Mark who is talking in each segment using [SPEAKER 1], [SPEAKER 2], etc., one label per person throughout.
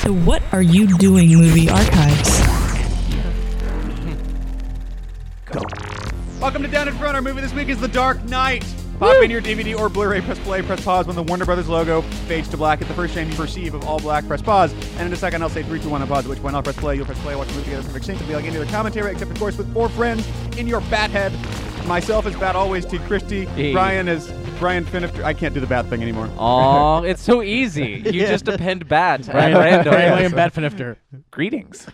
[SPEAKER 1] to What Are You Doing Movie Archives.
[SPEAKER 2] Welcome to Down in Front. Our movie this week is The Dark Knight. Pop in your DVD or Blu-ray, press play, press pause when the Warner Brothers logo fades to black. At the first shame you perceive of all black, press pause. And in a second, I'll say three, two, one, and pause. At which point I'll press play, you'll press play, watch the movie together from extinct. It'll be like any other commentary, except of course with four friends in your bat head. Myself is bat always T. Christie.
[SPEAKER 3] Hey.
[SPEAKER 2] Brian is Brian Finifter. I can't do the bat thing anymore.
[SPEAKER 3] Oh, it's so easy. You
[SPEAKER 2] Yeah.
[SPEAKER 3] just append bat at
[SPEAKER 4] Brian,
[SPEAKER 3] random.
[SPEAKER 4] Brian William Bedfinifter.
[SPEAKER 3] Greetings.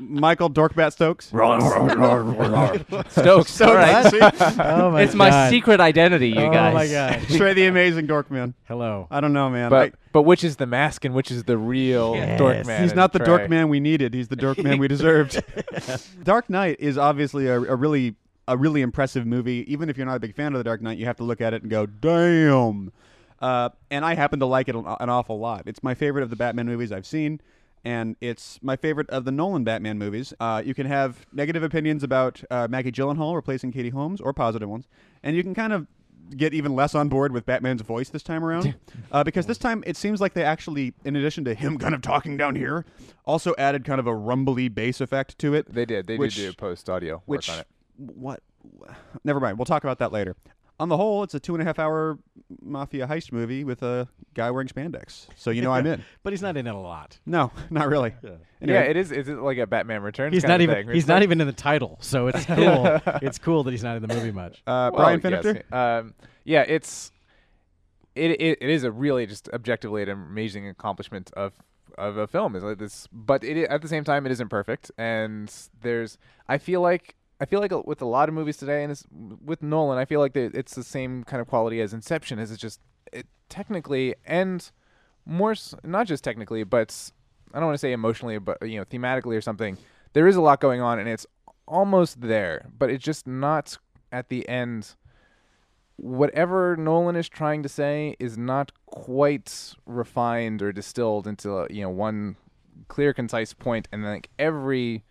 [SPEAKER 2] Michael Dorkbat Stokes.
[SPEAKER 3] Stokes.
[SPEAKER 2] So
[SPEAKER 3] All right.
[SPEAKER 2] nice. See?
[SPEAKER 4] Oh my
[SPEAKER 3] it's my
[SPEAKER 4] God.
[SPEAKER 3] secret identity, you
[SPEAKER 4] oh
[SPEAKER 3] guys.
[SPEAKER 4] my god.
[SPEAKER 2] Trey the Amazing Dorkman.
[SPEAKER 4] Hello.
[SPEAKER 2] I don't know, man.
[SPEAKER 5] But
[SPEAKER 2] I-
[SPEAKER 5] but which is the mask and which is the real dork
[SPEAKER 4] Yes.
[SPEAKER 5] man?
[SPEAKER 2] He's
[SPEAKER 5] in
[SPEAKER 2] not the dork
[SPEAKER 5] Trey?
[SPEAKER 2] man we needed. He's the dork man we deserved. Dark Knight is obviously a, a really a really impressive movie. Even if you're not a big fan of the Dark Knight, you have to look at it and go, damn. Uh, and I happen to like it an, an awful lot. It's my favorite of the Batman movies I've seen, and it's my favorite of the Nolan Batman movies. Uh, you can have negative opinions about uh, Maggie Gyllenhaal replacing Katie Holmes, or positive ones, and you can kind of get even less on board with Batman's voice this time around. Uh, because this time it seems like they actually, in addition to him kind of talking down here, also added kind of a rumbly bass effect to it.
[SPEAKER 5] They did. They
[SPEAKER 2] which-
[SPEAKER 5] did do post audio work
[SPEAKER 2] Which,
[SPEAKER 5] on it.
[SPEAKER 2] what? Never mind. We'll talk about that later. On the whole, it's a two and a half hour mafia heist movie with a guy wearing spandex. So you know I'm in.
[SPEAKER 4] But he's not in it a lot.
[SPEAKER 2] No, not really. Anyway,
[SPEAKER 5] yeah, it is. Is it like a Batman Returns?
[SPEAKER 4] He's
[SPEAKER 5] kind
[SPEAKER 4] not
[SPEAKER 5] of
[SPEAKER 4] even.
[SPEAKER 5] thing?
[SPEAKER 4] He's
[SPEAKER 5] It's
[SPEAKER 4] not
[SPEAKER 5] like-
[SPEAKER 4] even in the title, so it's cool. it's cool that he's not in the movie much.
[SPEAKER 2] uh,
[SPEAKER 5] Well,
[SPEAKER 2] Brian
[SPEAKER 5] yes,
[SPEAKER 2] Finifter.
[SPEAKER 5] yeah. Um, yeah, it's it, it it is a really just objectively an amazing accomplishment of of a film is like this, but it i- at the same time it isn't perfect, and there's I feel like. I feel like with a lot of movies today, and it's, with Nolan, I feel like that it's the same kind of quality as Inception. Is it's just it, technically and more s- not just technically, but s- I don't want to say emotionally, but you know, thematically or something. There is a lot going on, and it's almost there, but it's just not at the end. Whatever Nolan is trying to say is not quite refined or distilled into you know one clear, concise point, and like every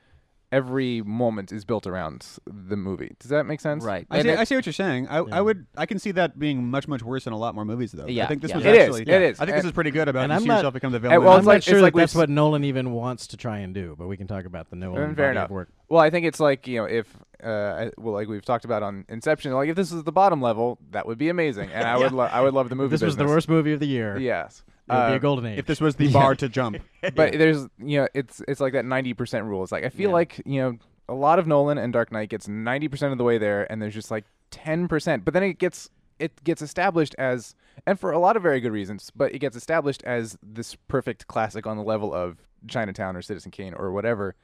[SPEAKER 5] every moment is built around the movie. Does that make sense?
[SPEAKER 3] Right.
[SPEAKER 2] I
[SPEAKER 5] And
[SPEAKER 2] see,
[SPEAKER 5] it-
[SPEAKER 2] I see what you're saying. I, I would. I can see that being much, much worse in a lot more movies, though. I
[SPEAKER 3] Yeah,
[SPEAKER 2] think this
[SPEAKER 3] yeah.
[SPEAKER 2] was
[SPEAKER 5] It is,
[SPEAKER 2] actually.
[SPEAKER 5] it is.
[SPEAKER 2] I think this is pretty good about
[SPEAKER 4] And
[SPEAKER 2] you
[SPEAKER 4] I'm
[SPEAKER 2] see
[SPEAKER 4] not-
[SPEAKER 2] yourself become the
[SPEAKER 5] Eh,
[SPEAKER 2] villain.
[SPEAKER 5] well,
[SPEAKER 4] I'm
[SPEAKER 5] it's
[SPEAKER 4] not
[SPEAKER 5] like- it's
[SPEAKER 4] sure that
[SPEAKER 5] like we've
[SPEAKER 4] that's
[SPEAKER 5] s-
[SPEAKER 4] what Nolan even wants to try and do, but we can talk about the Nolan
[SPEAKER 5] Mm, fair
[SPEAKER 4] body of
[SPEAKER 5] enough.
[SPEAKER 4] work.
[SPEAKER 5] Well, I think it's like you know if uh, I- well like we've talked about on Inception, like if this was the bottom level, that would be amazing, and I would lo- I would love the movie.
[SPEAKER 4] This was the
[SPEAKER 5] business.
[SPEAKER 4] worst movie of the year.
[SPEAKER 5] Yes.
[SPEAKER 4] it would be
[SPEAKER 5] Uh,
[SPEAKER 4] a golden age.
[SPEAKER 2] if this was the bar to jump.
[SPEAKER 5] but there's you know it's it's like that 90% rule it's like i feel like you know a lot of nolan and dark knight gets 90% of the way there and there's just like 10% but then it gets it gets established as and for a lot of very good reasons but it gets established as this perfect classic on the level of chinatown or citizen kane or whatever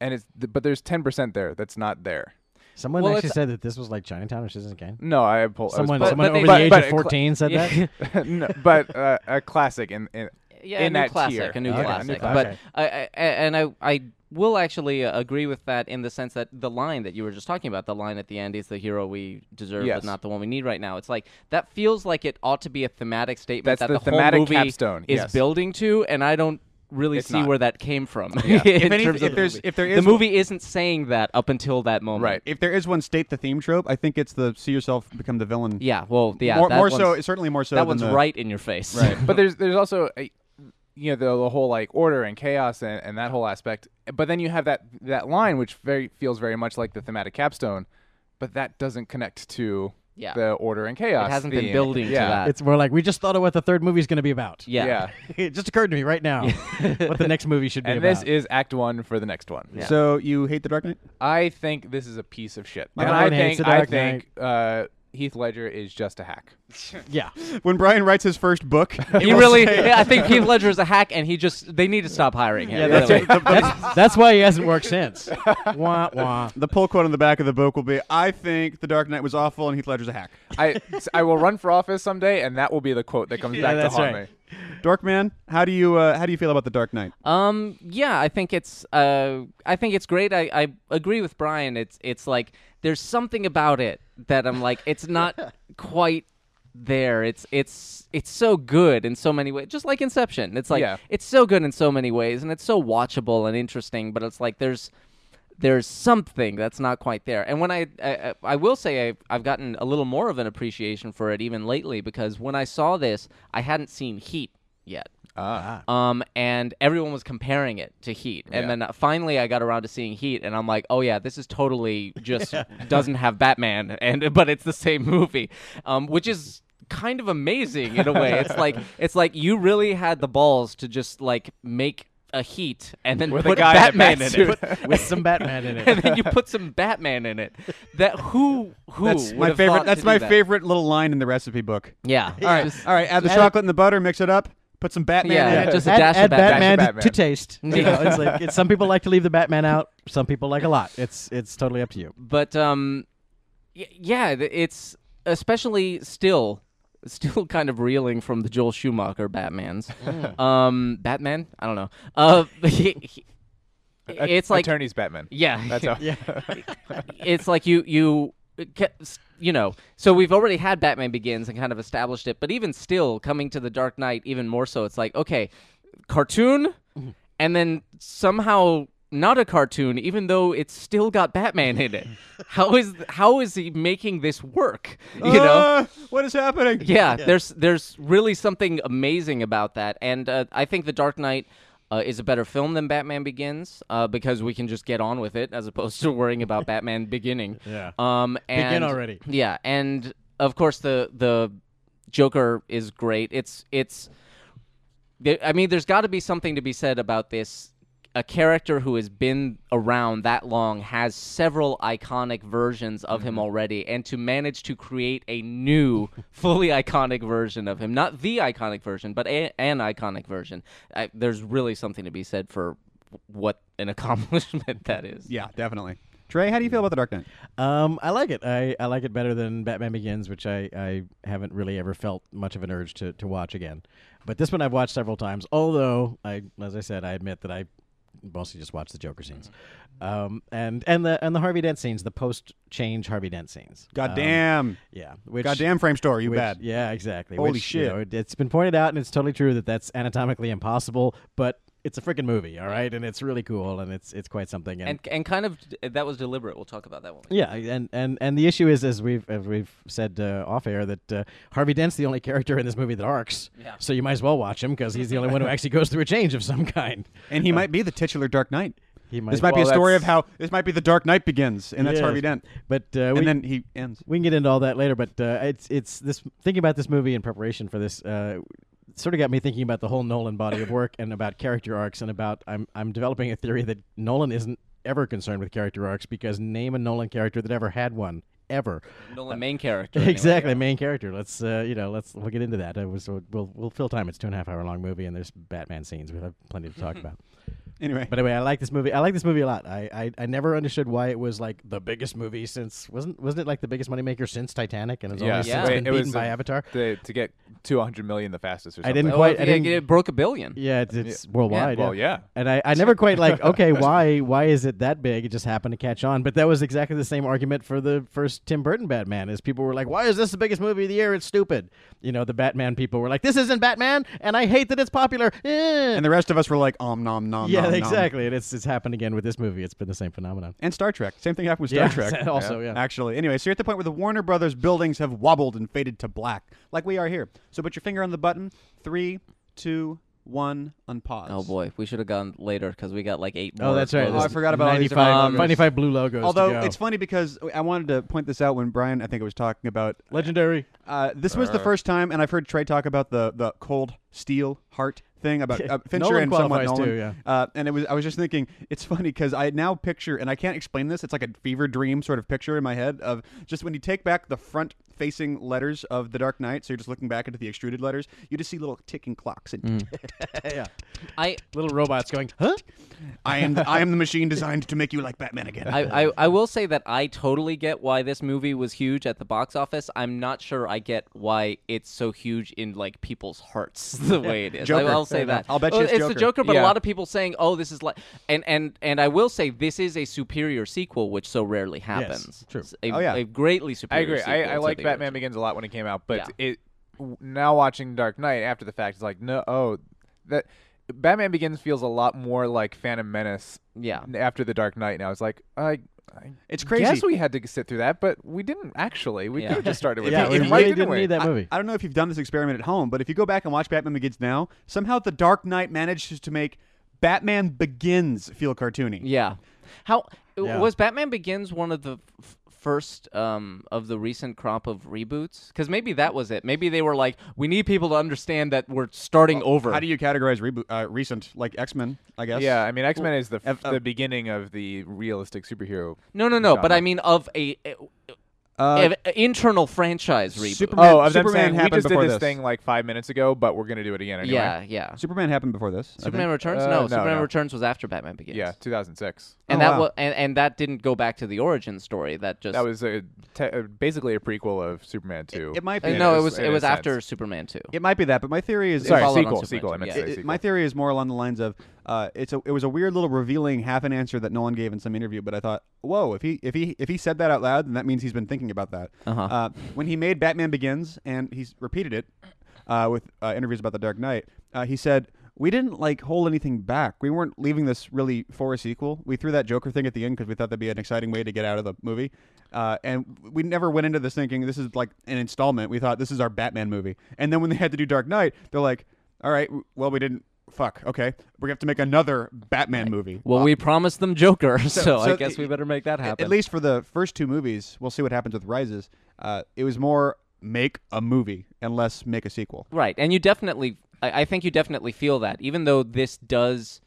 [SPEAKER 5] and it's but there's 10% there that's not there
[SPEAKER 4] Someone
[SPEAKER 3] Well,
[SPEAKER 4] actually
[SPEAKER 3] it's-
[SPEAKER 4] said that this was like Chinatown or Citizen Kane.
[SPEAKER 5] no i pulled
[SPEAKER 4] Someone,
[SPEAKER 3] but-
[SPEAKER 4] someone
[SPEAKER 3] but
[SPEAKER 4] over
[SPEAKER 3] they-
[SPEAKER 4] the age
[SPEAKER 3] but-
[SPEAKER 4] of 14 said that.
[SPEAKER 5] no, but uh, a classic in, in
[SPEAKER 3] yeah,
[SPEAKER 5] in
[SPEAKER 3] a new
[SPEAKER 5] that
[SPEAKER 3] classic,
[SPEAKER 5] tier.
[SPEAKER 3] a new
[SPEAKER 4] Okay, a new
[SPEAKER 3] classic.
[SPEAKER 4] classic.
[SPEAKER 3] But
[SPEAKER 4] Okay.
[SPEAKER 3] I, I, and I, I will actually uh, agree with that in the sense that the line that you were just talking about, the line at the end is the hero we deserve,
[SPEAKER 5] Yes.
[SPEAKER 3] but not the one we need right now. It's like that feels like it ought to be a thematic statement
[SPEAKER 5] That's
[SPEAKER 3] that
[SPEAKER 5] the
[SPEAKER 3] whole
[SPEAKER 5] thematic
[SPEAKER 3] movie
[SPEAKER 5] capstone,
[SPEAKER 3] is
[SPEAKER 5] yes.
[SPEAKER 3] building to, and I don't really
[SPEAKER 5] It's
[SPEAKER 3] see
[SPEAKER 5] not.
[SPEAKER 3] where that came from. in
[SPEAKER 2] If any-
[SPEAKER 3] terms
[SPEAKER 2] if
[SPEAKER 3] of
[SPEAKER 2] there's-
[SPEAKER 3] the movie.
[SPEAKER 2] if there
[SPEAKER 3] the
[SPEAKER 2] is-
[SPEAKER 3] movie isn't saying that up until that moment,
[SPEAKER 5] Right.
[SPEAKER 2] if there is one state the theme trope, I think it's the see yourself become the villain.
[SPEAKER 3] Yeah. Well. Yeah.
[SPEAKER 2] more,
[SPEAKER 3] that
[SPEAKER 2] more so,
[SPEAKER 3] one's-
[SPEAKER 2] certainly more so.
[SPEAKER 3] that
[SPEAKER 2] than
[SPEAKER 3] one's
[SPEAKER 2] the-
[SPEAKER 3] right in your face.
[SPEAKER 2] Right.
[SPEAKER 5] but there's there's also a, you know the, the whole like order and chaos and, and that whole aspect but then you have that that line which very feels very much like the thematic capstone but that doesn't connect to
[SPEAKER 3] Yeah.
[SPEAKER 5] the order and chaos
[SPEAKER 3] it hasn't been
[SPEAKER 5] theme.
[SPEAKER 3] building
[SPEAKER 5] yeah.
[SPEAKER 3] to that.
[SPEAKER 4] It's more like we just thought of what the third movie's going to be about.
[SPEAKER 3] yeah.
[SPEAKER 5] yeah
[SPEAKER 4] it just occurred to me right now what the next movie should be
[SPEAKER 5] and
[SPEAKER 4] about.
[SPEAKER 5] this is act one for the next one
[SPEAKER 3] Yeah.
[SPEAKER 2] So you hate the Dark Knight?
[SPEAKER 5] i think this is a piece of shit
[SPEAKER 4] My
[SPEAKER 5] and i
[SPEAKER 4] Lord hates
[SPEAKER 5] think
[SPEAKER 4] the
[SPEAKER 5] i
[SPEAKER 4] Dark
[SPEAKER 5] think uh, heath ledger is just a hack
[SPEAKER 4] yeah.
[SPEAKER 2] When Brian writes his first book,
[SPEAKER 3] He really, yeah, I think Heath Ledger is a hack, and he just—they need to stop hiring him.
[SPEAKER 4] Yeah, that's,
[SPEAKER 3] really.
[SPEAKER 4] that's, that's why he hasn't worked since. wah, wah.
[SPEAKER 2] the pull quote on the back of the book will be, "I think the Dark Knight was awful and Heath Ledger's a hack."
[SPEAKER 5] I, I will run for office someday, and that will be the quote that comes
[SPEAKER 4] Yeah,
[SPEAKER 5] back
[SPEAKER 4] that's
[SPEAKER 5] to haunt
[SPEAKER 4] right.
[SPEAKER 5] me.
[SPEAKER 2] Dorkman, how do you uh, how do you feel about the Dark Knight?
[SPEAKER 3] Um, yeah, I think it's uh, I think it's great. I, I agree with Brian. It's it's like there's something about it that I'm like it's not quite there. It's it's it's so good in so many ways. Just like Inception, it's like
[SPEAKER 5] Yeah.
[SPEAKER 3] it's so good in so many ways, and it's so watchable and interesting. But it's like there's there's something that's not quite there. And when I I, I will say I've, I've gotten a little more of an appreciation for it even lately because when I saw this, I hadn't seen Heat yet.
[SPEAKER 5] Ah.
[SPEAKER 3] Um, and everyone was comparing it to Heat, and
[SPEAKER 5] Yeah.
[SPEAKER 3] then uh, finally I got around to seeing Heat, and I'm like, oh yeah, this is totally just doesn't have Batman, and but it's the same movie, um, which is kind of amazing in a way. It's like it's like you really had the balls to just like make a Heat and then
[SPEAKER 5] With a
[SPEAKER 3] put
[SPEAKER 5] guy in a
[SPEAKER 3] Batman
[SPEAKER 5] bat
[SPEAKER 3] in it.
[SPEAKER 5] suit.
[SPEAKER 4] with some Batman in
[SPEAKER 3] and
[SPEAKER 4] it.
[SPEAKER 3] then you put some Batman in it. That who who
[SPEAKER 2] That's
[SPEAKER 3] would
[SPEAKER 2] my
[SPEAKER 3] have
[SPEAKER 2] favorite.
[SPEAKER 3] thought
[SPEAKER 2] That's
[SPEAKER 3] to do
[SPEAKER 2] my
[SPEAKER 3] that?
[SPEAKER 2] favorite little line in the recipe book.
[SPEAKER 3] Yeah.
[SPEAKER 2] All right, all right. Add the chocolate and the butter, mix it up, put some Batman
[SPEAKER 3] Yeah,
[SPEAKER 2] in it.
[SPEAKER 3] just a
[SPEAKER 4] add,
[SPEAKER 3] dash of
[SPEAKER 4] add
[SPEAKER 3] Batman.
[SPEAKER 4] Batman,
[SPEAKER 5] Dash of
[SPEAKER 4] to-
[SPEAKER 5] Batman.
[SPEAKER 4] to taste. You
[SPEAKER 3] Yeah.
[SPEAKER 4] know, it's like it's, some people like to leave the Batman out. Some people like a lot. It's it's totally up to you.
[SPEAKER 3] but um y- yeah th- it's especially still still kind of reeling from the joel schumacher batmans um batman i don't know uh he- he- it's like
[SPEAKER 5] attorneys Batman.
[SPEAKER 3] yeah
[SPEAKER 5] That's how.
[SPEAKER 4] Yeah.
[SPEAKER 3] it's like you you ca- s- you know so we've already had batman begins and kind of established it but even still coming to the dark knight even more so it's like okay cartoon and then somehow not a cartoon even though it's still got batman in it how is how is he making this work you know
[SPEAKER 2] Ah, what is happening?
[SPEAKER 3] yeah, there's there's really something amazing about that, and uh, I think The Dark Knight uh, is a better film than Batman Begins uh, because we can just get on with it as opposed to worrying about Batman Beginning.
[SPEAKER 4] Yeah.
[SPEAKER 3] Um. And,
[SPEAKER 4] already.
[SPEAKER 3] Yeah, and of course the the Joker is great. It's it's. There, I mean, there's got to be something to be said about this. A character who has been around that long has several iconic versions of
[SPEAKER 4] Mm-hmm.
[SPEAKER 3] him already, and to manage to create a new, fully iconic version of him, not the iconic version, but a- an iconic version, I, there's really something to be said for what an accomplishment that is.
[SPEAKER 2] Yeah, definitely. Trey, how do you feel about the Dark Knight?
[SPEAKER 4] Um, I like it. I, I like it better than Batman Begins, which I, I haven't really ever felt much of an urge to, to watch again. But this one I've watched several times, although I as I said, I admit that I mostly just watch the Joker scenes.
[SPEAKER 2] Mm-hmm.
[SPEAKER 4] Um, and, and the and the Harvey Dent scenes, the post change Harvey Dent scenes. Um,
[SPEAKER 2] Goddamn,
[SPEAKER 4] yeah. Which
[SPEAKER 2] goddamn frame store, you
[SPEAKER 4] which-
[SPEAKER 2] bad.
[SPEAKER 4] Yeah, exactly.
[SPEAKER 2] Holy
[SPEAKER 4] Which, you
[SPEAKER 2] shit.
[SPEAKER 4] know, it, has been pointed out, and it's totally true that that's anatomically impossible, but it's a freaking movie, all right? And it's really cool, and it's it's quite something.
[SPEAKER 3] And and kind of that was deliberate. We'll talk about that one.
[SPEAKER 4] yeah, and, and, and the issue is, as we've as we've said uh, off air, that uh, Harvey Dent's the only character in this movie that arcs.
[SPEAKER 3] Yeah.
[SPEAKER 4] So you might as well watch him because he's the only one who actually goes through a change of some kind.
[SPEAKER 2] And he might be the titular Dark Knight.
[SPEAKER 4] He might.
[SPEAKER 2] This might be a
[SPEAKER 5] Well,
[SPEAKER 2] story of
[SPEAKER 5] that's-
[SPEAKER 2] how this might be the Dark Knight begins, and that's
[SPEAKER 4] Yes.
[SPEAKER 2] Harvey Dent,
[SPEAKER 4] But uh, we,
[SPEAKER 2] and then he ends.
[SPEAKER 4] we can get into all that later. But uh, it's it's this thinking about this movie in preparation for this uh, sort of got me thinking about the whole Nolan body of work and about character arcs and about I'm I'm developing a theory that Nolan isn't ever concerned with character arcs because name a Nolan character that ever had one ever.
[SPEAKER 3] Nolan main character. anyway.
[SPEAKER 4] Exactly, main character. Let's uh, you know, let's we'll get into that. Uh, we'll, so we'll we'll fill time. It's two and a half hour long movie, and there's Batman scenes. We'll have plenty to talk about.
[SPEAKER 2] Anyway,
[SPEAKER 4] But anyway, I like this movie. I like this movie a lot. I, I, I never understood why it was like the biggest movie since wasn't wasn't it like the biggest moneymaker since Titanic and it's
[SPEAKER 5] Yeah.
[SPEAKER 4] only
[SPEAKER 3] Yeah.
[SPEAKER 4] since
[SPEAKER 3] It-
[SPEAKER 4] been
[SPEAKER 5] it
[SPEAKER 4] beaten
[SPEAKER 5] was
[SPEAKER 4] by
[SPEAKER 5] a-
[SPEAKER 4] Avatar.
[SPEAKER 5] The, to get 200 million the fastest or
[SPEAKER 4] I
[SPEAKER 5] something.
[SPEAKER 4] didn't
[SPEAKER 3] Oh,
[SPEAKER 4] quite.
[SPEAKER 3] yeah,
[SPEAKER 4] I didn't,
[SPEAKER 3] it broke a billion.
[SPEAKER 4] yeah, it's, it's worldwide.
[SPEAKER 5] Well, yeah.
[SPEAKER 4] And I, I never quite like okay why why is it that big? It just happened to catch on. But that was exactly the same argument for the first Tim Burton Batman. Is people were like, why is this the biggest movie of the year? It's stupid. You know, the Batman people were like, this isn't Batman, and I hate that it's popular. Eh.
[SPEAKER 2] and the rest of us were like, "Oh, om nom nom.
[SPEAKER 4] yeah,
[SPEAKER 2] nom, nom.
[SPEAKER 4] exactly. And it's it's happened again with this movie. It's been the same phenomenon.
[SPEAKER 2] And Star Trek. Same thing happened with Star
[SPEAKER 4] Yeah,
[SPEAKER 2] Trek.
[SPEAKER 4] also, yeah.
[SPEAKER 2] Actually, anyway, so you're at the point where the Warner Brothers buildings have wobbled and faded to black, like we are here. So put your finger on the button. Three, two, one, unpause.
[SPEAKER 3] Oh boy, we should have gone later because we got like eight more.
[SPEAKER 4] Oh, that's right.
[SPEAKER 2] Oh,
[SPEAKER 3] of
[SPEAKER 2] I
[SPEAKER 3] those.
[SPEAKER 4] There's
[SPEAKER 2] forgot about all these
[SPEAKER 4] 95
[SPEAKER 3] different logos.
[SPEAKER 4] 95 blue logos. to
[SPEAKER 2] Although
[SPEAKER 4] go.
[SPEAKER 2] it's funny because I wanted to point this out when Brian, I think, was talking about.
[SPEAKER 4] legendary.
[SPEAKER 2] Uh, this was the first time, and I've heard Trey talk about the the cold steel heart thing about uh, Fincher
[SPEAKER 4] Nolan
[SPEAKER 2] and somewhat
[SPEAKER 4] qualifies
[SPEAKER 2] Nolan.
[SPEAKER 4] too, yeah.
[SPEAKER 2] uh, and it was I was just thinking it's funny because I now picture, and I can't explain this. It's like a fever dream sort of picture in my head of just when you take back the front facing letters of The Dark Knight, so you're just looking back into the extruded letters. You just see little ticking clocks, and
[SPEAKER 4] Mm. yeah.
[SPEAKER 3] I,
[SPEAKER 4] Little robots going, huh?
[SPEAKER 2] I am the, I am the machine designed to make you like Batman again.
[SPEAKER 3] I, I, I will say that I totally get why this movie was huge at the box office. I'm not sure I get why it's so huge in like people's hearts the way it is.
[SPEAKER 2] Joker.
[SPEAKER 3] I, will say
[SPEAKER 2] Fair
[SPEAKER 3] that.
[SPEAKER 2] enough. I'll bet you
[SPEAKER 3] Oh,
[SPEAKER 2] it's Joker.
[SPEAKER 3] the Joker, but
[SPEAKER 5] Yeah.
[SPEAKER 3] a lot of people saying, "Oh, this is like," and and and I will say this is a superior sequel, which so rarely happens.
[SPEAKER 4] true.
[SPEAKER 3] It's A,
[SPEAKER 2] Oh, yeah.
[SPEAKER 3] a greatly
[SPEAKER 5] I
[SPEAKER 3] superior.
[SPEAKER 5] agree.
[SPEAKER 3] Sequel
[SPEAKER 5] I, I
[SPEAKER 3] to
[SPEAKER 5] like
[SPEAKER 3] the
[SPEAKER 5] Batman
[SPEAKER 3] original.
[SPEAKER 5] Begins a lot when it came out, but
[SPEAKER 3] Yeah.
[SPEAKER 5] it w- now watching Dark Knight after the fact is like no oh that Batman Begins feels a lot more like Phantom Menace
[SPEAKER 3] Yeah.
[SPEAKER 5] n- after the Dark Knight now it's like I I
[SPEAKER 2] It's crazy.
[SPEAKER 5] guess we had to sit through that, but we didn't actually. We
[SPEAKER 3] Yeah.
[SPEAKER 5] could have just started with
[SPEAKER 4] yeah,
[SPEAKER 5] that,
[SPEAKER 4] we
[SPEAKER 5] right,
[SPEAKER 4] really
[SPEAKER 5] didn't
[SPEAKER 4] didn't
[SPEAKER 5] we?
[SPEAKER 4] need that
[SPEAKER 2] I-
[SPEAKER 4] movie.
[SPEAKER 2] I, don't know if you've done this experiment at home, but if you go back and watch Batman Begins now, somehow The Dark Knight manages to make Batman Begins feel cartoony.
[SPEAKER 3] Yeah. How
[SPEAKER 4] Yeah.
[SPEAKER 3] was Batman Begins one of the f- first um, of the recent crop of reboots? Because maybe that was it. Maybe they were like, we need people to understand that we're starting over.
[SPEAKER 2] How do you categorize reboot uh, recent like X Men? I guess.
[SPEAKER 5] Yeah, I mean, X Men is the f-
[SPEAKER 2] uh,
[SPEAKER 5] the beginning of the realistic superhero.
[SPEAKER 3] no, no, no. But
[SPEAKER 5] genre.
[SPEAKER 3] I mean, of a, a-
[SPEAKER 2] Uh,
[SPEAKER 3] a- internal franchise reboot.
[SPEAKER 2] Superman-
[SPEAKER 5] Oh, of them
[SPEAKER 2] Superman
[SPEAKER 5] saying we
[SPEAKER 2] happened
[SPEAKER 5] just did
[SPEAKER 2] before
[SPEAKER 5] this,
[SPEAKER 2] this.
[SPEAKER 5] thing like five minutes ago, but we're gonna do it again anyway.
[SPEAKER 3] yeah, yeah.
[SPEAKER 2] Superman happened before this. I
[SPEAKER 3] Superman
[SPEAKER 2] think.
[SPEAKER 3] Returns?
[SPEAKER 5] Uh,
[SPEAKER 3] no,
[SPEAKER 5] no,
[SPEAKER 3] Superman
[SPEAKER 5] no.
[SPEAKER 3] Returns was after Batman Begins.
[SPEAKER 5] yeah, 2006.
[SPEAKER 3] and
[SPEAKER 2] Oh,
[SPEAKER 3] that
[SPEAKER 2] wow.
[SPEAKER 3] was and, and that didn't go back to the origin story. That just
[SPEAKER 5] That was a te- uh, basically a prequel of Superman 2.
[SPEAKER 2] it might
[SPEAKER 3] Uh,
[SPEAKER 2] be.
[SPEAKER 5] in
[SPEAKER 3] no,
[SPEAKER 5] a
[SPEAKER 3] it
[SPEAKER 5] s-
[SPEAKER 3] was
[SPEAKER 5] in
[SPEAKER 3] it
[SPEAKER 5] a
[SPEAKER 3] was
[SPEAKER 5] sense.
[SPEAKER 3] after Superman two.
[SPEAKER 2] It might be that, but my theory is
[SPEAKER 5] Sorry,
[SPEAKER 2] it's-
[SPEAKER 3] followed on
[SPEAKER 5] sequel, sequel.
[SPEAKER 3] Superman
[SPEAKER 5] I
[SPEAKER 3] two,
[SPEAKER 5] meant
[SPEAKER 3] yeah.
[SPEAKER 5] to say
[SPEAKER 2] it-
[SPEAKER 5] sequel.
[SPEAKER 2] my theory is more along the lines of uh, it's a it was a weird little revealing half an answer that Nolan gave in some interview, but I thought, whoa, if he if he if he said that out loud, then that means he's been thinking about that.
[SPEAKER 3] Uh-huh.
[SPEAKER 2] Uh, when he made Batman Begins, and he's repeated it uh, with uh, interviews about the Dark Knight, uh, he said. We didn't like hold anything back. We weren't leaving this really for a sequel. We threw that Joker thing at the end because we thought that'd be an exciting way to get out of the movie. Uh, and we never went into this thinking this is like an installment. We thought this is our Batman movie. And then when they had to do Dark Knight, they're like, all right. w- Well, we didn't. Fuck. Okay. We're gonna have to make another Batman movie.
[SPEAKER 3] Well, we promised them Joker, so, I
[SPEAKER 2] so
[SPEAKER 3] guess
[SPEAKER 2] the-
[SPEAKER 3] we better make that
[SPEAKER 2] A-
[SPEAKER 3] happen.
[SPEAKER 2] At least for the first two movies, we'll see what happens with Rises. Uh, it was more make a movie and less make a sequel.
[SPEAKER 3] Right, and you definitely, I, I think you definitely feel that, even though this does,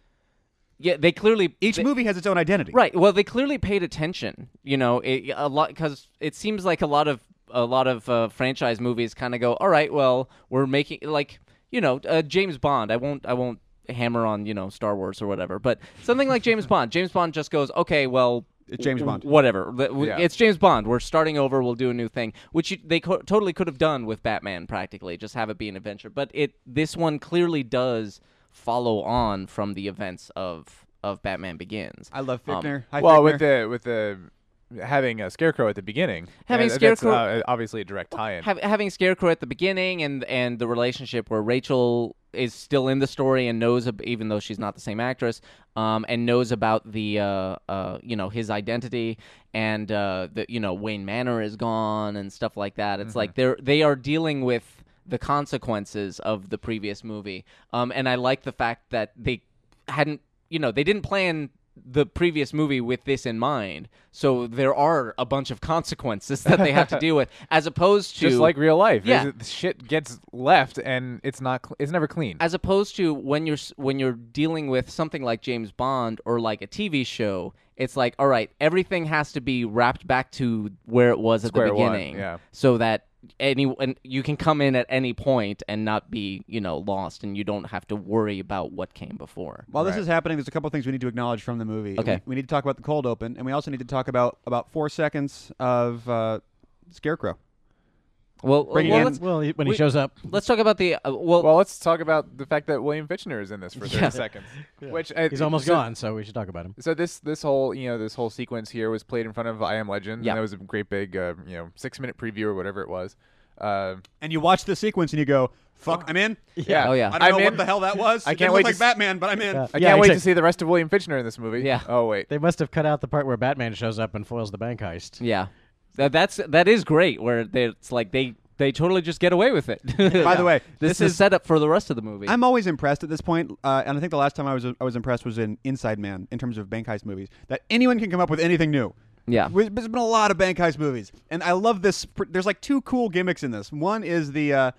[SPEAKER 3] yeah, they clearly
[SPEAKER 2] Each
[SPEAKER 3] they-
[SPEAKER 2] movie has its own identity.
[SPEAKER 3] Right. Well, they clearly paid attention. You know, it, a lot because it seems like a lot of a lot of uh, franchise movies kind of go, all right, well, we're making like you know uh, James Bond. I won't I won't hammer on you know Star Wars or whatever, but something like James Bond. James Bond just goes, okay, well.
[SPEAKER 2] It's James
[SPEAKER 3] w-
[SPEAKER 2] Bond.
[SPEAKER 3] Whatever. Th- w-
[SPEAKER 5] Yeah.
[SPEAKER 3] It's James Bond. We're starting over. We'll do a new thing, which you, they co- totally could have done with Batman, practically, just have it be an adventure. But it this one clearly does follow on from the events of of Batman Begins.
[SPEAKER 2] I love
[SPEAKER 3] Um,
[SPEAKER 2] Fichtner. Hi,
[SPEAKER 5] well,
[SPEAKER 2] Fichtner.
[SPEAKER 5] with the with the having a scarecrow at the beginning.
[SPEAKER 3] Having
[SPEAKER 5] uh,
[SPEAKER 3] Scarecrow-
[SPEAKER 5] that's, uh, obviously a direct tie-in.
[SPEAKER 3] Hav- having Scarecrow at the beginning and and the relationship where Rachel is still in the story and knows ab- even though she's not the same actress um, and knows about the uh, uh, you know his identity and uh, the you know Wayne Manor is gone and stuff like that. It's like they're they are dealing with the consequences of the previous movie. Um, and I like the fact that they hadn't you know they didn't plan the previous movie with this in mind so there are a bunch of consequences that they have to deal with as opposed to
[SPEAKER 5] Just like real life, Is
[SPEAKER 3] Yeah.
[SPEAKER 5] it- shit gets left and it's not cl- it's never clean.
[SPEAKER 3] as opposed to when you're s- when you're dealing with something like James Bond or like a TV show, it's like all right, everything has to be wrapped back to where it was at the
[SPEAKER 5] Square one,
[SPEAKER 3] beginning,
[SPEAKER 5] yeah.
[SPEAKER 3] so that any and you can come in at any point and not be you know lost, and you don't have to worry about what came before.
[SPEAKER 2] While this is happening, there's a couple things we need to acknowledge from the movie.
[SPEAKER 3] Okay.
[SPEAKER 2] We, we need to talk about the cold open, and we also need to talk about about four seconds of uh, Scarecrow.
[SPEAKER 3] Well,
[SPEAKER 2] Bring it
[SPEAKER 3] well
[SPEAKER 2] in.
[SPEAKER 3] let's
[SPEAKER 4] Well, he, when
[SPEAKER 3] we-
[SPEAKER 4] he shows up,
[SPEAKER 3] let's talk about the uh, well,
[SPEAKER 5] well, let's talk about the fact that William Fichtner is in this for 30
[SPEAKER 3] Yeah.
[SPEAKER 5] seconds, which uh,
[SPEAKER 4] he's almost
[SPEAKER 5] so-
[SPEAKER 4] gone, so we should talk about him.
[SPEAKER 5] So this this whole you know this whole sequence here was played in front of I Am Legend.
[SPEAKER 3] Yeah.
[SPEAKER 5] and that was a great big uh, you know six minute preview or whatever it was. Uh,
[SPEAKER 2] And you watch the sequence, and you go, "Fuck, I'm in."
[SPEAKER 5] yeah.
[SPEAKER 3] Oh, yeah.
[SPEAKER 2] I don't
[SPEAKER 5] I'm
[SPEAKER 2] know
[SPEAKER 5] in.
[SPEAKER 2] what the hell that was.
[SPEAKER 5] I
[SPEAKER 2] It
[SPEAKER 5] can't
[SPEAKER 2] didn't
[SPEAKER 5] wait
[SPEAKER 2] look
[SPEAKER 5] to
[SPEAKER 2] like
[SPEAKER 5] s-
[SPEAKER 2] Batman, but I'm in.
[SPEAKER 4] Yeah.
[SPEAKER 5] I can't wait to
[SPEAKER 4] exact-
[SPEAKER 5] see the rest of William Fichtner in this movie.
[SPEAKER 3] Yeah.
[SPEAKER 5] Oh wait.
[SPEAKER 4] They must have cut out the part where Batman shows up and foils the bank heist.
[SPEAKER 3] yeah, that, that's that is great. Where they, it's like they they totally just get away with it.
[SPEAKER 2] By the way,
[SPEAKER 3] this,
[SPEAKER 2] this
[SPEAKER 3] is
[SPEAKER 2] is-
[SPEAKER 3] set up for the rest of the movie.
[SPEAKER 2] I'm always impressed at this point, uh, and I think the last time I was I was impressed was in Inside Man in terms of bank heist movies. That anyone can come up with anything new.
[SPEAKER 3] Yeah.
[SPEAKER 2] We- there's been a lot of bank heist movies, and I love this. pr- There's like two cool gimmicks in this. One is the uh,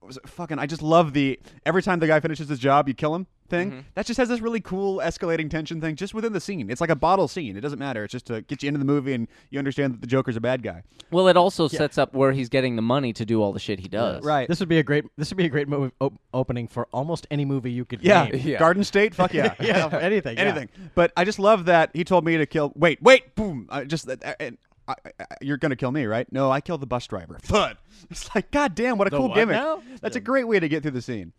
[SPEAKER 2] what was it? fucking. I just love the every time the guy finishes his job, you kill him thing.
[SPEAKER 4] Mm-hmm.
[SPEAKER 2] That just has this really cool escalating tension thing just within the scene. It's like a bottle scene. It doesn't matter. It's just to get you into the movie and you understand that the Joker's a bad guy.
[SPEAKER 3] Well, it also sets up where he's getting the money to do all the shit he does.
[SPEAKER 2] Right.
[SPEAKER 4] This would be a great. This would be a great mov op- opening for almost any movie you could.
[SPEAKER 2] Yeah.
[SPEAKER 4] name.
[SPEAKER 5] Yeah.
[SPEAKER 2] Garden State. Fuck yeah.
[SPEAKER 4] yeah, anything, yeah.
[SPEAKER 2] Anything. But I just love that he told me to kill. Wait, wait, boom. I just that- I- and I, I, you're gonna kill me, right? No, I killed the bus driver. Thud. It's like, God damn, what a cool
[SPEAKER 4] what
[SPEAKER 2] gimmick.
[SPEAKER 4] now?
[SPEAKER 2] That's a great way to get through the scene.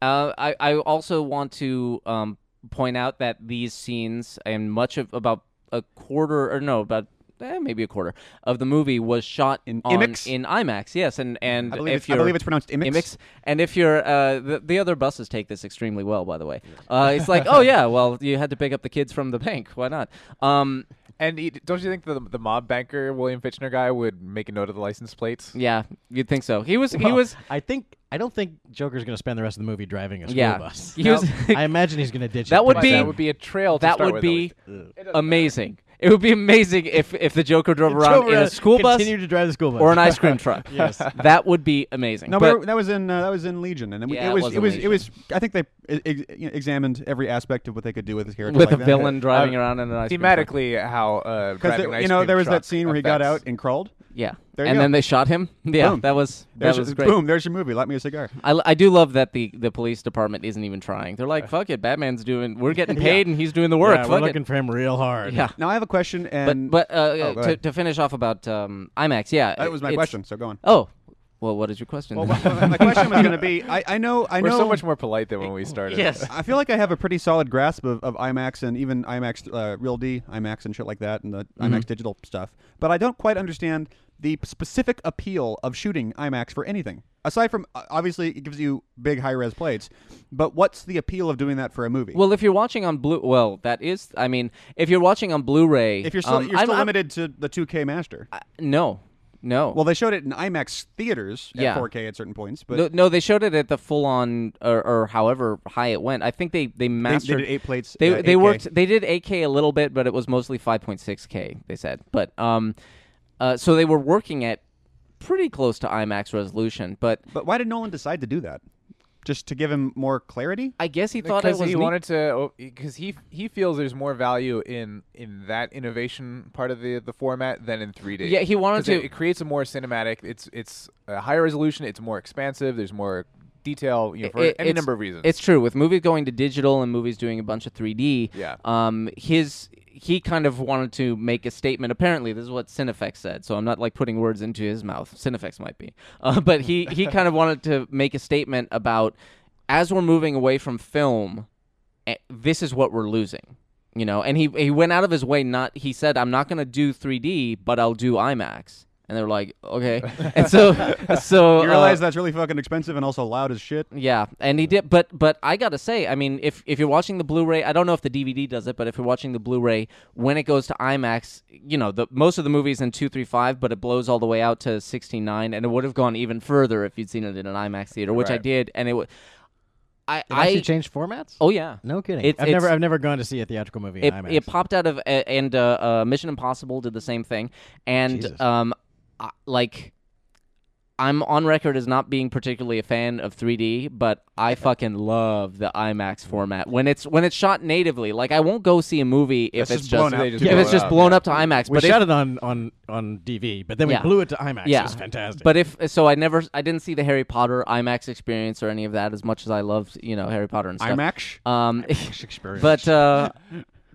[SPEAKER 3] Uh, I I also want to um, point out that these scenes and much of about a quarter or no about. Eh, maybe a quarter of the movie was shot
[SPEAKER 2] In
[SPEAKER 3] on,
[SPEAKER 2] IMAX?
[SPEAKER 3] in IMAX. Yes, and and
[SPEAKER 2] I believe,
[SPEAKER 3] if
[SPEAKER 2] it's, I
[SPEAKER 3] you're
[SPEAKER 2] believe it's pronounced Imix.
[SPEAKER 3] IMAX, and if you're uh, the the other buses take this extremely well, by the way. Uh, it's like, oh yeah, well you had to pick up the kids from the bank. Why not? Um,
[SPEAKER 5] And he, don't you think the the mob banker William Fitchner guy would make a note of the license plates?
[SPEAKER 3] Yeah, you'd think so. He was. he
[SPEAKER 4] Well,
[SPEAKER 3] was.
[SPEAKER 4] I think. I don't think Joker's going to spend the rest of the movie driving a school
[SPEAKER 3] Yeah.
[SPEAKER 4] bus.
[SPEAKER 3] He was-
[SPEAKER 4] I imagine he's going to ditch. it
[SPEAKER 3] That would
[SPEAKER 5] But
[SPEAKER 4] pretty
[SPEAKER 3] be-
[SPEAKER 5] that
[SPEAKER 4] soon.
[SPEAKER 5] would be a trail. To
[SPEAKER 3] that
[SPEAKER 5] start with,
[SPEAKER 3] would be
[SPEAKER 5] at least. It doesn't
[SPEAKER 3] amazing. It would be amazing if if the Joker drove around
[SPEAKER 4] Drove
[SPEAKER 3] in a
[SPEAKER 4] around-
[SPEAKER 3] school bus
[SPEAKER 4] Continue to drive the school bus
[SPEAKER 3] or an ice cream truck.
[SPEAKER 4] Yes.
[SPEAKER 3] that would be amazing.
[SPEAKER 2] No,
[SPEAKER 3] but
[SPEAKER 2] but that was in uh, that was in Legion, and it,
[SPEAKER 3] Yeah,
[SPEAKER 2] it
[SPEAKER 3] it
[SPEAKER 2] was
[SPEAKER 3] was
[SPEAKER 2] it
[SPEAKER 3] in
[SPEAKER 2] was it was. I think they e- ex- you know, examined every aspect of what they could do with his character,
[SPEAKER 3] with
[SPEAKER 2] like
[SPEAKER 3] a
[SPEAKER 2] that.
[SPEAKER 3] villain
[SPEAKER 4] Uh,
[SPEAKER 3] driving around in an ice cream truck.
[SPEAKER 5] Thematically, how uh,
[SPEAKER 2] Because
[SPEAKER 5] driving an
[SPEAKER 2] you
[SPEAKER 5] ice
[SPEAKER 2] know
[SPEAKER 5] cream
[SPEAKER 2] there was that
[SPEAKER 5] truck
[SPEAKER 2] scene where he got out
[SPEAKER 5] affects-
[SPEAKER 2] and crawled.
[SPEAKER 3] Yeah.
[SPEAKER 2] There you
[SPEAKER 3] and
[SPEAKER 2] go.
[SPEAKER 3] then they shot him. Yeah,
[SPEAKER 2] Boom.
[SPEAKER 3] that was that
[SPEAKER 2] There's
[SPEAKER 3] was
[SPEAKER 2] your-
[SPEAKER 3] great.
[SPEAKER 2] Boom! There's your movie. Let me as a cigar.
[SPEAKER 3] I, I do love that the, the police department isn't even trying. They're like, fuck it, Batman's doing. We're getting paid and he's doing the work.
[SPEAKER 4] Uh, Yeah, we're
[SPEAKER 3] fuck
[SPEAKER 4] looking
[SPEAKER 3] it.
[SPEAKER 4] for him real hard.
[SPEAKER 3] Yeah.
[SPEAKER 2] Now I have a question,
[SPEAKER 3] But
[SPEAKER 2] and Oh,
[SPEAKER 3] but uh,
[SPEAKER 2] go
[SPEAKER 3] to,
[SPEAKER 2] ahead.
[SPEAKER 3] to finish off about um, IMAX, yeah,
[SPEAKER 2] that was my
[SPEAKER 3] it's-
[SPEAKER 2] question. So go on.
[SPEAKER 3] Oh, well, what is your question?
[SPEAKER 2] Well,
[SPEAKER 3] then?
[SPEAKER 2] my my question was going to be: I, I know, I
[SPEAKER 5] We're
[SPEAKER 2] know.
[SPEAKER 5] so much more polite than when we started.
[SPEAKER 3] yes.
[SPEAKER 2] I feel like I have a pretty solid grasp of, of IMAX and even IMAX uh, Real D, IMAX and shit like that, and the
[SPEAKER 3] Mm-hmm.
[SPEAKER 2] IMAX digital stuff. But I don't quite understand the specific appeal of shooting IMAX for anything. Aside from uh, obviously it gives you big high res plates, but what's the appeal of doing that for a movie?
[SPEAKER 3] Well, if you're watching on Blue, well, that is. I mean, if you're watching on Blu-ray,
[SPEAKER 2] if you're still
[SPEAKER 3] um,
[SPEAKER 2] you're
[SPEAKER 3] I'm-
[SPEAKER 2] still
[SPEAKER 3] I'm-
[SPEAKER 2] limited to the 2K master.
[SPEAKER 3] no, no.
[SPEAKER 2] well, they showed it in IMAX theaters at
[SPEAKER 3] Yeah.
[SPEAKER 2] 4K at certain points, but
[SPEAKER 3] no, no, they showed it at the full on or, or however high it went. I think they they
[SPEAKER 2] they,
[SPEAKER 3] mastered.
[SPEAKER 2] they did eight plates.
[SPEAKER 3] They
[SPEAKER 2] uh,
[SPEAKER 3] they
[SPEAKER 2] 8K.
[SPEAKER 3] worked they did 8K a little bit, but it was mostly 5.6K. They said, but um, uh, so they were working at pretty close to IMAX resolution. But
[SPEAKER 2] But why did Nolan decide to do that? Just to give him more clarity?
[SPEAKER 3] I guess he thought it
[SPEAKER 5] Because
[SPEAKER 3] was
[SPEAKER 5] he
[SPEAKER 3] neat.
[SPEAKER 5] wanted to, because he he feels there's more value in in that innovation part of the the format than in 3D.
[SPEAKER 3] Yeah, he wanted
[SPEAKER 5] 'Cause it-
[SPEAKER 3] to-
[SPEAKER 5] It, creates a more cinematic. It's it's a higher resolution. It's more expansive. There's more detail. You know, for
[SPEAKER 3] It-
[SPEAKER 5] any
[SPEAKER 3] it's-
[SPEAKER 5] number of reasons.
[SPEAKER 3] It's true with movies going to digital and movies doing a bunch of 3D.
[SPEAKER 5] Yeah.
[SPEAKER 3] Um, his he kind of wanted to make a statement. Apparently, this is what Cinefex said. So I'm not like putting words into his mouth. Cinefex might be, uh, but he he kind of wanted to make a statement about as we're moving away from film, eh, this is what we're losing. You know, and he he went out of his way. Not he said, "I'm not going to do 3D, but I'll do IMAX." And they're like, "Okay." And so, so
[SPEAKER 2] You realize
[SPEAKER 3] uh,
[SPEAKER 2] that's really fucking expensive and also loud as shit.
[SPEAKER 3] yeah, and he did, but but I gotta say, I mean, if if you're watching the Blu-ray, I don't know if the DVD does it, but if you're watching the Blu-ray, when it goes to IMAX, you know, the most of the movies in two three five, but it blows all the way out to sixteen nine, and it would have gone even further if you'd seen it in an IMAX theater, which I
[SPEAKER 5] Right.
[SPEAKER 3] did, and it would, I
[SPEAKER 4] It actually
[SPEAKER 3] I
[SPEAKER 4] changed formats.
[SPEAKER 3] oh yeah,
[SPEAKER 4] no kidding.
[SPEAKER 3] It's-
[SPEAKER 4] I've never
[SPEAKER 3] it's-
[SPEAKER 4] I've never gone to see a theatrical movie
[SPEAKER 3] it,
[SPEAKER 4] in IMAX.
[SPEAKER 3] it popped out of uh, and uh, uh, Mission Impossible did the same thing, and
[SPEAKER 4] Jesus.
[SPEAKER 3] um, I, like I'm on record as not being particularly a fan of 3D, but I fucking love the IMAX format when it's when it's shot natively. Like I won't go see a movie if
[SPEAKER 2] That's
[SPEAKER 3] it's
[SPEAKER 2] just
[SPEAKER 3] just,
[SPEAKER 2] blown out. They just
[SPEAKER 3] if
[SPEAKER 2] blow
[SPEAKER 3] it's
[SPEAKER 2] it
[SPEAKER 3] just
[SPEAKER 5] up,
[SPEAKER 3] blown up to IMAX.
[SPEAKER 4] we
[SPEAKER 3] but
[SPEAKER 4] shot
[SPEAKER 3] if,
[SPEAKER 4] it on on on DV, but then we
[SPEAKER 3] Yeah.
[SPEAKER 4] blew it to IMAX.
[SPEAKER 3] yeah,
[SPEAKER 4] it was fantastic.
[SPEAKER 3] But if so, I never I didn't see the Harry Potter IMAX experience or any of that as much as I loved you know Harry Potter and stuff.
[SPEAKER 2] IMAX?
[SPEAKER 3] Um,
[SPEAKER 4] experience.
[SPEAKER 3] but uh,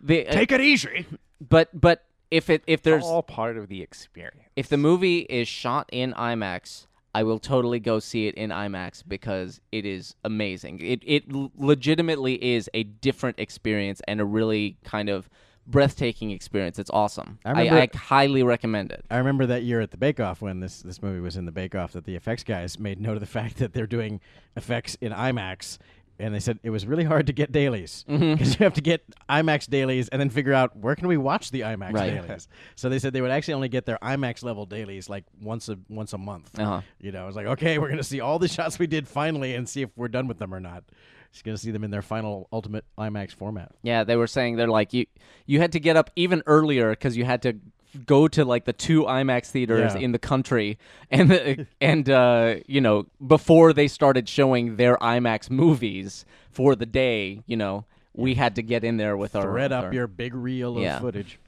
[SPEAKER 3] the
[SPEAKER 2] Take it easy.
[SPEAKER 3] but but if it if there's
[SPEAKER 5] all part of the experience.
[SPEAKER 3] if the movie is shot in IMAX, I will totally go see it in IMAX because it is amazing. It it l- legitimately is a different experience and a really kind of breathtaking experience. It's awesome.
[SPEAKER 4] I
[SPEAKER 3] I, I,
[SPEAKER 4] remember-
[SPEAKER 3] highly recommend it.
[SPEAKER 4] I remember that year at the Bake Off when this this movie was in the Bake Off that the effects guys made note of the fact that they're doing effects in IMAX. And they said it was really hard to get dailies because
[SPEAKER 2] Mm-hmm.
[SPEAKER 4] you have to get IMAX dailies and then figure out where can we watch the IMAX
[SPEAKER 3] Right.
[SPEAKER 4] dailies. So they said they would actually only get their IMAX level dailies like once a once a month.
[SPEAKER 3] Uh-huh.
[SPEAKER 4] You know, it's like okay, we're gonna see all the shots we did finally and see if we're done with them or not. Just gonna see them in their final ultimate IMAX format.
[SPEAKER 3] Yeah, they were saying they're like you you had to get up even earlier because you had to go to like the two IMAX theaters
[SPEAKER 4] Yeah.
[SPEAKER 3] in the country and the, and uh, you know before they started showing their IMAX movies for the day, you know. We had to get in there with our
[SPEAKER 4] Thread up
[SPEAKER 3] our-
[SPEAKER 4] your big reel of
[SPEAKER 3] Yeah.
[SPEAKER 4] footage.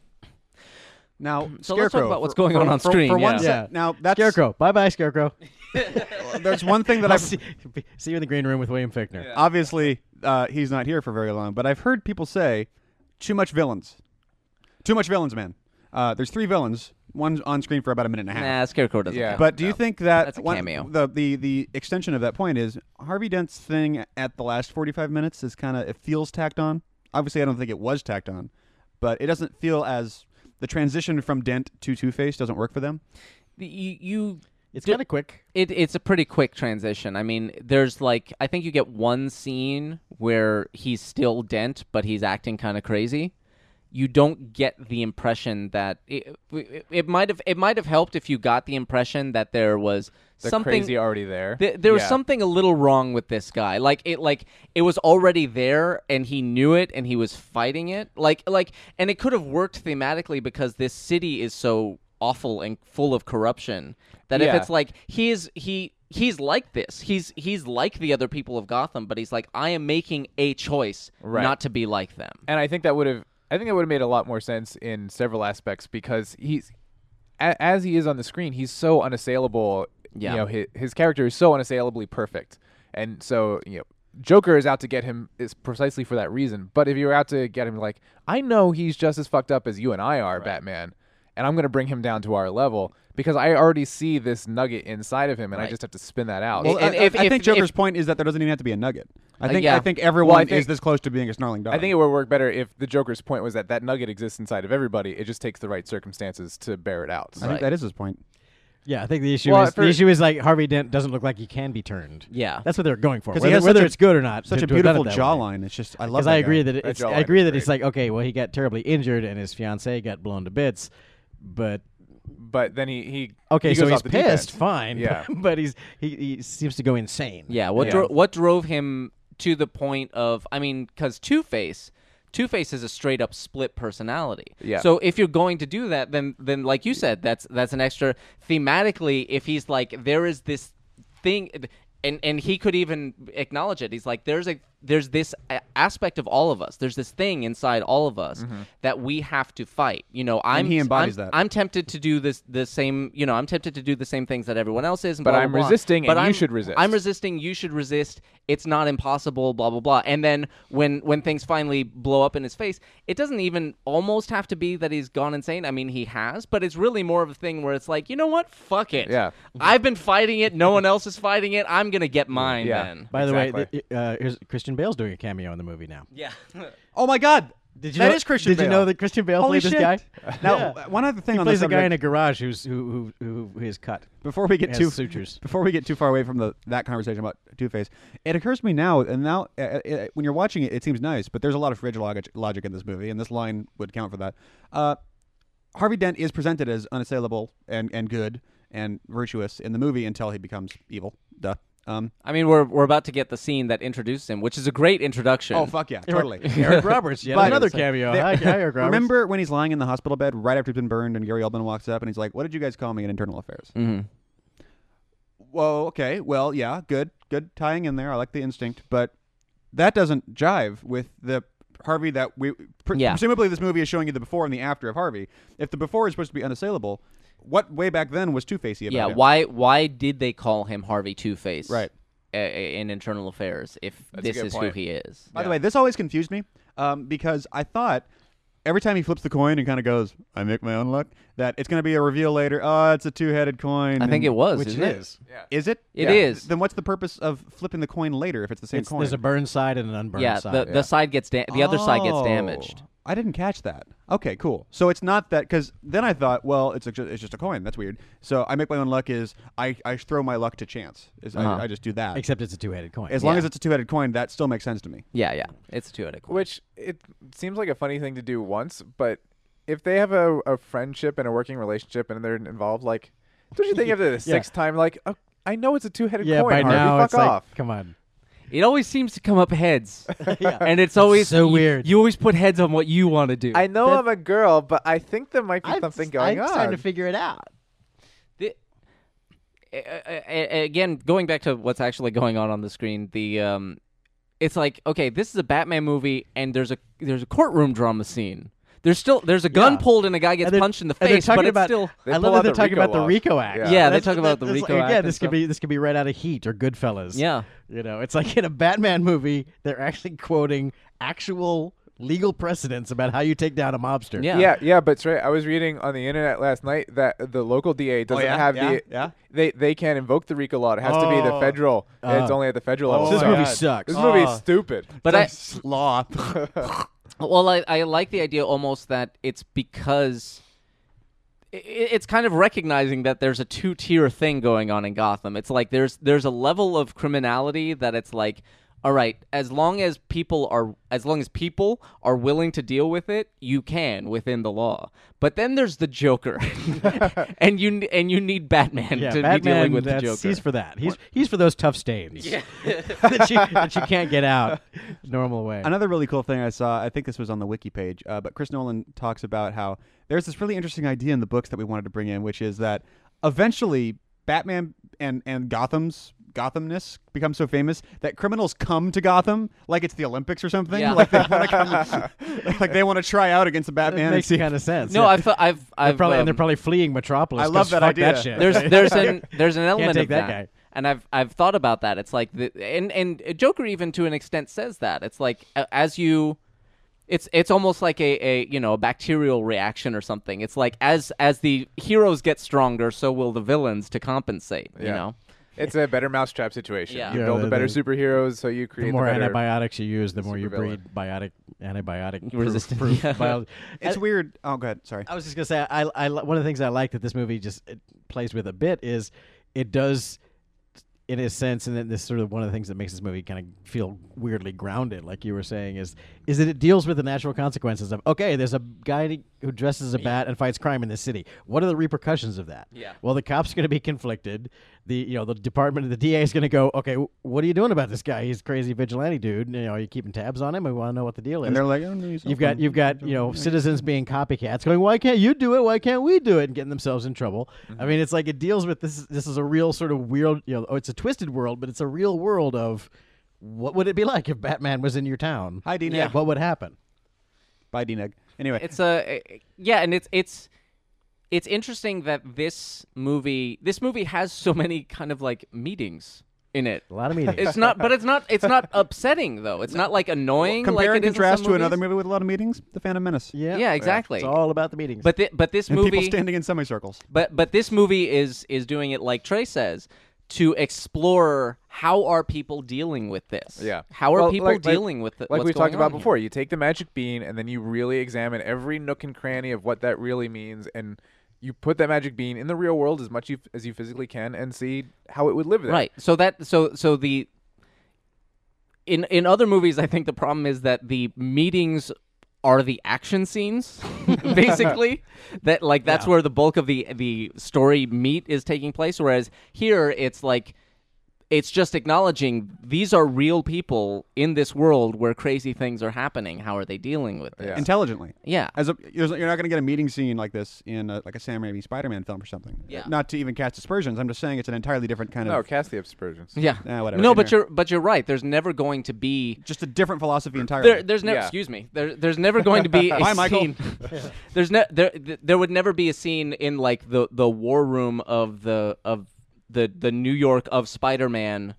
[SPEAKER 2] Now,
[SPEAKER 3] So
[SPEAKER 2] Scarecrow,
[SPEAKER 3] let's talk about what's going
[SPEAKER 2] for-
[SPEAKER 3] on on
[SPEAKER 2] for-
[SPEAKER 3] screen,
[SPEAKER 2] For one
[SPEAKER 3] yeah.
[SPEAKER 2] sec-
[SPEAKER 4] Yeah.
[SPEAKER 2] now that's
[SPEAKER 4] Scarecrow, bye bye, Scarecrow.
[SPEAKER 2] There's one thing that
[SPEAKER 4] I'll
[SPEAKER 2] I've
[SPEAKER 4] see, see you in the green room with William Fickner.
[SPEAKER 2] obviously uh, he's not here for very long, but I've heard people say too much villains, too much villains, man. Uh, there's three villains, one's on screen for about a minute and a half.
[SPEAKER 3] Nah, Scarecrow doesn't
[SPEAKER 5] Yeah.
[SPEAKER 3] count.
[SPEAKER 2] But do you think that
[SPEAKER 3] Oh, That's a
[SPEAKER 2] one-
[SPEAKER 3] cameo.
[SPEAKER 2] the, the the extension of that point is Harvey Dent's thing at the last 45 minutes is kind of it feels tacked on. Obviously, I don't think it was tacked on, but it doesn't feel as the transition from Dent to Two Face doesn't work for them.
[SPEAKER 3] The- you, you
[SPEAKER 4] It's
[SPEAKER 3] Do-
[SPEAKER 4] kind of quick.
[SPEAKER 3] it, it's a pretty quick transition. I mean, there's like I think you get one scene where he's still Dent, but he's acting kind of crazy. you don't get the impression that it it- it might have it might have helped if you got the impression that there was
[SPEAKER 5] the
[SPEAKER 3] something
[SPEAKER 5] crazy already there.
[SPEAKER 3] Th- there was
[SPEAKER 5] Yeah.
[SPEAKER 3] something a little wrong with this guy. Like it, like it was already there, and he knew it, and he was fighting it. Like, like, and it could have worked thematically because this city is so awful and full of corruption that if
[SPEAKER 5] Yeah.
[SPEAKER 3] it's like he is he. He's like this. He's he's like the other people of Gotham, but he's like, I am making a choice
[SPEAKER 5] Right.
[SPEAKER 3] not to be like them.
[SPEAKER 5] and I think that would have I think that would have made a lot more sense in several aspects because he's a, as he is on the screen, he's so unassailable.
[SPEAKER 3] Yeah.
[SPEAKER 5] You know, his, his character is so unassailably perfect. And so, you know, Joker is out to get him is precisely for that reason. But if you're out to get him like, I know he's just as fucked up as you and I are, Batman, and I'm going to bring him down to our level because I already see this nugget inside of him and I
[SPEAKER 3] Right.
[SPEAKER 5] just have to spin that out.
[SPEAKER 3] Well,
[SPEAKER 2] I,
[SPEAKER 3] And if-
[SPEAKER 2] I
[SPEAKER 3] if-
[SPEAKER 2] think Joker's
[SPEAKER 3] if- Uh,
[SPEAKER 2] point is that there doesn't even have to be a nugget. I think
[SPEAKER 3] yeah.
[SPEAKER 2] I think everyone
[SPEAKER 5] I think-
[SPEAKER 2] is this close to being a snarling dog.
[SPEAKER 5] I think it would work better if the Joker's point was that that nugget exists inside of everybody. It just takes the right circumstances to bear it out.
[SPEAKER 2] I think that is his point.
[SPEAKER 4] Yeah, I think the issue
[SPEAKER 5] Well,
[SPEAKER 4] is
[SPEAKER 5] for-
[SPEAKER 4] the issue is like Harvey Dent doesn't look like he can be turned.
[SPEAKER 3] Yeah.
[SPEAKER 4] that's what they're going for.
[SPEAKER 2] 'Cause he
[SPEAKER 4] Whether,
[SPEAKER 2] has
[SPEAKER 4] whether
[SPEAKER 2] such a-
[SPEAKER 4] it's good or not,
[SPEAKER 2] Such
[SPEAKER 4] to-
[SPEAKER 2] a
[SPEAKER 4] to have done
[SPEAKER 2] beautiful
[SPEAKER 4] it that way.
[SPEAKER 2] jawline. It's just I love.
[SPEAKER 4] Because
[SPEAKER 2] That
[SPEAKER 4] I agree
[SPEAKER 2] guy.
[SPEAKER 4] that it's
[SPEAKER 5] jawline
[SPEAKER 4] I agree
[SPEAKER 5] is
[SPEAKER 4] that it's like okay, well he got terribly injured and his fiance got blown to bits, but
[SPEAKER 5] but then he he
[SPEAKER 4] okay,
[SPEAKER 5] he
[SPEAKER 4] so
[SPEAKER 5] goes
[SPEAKER 4] he's
[SPEAKER 5] off the deep
[SPEAKER 4] pissed,
[SPEAKER 5] end.
[SPEAKER 4] fine,
[SPEAKER 5] Yeah.
[SPEAKER 4] but he's he, he seems to go insane.
[SPEAKER 3] Yeah, what
[SPEAKER 5] Yeah.
[SPEAKER 3] Dro- what drove him to the point of I mean, because Two Face, Two Face is a straight up split personality.
[SPEAKER 5] Yeah.
[SPEAKER 3] So if you're going to do that, then then like you said, that's that's an extra thematically. If he's like, there is this thing. And, and he could even acknowledge it. He's like, there's a there's this a- aspect of all of us. There's this thing inside all of us
[SPEAKER 5] Mm-hmm.
[SPEAKER 3] that we have to fight. You know, I'm
[SPEAKER 2] he embodies
[SPEAKER 3] I'm-
[SPEAKER 2] that.
[SPEAKER 3] I'm tempted to do this the same. You know, I'm tempted to do the same things that everyone else is. and
[SPEAKER 5] But
[SPEAKER 3] blah, blah,
[SPEAKER 5] I'm
[SPEAKER 3] blah.
[SPEAKER 5] resisting,
[SPEAKER 3] But
[SPEAKER 5] and you
[SPEAKER 3] I'm-
[SPEAKER 5] should resist.
[SPEAKER 3] I'm resisting. You should resist. It's not impossible. Blah blah blah. And then when when things finally blow up in his face, it doesn't even almost have to be that he's gone insane. I mean, he has, but it's really more of a thing where it's like, you know what? Fuck it.
[SPEAKER 5] Yeah.
[SPEAKER 3] I've been fighting it. No one else is fighting it. I'm gonna get mine
[SPEAKER 5] Yeah.
[SPEAKER 3] then.
[SPEAKER 4] By the way,
[SPEAKER 5] Exactly.
[SPEAKER 4] th- uh, here's Christian Bale's doing a cameo in the movie now.
[SPEAKER 3] Yeah.
[SPEAKER 2] Oh my God!
[SPEAKER 4] Did you
[SPEAKER 2] That
[SPEAKER 4] know,
[SPEAKER 2] is Christian.
[SPEAKER 4] Did you
[SPEAKER 2] Bale.
[SPEAKER 4] know that Christian Bale
[SPEAKER 2] Holy
[SPEAKER 4] played this
[SPEAKER 2] shit.
[SPEAKER 4] guy?
[SPEAKER 2] Now,
[SPEAKER 4] Yeah.
[SPEAKER 2] one other thing
[SPEAKER 4] He
[SPEAKER 2] on
[SPEAKER 4] plays
[SPEAKER 2] the
[SPEAKER 4] a guy
[SPEAKER 2] subject-
[SPEAKER 4] in a garage who's who who who is cut.
[SPEAKER 2] before we get
[SPEAKER 4] Has
[SPEAKER 2] too
[SPEAKER 4] sutures.
[SPEAKER 2] before we get too far away from the that conversation about Two Face, it occurs to me now, and now uh, uh, when you're watching it, it seems nice, but there's a lot of fridge logic, logic in this movie, and this line would count for that. Uh, Harvey Dent is presented as unassailable and and good and virtuous in the movie until he becomes evil. Duh. Um,
[SPEAKER 3] I mean, we're we're about to get the scene that introduces him, which is a great introduction.
[SPEAKER 2] oh fuck yeah, totally.
[SPEAKER 4] Eric Roberts, yet
[SPEAKER 2] But-
[SPEAKER 4] another cameo. Hi, hi, Eric Roberts.
[SPEAKER 2] Remember when he's lying in the hospital bed right after he's been burned, and Gary Oldman walks up and he's like, "What did you guys call me in internal affairs?"
[SPEAKER 3] Mhm.
[SPEAKER 2] Well, okay, well, yeah, good, good tying in there. I like the instinct, but that doesn't jive with the Harvey that we. Pre-
[SPEAKER 3] Yeah.
[SPEAKER 2] Presumably, this movie is showing you the before and the after of Harvey. If the before is supposed to be unassailable, what way back then was Two Facey about
[SPEAKER 3] Yeah.
[SPEAKER 2] him?
[SPEAKER 3] Why why did they call him Harvey Two Face?
[SPEAKER 2] Right.
[SPEAKER 3] In internal affairs, if
[SPEAKER 5] That's a
[SPEAKER 3] this
[SPEAKER 5] good
[SPEAKER 3] is
[SPEAKER 5] point.
[SPEAKER 3] who he is.
[SPEAKER 2] By the
[SPEAKER 5] Yeah.
[SPEAKER 2] way, this always confused me um, because I thought every time he flips the coin and kind of goes, "I make my own luck," that it's going to be a reveal later. Oh, it's a two-headed coin.
[SPEAKER 3] I think
[SPEAKER 2] and-
[SPEAKER 3] it was.
[SPEAKER 4] Which
[SPEAKER 3] isn't
[SPEAKER 4] it
[SPEAKER 3] it
[SPEAKER 4] is.
[SPEAKER 2] Is it?
[SPEAKER 3] It
[SPEAKER 2] It is.
[SPEAKER 3] Yeah. is.
[SPEAKER 2] Then what's the purpose of flipping the coin later if it's the same
[SPEAKER 4] It's-
[SPEAKER 2] coin?
[SPEAKER 4] there's a burn side and an unburned
[SPEAKER 3] yeah,
[SPEAKER 4] side.
[SPEAKER 3] the, the side gets da- the other side gets
[SPEAKER 2] Oh.
[SPEAKER 3] damaged.
[SPEAKER 2] I didn't catch that. Okay, cool. So it's not that because then I thought, well, it's a, it's just a coin. That's weird. So I make my own luck is I, I throw my luck to chance. Is
[SPEAKER 3] Uh-huh.
[SPEAKER 2] I, I just do that.
[SPEAKER 4] Except it's a two-headed coin.
[SPEAKER 2] as long as it's a two headed coin, that still makes sense to me.
[SPEAKER 3] Yeah, yeah, it's two headed.
[SPEAKER 5] Which it seems like a funny thing to do once, but if they have a, a friendship and a working relationship and they're involved, like, don't you think after the sixth time, like, oh, I know it's a two-headed
[SPEAKER 4] yeah,
[SPEAKER 5] coin,
[SPEAKER 4] by
[SPEAKER 5] Harvey,
[SPEAKER 4] now
[SPEAKER 5] fuck
[SPEAKER 4] it's
[SPEAKER 5] off.
[SPEAKER 4] like, come on.
[SPEAKER 3] It always seems to come up heads, and it's always
[SPEAKER 4] so
[SPEAKER 3] you-
[SPEAKER 4] weird.
[SPEAKER 3] You always put heads on what you want to do.
[SPEAKER 5] I know I'm a girl, but I think there might be something going on.
[SPEAKER 4] figure it out.
[SPEAKER 3] The- a- a- a- again, going back to what's actually going on on the screen, the um, it's like okay, this is a Batman movie, and there's a there's a courtroom drama scene. There's still there's a gun
[SPEAKER 4] Yeah.
[SPEAKER 3] pulled and a guy gets
[SPEAKER 4] they're-
[SPEAKER 3] punched in the
[SPEAKER 4] and they're
[SPEAKER 3] face,
[SPEAKER 4] talking
[SPEAKER 3] but it's
[SPEAKER 4] about,
[SPEAKER 3] still
[SPEAKER 5] They
[SPEAKER 4] I
[SPEAKER 5] pull
[SPEAKER 4] love that
[SPEAKER 5] out
[SPEAKER 4] they're
[SPEAKER 5] the
[SPEAKER 4] talking
[SPEAKER 5] Rico
[SPEAKER 4] about the
[SPEAKER 5] law.
[SPEAKER 4] Rico Act.
[SPEAKER 5] Yeah.
[SPEAKER 3] Yeah, they
[SPEAKER 4] That's-
[SPEAKER 3] talk about the
[SPEAKER 4] that's like,
[SPEAKER 3] Rico Act
[SPEAKER 4] Again,
[SPEAKER 3] and
[SPEAKER 4] this
[SPEAKER 3] stuff.
[SPEAKER 4] could be this could be right out of Heat or Goodfellas.
[SPEAKER 3] Yeah.
[SPEAKER 4] you know, it's like in a Batman movie, they're actually quoting actual legal precedents about how you take down a mobster.
[SPEAKER 3] Yeah.
[SPEAKER 5] Yeah, yeah, but straight. I was reading on the internet last night that the local DA doesn't
[SPEAKER 2] yeah?
[SPEAKER 5] have
[SPEAKER 2] Yeah?
[SPEAKER 5] the.
[SPEAKER 2] Yeah?
[SPEAKER 5] They they can't invoke the RICO law. It has to be the
[SPEAKER 2] Oh.
[SPEAKER 5] federal. and it's
[SPEAKER 4] Ah.
[SPEAKER 5] only at the federal level.
[SPEAKER 4] So this
[SPEAKER 5] so-
[SPEAKER 4] movie sucks.
[SPEAKER 5] This movie Oh.
[SPEAKER 2] Ah.
[SPEAKER 5] is stupid.
[SPEAKER 3] but I,
[SPEAKER 2] sloth.
[SPEAKER 3] Well, I, I like the idea almost that it's because i- i it's kind of recognizing that there's a two tier thing going on in Gotham. It's like there's there's a level of criminality that it's like all right, as long as people are as long as people are willing to deal with it, you can within the law. But then there's the Joker, and you and you need Batman
[SPEAKER 4] Yeah,
[SPEAKER 3] to be
[SPEAKER 4] Batman.
[SPEAKER 3] dealing with the
[SPEAKER 4] that's-
[SPEAKER 3] Joker.
[SPEAKER 4] He's for that. He's he's for those tough stains that, you, that you can't get out normal way.
[SPEAKER 2] Another really cool thing I saw, I think this was on the wiki page, uh, but Chris Nolan talks about how there's this really interesting idea in the books that we wanted to bring in, which is that eventually Batman and, and Gotham's Gothamness becomes so famous that criminals come to Gotham like it's the Olympics or something.
[SPEAKER 3] Yeah.
[SPEAKER 2] Like they want to come, like they want to try out against the
[SPEAKER 4] That
[SPEAKER 2] Batman. and
[SPEAKER 4] makes
[SPEAKER 2] see.
[SPEAKER 4] kind of sense.
[SPEAKER 3] no,
[SPEAKER 4] yeah.
[SPEAKER 3] I've I've I've
[SPEAKER 4] They're probably and they're
[SPEAKER 3] um,
[SPEAKER 4] probably fleeing Metropolis.
[SPEAKER 2] I
[SPEAKER 4] 'cause
[SPEAKER 2] love that
[SPEAKER 4] fuck That
[SPEAKER 2] idea.
[SPEAKER 4] shit.
[SPEAKER 3] there's there's an there's an element
[SPEAKER 4] take
[SPEAKER 3] of
[SPEAKER 4] that
[SPEAKER 3] that,
[SPEAKER 4] guy.
[SPEAKER 3] and I've I've thought about that. It's like the and and Joker even to an extent says that. It's like a- as you. It's it's almost like a, a you know a bacterial reaction or something. It's like as as the heroes get stronger, so will the villains to compensate. You
[SPEAKER 5] Yeah.
[SPEAKER 3] know,
[SPEAKER 5] It's a better mousetrap situation.
[SPEAKER 3] Yeah.
[SPEAKER 5] You
[SPEAKER 4] Yeah,
[SPEAKER 5] build
[SPEAKER 4] the-
[SPEAKER 5] the better
[SPEAKER 4] the-
[SPEAKER 5] superheroes, so you create
[SPEAKER 4] the more
[SPEAKER 5] better-
[SPEAKER 4] antibiotics you use, the more you breed
[SPEAKER 5] supervillain.
[SPEAKER 4] biotic antibiotic
[SPEAKER 3] Resistant,
[SPEAKER 4] Proof,
[SPEAKER 3] yeah.
[SPEAKER 4] proof bio-
[SPEAKER 2] It's weird. Oh, go ahead. Sorry.
[SPEAKER 4] I was just gonna say, I, I li- one of the things I like that this movie just it plays with a bit is it does, in a sense, and then this is sort of one of the things that makes this movie kind of feel weirdly grounded, like you were saying, is is that it deals with the natural consequences of okay, there's a guy who dresses as a bat and fights crime in this city. What are the repercussions of that?
[SPEAKER 3] Yeah.
[SPEAKER 4] Well, the cops going to be conflicted. The you know the department, the DA is going to go, okay, wh- what are you doing about this guy? He's a crazy vigilante dude. You know, are you keeping tabs on him? We want to know what the deal is.
[SPEAKER 2] And they're like, oh, no, he's
[SPEAKER 4] You've got
[SPEAKER 2] open.
[SPEAKER 4] you've got you know citizens being copycats, going, "Why can't you do it? Why can't we do it?" and getting themselves in trouble. I mean, it's like it deals with this. This is a real sort of weird, you know, oh, it's a twisted world, but it's a real world of what would it be like if Batman was in your town?
[SPEAKER 2] Hi, D-Neg.
[SPEAKER 4] What would happen?
[SPEAKER 2] Bye, D-Neg. Anyway,
[SPEAKER 3] it's a yeah, and it's it's it's interesting that this movie this movie has so many kind of like meetings in it.
[SPEAKER 4] A lot of meetings.
[SPEAKER 3] It's not, but it's not. It's not upsetting though. It's not like annoying.
[SPEAKER 2] compare
[SPEAKER 3] like
[SPEAKER 2] and
[SPEAKER 3] it is in some
[SPEAKER 2] contrast to
[SPEAKER 3] movies.
[SPEAKER 2] another movie with a lot of meetings, The Phantom Menace.
[SPEAKER 4] yeah,
[SPEAKER 3] yeah, exactly.
[SPEAKER 4] It's all about the meetings.
[SPEAKER 3] But thi- but this
[SPEAKER 2] And
[SPEAKER 3] movie,
[SPEAKER 2] people standing in semicircles.
[SPEAKER 3] but but this movie is is doing it like Trey says to explore how are people dealing with this.
[SPEAKER 5] Yeah.
[SPEAKER 3] How are
[SPEAKER 5] Well,
[SPEAKER 3] people
[SPEAKER 5] like- like-
[SPEAKER 3] dealing with it?
[SPEAKER 5] Like we've talked about before, you take the magic bean and then you really examine every nook and cranny of what that really means, and you put that magic bean in the real world as much you, as you physically can, and see how it would live there.
[SPEAKER 3] Right. So that so so the in in other movies, I think the problem is that the meetings are the action scenes, basically. that like that's where the bulk of the the story meat is taking place. Whereas here, it's like it's just acknowledging these are real people in this world where crazy things are happening. How are they dealing with
[SPEAKER 5] Yeah.
[SPEAKER 3] this?
[SPEAKER 2] Intelligently.
[SPEAKER 3] Yeah.
[SPEAKER 2] As a, you're you're not going to get a meeting scene like this in a, like a Sam Raimi Spider-Man film or something.
[SPEAKER 3] Yeah.
[SPEAKER 2] Not to even cast aspersions. I'm just saying it's an entirely different kind
[SPEAKER 5] No,
[SPEAKER 2] of,
[SPEAKER 5] cast the aspersions.
[SPEAKER 3] Yeah.
[SPEAKER 2] Ah, whatever.
[SPEAKER 3] No, but
[SPEAKER 2] Anyway.
[SPEAKER 3] you're but you're right. There's never going to be
[SPEAKER 2] just a different philosophy entirely.
[SPEAKER 3] There, there's never.
[SPEAKER 5] Yeah.
[SPEAKER 3] Excuse me. There, there's never going to be a
[SPEAKER 2] Bye, Michael.
[SPEAKER 3] scene. there's ne- there, th- there would never be a scene in like the the war room of the of the the New York of Spider-Man.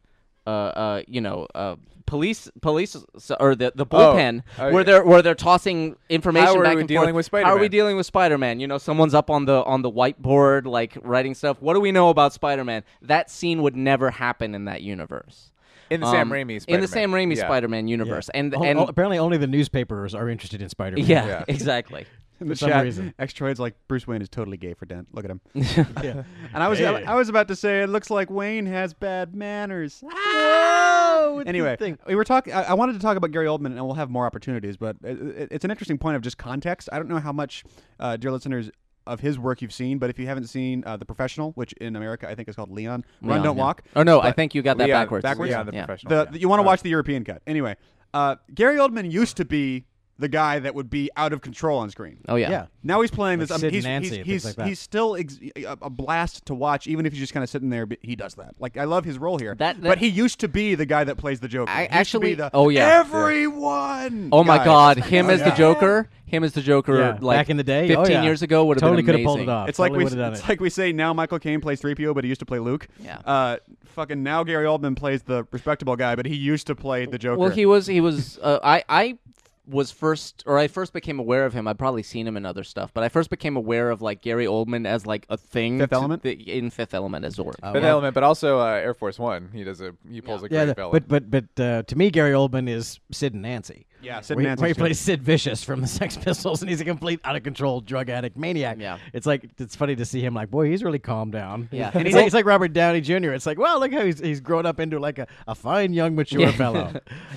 [SPEAKER 3] Uh, uh, you know, uh, police, police, s- or the the bullpen
[SPEAKER 5] Oh,
[SPEAKER 3] where
[SPEAKER 5] yeah.
[SPEAKER 3] they're where they're tossing information
[SPEAKER 5] How are
[SPEAKER 3] back
[SPEAKER 5] we
[SPEAKER 3] and
[SPEAKER 5] dealing
[SPEAKER 3] forth.
[SPEAKER 5] with
[SPEAKER 3] How are we
[SPEAKER 5] Spider-Man?
[SPEAKER 3] dealing with Spider-Man? You know, someone's up on the on the whiteboard, like writing stuff. What do we know about Spider-Man? That scene would never happen in that universe.
[SPEAKER 5] In the Sam
[SPEAKER 3] Um,
[SPEAKER 5] Raimi
[SPEAKER 3] in the
[SPEAKER 5] Spider-Man.
[SPEAKER 3] Sam Raimi
[SPEAKER 5] Yeah.
[SPEAKER 3] Spider-Man universe, and
[SPEAKER 4] O-
[SPEAKER 3] and
[SPEAKER 4] o- apparently only the newspapers are interested in Spider-Man.
[SPEAKER 3] yeah,
[SPEAKER 5] Yeah.
[SPEAKER 3] exactly.
[SPEAKER 2] in the
[SPEAKER 4] for some
[SPEAKER 2] chat,
[SPEAKER 4] reason.
[SPEAKER 2] X-Troid's like Bruce Wayne is totally gay for Dent. Look at him.
[SPEAKER 4] yeah.
[SPEAKER 2] And I was
[SPEAKER 4] Hey.
[SPEAKER 2] I was about to say it looks like Wayne has bad manners. Ah!
[SPEAKER 4] Whoa!
[SPEAKER 2] Anyway, we were talking. I I wanted to talk about Gary Oldman, and we'll have more opportunities. But it, it- it's an interesting point of just context. I don't know how much, uh, dear listeners, of his work you've seen, but if you haven't seen uh, The Professional, which in America I think is called Leon, Run
[SPEAKER 3] Leon,
[SPEAKER 2] Don't
[SPEAKER 3] yeah.
[SPEAKER 2] Walk,
[SPEAKER 3] Oh no, I think you got that
[SPEAKER 5] Leon-
[SPEAKER 3] backwards.
[SPEAKER 2] backwards?
[SPEAKER 5] Leon the
[SPEAKER 3] Yeah.
[SPEAKER 5] professional.
[SPEAKER 2] the,
[SPEAKER 5] yeah.
[SPEAKER 2] the- you want to watch the European cut. Anyway, uh, Gary Oldman used to be the guy that would be out of control on screen.
[SPEAKER 3] Oh yeah.
[SPEAKER 4] yeah.
[SPEAKER 2] Now he's playing
[SPEAKER 4] Like
[SPEAKER 2] this. um,
[SPEAKER 4] Sid and
[SPEAKER 2] he's,
[SPEAKER 4] Nancy
[SPEAKER 2] he's,
[SPEAKER 4] and
[SPEAKER 2] he's,
[SPEAKER 4] things like that.
[SPEAKER 2] he's still ex- a, a blast to watch, even if he's just kind of sitting there. But he does that. Like I love his role here.
[SPEAKER 3] That- that-
[SPEAKER 2] but he used to be the guy that plays the Joker. He
[SPEAKER 3] I
[SPEAKER 2] used to be
[SPEAKER 3] actually-
[SPEAKER 2] the,
[SPEAKER 3] oh, yeah.
[SPEAKER 2] everyone.
[SPEAKER 3] Oh my
[SPEAKER 2] guy.
[SPEAKER 3] God, him
[SPEAKER 2] Oh,
[SPEAKER 3] as the
[SPEAKER 2] yeah.
[SPEAKER 3] Joker, him as the Joker,
[SPEAKER 4] Yeah,
[SPEAKER 3] like
[SPEAKER 4] back in the day, oh,
[SPEAKER 3] fifteen
[SPEAKER 4] yeah.
[SPEAKER 3] years ago would have
[SPEAKER 4] totally
[SPEAKER 3] been
[SPEAKER 4] could
[SPEAKER 3] amazing.
[SPEAKER 4] have pulled it off.
[SPEAKER 2] It's like we.
[SPEAKER 4] would have done
[SPEAKER 2] It's
[SPEAKER 4] it.
[SPEAKER 2] like we say now. Michael Caine plays three PO, but he used to play Luke.
[SPEAKER 3] Yeah.
[SPEAKER 2] Uh, fucking now Gary Oldman plays the respectable guy, but he used to play the Joker.
[SPEAKER 3] Well, he was he was uh, I I was first or I first became aware of him. I'd probably seen him in other stuff, but I first became aware of like Gary Oldman as like a thing.
[SPEAKER 2] Fifth
[SPEAKER 3] to-
[SPEAKER 2] Element?
[SPEAKER 3] the- in Fifth Element as Zorg.
[SPEAKER 5] Fifth Element, but also uh, Air Force One. He does a he pulls a great
[SPEAKER 4] the-
[SPEAKER 5] villain.
[SPEAKER 4] but but but uh, to me, Gary Oldman is Sid and Nancy.
[SPEAKER 2] Yeah, Sid
[SPEAKER 4] Where he-
[SPEAKER 2] Manson.
[SPEAKER 4] where he
[SPEAKER 2] should-
[SPEAKER 4] plays Sid Vicious from the Sex Pistols, and he's a complete out of control drug addict maniac.
[SPEAKER 3] Yeah.
[SPEAKER 4] it's like it's funny to see him like, boy, he's really calmed down.
[SPEAKER 3] Yeah.
[SPEAKER 4] and he's like, it's like Robert Downey Jr. It's like, wow, look how he's he's grown up into like a, a fine young mature
[SPEAKER 3] Yeah.
[SPEAKER 4] fellow.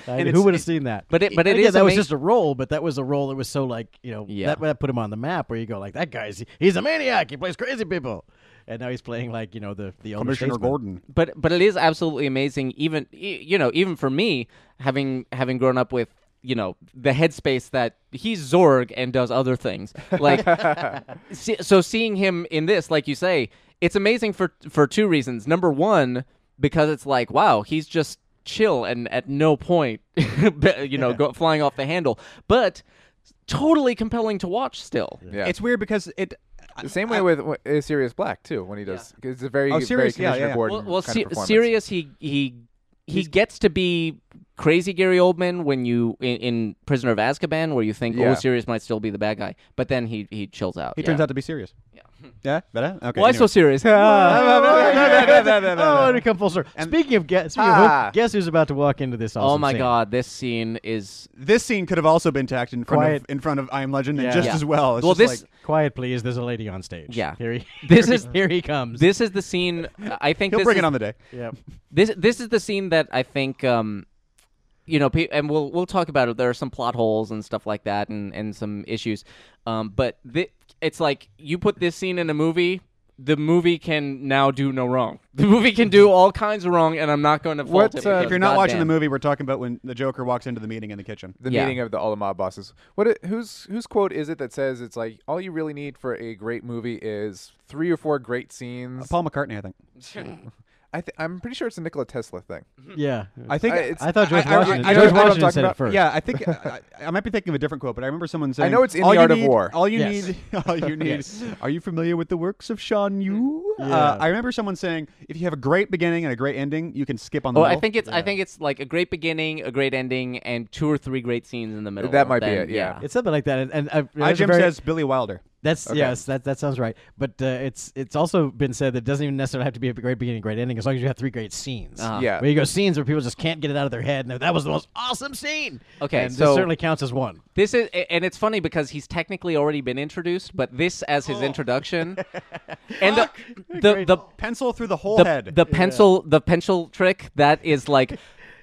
[SPEAKER 4] I mean,
[SPEAKER 2] it's-
[SPEAKER 4] who would have seen that?
[SPEAKER 3] but it- but it
[SPEAKER 4] again,
[SPEAKER 3] is
[SPEAKER 4] that was
[SPEAKER 3] ama-
[SPEAKER 4] just a role, but that was a role that was so like you know
[SPEAKER 3] Yeah.
[SPEAKER 4] that that put him on the map where you go like that guy's he's a maniac. He plays crazy people, and now he's playing like you know the the elder
[SPEAKER 2] Commissioner
[SPEAKER 4] statesman.
[SPEAKER 2] Gordon.
[SPEAKER 3] but but it is absolutely amazing even e- you know even for me having having grown up with you know the headspace that he's zorg and does other things like see, so seeing him in this like you say it's amazing for for two reasons number one because it's like wow he's just chill and at no point you know go, flying off the handle but totally compelling to watch still
[SPEAKER 5] Yeah.
[SPEAKER 2] It's weird because it.
[SPEAKER 5] The same way with with uh, Sirius Black too, when he does, 'cause it's a very,
[SPEAKER 2] Oh, Sirius,
[SPEAKER 5] very
[SPEAKER 2] yeah,
[SPEAKER 5] Commissioner
[SPEAKER 2] yeah, yeah.
[SPEAKER 5] Gordon
[SPEAKER 3] Well, well
[SPEAKER 5] kind
[SPEAKER 3] Se-
[SPEAKER 5] of performance.
[SPEAKER 3] serious. He he he gets to be crazy Gary Oldman when you in, in Prisoner of Azkaban, where you think
[SPEAKER 5] Yeah.
[SPEAKER 3] oh Sirius might still be the bad guy, but then he he chills out.
[SPEAKER 2] He turns out to be serious. Yeah. Yeah. Better. Okay.
[SPEAKER 3] Why
[SPEAKER 2] anyway.
[SPEAKER 3] so serious?
[SPEAKER 4] Oh, and we come full circle. Speaking of guess, speaking of who-
[SPEAKER 5] Ah.
[SPEAKER 4] guess who's about to walk into this? Awesome
[SPEAKER 3] oh my
[SPEAKER 4] scene?
[SPEAKER 3] God, this scene is
[SPEAKER 2] This scene could have also been tacked in front
[SPEAKER 4] Quiet.
[SPEAKER 2] of in front of I Am Legend
[SPEAKER 4] Yeah.
[SPEAKER 2] and just
[SPEAKER 4] Yeah.
[SPEAKER 2] as well. It's
[SPEAKER 3] well.
[SPEAKER 2] just
[SPEAKER 3] This
[SPEAKER 2] like,
[SPEAKER 4] Quiet, please. There's a lady on stage.
[SPEAKER 3] Yeah.
[SPEAKER 4] Here he.
[SPEAKER 3] This
[SPEAKER 4] here
[SPEAKER 3] is-
[SPEAKER 4] he- here he comes.
[SPEAKER 3] this is the scene. I think
[SPEAKER 2] he'll
[SPEAKER 3] this
[SPEAKER 2] bring
[SPEAKER 3] is,
[SPEAKER 2] it on the day.
[SPEAKER 4] Yep.
[SPEAKER 3] this this is the scene that I think um you know pe- and we'll we'll talk about it there are some plot holes and stuff like that and and some issues um but thi- it's like you put this scene in a movie the movie can now do no wrong the movie can do all kinds of wrong and I'm not going to fault
[SPEAKER 5] What,
[SPEAKER 3] it
[SPEAKER 5] uh,
[SPEAKER 3] because
[SPEAKER 2] If you're not watching the
[SPEAKER 3] goddamn.
[SPEAKER 2] movie, we're talking about when the Joker walks into the meeting in the kitchen.
[SPEAKER 5] the
[SPEAKER 3] Yeah.
[SPEAKER 5] meeting of the all the mob bosses. What it, whose whose quote is it that says it's like all you really need for a great movie is three or four great
[SPEAKER 2] Uh,
[SPEAKER 5] scenes?
[SPEAKER 2] Paul McCartney, I think.
[SPEAKER 5] I th- I'm pretty sure it's a Nikola Tesla thing.
[SPEAKER 4] Yeah.
[SPEAKER 2] I think
[SPEAKER 5] I- it's-
[SPEAKER 4] I thought George
[SPEAKER 2] I- I-
[SPEAKER 4] Washington.
[SPEAKER 2] I- I-
[SPEAKER 4] George
[SPEAKER 2] I- I-
[SPEAKER 4] Washington
[SPEAKER 5] talking
[SPEAKER 4] said it
[SPEAKER 5] about-
[SPEAKER 4] first.
[SPEAKER 2] Yeah, I think I, I might be thinking of a different quote, but I remember someone saying.
[SPEAKER 5] know it's in
[SPEAKER 2] all
[SPEAKER 5] The
[SPEAKER 2] you
[SPEAKER 5] Art of
[SPEAKER 2] need-
[SPEAKER 5] War."
[SPEAKER 2] All you
[SPEAKER 4] Yes.
[SPEAKER 2] need, all you need.
[SPEAKER 4] Yes.
[SPEAKER 2] Are you familiar with the works of Sean Yu?
[SPEAKER 4] Yeah.
[SPEAKER 2] Uh, I remember someone saying, "If you have a great beginning and a great ending, you can skip on the."
[SPEAKER 3] Oh, I
[SPEAKER 2] middle."
[SPEAKER 3] think it's I think it's like a great beginning, a great ending, and two or three great scenes in the middle.
[SPEAKER 5] That might be
[SPEAKER 3] Then-
[SPEAKER 5] it, yeah.
[SPEAKER 4] It's something like that, and, and I,
[SPEAKER 2] I
[SPEAKER 4] that's a
[SPEAKER 2] Uh, Jim
[SPEAKER 4] very-
[SPEAKER 2] says Billy Wilder.
[SPEAKER 4] that's yes, that that sounds right. But uh, it's it's also been said that it doesn't even necessarily have to be a great beginning, great ending, as long as you have three great scenes.
[SPEAKER 3] Uh-huh.
[SPEAKER 5] Yeah.
[SPEAKER 4] where you go scenes where people just can't get it out of their head, and that was the most awesome scene.
[SPEAKER 3] Okay,
[SPEAKER 4] and this
[SPEAKER 3] so-
[SPEAKER 4] certainly counts as one.
[SPEAKER 3] This is, a- and it's funny because he's technically already been introduced, but this as his introduction, and the the the,
[SPEAKER 2] Pencil through the whole
[SPEAKER 3] the,
[SPEAKER 2] head.
[SPEAKER 3] the pencil the pencil trick that is like.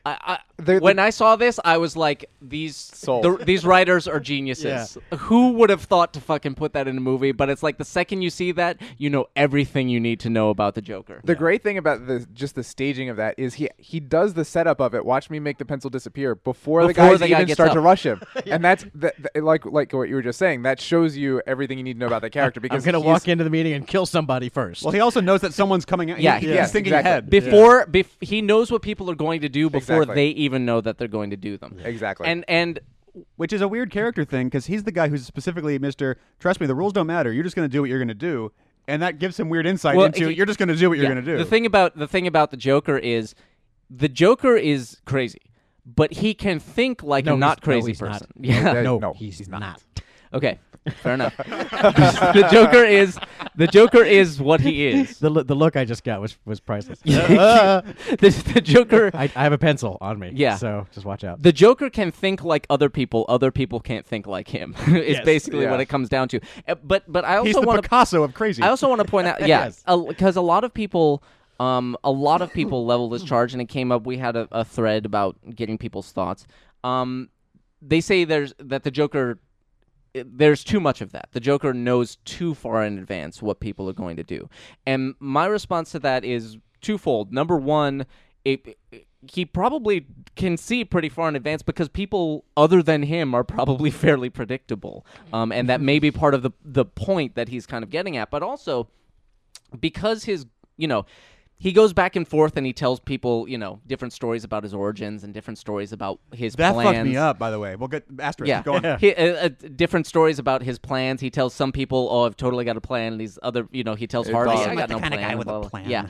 [SPEAKER 3] I, I,
[SPEAKER 5] They're the-
[SPEAKER 3] when I saw this, I was like, "These
[SPEAKER 5] Sold.
[SPEAKER 3] the, these writers are geniuses. Who would have thought to fucking put that in a movie?" But it's like the second you see that, you know everything you need to know about the Joker.
[SPEAKER 5] The great thing about the just the staging of that is he he does the setup of it. Watch me make the pencil disappear before, the
[SPEAKER 3] Before
[SPEAKER 5] guys
[SPEAKER 3] the guy
[SPEAKER 5] even
[SPEAKER 3] gets
[SPEAKER 5] start to
[SPEAKER 3] up.
[SPEAKER 5] rush him, and that's that, that- like like what you were just saying. That shows you everything you need to know about the character because
[SPEAKER 4] I'm gonna
[SPEAKER 5] he's-
[SPEAKER 4] walk into the meeting and kill somebody first.
[SPEAKER 2] well, he also knows that someone's coming. out. He-
[SPEAKER 3] Yeah,
[SPEAKER 2] he's
[SPEAKER 5] yeah,
[SPEAKER 2] thinking
[SPEAKER 5] exactly.
[SPEAKER 2] ahead.
[SPEAKER 3] before bef- he knows what people are going to do before
[SPEAKER 5] Exactly.
[SPEAKER 3] they even know that they're going to do them.
[SPEAKER 5] Exactly.
[SPEAKER 3] And and
[SPEAKER 2] which is a weird character thing because he's the guy who's specifically Mister. Trust me, the rules don't matter. You're just going to do what you're going to do, and that gives him weird insight
[SPEAKER 3] Well,
[SPEAKER 2] into
[SPEAKER 3] he-
[SPEAKER 2] you're just going to do what you're
[SPEAKER 3] Yeah.
[SPEAKER 2] going to do.
[SPEAKER 3] The thing about the thing about the Joker is the Joker is crazy, but he can think like
[SPEAKER 4] No,
[SPEAKER 3] a
[SPEAKER 4] he's-
[SPEAKER 3] not
[SPEAKER 4] no,
[SPEAKER 3] crazy
[SPEAKER 4] he's not.
[SPEAKER 3] person. Yeah.
[SPEAKER 5] that-
[SPEAKER 4] no,
[SPEAKER 5] no,
[SPEAKER 4] he's,
[SPEAKER 5] he's
[SPEAKER 4] not.
[SPEAKER 3] Okay. Fair enough. the Joker is the Joker is what he is.
[SPEAKER 4] The, lo- the look I just got was was priceless.
[SPEAKER 3] the, the Joker
[SPEAKER 4] I, I have a pencil on me.
[SPEAKER 3] Yeah.
[SPEAKER 4] So just watch out.
[SPEAKER 3] the Joker can think like other people. Other people can't think like him. is
[SPEAKER 4] Yes.
[SPEAKER 3] basically
[SPEAKER 5] Yeah.
[SPEAKER 3] what it comes down to. Uh, But but I also
[SPEAKER 2] he's the
[SPEAKER 3] want to
[SPEAKER 2] Picasso of crazy.
[SPEAKER 3] I also want to point out, yeah,
[SPEAKER 4] Yes.
[SPEAKER 3] because a lot of people, um, a lot of people level this charge, and it came up. We had a, a thread about getting people's thoughts. Um, they say there's that the Joker. i- There's too much of that. The Joker knows too far in advance what people are going to do, and my response to that is twofold. Number one, it, he probably can see pretty far in advance because people other than him are probably fairly predictable, um, and that may be part of the the point that he's kind of getting at. But also, because his you know he goes back and forth and he tells people you know different stories about his origins and different stories about his
[SPEAKER 2] that
[SPEAKER 3] plans
[SPEAKER 2] fucked me up, by the way. Well, good asterisk.
[SPEAKER 3] yeah,
[SPEAKER 2] Go on.
[SPEAKER 3] He- uh, uh, different stories about his plans. He tells some people, "Oh, I've totally got a plan." And these other, you know, he tells Harvey,
[SPEAKER 5] awesome.
[SPEAKER 3] "I
[SPEAKER 5] I'm
[SPEAKER 3] got no plan." blah, blah, blah. Yeah,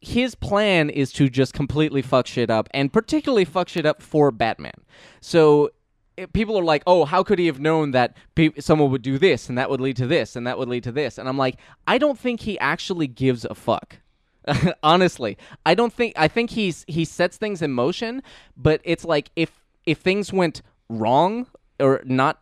[SPEAKER 3] his plan is to just completely fuck shit up, and particularly fuck shit up for Batman. So it- people are like, "Oh, how could he have known that pe- someone would do this, and that would lead to this, and that would lead to this?" And I'm like, I don't think he actually gives a fuck. Honestly, I don't think I think he's he sets things in motion, but it's like if if things went wrong or not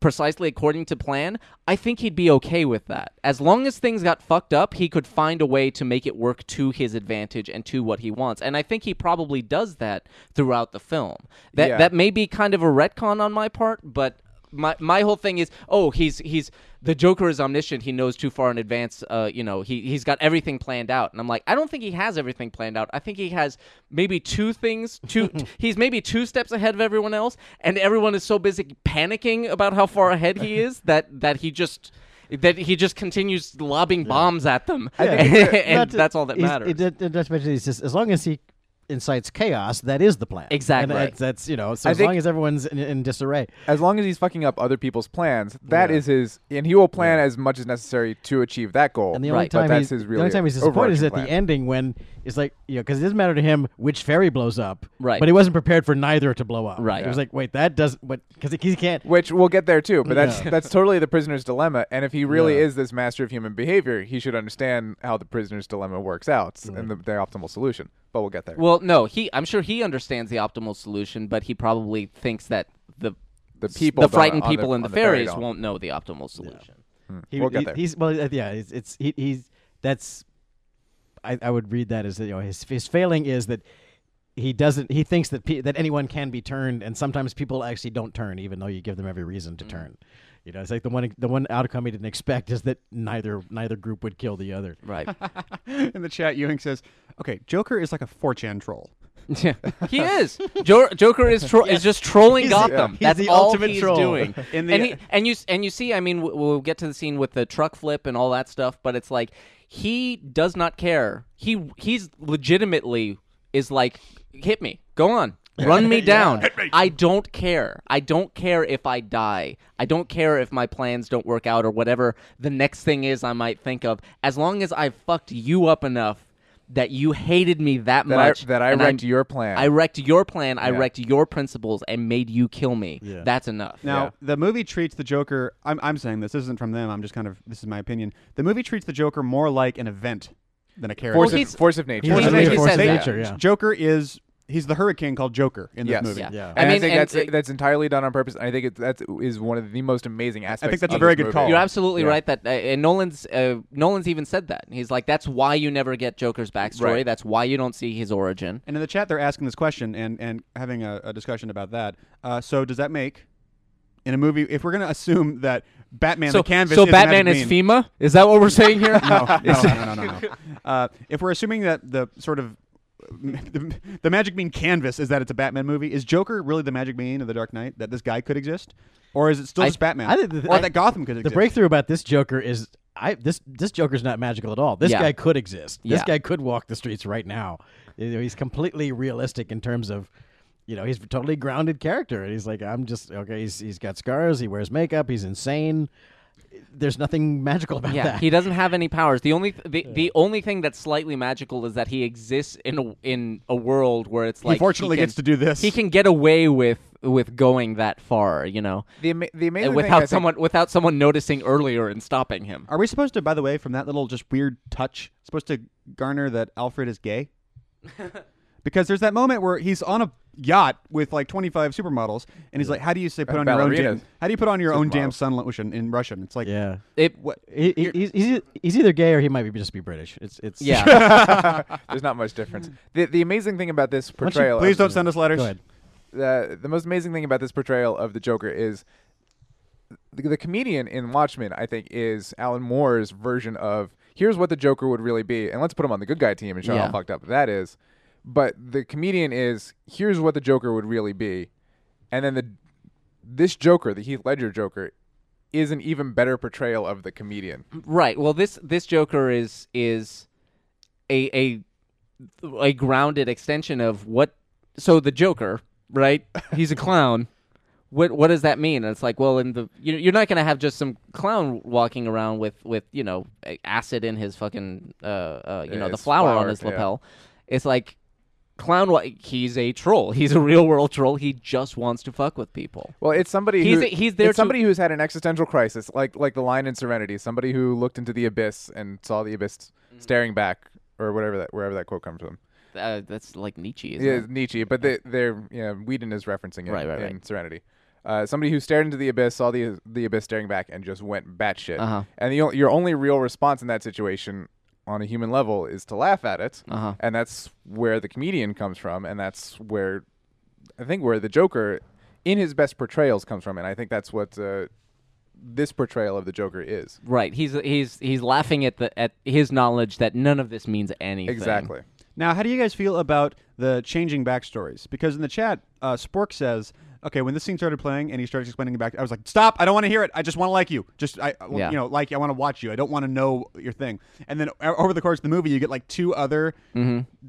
[SPEAKER 3] precisely according to plan, I think he'd be okay with that. As long as things got fucked up, he could find a way to make it work to his advantage and to what he wants. And I think he probably does that throughout the film. That
[SPEAKER 5] Yeah.
[SPEAKER 3] that may be kind of a retcon on my part, but my my whole thing is, oh, he's he's the Joker is omniscient. He knows too far in advance. Uh, you know, he he's got everything planned out. And I'm like, I don't think he has everything planned out. I think he has maybe two things. Two, he's maybe two steps ahead of everyone else, and everyone is so busy panicking about how far ahead he is that that he just. That he just continues lobbing bombs at them, and,
[SPEAKER 4] Not to-
[SPEAKER 3] that's all that
[SPEAKER 4] he's-
[SPEAKER 3] matters.
[SPEAKER 4] It, it, it, not to mention he's just, as long as he incites chaos, that is the plan. And
[SPEAKER 3] Exactly.
[SPEAKER 4] that's- that's you know. So
[SPEAKER 5] I
[SPEAKER 4] as
[SPEAKER 5] think-
[SPEAKER 4] long as everyone's in, in disarray,
[SPEAKER 5] As long as he's fucking up other people's plans, that is his, and he will plan as much as necessary to achieve that goal.
[SPEAKER 4] and the only
[SPEAKER 3] Right.
[SPEAKER 5] but
[SPEAKER 4] time
[SPEAKER 5] that's
[SPEAKER 4] he's,
[SPEAKER 5] his
[SPEAKER 4] the
[SPEAKER 5] really
[SPEAKER 4] only time he's disappointed is at
[SPEAKER 5] overarching
[SPEAKER 4] the
[SPEAKER 5] plan.
[SPEAKER 4] ending when it's like you know because it doesn't matter to him which ferry blows up,
[SPEAKER 3] Right.
[SPEAKER 4] But he wasn't prepared for neither to blow up,
[SPEAKER 3] Right.
[SPEAKER 4] It was like wait that doesn't, but because he can't.
[SPEAKER 5] Which we'll get there too, but that's
[SPEAKER 4] Yeah.
[SPEAKER 5] that's totally the prisoner's dilemma. And if he really
[SPEAKER 4] Yeah.
[SPEAKER 5] is this master of human behavior, he should understand how the prisoner's dilemma works out and the, the optimal solution. But we'll get there.
[SPEAKER 3] Well, no, he. I'm sure he understands the optimal solution, but he probably thinks that the
[SPEAKER 5] The
[SPEAKER 3] s-
[SPEAKER 5] people
[SPEAKER 3] the
[SPEAKER 5] don't-
[SPEAKER 3] frightened
[SPEAKER 5] on the-
[SPEAKER 3] people and the
[SPEAKER 5] on the ferry
[SPEAKER 3] fairies
[SPEAKER 5] don't.
[SPEAKER 3] won't know the optimal solution.
[SPEAKER 4] He,
[SPEAKER 5] We'll get
[SPEAKER 4] he-
[SPEAKER 5] there.
[SPEAKER 4] He's well, uh, yeah. It's, it's he, he's that's. I, I would read that as you know his his failing is that he doesn't he thinks that pe- that anyone can be turned and sometimes people actually don't turn even though you give them every reason
[SPEAKER 5] Mm-hmm.
[SPEAKER 4] to turn. You know, it's like the one the one outcome he didn't expect is that neither neither group would kill the other.
[SPEAKER 3] Right.
[SPEAKER 2] In the chat, Ewing says, "Okay, Joker is like a 4chan troll."
[SPEAKER 3] Yeah. he is. Jo- Joker is tro- is just trolling
[SPEAKER 4] He's the-
[SPEAKER 3] Gotham.
[SPEAKER 4] he's
[SPEAKER 3] That's
[SPEAKER 4] the
[SPEAKER 3] all
[SPEAKER 4] ultimate
[SPEAKER 3] he's
[SPEAKER 4] troll.
[SPEAKER 3] doing.
[SPEAKER 2] In
[SPEAKER 3] and,
[SPEAKER 2] the-
[SPEAKER 3] he, and you s- and you see, I mean, w- we'll get to the scene with the truck flip and all that stuff, but it's like he does not care. He he's legitimately is like, hit me, go on. Run me down. I don't care. I don't care if I die. I don't care if my plans don't work out or whatever the next thing is I might think of. As long as I fucked you up enough that you hated me that,
[SPEAKER 5] That I-
[SPEAKER 3] much
[SPEAKER 5] that I
[SPEAKER 3] and
[SPEAKER 5] wrecked
[SPEAKER 3] I'm-
[SPEAKER 5] your plan.
[SPEAKER 3] I wrecked your plan. I
[SPEAKER 5] Yeah.
[SPEAKER 3] wrecked your principles and made you kill me.
[SPEAKER 4] Yeah.
[SPEAKER 3] That's enough.
[SPEAKER 2] Now, the movie treats the Joker. I'm, I'm saying this, this isn't from them. I'm just kind of. This is my opinion. The movie treats the Joker more like an event than a character.
[SPEAKER 5] force,
[SPEAKER 3] Well,
[SPEAKER 5] of,
[SPEAKER 3] he's-
[SPEAKER 5] force of nature.
[SPEAKER 3] Force of
[SPEAKER 2] They-
[SPEAKER 3] nature, force of
[SPEAKER 2] they-
[SPEAKER 4] nature, yeah.
[SPEAKER 2] Joker is he's the hurricane called Joker in this
[SPEAKER 5] Yes.
[SPEAKER 2] movie.
[SPEAKER 3] yeah.
[SPEAKER 4] Yeah.
[SPEAKER 5] And I,
[SPEAKER 3] I mean,
[SPEAKER 5] think
[SPEAKER 3] and
[SPEAKER 5] that's
[SPEAKER 3] it-
[SPEAKER 5] that's entirely done on purpose. And I think it, that is one of the most amazing aspects.
[SPEAKER 2] that's a
[SPEAKER 5] of
[SPEAKER 2] very good
[SPEAKER 5] this movie.
[SPEAKER 2] call.
[SPEAKER 3] you're absolutely
[SPEAKER 5] Yeah.
[SPEAKER 3] right that uh, and Nolan's uh, Nolan's even said that. He's like, that's why you never get Joker's backstory.
[SPEAKER 5] Right.
[SPEAKER 3] That's why you don't see his origin.
[SPEAKER 2] And in the chat, they're asking this question and and having a, a discussion about that. Uh, so does that make in a movie if we're going to assume that Batman
[SPEAKER 3] so
[SPEAKER 2] the canvas?
[SPEAKER 3] so
[SPEAKER 2] is the
[SPEAKER 3] Batman
[SPEAKER 2] magic
[SPEAKER 3] is
[SPEAKER 2] bean-
[SPEAKER 3] FEMA. Is that what we're saying here?
[SPEAKER 2] no, no, no, no, no, no. Uh, if we're assuming that the sort of the, the magic bean canvas is that it's a Batman movie, is Joker really the magic bean of the Dark Knight that this guy could exist, or is it still
[SPEAKER 4] I-
[SPEAKER 2] just Batman,
[SPEAKER 4] I think the-
[SPEAKER 2] or
[SPEAKER 4] I-
[SPEAKER 2] that Gotham could exist?
[SPEAKER 4] The breakthrough about this Joker is I this this Joker's not magical at all. This
[SPEAKER 3] Yeah.
[SPEAKER 4] guy could exist. This
[SPEAKER 3] Yeah.
[SPEAKER 4] guy could walk the streets right now. You know, he's completely realistic in terms of you know, he's a totally grounded character. And he's like, I'm just okay, he's he's got scars, he wears makeup, he's insane. There's nothing magical about
[SPEAKER 3] Yeah,
[SPEAKER 4] that.
[SPEAKER 3] he doesn't have any powers. The only th- the, the only thing that's slightly magical is that he exists in a, in a world where it's like
[SPEAKER 2] fortunately
[SPEAKER 3] can-
[SPEAKER 2] gets to do this.
[SPEAKER 3] He can get away with with going that far, you know,
[SPEAKER 5] The, ama- the amazing
[SPEAKER 3] and
[SPEAKER 5] thing, I
[SPEAKER 3] without
[SPEAKER 5] think-
[SPEAKER 3] someone without someone noticing earlier and stopping him.
[SPEAKER 2] Are we supposed to, by the way, from that little just weird touch, supposed to garner that Alfred is gay? because there's that moment where he's on a yacht with like 25 supermodels, and he's like, "How do you say put on your own
[SPEAKER 5] ballerinas.
[SPEAKER 2] damn? How do you put on your own damn
[SPEAKER 5] Supermodels.
[SPEAKER 2] sunlotion in Russian?" It's like,
[SPEAKER 4] Yeah.
[SPEAKER 3] It,
[SPEAKER 2] what?
[SPEAKER 4] He, he- he's, he's he's either gay or he might be just be British. It's it's
[SPEAKER 3] yeah,
[SPEAKER 5] There's not much difference. The, the amazing thing about this
[SPEAKER 4] don't you
[SPEAKER 5] portrayal.
[SPEAKER 2] Please
[SPEAKER 5] of-
[SPEAKER 2] don't send us letters.
[SPEAKER 4] Go ahead.
[SPEAKER 5] uh, the most amazing thing about this portrayal of the Joker is the, the comedian in Watchmen. I think is Alan Moore's version of here's what the Joker would really be, and let's put him on the good guy team and show
[SPEAKER 3] Yeah.
[SPEAKER 5] how fucked up that is. But the comedian is here's what the Joker would really be, and then the this Joker, the Heath Ledger Joker, is an even better portrayal of the comedian.
[SPEAKER 3] right. Well, this this Joker is is a a a grounded extension of what. So the Joker, right? He's a clown. What what does that mean? And it's like, well, in the you- you're not gonna have just some clown walking around with with you know a- acid in his fucking uh, uh you
[SPEAKER 5] Yeah,
[SPEAKER 3] know the
[SPEAKER 5] his
[SPEAKER 3] flower on
[SPEAKER 5] flower,
[SPEAKER 3] his
[SPEAKER 5] yeah.
[SPEAKER 3] lapel. It's like clown. Wa- he's a troll. He's a real world troll. He just wants to fuck with people.
[SPEAKER 5] Well, it's somebody
[SPEAKER 3] He's
[SPEAKER 5] who,
[SPEAKER 3] a- he's there
[SPEAKER 5] it's
[SPEAKER 3] to-
[SPEAKER 5] somebody who's had an existential crisis, like like the line in Serenity. Somebody who looked into the abyss and saw the abyss staring back, or whatever that wherever that quote comes from.
[SPEAKER 3] Uh, that's like Nietzsche. Isn't
[SPEAKER 5] Yeah,
[SPEAKER 3] it?
[SPEAKER 5] it's Nietzsche, but they, they're yeah, Whedon is referencing it
[SPEAKER 3] Right, right,
[SPEAKER 5] in
[SPEAKER 3] right.
[SPEAKER 5] Serenity. Uh, somebody who stared into the abyss saw the the abyss staring back and just went batshit.
[SPEAKER 3] Uh-huh.
[SPEAKER 5] And the, o- your only real response in that situation, on a human level, is to laugh at it.
[SPEAKER 3] Uh-huh.
[SPEAKER 5] And that's where the comedian comes from, and that's where I think where the Joker, in his best portrayals, comes from. And I think that's what uh, this portrayal of the Joker is.
[SPEAKER 3] Right. He's he's he's laughing at the at his knowledge that none of this means anything.
[SPEAKER 5] Exactly.
[SPEAKER 2] Now, how do you guys feel about the changing backstories? Because in the chat, uh, Spork says, "Okay, when this scene started playing and he started explaining the back, I was like, stop! I don't want to hear it. I just want to like you. Just I, I-
[SPEAKER 3] Yeah.
[SPEAKER 2] you know, like you. I want to watch you. I don't want to know your thing." And then o- over the course of the movie, you get like two other.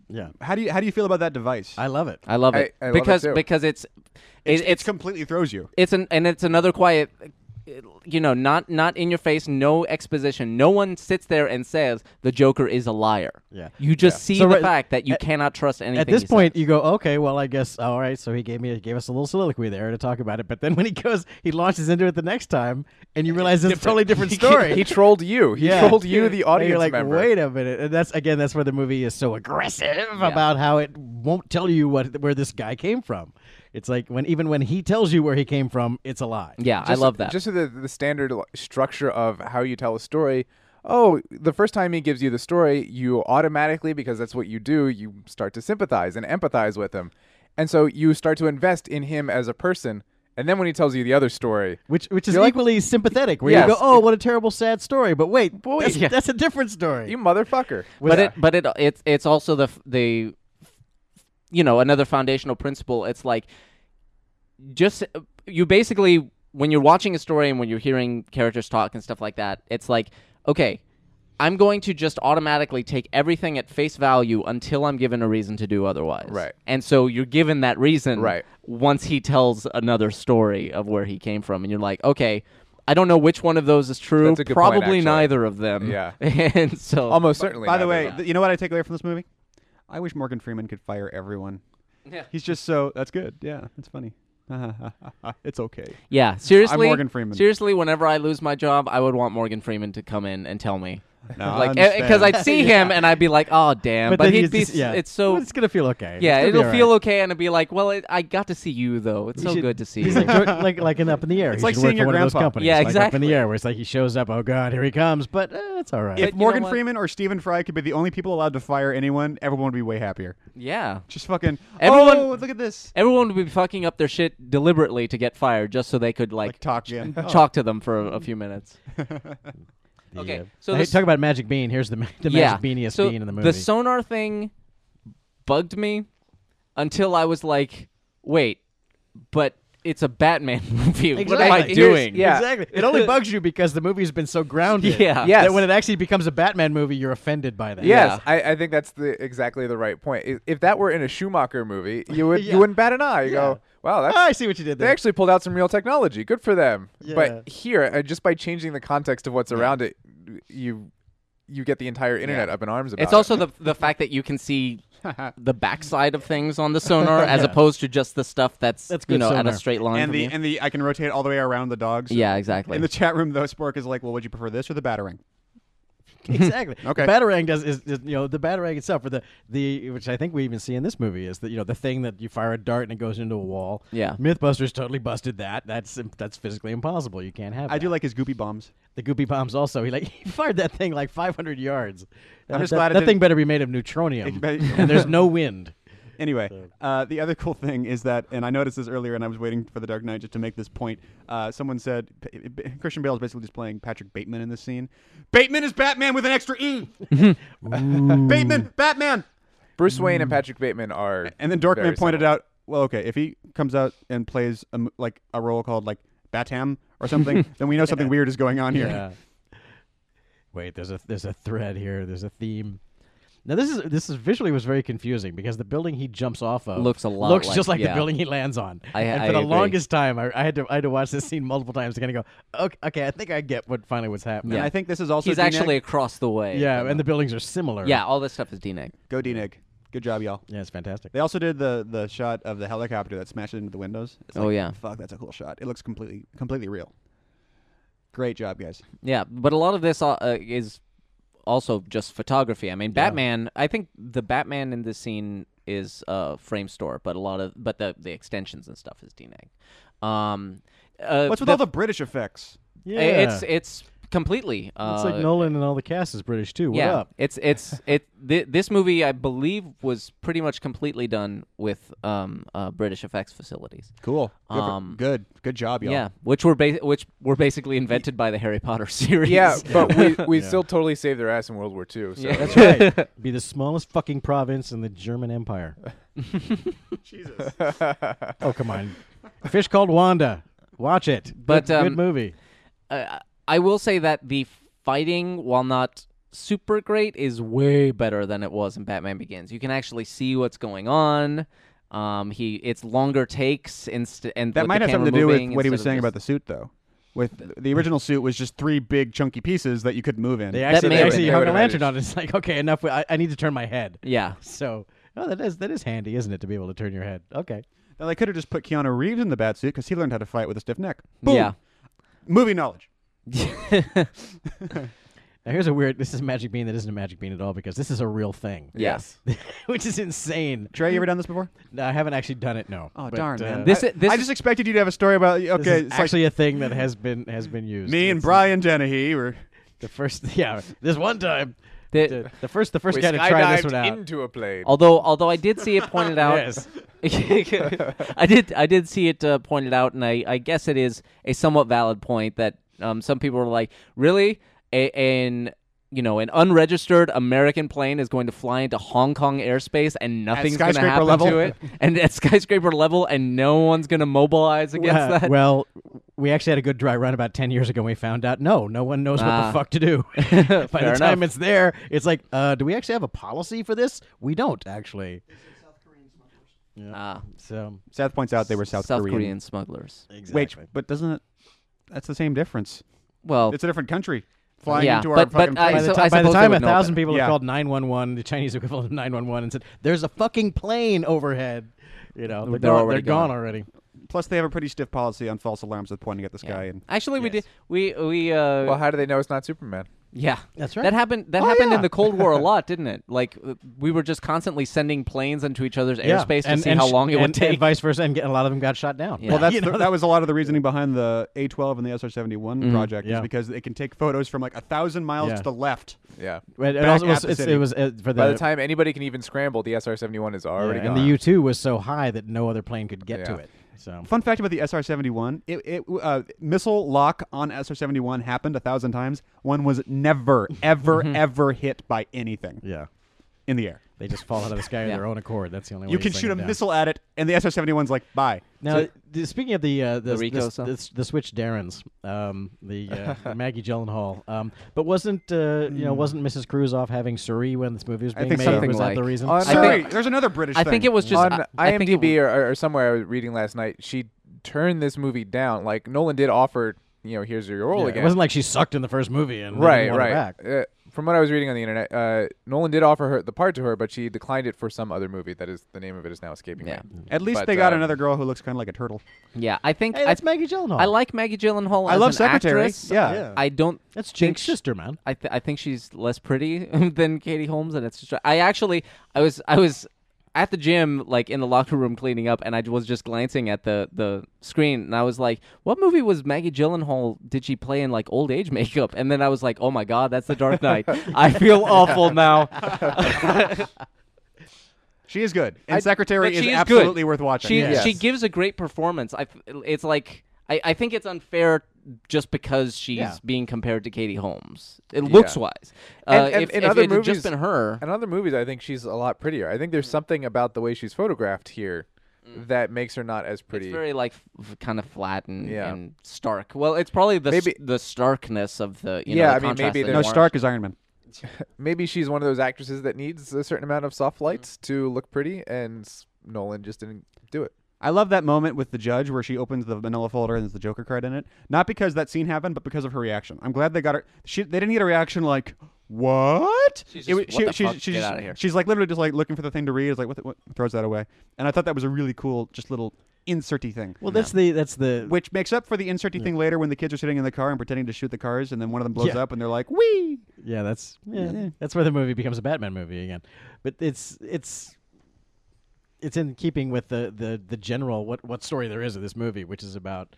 [SPEAKER 4] Yeah,
[SPEAKER 2] How do you how do you feel about that device?
[SPEAKER 4] I love it.
[SPEAKER 3] I love
[SPEAKER 5] I-
[SPEAKER 3] it
[SPEAKER 5] I love it
[SPEAKER 3] because
[SPEAKER 5] too.
[SPEAKER 3] because it's it,
[SPEAKER 2] it's
[SPEAKER 3] it's
[SPEAKER 2] completely throws you.
[SPEAKER 3] it's an and it's another quiet you know not not in your face no exposition no one sits there and says the joker is a liar
[SPEAKER 4] Yeah.
[SPEAKER 3] you just see
[SPEAKER 4] So
[SPEAKER 3] the
[SPEAKER 4] right-
[SPEAKER 3] fact that you
[SPEAKER 4] at-
[SPEAKER 3] cannot trust anything
[SPEAKER 4] At this
[SPEAKER 3] he says.
[SPEAKER 4] point, you go, okay, well, I guess all right. So he gave me gave us a little soliloquy there to talk about it, but then when he goes, he launches into it the next time, and you realize it's a totally different story.
[SPEAKER 5] he trolled you. He trolled you, the
[SPEAKER 4] And
[SPEAKER 5] audience
[SPEAKER 4] You're like,
[SPEAKER 5] member.
[SPEAKER 4] wait a minute, and that's again, that's where the movie is so aggressive about how it won't tell you what where this guy came from. It's like when even when he tells you where he came from, it's a lie.
[SPEAKER 3] yeah i love that
[SPEAKER 5] Just the the standard l- structure of how you tell a story. Oh, the first time he gives you the story, you automatically, because that's what you do, you start to sympathize and empathize with him, and so you start to invest in him as a person. And then when he tells you the other story,
[SPEAKER 4] Which, which is
[SPEAKER 5] You're like-
[SPEAKER 4] equally sympathetic, where
[SPEAKER 5] Yes.
[SPEAKER 4] you go, oh, what a terrible, sad story. But wait, boy, that's,
[SPEAKER 5] yeah.
[SPEAKER 4] that's a different story.
[SPEAKER 5] you motherfucker.
[SPEAKER 3] but
[SPEAKER 5] Yeah.
[SPEAKER 3] it but it it's it's also the f- the you know another foundational principle it's like just you basically when you're watching a story and when you're hearing characters talk and stuff like that it's like okay i'm going to just automatically take everything at face value until i'm given a reason to do otherwise
[SPEAKER 5] Right.
[SPEAKER 3] and so you're given that reason
[SPEAKER 5] Right.
[SPEAKER 3] once he tells another story of where he came from and you're like okay i don't know which one of those is true
[SPEAKER 5] That's a good point,
[SPEAKER 3] probably
[SPEAKER 5] actually.
[SPEAKER 3] neither of them
[SPEAKER 5] Yeah.
[SPEAKER 3] and so
[SPEAKER 5] almost certainly.
[SPEAKER 2] By the
[SPEAKER 5] neither
[SPEAKER 2] way,
[SPEAKER 5] of them.
[SPEAKER 2] th- you know what I take away from this movie? I wish Morgan Freeman could fire everyone.
[SPEAKER 3] Yeah.
[SPEAKER 2] He's just so. That's good. Yeah, that's funny. it's okay.
[SPEAKER 3] Yeah, seriously.
[SPEAKER 2] Morgan Freeman.
[SPEAKER 3] Seriously, whenever I lose my job, I would want Morgan Freeman to come in and tell me.
[SPEAKER 2] No, I
[SPEAKER 3] like
[SPEAKER 2] understand.
[SPEAKER 3] because I'd see him and I'd be like, "Oh damn!" But,
[SPEAKER 4] then
[SPEAKER 3] he'd
[SPEAKER 4] he's
[SPEAKER 3] be
[SPEAKER 4] just- yeah.
[SPEAKER 3] it's so
[SPEAKER 4] Well, it's gonna feel okay. It's
[SPEAKER 3] yeah,
[SPEAKER 4] gonna be
[SPEAKER 3] it'll
[SPEAKER 4] all
[SPEAKER 3] feel
[SPEAKER 4] right.
[SPEAKER 3] okay and I'd be like, "Well, it, I got to see you though. It's so
[SPEAKER 4] should-
[SPEAKER 3] good to see
[SPEAKER 4] He's
[SPEAKER 3] you."
[SPEAKER 4] like Jordan- like like in up in the air.
[SPEAKER 2] It's
[SPEAKER 4] He
[SPEAKER 2] like
[SPEAKER 4] should work
[SPEAKER 2] seeing
[SPEAKER 4] for
[SPEAKER 2] your
[SPEAKER 4] one of those
[SPEAKER 2] grandpa.
[SPEAKER 4] companies,
[SPEAKER 3] Yeah,
[SPEAKER 4] like up in
[SPEAKER 3] exactly.
[SPEAKER 4] the air, where it's like he shows up. Oh God, here he comes. But uh, it's all right.
[SPEAKER 2] If
[SPEAKER 3] you know
[SPEAKER 2] Morgan
[SPEAKER 3] what?
[SPEAKER 2] Freeman or Stephen Fry could be the only people allowed to fire anyone, everyone would be way happier.
[SPEAKER 3] yeah.
[SPEAKER 2] Just fucking.
[SPEAKER 3] Everyone-
[SPEAKER 2] oh, look at this.
[SPEAKER 3] Everyone would be fucking up their shit deliberately to get fired just so they could like,
[SPEAKER 2] Like talk Oh. again.
[SPEAKER 3] talk to them for a, a few minutes.
[SPEAKER 4] The,
[SPEAKER 3] okay,
[SPEAKER 4] uh,
[SPEAKER 3] so
[SPEAKER 4] hey,
[SPEAKER 3] this-
[SPEAKER 4] talk about magic bean. Here's the ma- the magic beaniest
[SPEAKER 3] so
[SPEAKER 4] bean in the movie.
[SPEAKER 3] The sonar thing bugged me until I was like, wait, but it's a Batman movie. What am I
[SPEAKER 4] Exactly.
[SPEAKER 3] doing?
[SPEAKER 5] yeah.
[SPEAKER 4] Exactly. It only bugs you because the movie's been so grounded.
[SPEAKER 3] Yeah.
[SPEAKER 5] Yes.
[SPEAKER 4] That when it actually becomes a Batman movie, you're offended by that.
[SPEAKER 5] Yes, I, I think that's the exactly the right point. I- If that were in a Schumacher movie, you would
[SPEAKER 4] Yeah.
[SPEAKER 5] you wouldn't bat an eye. You go, wow, that's
[SPEAKER 4] Ah, I see what you did
[SPEAKER 5] they
[SPEAKER 4] there.
[SPEAKER 5] actually pulled out some real technology. Good for them.
[SPEAKER 4] Yeah.
[SPEAKER 5] But here, uh, just by changing the context of what's around it, you you get the entire internet up in arms about.
[SPEAKER 3] It's also
[SPEAKER 5] it.
[SPEAKER 3] the the fact that you can see the backside of things on the sonar as opposed to just the stuff that's,
[SPEAKER 4] That's
[SPEAKER 3] you
[SPEAKER 4] good
[SPEAKER 3] know at a
[SPEAKER 4] sonar.
[SPEAKER 3] straight line.
[SPEAKER 2] And
[SPEAKER 3] from
[SPEAKER 2] the
[SPEAKER 3] you.
[SPEAKER 2] and the I can rotate all the way around the dogs.
[SPEAKER 3] yeah, exactly.
[SPEAKER 2] In the chat room, though, Spork is like, "Well, would you prefer this or the battering?"
[SPEAKER 4] exactly.
[SPEAKER 2] Okay.
[SPEAKER 4] The batarang does is, is you know the batarang itself, or the the which I think we even see in this movie is that you know the thing that you fire a dart and it goes into a wall.
[SPEAKER 3] Yeah.
[SPEAKER 4] MythBusters totally busted that. That's im- that's physically impossible. You can't have.
[SPEAKER 2] I
[SPEAKER 4] that.
[SPEAKER 2] do like his goopy bombs.
[SPEAKER 4] the goopy bombs. Also, he like he fired that thing like 500 yards.
[SPEAKER 2] I'm just
[SPEAKER 4] that,
[SPEAKER 2] glad it
[SPEAKER 4] that thing
[SPEAKER 2] didn't-
[SPEAKER 4] better be made of neutronium,
[SPEAKER 2] bet-
[SPEAKER 4] and there's no wind.
[SPEAKER 2] Anyway, uh, the other cool thing is that, and I noticed this earlier, and I was waiting for the Dark Knight just to make this point. Uh, someone said P- B- Christian Bale is basically just playing Patrick Bateman in this scene. Bateman is Batman with an extra e. Bateman, Batman.
[SPEAKER 5] Bruce Wayne and Patrick Bateman are.
[SPEAKER 2] Mm. And then
[SPEAKER 5] very
[SPEAKER 2] Dorkman pointed
[SPEAKER 5] similar.
[SPEAKER 2] out, well, okay, if he comes out and plays a m like a role called like Batam or something, then we know something weird is going on here.
[SPEAKER 4] Yeah. Wait, there's a there's a thread here. There's a theme. Now this is this is visually was very confusing because the building he jumps off of
[SPEAKER 3] Looks a lot
[SPEAKER 4] looks
[SPEAKER 3] like-
[SPEAKER 4] just like
[SPEAKER 3] yeah.
[SPEAKER 4] the building he lands on.
[SPEAKER 3] I-
[SPEAKER 4] and
[SPEAKER 3] I
[SPEAKER 4] for the
[SPEAKER 3] agree.
[SPEAKER 4] longest time, I, I had to I had to watch this scene multiple times to kind of go, okay, okay, I think I get what finally what's happening.
[SPEAKER 2] And I think this is also
[SPEAKER 3] He's
[SPEAKER 2] Dean
[SPEAKER 3] actually
[SPEAKER 2] Egg.
[SPEAKER 3] across the way.
[SPEAKER 4] yeah,
[SPEAKER 3] from
[SPEAKER 4] and
[SPEAKER 3] them.
[SPEAKER 4] the buildings are similar.
[SPEAKER 3] yeah, all this stuff is DNEG.
[SPEAKER 2] go Denig. Good job, y'all.
[SPEAKER 4] yeah, it's fantastic.
[SPEAKER 2] They also did the the shot of the helicopter that smashes into the windows. It's
[SPEAKER 3] Oh,
[SPEAKER 2] like,
[SPEAKER 3] yeah.
[SPEAKER 2] fuck, that's a cool shot. It looks completely completely real. Great job, guys.
[SPEAKER 3] Yeah, but a lot of this uh, uh, is also just photography. I mean, Batman. I think the Batman in this scene is uh, frame store, but a lot of but the the extensions and stuff is DNEG. Um, uh,
[SPEAKER 2] What's with all the British effects?
[SPEAKER 4] Yeah,
[SPEAKER 3] i- It's it's completely. Uh,
[SPEAKER 4] It's like Nolan and all the cast is British too. What
[SPEAKER 3] yeah,
[SPEAKER 4] up?
[SPEAKER 3] it's it's it. Th- this movie, I believe, was pretty much completely done with um, uh, British effects facilities.
[SPEAKER 2] Cool. Good. for-
[SPEAKER 3] Um,
[SPEAKER 2] good. Good job, y'all.
[SPEAKER 3] Yeah, which were ba- which were basically invented by the Harry Potter series.
[SPEAKER 5] Yeah, but we we still totally saved their ass in World War II. So
[SPEAKER 3] Yeah.
[SPEAKER 4] That's right. Be the smallest fucking province in the German Empire.
[SPEAKER 2] Jesus.
[SPEAKER 4] Oh come on, Fish Called Wanda. Watch it.
[SPEAKER 3] But,
[SPEAKER 4] good, good
[SPEAKER 3] um,
[SPEAKER 4] movie.
[SPEAKER 3] uh, I will say that the fighting, while not super great, is way better than it was in Batman Begins. You can actually see what's going on. Um, he it's longer takes inst- and
[SPEAKER 2] That
[SPEAKER 3] with
[SPEAKER 2] might
[SPEAKER 3] the
[SPEAKER 2] have something to
[SPEAKER 3] camera
[SPEAKER 2] do with
[SPEAKER 3] moving
[SPEAKER 2] what he
[SPEAKER 3] instead
[SPEAKER 2] was
[SPEAKER 3] of
[SPEAKER 2] saying
[SPEAKER 3] just-
[SPEAKER 2] about the suit, though. With the original suit was just three big chunky pieces that you could move in.
[SPEAKER 4] They actually,
[SPEAKER 3] may
[SPEAKER 4] they
[SPEAKER 3] have
[SPEAKER 4] actually
[SPEAKER 3] been-
[SPEAKER 4] hung
[SPEAKER 5] they
[SPEAKER 4] a
[SPEAKER 5] would've
[SPEAKER 4] lantern
[SPEAKER 5] managed.
[SPEAKER 4] on it. It's like, okay, enough. I, I need to turn my head.
[SPEAKER 3] Yeah,
[SPEAKER 4] So, oh, that is that is handy, isn't it, to be able to turn your head? Okay.
[SPEAKER 2] Now, they could have just put Keanu Reeves in the bat suit because he learned how to fight with a stiff neck. Boom.
[SPEAKER 3] yeah.
[SPEAKER 2] Movie knowledge.
[SPEAKER 4] Now here's a weird. This is a magic bean that isn't a magic bean at all because this is a real thing.
[SPEAKER 3] Yes.
[SPEAKER 4] which is insane.
[SPEAKER 2] Trey, you ever done this before?
[SPEAKER 4] No, I haven't actually done it. No.
[SPEAKER 2] Oh
[SPEAKER 4] But,
[SPEAKER 2] darn,
[SPEAKER 4] uh,
[SPEAKER 2] man.
[SPEAKER 3] This
[SPEAKER 2] I,
[SPEAKER 3] i- this
[SPEAKER 2] I
[SPEAKER 3] is-
[SPEAKER 2] just expected you to have a story about. Okay,
[SPEAKER 4] this is
[SPEAKER 2] it's
[SPEAKER 4] actually a thing that has been has been used.
[SPEAKER 2] like me and
[SPEAKER 4] It's
[SPEAKER 2] Brian Dennehy were.
[SPEAKER 4] The first, yeah. This one time,
[SPEAKER 3] The-
[SPEAKER 4] the, the first, the first
[SPEAKER 5] we
[SPEAKER 4] guy to try this
[SPEAKER 5] skydived
[SPEAKER 4] one out.
[SPEAKER 5] into a plane.
[SPEAKER 3] although although I did see it pointed out.
[SPEAKER 4] Yes.
[SPEAKER 3] I did I did see it uh, pointed out, and I, I guess it is a somewhat valid point that um, some people are like, really, a, an you know an unregistered American plane is going to fly into Hong Kong airspace and nothing's going to
[SPEAKER 2] skyscraper
[SPEAKER 3] happen
[SPEAKER 2] level?"
[SPEAKER 3] to it, and at skyscraper level, and no one's going to mobilize against
[SPEAKER 4] Well,
[SPEAKER 3] that.
[SPEAKER 4] well, we actually had a good dry run about ten years ago. and We found out no, no one knows what
[SPEAKER 3] Ah.
[SPEAKER 4] the fuck to do. By the
[SPEAKER 3] Fair
[SPEAKER 4] time
[SPEAKER 3] enough.
[SPEAKER 4] it's there, it's like, uh, do we actually have a policy for this? We don't actually.
[SPEAKER 3] Ah,
[SPEAKER 4] So
[SPEAKER 2] Seth points out they were South,
[SPEAKER 3] South Korean.
[SPEAKER 2] Korean.
[SPEAKER 3] smugglers.
[SPEAKER 2] Wait, but doesn't it? That's the same difference.
[SPEAKER 3] Well,
[SPEAKER 2] It's a different country flying
[SPEAKER 3] Yeah,
[SPEAKER 2] into our
[SPEAKER 3] but- but
[SPEAKER 2] fucking.
[SPEAKER 3] I-
[SPEAKER 4] by
[SPEAKER 2] place.
[SPEAKER 4] the,
[SPEAKER 3] so
[SPEAKER 4] ti- by the
[SPEAKER 3] suppose they
[SPEAKER 4] time a
[SPEAKER 3] would know
[SPEAKER 4] thousand
[SPEAKER 3] better.
[SPEAKER 4] people
[SPEAKER 2] Yeah.
[SPEAKER 4] have called 911, the Chinese equivalent of 911, and said, "There's a fucking plane overhead," you know, they're, gone,
[SPEAKER 3] already
[SPEAKER 4] they're gone.
[SPEAKER 3] gone.
[SPEAKER 4] already.
[SPEAKER 2] Plus, they have a pretty stiff policy on false alarms with pointing at the
[SPEAKER 3] yeah.
[SPEAKER 2] sky. And
[SPEAKER 3] actually, we
[SPEAKER 4] Yes.
[SPEAKER 3] did we we uh,
[SPEAKER 5] well, how do they know it's not Superman?
[SPEAKER 3] Yeah,
[SPEAKER 4] That's right.
[SPEAKER 3] That happened. That
[SPEAKER 2] Oh,
[SPEAKER 3] happened
[SPEAKER 2] yeah.
[SPEAKER 3] in the Cold War a lot, didn't it? Like uh, we were just constantly sending planes into each other's airspace to
[SPEAKER 4] and,
[SPEAKER 3] see
[SPEAKER 4] and
[SPEAKER 3] how
[SPEAKER 4] sh-
[SPEAKER 3] long it
[SPEAKER 4] and-
[SPEAKER 3] would take.
[SPEAKER 4] and vice versa, and get- a lot of them got shot down.
[SPEAKER 3] Yeah.
[SPEAKER 2] well, that's
[SPEAKER 4] You
[SPEAKER 2] the-
[SPEAKER 4] know,
[SPEAKER 2] that was a lot of the reasoning behind the A12 and the SR71
[SPEAKER 3] Mm-hmm.
[SPEAKER 2] project is
[SPEAKER 4] yeah.
[SPEAKER 2] because it can take photos from like a thousand miles
[SPEAKER 4] Yeah.
[SPEAKER 2] to the left.
[SPEAKER 5] Yeah.
[SPEAKER 4] But it
[SPEAKER 2] back
[SPEAKER 4] also
[SPEAKER 2] at
[SPEAKER 4] was,
[SPEAKER 2] the
[SPEAKER 4] it's,
[SPEAKER 2] city.
[SPEAKER 4] it was uh, for the,
[SPEAKER 5] By the time anybody can even scramble, the SR-71 is
[SPEAKER 4] yeah,
[SPEAKER 5] already
[SPEAKER 4] and
[SPEAKER 5] gone.
[SPEAKER 4] the U two was so high that no other plane could get to
[SPEAKER 5] Yeah.
[SPEAKER 4] it. So
[SPEAKER 2] Fun fact about the SR-71: it, it uh, missile lock on SR-71 happened a thousand times. One was never, ever, ever hit by anything
[SPEAKER 4] yeah,
[SPEAKER 2] in the air.
[SPEAKER 4] they just fall out of the sky of
[SPEAKER 3] Yeah.
[SPEAKER 4] their own accord. That's the only way
[SPEAKER 2] You can
[SPEAKER 4] bring
[SPEAKER 2] shoot a
[SPEAKER 4] them down.
[SPEAKER 2] missile at it, and the SR-71's like, "Bye."
[SPEAKER 4] Now, th- speaking of the uh, the,
[SPEAKER 3] Rico
[SPEAKER 4] the,
[SPEAKER 3] stuff?
[SPEAKER 4] the, the switch Darrens, um, the uh, Maggie Gyllenhaal, um, but wasn't uh, you know wasn't Mrs. Cruz off having Suri when this movie was
[SPEAKER 2] I
[SPEAKER 4] being
[SPEAKER 2] think
[SPEAKER 4] made?
[SPEAKER 3] something
[SPEAKER 4] was
[SPEAKER 3] like-
[SPEAKER 4] that the reason?
[SPEAKER 5] On- I
[SPEAKER 2] Sorry,
[SPEAKER 3] think-
[SPEAKER 2] there's another British.
[SPEAKER 3] I think
[SPEAKER 2] thing.
[SPEAKER 3] it was just
[SPEAKER 5] on
[SPEAKER 3] I, I think it
[SPEAKER 5] IMDb
[SPEAKER 3] w-
[SPEAKER 5] or, or somewhere I was reading last night, she turned this movie down. Like Nolan did offer, you know, here's your role
[SPEAKER 4] Yeah,
[SPEAKER 5] again.
[SPEAKER 4] It wasn't like she sucked in the first movie and they
[SPEAKER 5] right,
[SPEAKER 4] didn't want her
[SPEAKER 5] right.
[SPEAKER 4] back.
[SPEAKER 5] Uh, from what I was reading on the internet, uh, Nolan did offer her the part to her, but she declined it for some other movie. That is the name of it is now escaping
[SPEAKER 3] Yeah. Mm-hmm.
[SPEAKER 5] me.
[SPEAKER 2] At least
[SPEAKER 5] But,
[SPEAKER 2] they
[SPEAKER 3] uh,
[SPEAKER 2] got
[SPEAKER 5] um,
[SPEAKER 2] another girl who looks kind of like a turtle.
[SPEAKER 3] yeah, I think
[SPEAKER 4] Hey,
[SPEAKER 3] I,
[SPEAKER 4] that's Maggie Gyllenhaal.
[SPEAKER 3] I like Maggie Gyllenhaal.
[SPEAKER 2] I
[SPEAKER 3] as
[SPEAKER 2] love
[SPEAKER 3] an
[SPEAKER 2] Secretary.
[SPEAKER 3] actress.
[SPEAKER 2] Yeah.
[SPEAKER 4] Yeah.
[SPEAKER 3] I don't.
[SPEAKER 4] that's
[SPEAKER 3] think
[SPEAKER 4] Jake's
[SPEAKER 3] sh-
[SPEAKER 4] sister, man.
[SPEAKER 3] I th- I think she's less pretty than Katie Holmes, and it's just I actually I was I was at the gym like in the locker room cleaning up, and I was just glancing at the the screen, and I was like, "What movie was Maggie Gyllenhaal? Did she play in like old age makeup?" And then I was like, "Oh my God, that's The Dark Knight." I feel awful now.
[SPEAKER 2] She is good, and
[SPEAKER 3] I-
[SPEAKER 2] Secretary
[SPEAKER 3] but she
[SPEAKER 2] is,
[SPEAKER 3] is good.
[SPEAKER 2] absolutely worth watching.
[SPEAKER 3] She
[SPEAKER 5] Yes.
[SPEAKER 3] she gives a great performance. I f- it's like I, I think it's unfair just because she's
[SPEAKER 4] Yeah.
[SPEAKER 3] being compared to Katie Holmes. It looks wise. Uh,
[SPEAKER 5] And- and
[SPEAKER 3] if,
[SPEAKER 5] in
[SPEAKER 3] if
[SPEAKER 5] other
[SPEAKER 3] it had
[SPEAKER 5] movies-
[SPEAKER 3] just been her,
[SPEAKER 5] In other movies, I think she's a lot prettier. I think
[SPEAKER 3] Mm-hmm.
[SPEAKER 5] there's something about the way she's photographed here that makes her not as pretty.
[SPEAKER 3] Mm. it's very like f- kind of flat and,
[SPEAKER 5] Yeah.
[SPEAKER 3] and stark. Well, it's probably the s-
[SPEAKER 5] Maybe-
[SPEAKER 3] the starkness of the you
[SPEAKER 5] Yeah,
[SPEAKER 3] know,
[SPEAKER 5] I
[SPEAKER 3] the
[SPEAKER 5] mean, maybe
[SPEAKER 3] contrast that
[SPEAKER 5] there's-
[SPEAKER 2] no,
[SPEAKER 3] you want.
[SPEAKER 2] Stark is Iron Man.
[SPEAKER 5] Maybe she's one of those actresses that needs a certain amount of
[SPEAKER 3] Mm-hmm.
[SPEAKER 5] soft lights to look pretty, and s- Nolan just didn't do it.
[SPEAKER 2] I love that moment with the judge where she opens the manila folder and there's the Joker card in it. Not because that scene happened, but because of her reaction. I'm glad they got her. She they didn't get a reaction like what? It
[SPEAKER 3] She's just,
[SPEAKER 2] was-
[SPEAKER 3] "What the fuck? Get
[SPEAKER 2] just-
[SPEAKER 3] outta here."
[SPEAKER 2] She's like literally just like looking for the thing to read. Is like what, the, what throws that away. And I thought that was a really cool, just little inserty thing.
[SPEAKER 4] Well, that's the that's the
[SPEAKER 2] which makes up for the inserty thing later when the kids are sitting in the car and pretending to shoot the cars, and then one of them blows
[SPEAKER 4] Yeah.
[SPEAKER 2] up and they're like, "Wee!"
[SPEAKER 4] Yeah, that's yeah, that's where the movie becomes a Batman movie again. But it's it's it's in keeping with the, the, the general what, what story there is of this movie, which is about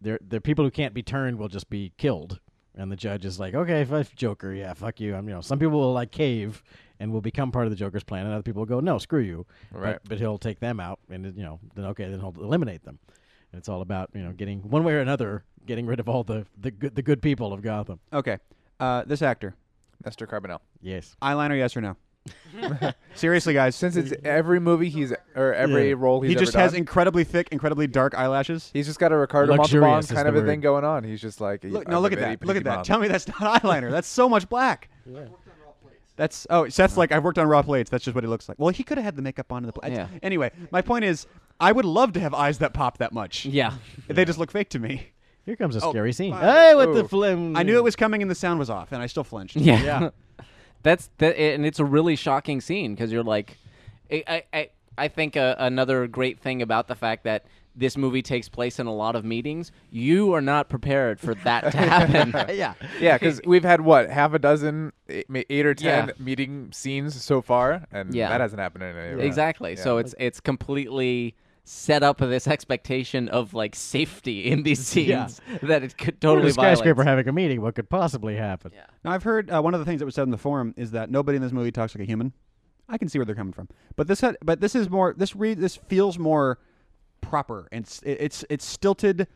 [SPEAKER 4] there the people who can't be turned will just be killed, and the judge is like, okay, if Joker, yeah, fuck you. I'm you know some people will like cave and will become part of the Joker's plan, and other people will go, no, screw you.
[SPEAKER 5] Right.
[SPEAKER 4] But, but he'll take them out, and you know then okay, then he'll eliminate them. And it's all about you know getting one way or another getting rid of all the the good the good people of Gotham.
[SPEAKER 2] Okay. Uh, this actor,
[SPEAKER 5] Nestor Carbonell.
[SPEAKER 4] Yes.
[SPEAKER 2] eyeliner, yes or no? Seriously, guys.
[SPEAKER 5] Since it's every movie he's or every
[SPEAKER 4] Yeah.
[SPEAKER 5] role he's
[SPEAKER 2] he
[SPEAKER 5] ever
[SPEAKER 2] just has
[SPEAKER 5] done,
[SPEAKER 2] incredibly thick, incredibly dark eyelashes.
[SPEAKER 5] he's just got a Ricardo Montalban
[SPEAKER 4] Luxurious is
[SPEAKER 5] kind
[SPEAKER 4] the
[SPEAKER 5] of a
[SPEAKER 4] word.
[SPEAKER 5] thing going on. He's just like
[SPEAKER 2] Look,
[SPEAKER 5] "I'm
[SPEAKER 2] no,
[SPEAKER 5] a
[SPEAKER 2] look at that.
[SPEAKER 5] bitty
[SPEAKER 2] Look at
[SPEAKER 5] bitty
[SPEAKER 2] that.
[SPEAKER 5] mom."
[SPEAKER 2] Tell me that's not eyeliner. That's so much black. That's oh Seth's like I've worked on raw plates. That's just what he looks like. Well, he could have had the makeup on in the plate.
[SPEAKER 3] Yeah.
[SPEAKER 2] Anyway, my point is, I would love to have eyes that pop that much.
[SPEAKER 3] Yeah.
[SPEAKER 2] They just look fake to me.
[SPEAKER 4] Here comes a
[SPEAKER 2] Oh,
[SPEAKER 4] scary scene.
[SPEAKER 2] fuck.
[SPEAKER 4] Hey, what the
[SPEAKER 5] Oh.
[SPEAKER 4] flim?
[SPEAKER 2] I knew it was coming and the sound was off, and I still flinched.
[SPEAKER 3] Yeah.
[SPEAKER 4] Yeah.
[SPEAKER 3] That's that, and it's a really shocking scene because you're like, I I I, I think uh, another great thing about the fact that this movie takes place in a lot of meetings, you are not prepared for that to happen.
[SPEAKER 4] Yeah.
[SPEAKER 5] Yeah, because we've had what half a dozen, eight, ma- eight or ten
[SPEAKER 3] Yeah.
[SPEAKER 5] meeting scenes so far, and
[SPEAKER 3] Yeah.
[SPEAKER 5] that hasn't happened in any. of them.
[SPEAKER 3] Exactly.
[SPEAKER 5] Yeah.
[SPEAKER 3] So it's it's completely set up this expectation of like safety in these scenes that it could totally
[SPEAKER 4] Totally skyscraper
[SPEAKER 3] violates.
[SPEAKER 4] having a meeting. What could possibly happen?
[SPEAKER 3] Yeah.
[SPEAKER 2] Now I've heard uh, one of the things that was said in the forum is that nobody in this movie talks like a human. I can see where they're coming from, but this had, but this is more this read this feels more proper and it's it's it's stilted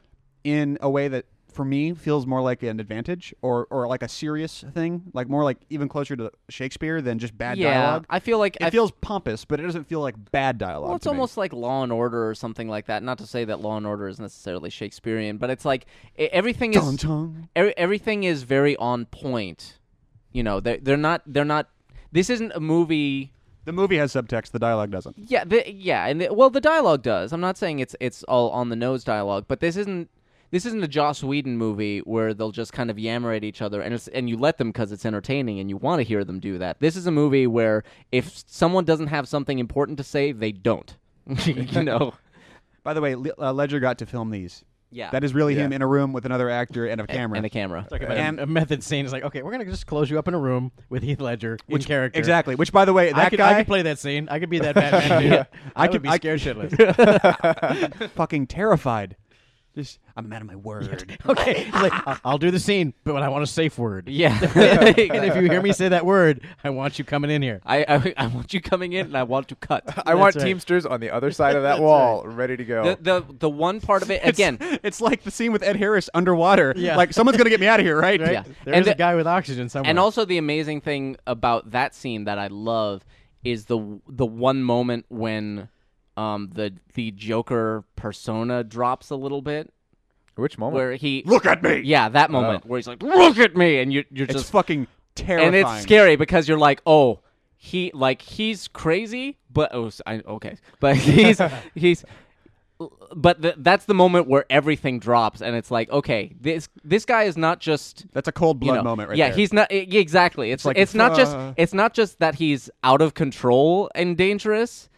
[SPEAKER 2] in a way that for me feels more like an advantage or or like a serious thing, like more like even closer to Shakespeare than just bad
[SPEAKER 3] Yeah,
[SPEAKER 2] dialogue.
[SPEAKER 3] I feel like
[SPEAKER 2] it
[SPEAKER 3] I-
[SPEAKER 2] feels pompous, but it doesn't feel like bad dialogue.
[SPEAKER 3] Well, it's
[SPEAKER 2] to me.
[SPEAKER 3] almost like Law and Order or something like that. Not to say that Law and Order is necessarily Shakespearean, but it's like e- everything is
[SPEAKER 2] Dun dun.
[SPEAKER 3] every, everything is very on point. You know, they're they're not they're not. This isn't a movie.
[SPEAKER 2] the movie has subtext, the dialogue doesn't.
[SPEAKER 3] Yeah, the, yeah, and the, well, the dialogue does. I'm not saying it's it's all on the nose dialogue, but this isn't this isn't a Joss Whedon movie where they'll just kind of yammer at each other and it's, and you let them because it's entertaining and you want to hear them do that. This is a movie where if someone doesn't have something important to say, they don't. you know.
[SPEAKER 2] By the way, Le- uh, Ledger got to film these.
[SPEAKER 3] Yeah.
[SPEAKER 2] That is really him
[SPEAKER 5] Yeah.
[SPEAKER 2] in a room with another actor and a camera.
[SPEAKER 3] and a camera.
[SPEAKER 2] And-
[SPEAKER 4] a method scene is like, okay, we're gonna just close you up in a room with Heath Ledger in character.
[SPEAKER 2] Exactly. Which, by the way,
[SPEAKER 4] I
[SPEAKER 2] that
[SPEAKER 4] could,
[SPEAKER 2] guy
[SPEAKER 4] I could play that scene. I could be that Batman. dude. I,
[SPEAKER 2] could-
[SPEAKER 4] could be
[SPEAKER 2] I
[SPEAKER 4] scared shitless.
[SPEAKER 2] fucking terrified. Just, I'm out of my word.
[SPEAKER 4] okay, he's like, "I- I'll do the scene, but when I want a safe word.
[SPEAKER 3] Yeah.
[SPEAKER 4] and if you hear me say that word, I want you coming in here.
[SPEAKER 3] I, I I want you coming in and I want to cut.
[SPEAKER 5] I want
[SPEAKER 4] right.
[SPEAKER 5] Teamsters on the other side of that wall, ready to go.
[SPEAKER 3] The, the the one part of it again.
[SPEAKER 2] it's, it's like the scene with Ed Harris underwater.
[SPEAKER 4] Yeah.
[SPEAKER 2] Like someone's gonna get me out of here, right?
[SPEAKER 4] Right?
[SPEAKER 3] Yeah.
[SPEAKER 4] There
[SPEAKER 3] And
[SPEAKER 4] is a
[SPEAKER 3] the-
[SPEAKER 4] guy with oxygen somewhere.
[SPEAKER 3] And also the amazing thing about that scene that I love is the the one moment when um the the Joker persona drops a little bit
[SPEAKER 5] Which moment?
[SPEAKER 3] where he
[SPEAKER 2] Look at me. Oh.
[SPEAKER 3] yeah that moment where he's like look at me and you you're
[SPEAKER 2] It's
[SPEAKER 3] just
[SPEAKER 2] fucking terrifying.
[SPEAKER 3] and it's scary because you're like oh he like he's crazy but oh s- I, okay but he's he's but th- that's the moment where everything drops and it's like okay this this guy is not just
[SPEAKER 2] That's a cold
[SPEAKER 3] you
[SPEAKER 2] blood
[SPEAKER 3] know,
[SPEAKER 2] moment, right
[SPEAKER 3] yeah
[SPEAKER 2] there.
[SPEAKER 3] he's not i- exactly it's,
[SPEAKER 2] like,
[SPEAKER 3] like it's not just
[SPEAKER 2] "Fuck."
[SPEAKER 3] it's not just that he's out of control and dangerous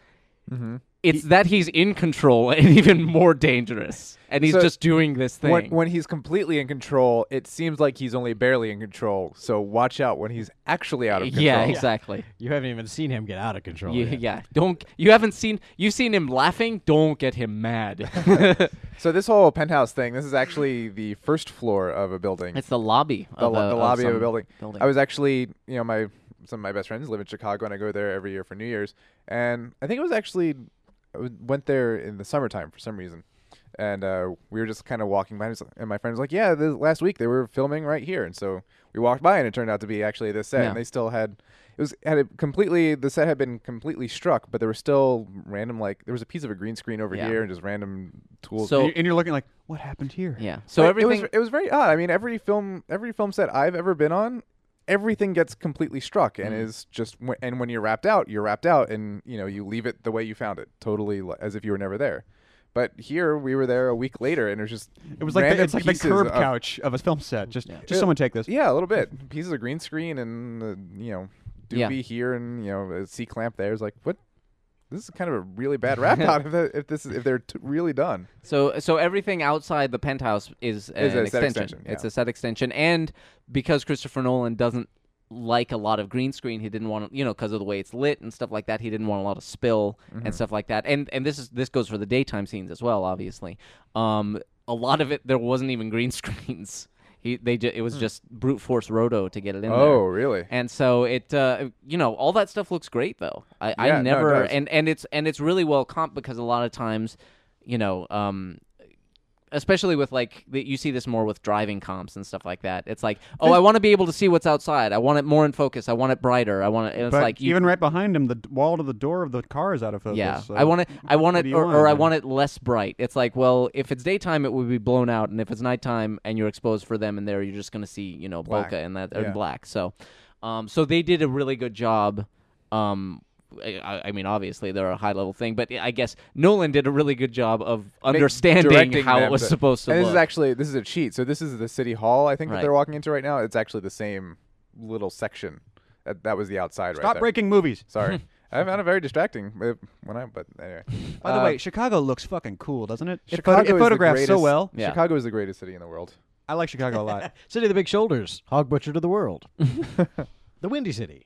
[SPEAKER 5] Mm-hmm.
[SPEAKER 3] it's that he's in control and even more dangerous and he's
[SPEAKER 5] So,
[SPEAKER 3] just doing this thing
[SPEAKER 5] when, when he's completely in control, it seems like he's only barely in control. So watch out when he's actually out of control. Oh,
[SPEAKER 3] yeah exactly
[SPEAKER 4] you haven't even seen him get out of control.
[SPEAKER 3] Yeah,
[SPEAKER 4] yet.
[SPEAKER 3] yeah. Don't you haven't seen you've seen him laughing? Don't get him mad.
[SPEAKER 5] So this whole penthouse thing, this is actually the first floor of a building.
[SPEAKER 3] it's the lobby.
[SPEAKER 5] the,
[SPEAKER 3] of
[SPEAKER 5] lo-
[SPEAKER 3] a,
[SPEAKER 5] the lobby of, a
[SPEAKER 3] some
[SPEAKER 5] building.
[SPEAKER 3] building.
[SPEAKER 5] I was actually, you know, my some of my best friends live in Chicago, and I go there every year for New Year's. And I think it was actually I w- went there in the summertime for some reason. And uh, we were just kind of walking by, and s- and my friend was like, "Yeah, this, last week they were filming right here." And so we walked by, and it turned out to be actually this set.
[SPEAKER 3] Yeah.
[SPEAKER 5] And they still had it was had it completely the set had been completely struck, but there were still random like there was a piece of a green screen over
[SPEAKER 3] Yeah.
[SPEAKER 5] here and just random tools.
[SPEAKER 3] So-
[SPEAKER 2] And you- and you're looking like, what happened here?
[SPEAKER 3] yeah. So
[SPEAKER 5] Like,
[SPEAKER 3] everything
[SPEAKER 5] it was, it was very odd. I mean, every film every film set I've ever been on, everything gets completely struck and
[SPEAKER 3] Mm-hmm.
[SPEAKER 5] is just wh- and when you're wrapped out, you're wrapped out, and you know you leave it the way you found it, totally li- as if you were never there. But here we were there a week later, and it was just
[SPEAKER 2] It was like the,
[SPEAKER 5] random
[SPEAKER 2] it's like the
[SPEAKER 5] pieces
[SPEAKER 2] curb
[SPEAKER 5] of-
[SPEAKER 2] couch of a film set. Just, just
[SPEAKER 5] Yeah.
[SPEAKER 2] someone take this.
[SPEAKER 5] Yeah, a little bit pieces of green screen and uh, you know
[SPEAKER 3] Yeah.
[SPEAKER 5] doobie here and you know a C clamp there. It's like what. This is kind of a really bad wrap out if, that- if this is, if they're t- really done.
[SPEAKER 3] so so everything outside the penthouse is an
[SPEAKER 5] a set
[SPEAKER 3] extension.
[SPEAKER 5] extension,
[SPEAKER 3] It's
[SPEAKER 5] yeah.
[SPEAKER 3] a set extension and because Christopher Nolan doesn't like a lot of green screen. He didn't want, you know, because of the way it's lit and stuff like that. He didn't want a lot of spill
[SPEAKER 5] Mm-hmm.
[SPEAKER 3] and stuff like that. And and this is this goes for the daytime scenes as well, obviously. Um, a lot of it there wasn't even green screens. He they ju- it was just brute force roto to get it in.
[SPEAKER 5] Hmm. Oh,
[SPEAKER 3] there.
[SPEAKER 5] really?
[SPEAKER 3] And so it, uh, you know, all that stuff looks great though. I,
[SPEAKER 5] Yeah, no,
[SPEAKER 3] I
[SPEAKER 5] it
[SPEAKER 3] never
[SPEAKER 5] does.
[SPEAKER 3] and and it's and it's really well comp because a lot of times, you know, um, especially with like the, you see this more with driving comps and stuff like that. It's like, oh, I want to be able to see what's outside. I want it more in focus. I want it brighter. I want it. And it's
[SPEAKER 2] but
[SPEAKER 3] like you,
[SPEAKER 2] even right behind him, the d- wall to the door of the car is out of focus.
[SPEAKER 3] yeah,
[SPEAKER 2] so-
[SPEAKER 3] I want it. I want
[SPEAKER 2] what
[SPEAKER 3] it,
[SPEAKER 2] do you
[SPEAKER 3] or,
[SPEAKER 2] want,
[SPEAKER 3] or I
[SPEAKER 2] man?
[SPEAKER 3] want it less bright. It's like, well, if it's daytime, it would be blown out, and if it's nighttime and you're exposed for them in there, you're just gonna see, you know,
[SPEAKER 5] Black.
[SPEAKER 3] bokeh and that or
[SPEAKER 5] Yeah.
[SPEAKER 3] black. So, um, so they did a really good job. Um, I, I mean, obviously they're a high level thing, but I guess Nolan did a really good job of understanding
[SPEAKER 5] directing
[SPEAKER 3] how
[SPEAKER 5] them
[SPEAKER 3] it was
[SPEAKER 5] to-
[SPEAKER 3] supposed to
[SPEAKER 5] and
[SPEAKER 3] look.
[SPEAKER 5] this is actually this is a cheat. So this is the city hall. I think
[SPEAKER 3] Right.
[SPEAKER 5] that they're walking into right now. It's actually the same little section. That, that was the outside. right
[SPEAKER 2] Stop
[SPEAKER 5] there.
[SPEAKER 2] breaking movies.
[SPEAKER 5] Sorry, I found it very distracting uh, when I. But anyway,
[SPEAKER 2] By the
[SPEAKER 5] Uh,
[SPEAKER 2] way, Chicago looks fucking cool, doesn't it? It,
[SPEAKER 5] Chicago
[SPEAKER 2] photo- it
[SPEAKER 5] is the
[SPEAKER 2] photographs so
[SPEAKER 5] greatest-
[SPEAKER 2] well.
[SPEAKER 3] Yeah.
[SPEAKER 5] Chicago is the greatest city in the world.
[SPEAKER 2] I like Chicago a lot.
[SPEAKER 4] City of the Big Shoulders, Hog Butcher to the World, the Windy City.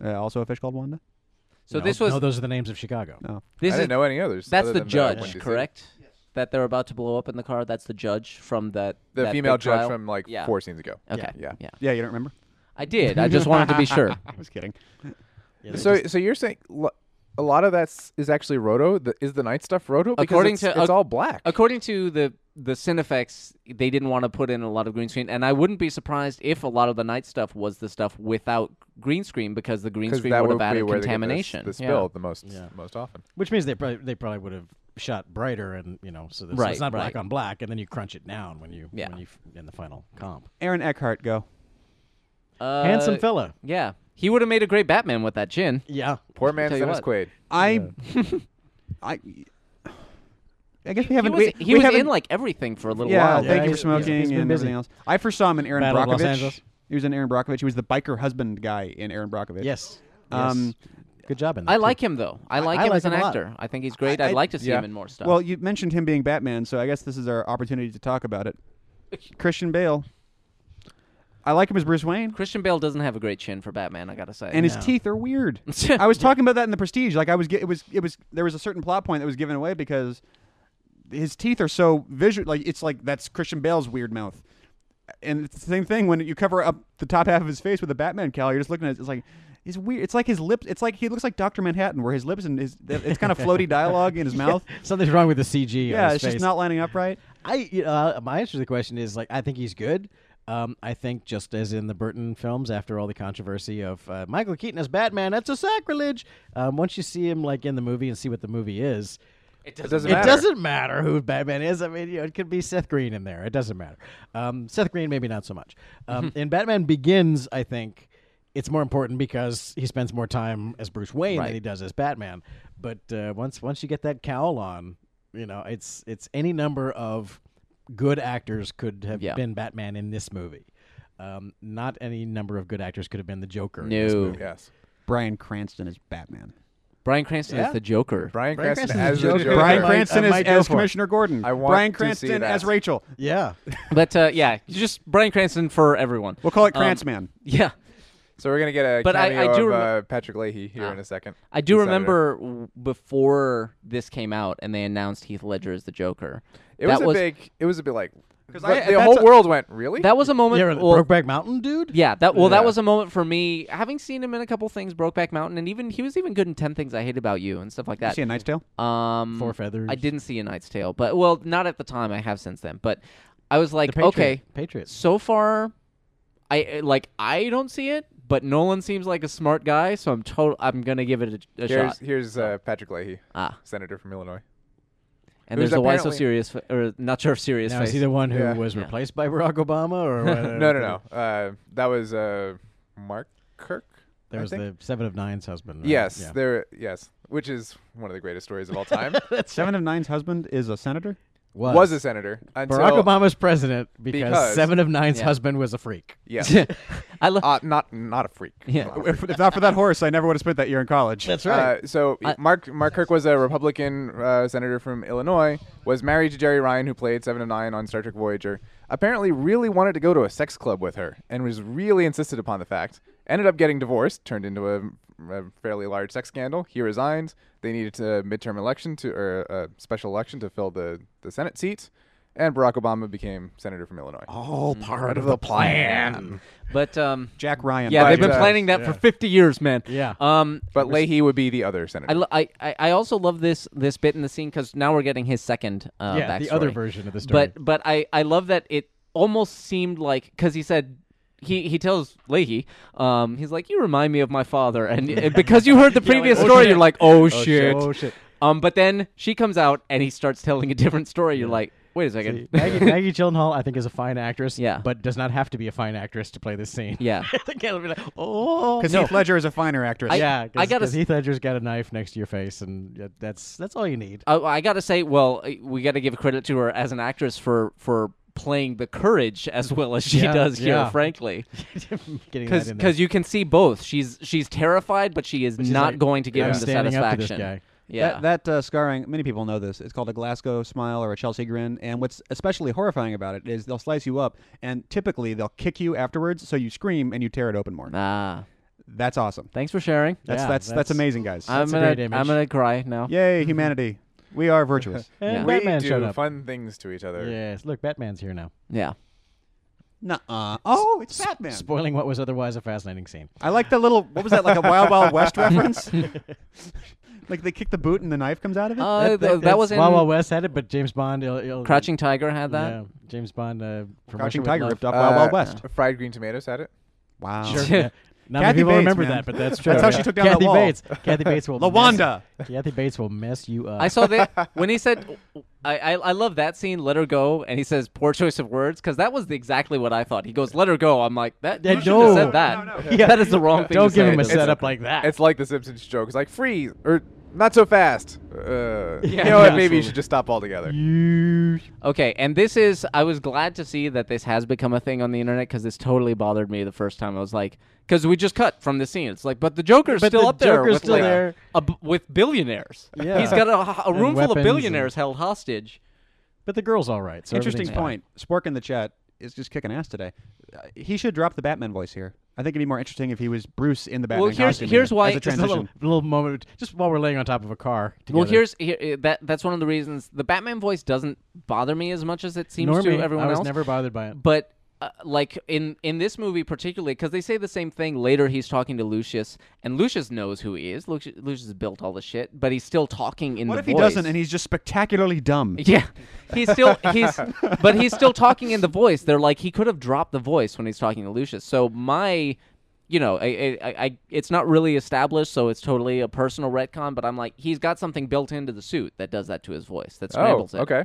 [SPEAKER 2] Uh, also, a fish called Wanda.
[SPEAKER 3] so
[SPEAKER 4] No,
[SPEAKER 3] this was
[SPEAKER 4] no, those are the names of Chicago.
[SPEAKER 2] No.
[SPEAKER 3] this
[SPEAKER 5] I
[SPEAKER 3] is
[SPEAKER 5] didn't know any others.
[SPEAKER 3] that's
[SPEAKER 5] other
[SPEAKER 3] the
[SPEAKER 5] than
[SPEAKER 3] judge,
[SPEAKER 5] Wendy's.
[SPEAKER 3] correct? That they're about to blow up in the car. That's the judge from that
[SPEAKER 5] The
[SPEAKER 3] that
[SPEAKER 5] female
[SPEAKER 3] big
[SPEAKER 5] judge
[SPEAKER 3] trial?
[SPEAKER 5] from like
[SPEAKER 3] Yeah.
[SPEAKER 5] four scenes ago.
[SPEAKER 3] Okay,
[SPEAKER 5] Yeah.
[SPEAKER 3] yeah,
[SPEAKER 2] Yeah, you don't remember?
[SPEAKER 3] I did. I just wanted to be sure.
[SPEAKER 2] I was kidding.
[SPEAKER 4] Yeah, they
[SPEAKER 5] So,
[SPEAKER 4] just-
[SPEAKER 5] so you're saying lo- a lot of that's is actually roto? The, is the night stuff roto? Because
[SPEAKER 3] According
[SPEAKER 5] it's-
[SPEAKER 3] to-
[SPEAKER 5] it's
[SPEAKER 3] ac-
[SPEAKER 5] all black.
[SPEAKER 3] According to the the Cinefex, they didn't want to put in a lot of green screen, and I wouldn't be surprised if a lot of the night stuff was the stuff without green screen because the green
[SPEAKER 5] Because
[SPEAKER 3] screen
[SPEAKER 5] that
[SPEAKER 3] would
[SPEAKER 5] would
[SPEAKER 3] have
[SPEAKER 5] be
[SPEAKER 3] added
[SPEAKER 5] where they get this-
[SPEAKER 3] contamination.
[SPEAKER 5] The,
[SPEAKER 3] Yeah.
[SPEAKER 5] spill the most
[SPEAKER 4] Yeah.
[SPEAKER 5] most often.
[SPEAKER 4] which means they probably they probably would have shot brighter and you know so, that- so
[SPEAKER 3] Right,
[SPEAKER 4] it's not black
[SPEAKER 3] right.
[SPEAKER 4] on black, and then you crunch it down when you
[SPEAKER 3] Yeah.
[SPEAKER 4] when you f- in the final comp.
[SPEAKER 2] Aaron Eckhart, go.
[SPEAKER 3] Uh,
[SPEAKER 4] Handsome fella.
[SPEAKER 3] Yeah, he would have made a great Batman with that chin.
[SPEAKER 4] Yeah.
[SPEAKER 5] Poor man
[SPEAKER 3] tell you
[SPEAKER 5] Dennis
[SPEAKER 3] what.
[SPEAKER 5] Quaid.
[SPEAKER 2] I, I, I guess we haven't.
[SPEAKER 3] he was,
[SPEAKER 2] we,
[SPEAKER 3] he
[SPEAKER 2] we
[SPEAKER 3] was
[SPEAKER 2] haven't,
[SPEAKER 3] in like everything for a little
[SPEAKER 2] Yeah,
[SPEAKER 3] while.
[SPEAKER 4] Yeah,
[SPEAKER 2] thank
[SPEAKER 4] he-
[SPEAKER 2] you for
[SPEAKER 4] he's- he's
[SPEAKER 2] smoking
[SPEAKER 4] been
[SPEAKER 2] and
[SPEAKER 4] busy.
[SPEAKER 2] everything else. I first saw him in Aaron
[SPEAKER 4] Battle of Los
[SPEAKER 2] Brockovich.
[SPEAKER 4] Angeles.
[SPEAKER 2] He was in Aaron Brockovich. He was the biker husband guy in Aaron Brockovich.
[SPEAKER 4] Yes.
[SPEAKER 2] Um,
[SPEAKER 4] Yes. Good job in that.
[SPEAKER 3] I
[SPEAKER 4] too.
[SPEAKER 3] like him though. I like
[SPEAKER 4] I
[SPEAKER 3] him
[SPEAKER 4] like
[SPEAKER 3] as an
[SPEAKER 4] him a lot.
[SPEAKER 3] actor. I think he's great.
[SPEAKER 2] I-
[SPEAKER 3] I'd like to see
[SPEAKER 5] yeah.
[SPEAKER 3] him in more stuff.
[SPEAKER 2] Well, you mentioned him being Batman, so I guess this is our opportunity to talk about it. Christian Bale. I like him as Bruce Wayne,
[SPEAKER 3] Christian Bale doesn't have a great chin for Batman. I gotta say.
[SPEAKER 2] and his
[SPEAKER 4] No.
[SPEAKER 2] teeth are weird. I was talking about that in the Prestige. Like I was, ge- it was, it was. There was a certain plot point that was given away because his teeth are so visual. Like it's like that's Christian Bale's weird mouth, and it's the same thing when you cover up the top half of his face with a Batman cowl. You're just looking at it. It's like it's weird. It's like his lips. It's like he looks like Doctor Manhattan, where his lips and his it's kind of floaty dialogue in his mouth.
[SPEAKER 4] Something's wrong with the CG. on
[SPEAKER 2] Yeah,
[SPEAKER 4] his
[SPEAKER 2] it's just
[SPEAKER 4] face.
[SPEAKER 2] not lining up right.
[SPEAKER 4] I you know, uh, my answer to the question is like I think he's good. Um, I think just as in the Burton films, after all the controversy of uh, Michael Keaton as Batman, that's a sacrilege. Um, once you see him like in the movie and see what the movie is,
[SPEAKER 3] it doesn't.
[SPEAKER 5] doesn't
[SPEAKER 4] it
[SPEAKER 5] matter.
[SPEAKER 4] doesn't matter who Batman is. I mean, you know, it could be Seth Green in there. It doesn't matter. Um, Seth Green, maybe not so much. Um,
[SPEAKER 3] Mm-hmm.
[SPEAKER 4] in Batman Begins, I think it's more important because he spends more time as Bruce Wayne
[SPEAKER 3] Right.
[SPEAKER 4] than he does as Batman. But uh, once once you get that cowl on, you know, it's it's any number of good actors could have
[SPEAKER 3] Yeah.
[SPEAKER 4] been Batman in this movie. Um, not any number of good actors could have been the Joker. in this
[SPEAKER 3] No.
[SPEAKER 4] movie.
[SPEAKER 5] Yes.
[SPEAKER 2] Brian Cranston is Batman.
[SPEAKER 3] Brian Cranston
[SPEAKER 4] Yeah.
[SPEAKER 3] is the Joker.
[SPEAKER 5] Brian,
[SPEAKER 4] Bryan
[SPEAKER 5] Cranston,
[SPEAKER 4] Cranston's
[SPEAKER 5] as the
[SPEAKER 4] Joker.
[SPEAKER 5] Joker.
[SPEAKER 2] Brian
[SPEAKER 4] I might-
[SPEAKER 2] Cranston
[SPEAKER 4] I
[SPEAKER 2] is
[SPEAKER 4] might go
[SPEAKER 2] as
[SPEAKER 4] for it.
[SPEAKER 2] Commissioner Gordon.
[SPEAKER 5] I want
[SPEAKER 2] Brian
[SPEAKER 5] to see
[SPEAKER 2] Cranston
[SPEAKER 5] that.
[SPEAKER 2] as Rachel.
[SPEAKER 4] Yeah.
[SPEAKER 3] But uh, yeah, just Brian Cranston for everyone.
[SPEAKER 2] We'll call it
[SPEAKER 3] Um,
[SPEAKER 2] Krantzman.
[SPEAKER 3] Yeah.
[SPEAKER 5] So we're gonna get a
[SPEAKER 3] But I-
[SPEAKER 5] cameo
[SPEAKER 3] I do
[SPEAKER 5] of
[SPEAKER 3] remem-
[SPEAKER 5] uh, Patrick Leahy here
[SPEAKER 3] Ah.
[SPEAKER 5] in a second.
[SPEAKER 3] I do
[SPEAKER 5] The senator.
[SPEAKER 3] remember w- before this came out and they announced Heath Ledger as the Joker.
[SPEAKER 5] It
[SPEAKER 3] that
[SPEAKER 5] was a big. It was a bit like because
[SPEAKER 2] I-
[SPEAKER 5] the
[SPEAKER 2] that's
[SPEAKER 5] whole
[SPEAKER 2] a-
[SPEAKER 5] world went really.
[SPEAKER 3] that was a moment.
[SPEAKER 4] yeah,
[SPEAKER 3] well,
[SPEAKER 4] Brokeback Mountain dude.
[SPEAKER 3] yeah, that well, that
[SPEAKER 5] Yeah.
[SPEAKER 3] was a moment for me. Having seen him in a couple things, Brokeback Mountain, and even he was even good in Ten Things I Hate About You and stuff like
[SPEAKER 2] You
[SPEAKER 3] that.
[SPEAKER 2] see a Knight's Tale?
[SPEAKER 3] Um,
[SPEAKER 4] Four feathers.
[SPEAKER 3] I didn't see a Knight's Tale, but well, not at the time. I have since then, but I was
[SPEAKER 4] The
[SPEAKER 3] like,
[SPEAKER 4] Patriot.
[SPEAKER 3] okay,
[SPEAKER 4] Patriots.
[SPEAKER 3] so far, I eh, like I don't see it, but Nolan seems like a smart guy, so I'm total. I'm gonna give it a, a
[SPEAKER 5] here's
[SPEAKER 3] shot.
[SPEAKER 5] here's uh, Patrick Leahy,
[SPEAKER 3] Ah,
[SPEAKER 5] senator from Illinois.
[SPEAKER 3] and
[SPEAKER 5] Who's
[SPEAKER 3] there's a why so
[SPEAKER 5] apparently-
[SPEAKER 3] serious fa- or not sure if serious
[SPEAKER 4] Now
[SPEAKER 3] face.
[SPEAKER 4] is he the one who
[SPEAKER 5] Yeah.
[SPEAKER 4] was
[SPEAKER 3] Yeah.
[SPEAKER 4] replaced by Barack Obama, or
[SPEAKER 5] No, no, no. Uh, that was uh, Mark Kirk.
[SPEAKER 4] There
[SPEAKER 5] I
[SPEAKER 4] was
[SPEAKER 5] think?
[SPEAKER 4] the Seven of Nine's husband. right?
[SPEAKER 5] Yes,
[SPEAKER 4] Yeah.
[SPEAKER 5] there. Yes, which is one of the greatest stories of all time.
[SPEAKER 2] Seven of Nine's husband is a senator?
[SPEAKER 4] Was.
[SPEAKER 5] was a senator until
[SPEAKER 4] Barack Obama's president because,
[SPEAKER 5] Because-
[SPEAKER 4] Seven of Nine's
[SPEAKER 3] Yeah.
[SPEAKER 4] husband was a freak.
[SPEAKER 5] Yes.
[SPEAKER 3] I love.
[SPEAKER 5] uh, not not a freak.
[SPEAKER 3] Yeah.
[SPEAKER 5] Not a
[SPEAKER 2] if, if not for that horse, I never would have spent that year in college.
[SPEAKER 5] Uh, so
[SPEAKER 3] I-
[SPEAKER 5] Mark Mark Kirk was a Republican uh, senator from Illinois. Was married to Jerry Ryan, who played Seven of Nine on Star Trek Voyager. Apparently, really wanted to go to a sex club with her, and was really insisted upon the fact. Ended up getting divorced, turned into a, a fairly large sex scandal. He resigned. They needed a midterm election to or a special election to fill the the Senate seat, and Barack Obama became senator from Illinois.
[SPEAKER 2] Oh,
[SPEAKER 4] all part of the plan.
[SPEAKER 3] But um,
[SPEAKER 2] Jack Ryan.
[SPEAKER 3] yeah,
[SPEAKER 5] But,
[SPEAKER 3] they've been
[SPEAKER 5] uh,
[SPEAKER 3] planning that for 50 years, man.
[SPEAKER 4] Yeah.
[SPEAKER 3] Um,
[SPEAKER 5] But Leahy would be the other senator.
[SPEAKER 3] I, lo- I, I I also love this this bit in the scene because now we're getting his second uh,
[SPEAKER 4] yeah, the other
[SPEAKER 3] backstory.
[SPEAKER 4] version of the story.
[SPEAKER 3] But but I I love that it almost seemed like because he said. He, he tells Leahy, um, he's like, you remind me of my father, and and because you heard the previous
[SPEAKER 4] oh,
[SPEAKER 3] story,
[SPEAKER 4] shit.
[SPEAKER 3] you're like, oh,
[SPEAKER 4] shit,
[SPEAKER 3] shit.
[SPEAKER 4] oh, shit.
[SPEAKER 3] Um, but then she comes out and he starts telling a different story. You're like, wait a second,
[SPEAKER 4] Maggie, Maggie Gyllenhaal, I think, is a fine actress.
[SPEAKER 3] Yeah.
[SPEAKER 4] but does not have to be a fine actress to play this scene.
[SPEAKER 3] yeah.
[SPEAKER 4] They'll be like, oh,
[SPEAKER 2] Because Heath Ledger is a finer actress.
[SPEAKER 3] I-
[SPEAKER 4] yeah,
[SPEAKER 3] I
[SPEAKER 4] because
[SPEAKER 3] gotta s-
[SPEAKER 4] Heath Ledger's got a knife next to your face, and yeah, that's that's all you need.
[SPEAKER 3] I, I gotta say, well, I- we gotta give credit to her as an actress for for playing the courage as well as she
[SPEAKER 4] Yeah,
[SPEAKER 3] does here.
[SPEAKER 4] yeah.
[SPEAKER 3] Frankly,
[SPEAKER 4] Getting that in there.
[SPEAKER 3] because you can see both. She's she's terrified, but she is
[SPEAKER 4] She's
[SPEAKER 3] not
[SPEAKER 4] like,
[SPEAKER 3] going to give
[SPEAKER 4] "I'm
[SPEAKER 3] him the
[SPEAKER 4] standing
[SPEAKER 3] satisfaction.
[SPEAKER 4] up to this guy.
[SPEAKER 3] Yeah,
[SPEAKER 2] That, that uh, scarring, many people know this. It's called a Glasgow smile or a Chelsea grin. And what's especially horrifying about it is they'll slice you up, and typically they'll kick you afterwards, so you scream and you tear it open more.
[SPEAKER 3] ah,
[SPEAKER 2] That's awesome.
[SPEAKER 3] thanks for sharing.
[SPEAKER 2] That's
[SPEAKER 4] Yeah,
[SPEAKER 2] that's, that's
[SPEAKER 4] that's-
[SPEAKER 2] amazing, guys.
[SPEAKER 3] I'm
[SPEAKER 4] a
[SPEAKER 3] gonna
[SPEAKER 4] great image.
[SPEAKER 3] I'm gonna cry now.
[SPEAKER 2] Yay, humanity! We are virtuous.
[SPEAKER 4] And
[SPEAKER 3] Yeah.
[SPEAKER 5] we
[SPEAKER 4] Batman
[SPEAKER 5] do
[SPEAKER 4] showed up.
[SPEAKER 5] fun things to each other.
[SPEAKER 4] Yes, look, Batman's here now,
[SPEAKER 3] Yeah.
[SPEAKER 2] Nuh-uh. Oh, it's Batman.
[SPEAKER 4] spoiling what was otherwise a fascinating scene.
[SPEAKER 2] I like that little. What was that? Like a Wild Wild West reference? like they kick the boot and the knife comes out of it.
[SPEAKER 3] Uh, th- that,
[SPEAKER 4] that's-
[SPEAKER 3] was in
[SPEAKER 4] Wild Wild West had it, but James Bond, il- il-
[SPEAKER 3] Crouching Tiger had that.
[SPEAKER 4] yeah, James Bond, uh, from Russia
[SPEAKER 2] Crouching
[SPEAKER 4] with
[SPEAKER 2] Tiger
[SPEAKER 4] Love.
[SPEAKER 2] ripped off
[SPEAKER 5] Uh,
[SPEAKER 2] Wild Wild West.
[SPEAKER 5] Fried green tomatoes had it.
[SPEAKER 2] Wow.
[SPEAKER 4] Sure. yeah. Not many
[SPEAKER 2] Kathy
[SPEAKER 4] people
[SPEAKER 2] Bates,
[SPEAKER 4] remember
[SPEAKER 2] man.
[SPEAKER 4] that, but that's true.
[SPEAKER 2] That's how
[SPEAKER 4] yeah.
[SPEAKER 2] she took down the
[SPEAKER 4] Kathy
[SPEAKER 2] wall.
[SPEAKER 4] Bates. Kathy Bates will.
[SPEAKER 2] Lawanda.
[SPEAKER 4] Mess, Kathy Bates will mess you up.
[SPEAKER 3] I saw that when he said, I, "I I love that scene. Let her go," and he says, "Poor choice of words," because that was the, exactly what I thought. He goes, "Let her go." I'm like, "That
[SPEAKER 4] Yeah,
[SPEAKER 3] you shouldn't have
[SPEAKER 4] no.
[SPEAKER 3] said that.
[SPEAKER 2] No, no,
[SPEAKER 4] no.
[SPEAKER 3] That is the wrong thing."
[SPEAKER 4] Don't
[SPEAKER 3] to
[SPEAKER 4] give
[SPEAKER 3] say.
[SPEAKER 4] him a
[SPEAKER 5] It's-
[SPEAKER 4] setup like that.
[SPEAKER 5] It's like the Simpsons joke. It's like freeze or not so fast. Uh, you
[SPEAKER 3] Yeah.
[SPEAKER 5] know what? Maybe you should just stop altogether.
[SPEAKER 4] you.
[SPEAKER 3] Okay, and this is. I was glad to see that this has become a thing on the internet because this totally bothered me the first time. I was like, because we just cut from the scene. It's like, but the Joker's
[SPEAKER 4] But
[SPEAKER 3] still
[SPEAKER 4] the
[SPEAKER 3] up there.
[SPEAKER 4] Joker's
[SPEAKER 3] with,
[SPEAKER 4] still
[SPEAKER 3] like,
[SPEAKER 4] there.
[SPEAKER 3] a b- with billionaires.
[SPEAKER 4] Yeah.
[SPEAKER 3] he's got a, a
[SPEAKER 4] And
[SPEAKER 3] room full of
[SPEAKER 4] weapons
[SPEAKER 3] billionaires held hostage.
[SPEAKER 4] But the girl's all right. So
[SPEAKER 2] Interesting
[SPEAKER 4] everything's fine.
[SPEAKER 2] point. Spork in the chat is just kicking ass today. Uh, he should drop the Batman voice here. I think it'd be more interesting if he was Bruce in the Batman
[SPEAKER 3] Well, here's-
[SPEAKER 2] costume.
[SPEAKER 3] here's
[SPEAKER 2] here
[SPEAKER 3] why-
[SPEAKER 2] as a
[SPEAKER 3] just
[SPEAKER 4] Just a little,
[SPEAKER 2] transition.
[SPEAKER 4] little moment, just while we're laying on top of a car.
[SPEAKER 3] Well,
[SPEAKER 4] together.
[SPEAKER 3] here's here, uh, that. That's one of the reasons the Batman voice doesn't bother me as much as it seems
[SPEAKER 4] Normie,
[SPEAKER 3] to everyone
[SPEAKER 4] I was
[SPEAKER 3] else.
[SPEAKER 4] never bothered by it.
[SPEAKER 3] but uh, like in in this movie particularly because they say the same thing later he's talking to lucius and lucius knows who he is lucius, lucius built all the shit but he's still talking in
[SPEAKER 2] What
[SPEAKER 3] the
[SPEAKER 2] if he
[SPEAKER 3] voice.
[SPEAKER 2] doesn't and he's just spectacularly dumb?
[SPEAKER 3] yeah he's still he's but he's still talking in the voice they're like he could have dropped the voice when he's talking to lucius so my you know I, I, I- I it's not really established so it's totally a personal retcon but i'm like he's got something built into the suit that does that to his voice that
[SPEAKER 5] Oh,
[SPEAKER 3] scrambles it
[SPEAKER 5] okay.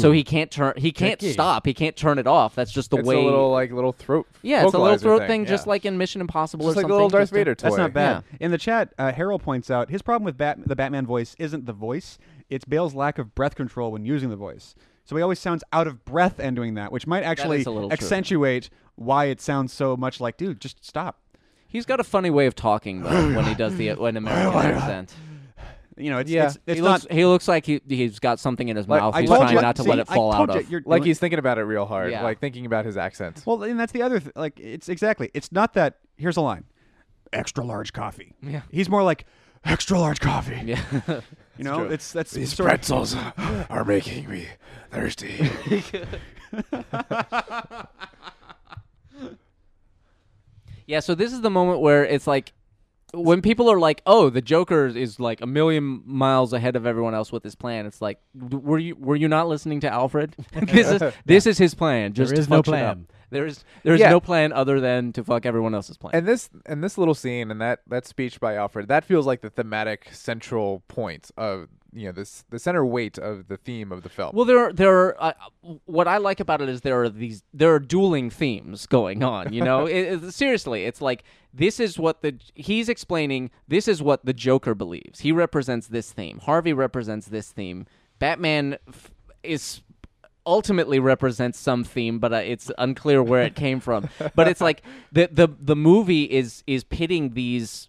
[SPEAKER 3] so he can't turn he can't
[SPEAKER 4] Tricky.
[SPEAKER 3] stop he can't turn it off that's just the
[SPEAKER 5] It's
[SPEAKER 3] way
[SPEAKER 5] a little like little throat.
[SPEAKER 3] yeah, it's a little
[SPEAKER 5] vocalizer
[SPEAKER 3] throat thing, just
[SPEAKER 5] yeah.
[SPEAKER 3] like in Mission Impossible
[SPEAKER 5] just
[SPEAKER 3] or
[SPEAKER 5] like
[SPEAKER 3] something.
[SPEAKER 5] a little Darth
[SPEAKER 3] just to-
[SPEAKER 5] Vader toy.
[SPEAKER 2] That's not bad.
[SPEAKER 3] Yeah.
[SPEAKER 2] In the chat, uh, Harold points out his problem with Bat- the Batman voice isn't the voice; it's Bale's lack of breath control when using the voice. So he always sounds out of breath and doing that, which might actually
[SPEAKER 3] is a little true.
[SPEAKER 2] accentuate why it sounds so much like, dude, just stop.
[SPEAKER 3] He's got a funny way of talking though when he does the when American accent.
[SPEAKER 2] You know, it's
[SPEAKER 5] Yeah.
[SPEAKER 2] it's, it's
[SPEAKER 3] he
[SPEAKER 2] not.
[SPEAKER 3] looks he looks like he he's got something in his
[SPEAKER 5] Like,
[SPEAKER 3] mouth.
[SPEAKER 5] I
[SPEAKER 3] He's
[SPEAKER 5] told
[SPEAKER 3] trying
[SPEAKER 5] you-
[SPEAKER 3] not to
[SPEAKER 2] see,
[SPEAKER 3] let it
[SPEAKER 2] I
[SPEAKER 3] fall
[SPEAKER 2] told
[SPEAKER 3] out
[SPEAKER 2] you,
[SPEAKER 3] of.
[SPEAKER 2] you're
[SPEAKER 5] Like
[SPEAKER 2] doing-
[SPEAKER 5] he's thinking about it real hard.
[SPEAKER 3] Yeah.
[SPEAKER 5] Like thinking about his accent.
[SPEAKER 2] Well, and that's the other th- like it's exactly. It's not that here's a line. Extra large coffee.
[SPEAKER 3] Yeah.
[SPEAKER 2] He's more like extra large coffee.
[SPEAKER 3] yeah.
[SPEAKER 2] You know, it's that's sort of-
[SPEAKER 6] pretzels are making me thirsty.
[SPEAKER 3] yeah, so this is the moment where it's like when people are like, "Oh, the Joker is like a million miles ahead of everyone else with his plan." It's like, "D- "Were you were you not listening to Alfred? this is this is his plan. Just
[SPEAKER 4] There
[SPEAKER 3] to
[SPEAKER 4] is no
[SPEAKER 3] fuck shit
[SPEAKER 4] plan.
[SPEAKER 3] up. There is there is
[SPEAKER 5] Yeah.
[SPEAKER 3] no plan other than to fuck everyone else's plan."
[SPEAKER 5] And this and this little scene and that that speech by Alfred that feels like the thematic central point of you know this the center weight of the theme of the film.
[SPEAKER 3] Well, there are, there are uh, what I like about it is there are these there are dueling themes going on. You know, It- it- seriously, it's like this is what the he's explaining. This is what the Joker believes. He represents this theme. Harvey represents this theme. Batman f- is ultimately represents some theme, but uh, it's unclear where it came from. But it's like the the the movie is is pitting these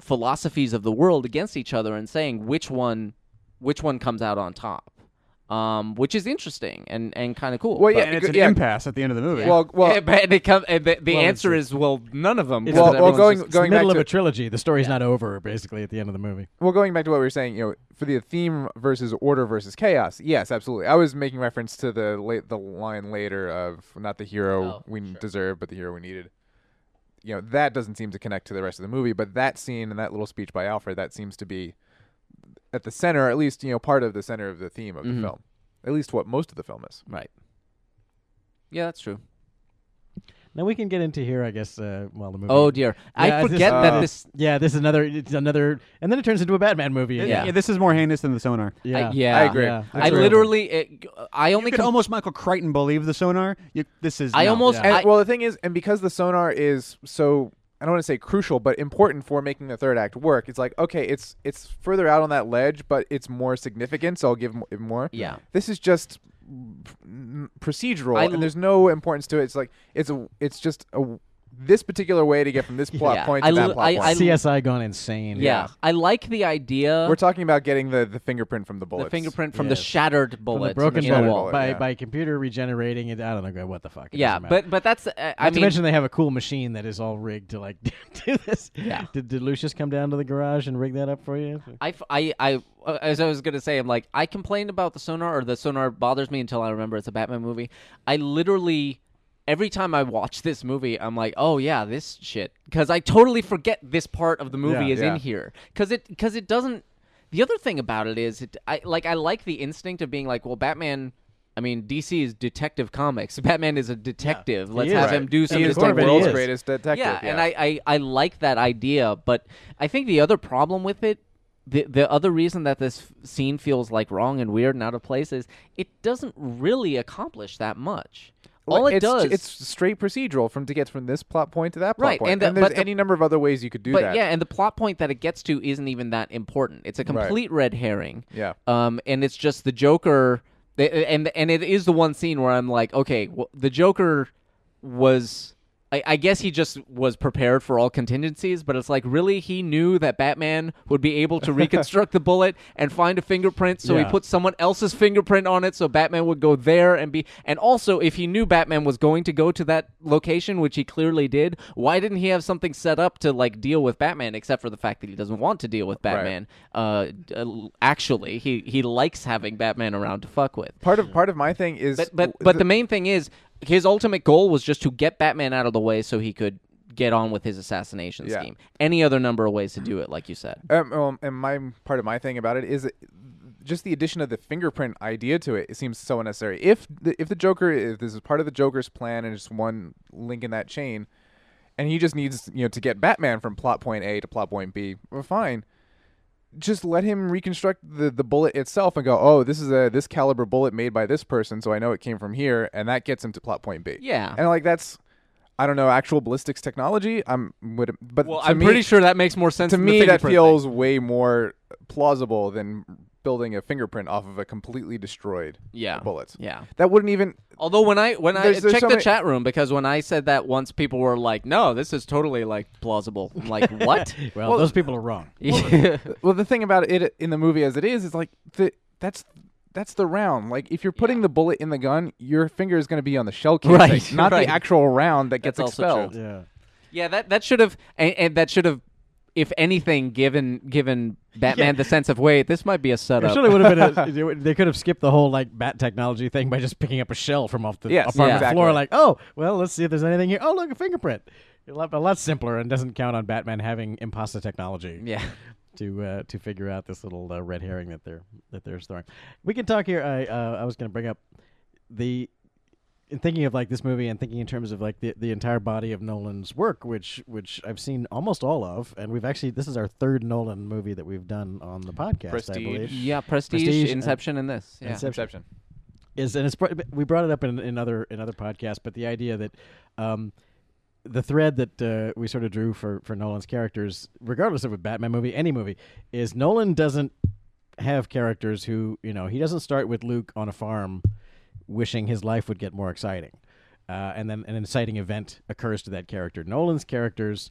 [SPEAKER 3] philosophies of the world against each other and saying which one which one comes out on top, um, which is interesting and and kind of cool.
[SPEAKER 5] Well, yeah,
[SPEAKER 3] But-
[SPEAKER 2] and it's an
[SPEAKER 5] yeah.
[SPEAKER 2] impasse at the end of the movie.
[SPEAKER 5] Well, well,
[SPEAKER 3] Yeah, but it come, and the, the
[SPEAKER 4] Well,
[SPEAKER 3] answer
[SPEAKER 4] it's-
[SPEAKER 3] is well, none of them.
[SPEAKER 4] It's-
[SPEAKER 3] because
[SPEAKER 5] well, well
[SPEAKER 3] everyone's
[SPEAKER 5] going
[SPEAKER 3] just-
[SPEAKER 4] It's the
[SPEAKER 5] going back
[SPEAKER 4] middle of
[SPEAKER 5] to
[SPEAKER 4] a trilogy. The story's not over, basically, at the end of the movie.
[SPEAKER 5] well, going back to what we were saying, you know, for the theme versus order versus chaos. Yes, absolutely. I was making reference to the late the line later of not the hero
[SPEAKER 3] Oh,
[SPEAKER 5] we deserve, but the hero we needed. You know, that doesn't seem to connect to the rest of the movie, but that scene and that little speech by Alfred that seems to be at the center, or at least you know, part of the center of the theme of the
[SPEAKER 3] Mhm.
[SPEAKER 5] film. At least what most of the film is.
[SPEAKER 3] right. Yeah, that's true.
[SPEAKER 4] Now we can get into here, I guess, uh, while the movie.
[SPEAKER 3] Oh dear,
[SPEAKER 4] Yeah,
[SPEAKER 3] I
[SPEAKER 4] it's just-
[SPEAKER 3] forget
[SPEAKER 5] uh,
[SPEAKER 3] that this
[SPEAKER 4] Yeah, this is another. It's another, and then it turns into a Batman movie.
[SPEAKER 2] yeah.
[SPEAKER 3] Yeah.
[SPEAKER 4] again.
[SPEAKER 2] this is more heinous than the sonar.
[SPEAKER 4] yeah,
[SPEAKER 3] I- yeah.
[SPEAKER 5] I agree.
[SPEAKER 4] Yeah.
[SPEAKER 3] I
[SPEAKER 5] agree.
[SPEAKER 3] literally, it, I
[SPEAKER 2] You
[SPEAKER 3] only
[SPEAKER 2] could
[SPEAKER 3] com-
[SPEAKER 2] almost Michael Crichton believe the sonar. You, this is
[SPEAKER 3] I
[SPEAKER 2] no.
[SPEAKER 3] almost,
[SPEAKER 4] yeah.
[SPEAKER 5] And,
[SPEAKER 3] I,
[SPEAKER 5] well, the thing is, and because the sonar is so, I don't want to say crucial, but important for making the third act work. It's like, okay, it's it's further out on that ledge, but it's more significant, so I'll give mo- it more.
[SPEAKER 3] Yeah.
[SPEAKER 5] This is just mm, procedural,
[SPEAKER 3] I l-
[SPEAKER 5] and there's no importance to it. It's like it's a, it's just a, this particular way to get from this plot
[SPEAKER 3] Yeah.
[SPEAKER 5] point
[SPEAKER 3] I
[SPEAKER 5] to that
[SPEAKER 3] l-
[SPEAKER 5] plot
[SPEAKER 3] I-
[SPEAKER 5] point.
[SPEAKER 3] I-
[SPEAKER 4] CSI gone insane.
[SPEAKER 3] yeah. I like the idea.
[SPEAKER 5] We're talking about getting the, the fingerprint from the
[SPEAKER 3] the
[SPEAKER 5] bullets.
[SPEAKER 3] fingerprint from the
[SPEAKER 4] Yes.
[SPEAKER 3] shattered
[SPEAKER 4] From
[SPEAKER 3] bullet
[SPEAKER 4] the broken
[SPEAKER 3] in the
[SPEAKER 4] bullet
[SPEAKER 3] wall.
[SPEAKER 4] by
[SPEAKER 5] yeah.
[SPEAKER 4] by computer regenerating it. I don't know what the fuck. It
[SPEAKER 3] Yeah,
[SPEAKER 4] doesn't matter.
[SPEAKER 3] but but that's, uh, I
[SPEAKER 4] Not to
[SPEAKER 3] mean,
[SPEAKER 4] mention they have a cool machine that is all rigged to like do this.
[SPEAKER 3] Yeah.
[SPEAKER 4] Did, did Lucius come down to the garage and rig that up for you?
[SPEAKER 3] I, f- I, I- uh, as I was gonna say, I'm like, I complained about the sonar, or the sonar bothers me until I remember it's a Batman movie. I literally, every time I watch this movie, I'm like, oh yeah, this shit, because I totally forget this part of the movie
[SPEAKER 4] Yeah.
[SPEAKER 3] is
[SPEAKER 5] Yeah.
[SPEAKER 3] in here, because it, because it doesn't. The other thing about it is, it, I like, I like the instinct of being like, well, Batman. I mean, DC is Detective Comics. Batman is a detective. Let's
[SPEAKER 4] is.
[SPEAKER 3] have
[SPEAKER 4] Right.
[SPEAKER 3] him do some
[SPEAKER 5] He is the
[SPEAKER 4] Corbin
[SPEAKER 3] detective
[SPEAKER 5] world's
[SPEAKER 4] is.
[SPEAKER 5] greatest detective.
[SPEAKER 3] yeah, and I, I I like that idea, but I think the other problem with it, the the other reason that this f- scene feels like wrong and weird and out of place is it doesn't really accomplish that much. All
[SPEAKER 5] Like,
[SPEAKER 3] it
[SPEAKER 5] it's,
[SPEAKER 3] does,
[SPEAKER 5] it's straight procedural from to get from this plot point to that plot
[SPEAKER 3] Right,
[SPEAKER 5] point.
[SPEAKER 3] and the-
[SPEAKER 5] there's
[SPEAKER 3] but the-
[SPEAKER 5] any number of other ways you could do
[SPEAKER 3] but
[SPEAKER 5] that.
[SPEAKER 3] yeah, and the plot point that it gets to isn't even that important. It's a complete red herring.
[SPEAKER 5] Yeah.
[SPEAKER 3] um, and it's just the Joker, th- and and it is the one scene where I'm like, okay, well, the Joker was. I, I guess he just was prepared for all contingencies, but it's like really he knew that Batman would be able to reconstruct the bullet and find a fingerprint, so
[SPEAKER 4] Yeah.
[SPEAKER 3] he put someone else's fingerprint on it, so Batman would go there and be. And also, if he knew Batman was going to go to that location, which he clearly did, why didn't he have something set up to like deal with Batman, except for the fact that he doesn't want to deal with Batman? Uh, d- uh, l- actually, he he likes having Batman around to fuck with.
[SPEAKER 5] Part of part of my thing is,
[SPEAKER 3] But but but the main thing is his ultimate goal was just to get Batman out of the way so he could get on with his assassination
[SPEAKER 5] Yeah.
[SPEAKER 3] scheme. Any other number of ways to do it, like you said.
[SPEAKER 5] um, um, and my part of my thing about it is that just the addition of the fingerprint idea to it. It seems so unnecessary. If the, if the Joker, if this is part of the Joker's plan and just one link in that chain, and he just needs you know to get Batman from plot point A to plot point B, well, fine. Just let him reconstruct the, the bullet itself and go, oh, this is a this caliber bullet made by this person, so I know it came from here, and that gets him to plot point B.
[SPEAKER 3] Yeah.
[SPEAKER 5] and like that's, I don't know, actual ballistics technology. I'm would, but
[SPEAKER 3] Well,
[SPEAKER 5] to
[SPEAKER 3] I'm
[SPEAKER 5] me-
[SPEAKER 3] pretty sure that makes more sense
[SPEAKER 5] to
[SPEAKER 3] than the
[SPEAKER 5] me that
[SPEAKER 3] fingerprint thing.
[SPEAKER 5] feels way more plausible than building a fingerprint off of a completely destroyed
[SPEAKER 3] Yeah.
[SPEAKER 5] bullet.
[SPEAKER 3] Yeah.
[SPEAKER 5] That wouldn't even
[SPEAKER 3] Although when I when I
[SPEAKER 5] There's- there's
[SPEAKER 3] check
[SPEAKER 5] so
[SPEAKER 3] the
[SPEAKER 5] many-
[SPEAKER 3] chat room because when I said that once people were like, "No, this is totally like plausible." I'm like, "What?"
[SPEAKER 4] Well, those people are wrong.
[SPEAKER 3] Yeah.
[SPEAKER 5] Well, the thing about it in the movie as it is is like the that's that's the round. Like if you're putting the bullet in the gun, your finger is going to be on the shell casing,
[SPEAKER 3] Right,
[SPEAKER 5] not
[SPEAKER 3] right.
[SPEAKER 5] the actual round that gets
[SPEAKER 3] That's also true.
[SPEAKER 5] expelled.
[SPEAKER 4] Yeah.
[SPEAKER 3] yeah, that that should have and, and that should have if anything given given Batman the sense of, "Wait, this might be a
[SPEAKER 4] It
[SPEAKER 3] setup."
[SPEAKER 4] surely would have been. A, they would- they could have skipped the whole like bat technology thing by just picking up a shell from off the
[SPEAKER 5] Yes,
[SPEAKER 4] apartment
[SPEAKER 5] yeah.
[SPEAKER 4] floor.
[SPEAKER 5] exactly.
[SPEAKER 4] Like, oh, well, let's see if there's anything here. Oh, look, a fingerprint. A lot, a lot simpler and doesn't count on Batman having impasta technology.
[SPEAKER 3] yeah.
[SPEAKER 4] to uh, to figure out this little uh, red herring that they're that they're throwing. We can talk here. I uh, I was going to bring up the in thinking of like this movie and thinking in terms of like the, the entire body of Nolan's work, which which I've seen almost all of, and we've actually this is our third Nolan movie that we've done on the podcast. I
[SPEAKER 5] Prestige.
[SPEAKER 4] believe.
[SPEAKER 3] Yeah, prestige,
[SPEAKER 4] Prestige and-
[SPEAKER 3] Inception, and this. Yeah.
[SPEAKER 4] Inception is and it's br- we brought it up in, in other in other podcasts, but the idea that um, the thread that uh, we sort of drew for for Nolan's characters, regardless of a Batman movie, any movie, is Nolan doesn't have characters who, you know, he doesn't start with Luke on a farm wishing his life would get more exciting. Uh, and then an inciting event occurs to that character. Nolan's characters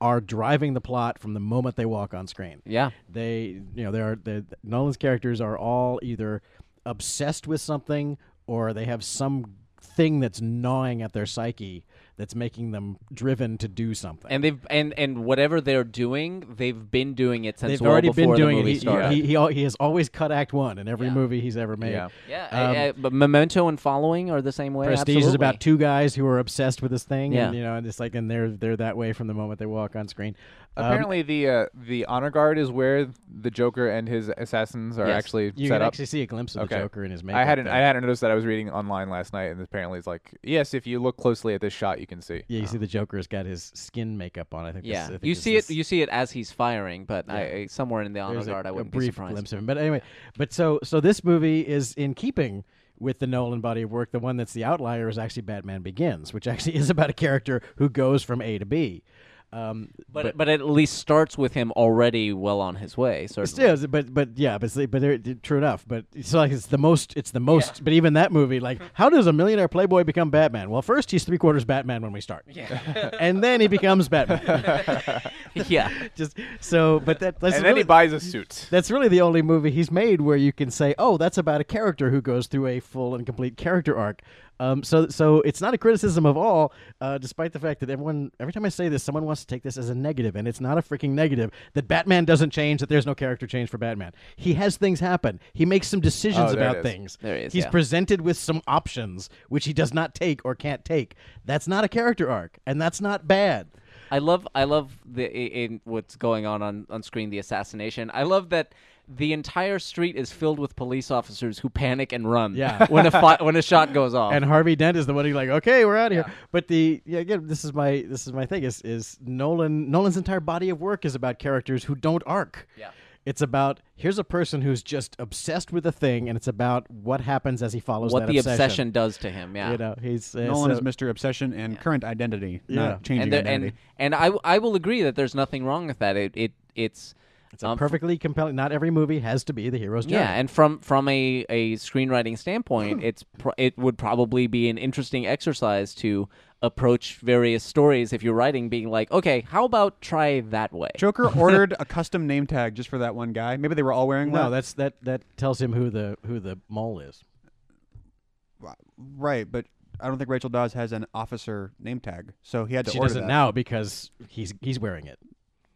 [SPEAKER 4] are driving the plot from the moment they walk on screen.
[SPEAKER 3] Yeah.
[SPEAKER 4] They, you know, they are the Nolan's characters are all either obsessed with something or they have some thing that's gnawing at their psyche that's making them driven to do something.
[SPEAKER 3] And they've and and whatever they're doing, they've been doing it since
[SPEAKER 4] They've
[SPEAKER 3] well
[SPEAKER 4] already been
[SPEAKER 3] before
[SPEAKER 4] doing
[SPEAKER 3] the movie
[SPEAKER 4] it. He-
[SPEAKER 3] started.
[SPEAKER 4] He, he, al- he has always cut Act One in every
[SPEAKER 3] Yeah.
[SPEAKER 4] movie he's ever made.
[SPEAKER 5] Yeah.
[SPEAKER 3] yeah,
[SPEAKER 4] Um,
[SPEAKER 3] I- I- but Memento and Following are the same way.
[SPEAKER 4] Prestige is about
[SPEAKER 3] absolutely.
[SPEAKER 4] two guys who are obsessed with this thing,
[SPEAKER 3] Yeah.
[SPEAKER 4] and you know, and it's like, and they're they're that way from the moment they walk on screen. Um,
[SPEAKER 5] Apparently, the uh, the honor guard is where the Joker and his assassins are
[SPEAKER 3] Yes.
[SPEAKER 5] actually
[SPEAKER 4] you
[SPEAKER 5] set
[SPEAKER 4] can
[SPEAKER 5] up.
[SPEAKER 4] actually see a glimpse of
[SPEAKER 5] Okay.
[SPEAKER 4] the Joker in his makeup.
[SPEAKER 5] I hadn't
[SPEAKER 4] there.
[SPEAKER 5] I hadn't noticed that. I was reading online last night, and apparently it's like, yes, if you look closely at this shot, you can see.
[SPEAKER 4] Yeah, you see the Joker has got his skin makeup on. I think.
[SPEAKER 3] Yeah,
[SPEAKER 4] this, I think
[SPEAKER 3] you
[SPEAKER 4] this
[SPEAKER 3] see it.
[SPEAKER 4] is-
[SPEAKER 3] You see it as he's firing, but I, I- somewhere in the honor
[SPEAKER 4] there's a,
[SPEAKER 3] guard, I
[SPEAKER 4] a
[SPEAKER 3] wouldn't be
[SPEAKER 4] brief
[SPEAKER 3] surprised.
[SPEAKER 4] glimpse of him. But anyway, but so so this movie is in keeping with the Nolan body of work. The one that's the outlier is actually Batman Begins, which actually is about a character who goes from A to B. Um,
[SPEAKER 3] But, but it at least starts with him already well on his way. Certainly.
[SPEAKER 4] Still, but but yeah, but it's- but they're- true enough. But it's like it's the most. It's the most. But even that movie, like, how does a millionaire playboy become Batman? Well, first he's three quarters Batman when we start, yeah. and then he becomes Batman.
[SPEAKER 3] yeah,
[SPEAKER 4] Just so, but that that's
[SPEAKER 5] And then
[SPEAKER 4] really,
[SPEAKER 5] he buys a suit.
[SPEAKER 4] that's really the only movie he's made where you can say, oh, that's about a character who goes through a full and complete character arc. Um, so so it's not a criticism of all, uh, despite the fact that everyone every time I say this, someone wants to take this as a negative, and it's not a freaking negative that Batman doesn't change, that there's no character change for Batman. He has things happen. He makes some decisions
[SPEAKER 5] Oh, there it
[SPEAKER 4] about
[SPEAKER 5] is.
[SPEAKER 4] things.
[SPEAKER 3] There it is,
[SPEAKER 4] He's
[SPEAKER 3] yeah.
[SPEAKER 4] presented with some options which he does not take or can't take. That's not a character arc, and that's not bad.
[SPEAKER 3] I love I love the i- in what's going on, on on screen the assassination. I love that the entire street is filled with police officers who panic and run.
[SPEAKER 4] Yeah.
[SPEAKER 3] when a fi- when a shot goes off.
[SPEAKER 2] Oh.
[SPEAKER 4] and Harvey Dent is the one who's like, okay, we're out of here. But the yeah, again, this is my this is my thing is is Nolan Nolan's entire body of work is about characters who don't arc.
[SPEAKER 3] Yeah.
[SPEAKER 4] It's about here's a person who's just obsessed with a thing, and it's about what happens as he follows
[SPEAKER 3] what
[SPEAKER 4] that
[SPEAKER 3] the obsession does to him. Yeah.
[SPEAKER 4] You know, he's uh,
[SPEAKER 2] Nolan
[SPEAKER 4] so-
[SPEAKER 2] is Mr. Obsession and current identity,
[SPEAKER 4] Yeah.
[SPEAKER 2] not changing
[SPEAKER 3] and there,
[SPEAKER 2] identity.
[SPEAKER 3] and and I w- I will agree that there's nothing wrong with that. It it it's
[SPEAKER 4] it's a
[SPEAKER 3] um,
[SPEAKER 4] perfectly compelling. Not every movie has to be the hero's journey.
[SPEAKER 3] Yeah, and from from a, a screenwriting standpoint, it's pr- it would probably be an interesting exercise to approach various stories if you're writing, being like, okay, how about try that way?
[SPEAKER 2] Joker ordered a custom name tag just for that one guy. Maybe they were all wearing
[SPEAKER 4] no,
[SPEAKER 2] one.
[SPEAKER 4] that's that that tells him who the who the mole is.
[SPEAKER 2] right, but I don't think Rachel Dawes has an officer name tag, so he had to
[SPEAKER 4] She
[SPEAKER 2] order
[SPEAKER 4] doesn't
[SPEAKER 2] that.
[SPEAKER 4] now because he's he's wearing it.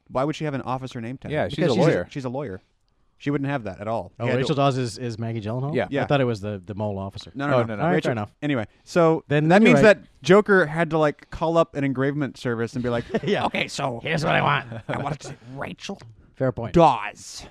[SPEAKER 2] Why would she have an officer name tag?
[SPEAKER 5] Yeah, she's
[SPEAKER 2] Because
[SPEAKER 5] a lawyer.
[SPEAKER 2] She's a, lawyer. She wouldn't have that at all.
[SPEAKER 4] Oh,
[SPEAKER 2] He had to-
[SPEAKER 4] Rachel Dawes is, is Maggie Gyllenhaal.
[SPEAKER 5] Yeah.
[SPEAKER 2] Yeah.
[SPEAKER 4] I thought it was the the mole officer.
[SPEAKER 2] No, no,
[SPEAKER 5] Oh,
[SPEAKER 2] no,
[SPEAKER 5] no, no.
[SPEAKER 4] All right,
[SPEAKER 2] Rachel-
[SPEAKER 4] fair enough.
[SPEAKER 2] Anyway, so
[SPEAKER 4] Then
[SPEAKER 2] that
[SPEAKER 4] you're
[SPEAKER 2] means
[SPEAKER 4] right.
[SPEAKER 2] that Joker had to like call up an engravement service and be like,
[SPEAKER 4] Yeah.
[SPEAKER 2] okay, so
[SPEAKER 4] Here's what I want.
[SPEAKER 2] I want to say Rachel
[SPEAKER 4] Fair point.
[SPEAKER 2] Dawes.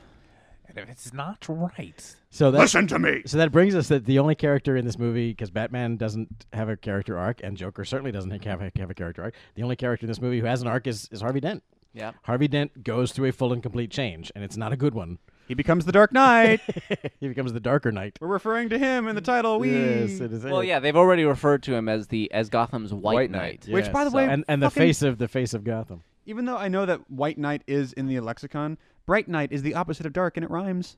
[SPEAKER 5] And if it's not right,
[SPEAKER 4] So that,
[SPEAKER 2] Listen to me.
[SPEAKER 4] so that brings us that the only character in this movie, because Batman doesn't have a character arc, and Joker certainly doesn't have a, have a character arc. The only character in this movie who has an arc is, is Harvey Dent.
[SPEAKER 3] Yeah.
[SPEAKER 4] Harvey Dent goes through a full and complete change, and it's not a good one.
[SPEAKER 2] He becomes the Dark Knight.
[SPEAKER 4] he becomes the Darker Knight.
[SPEAKER 2] we're referring to him in the title. We.
[SPEAKER 4] Yes, it is.
[SPEAKER 3] Well, yeah, they've already referred to him as the as Gotham's White,
[SPEAKER 5] White
[SPEAKER 3] Knight.
[SPEAKER 5] Knight.
[SPEAKER 4] Yes.
[SPEAKER 2] Which, by the
[SPEAKER 4] So-
[SPEAKER 2] way,
[SPEAKER 4] and, and the
[SPEAKER 2] fucking-
[SPEAKER 4] face of the face of Gotham.
[SPEAKER 2] Even though I know that White Knight is in the lexicon, Bright Knight is the opposite of dark, and it rhymes.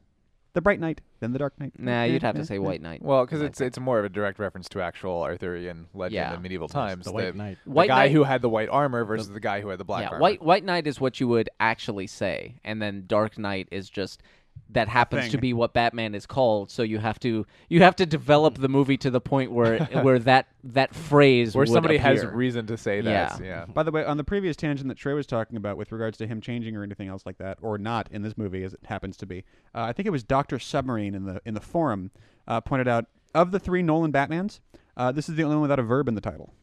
[SPEAKER 2] The Bright Knight, then the Dark Knight.
[SPEAKER 3] Nah, you'd have to say White Knight.
[SPEAKER 5] Mm-hmm. well, because it's it's more of a direct reference to actual Arthurian legend
[SPEAKER 3] Yeah.
[SPEAKER 5] in medieval times.
[SPEAKER 4] The White Knight.
[SPEAKER 5] the
[SPEAKER 3] White
[SPEAKER 5] guy
[SPEAKER 3] Knight-
[SPEAKER 5] who had the white armor versus the, guy who had the black
[SPEAKER 3] yeah,
[SPEAKER 5] armor.
[SPEAKER 3] White White Knight is what you would actually say, and then Dark Knight is just that happens to
[SPEAKER 2] Thing.
[SPEAKER 3] be what Batman is called. So you have to you have to develop the movie to the point where where that that phrase
[SPEAKER 5] where
[SPEAKER 3] would
[SPEAKER 5] somebody has
[SPEAKER 3] appear.
[SPEAKER 5] reason to say that. Yeah.
[SPEAKER 2] By the way, on the previous tangent that Trey was talking about with regards to him changing or anything else like that, or not in this movie as it happens to be, uh, I think it was Doctor Submarine in the in the forum uh, pointed out of the three Nolan Batmans, uh, this is the only one without a verb in the title.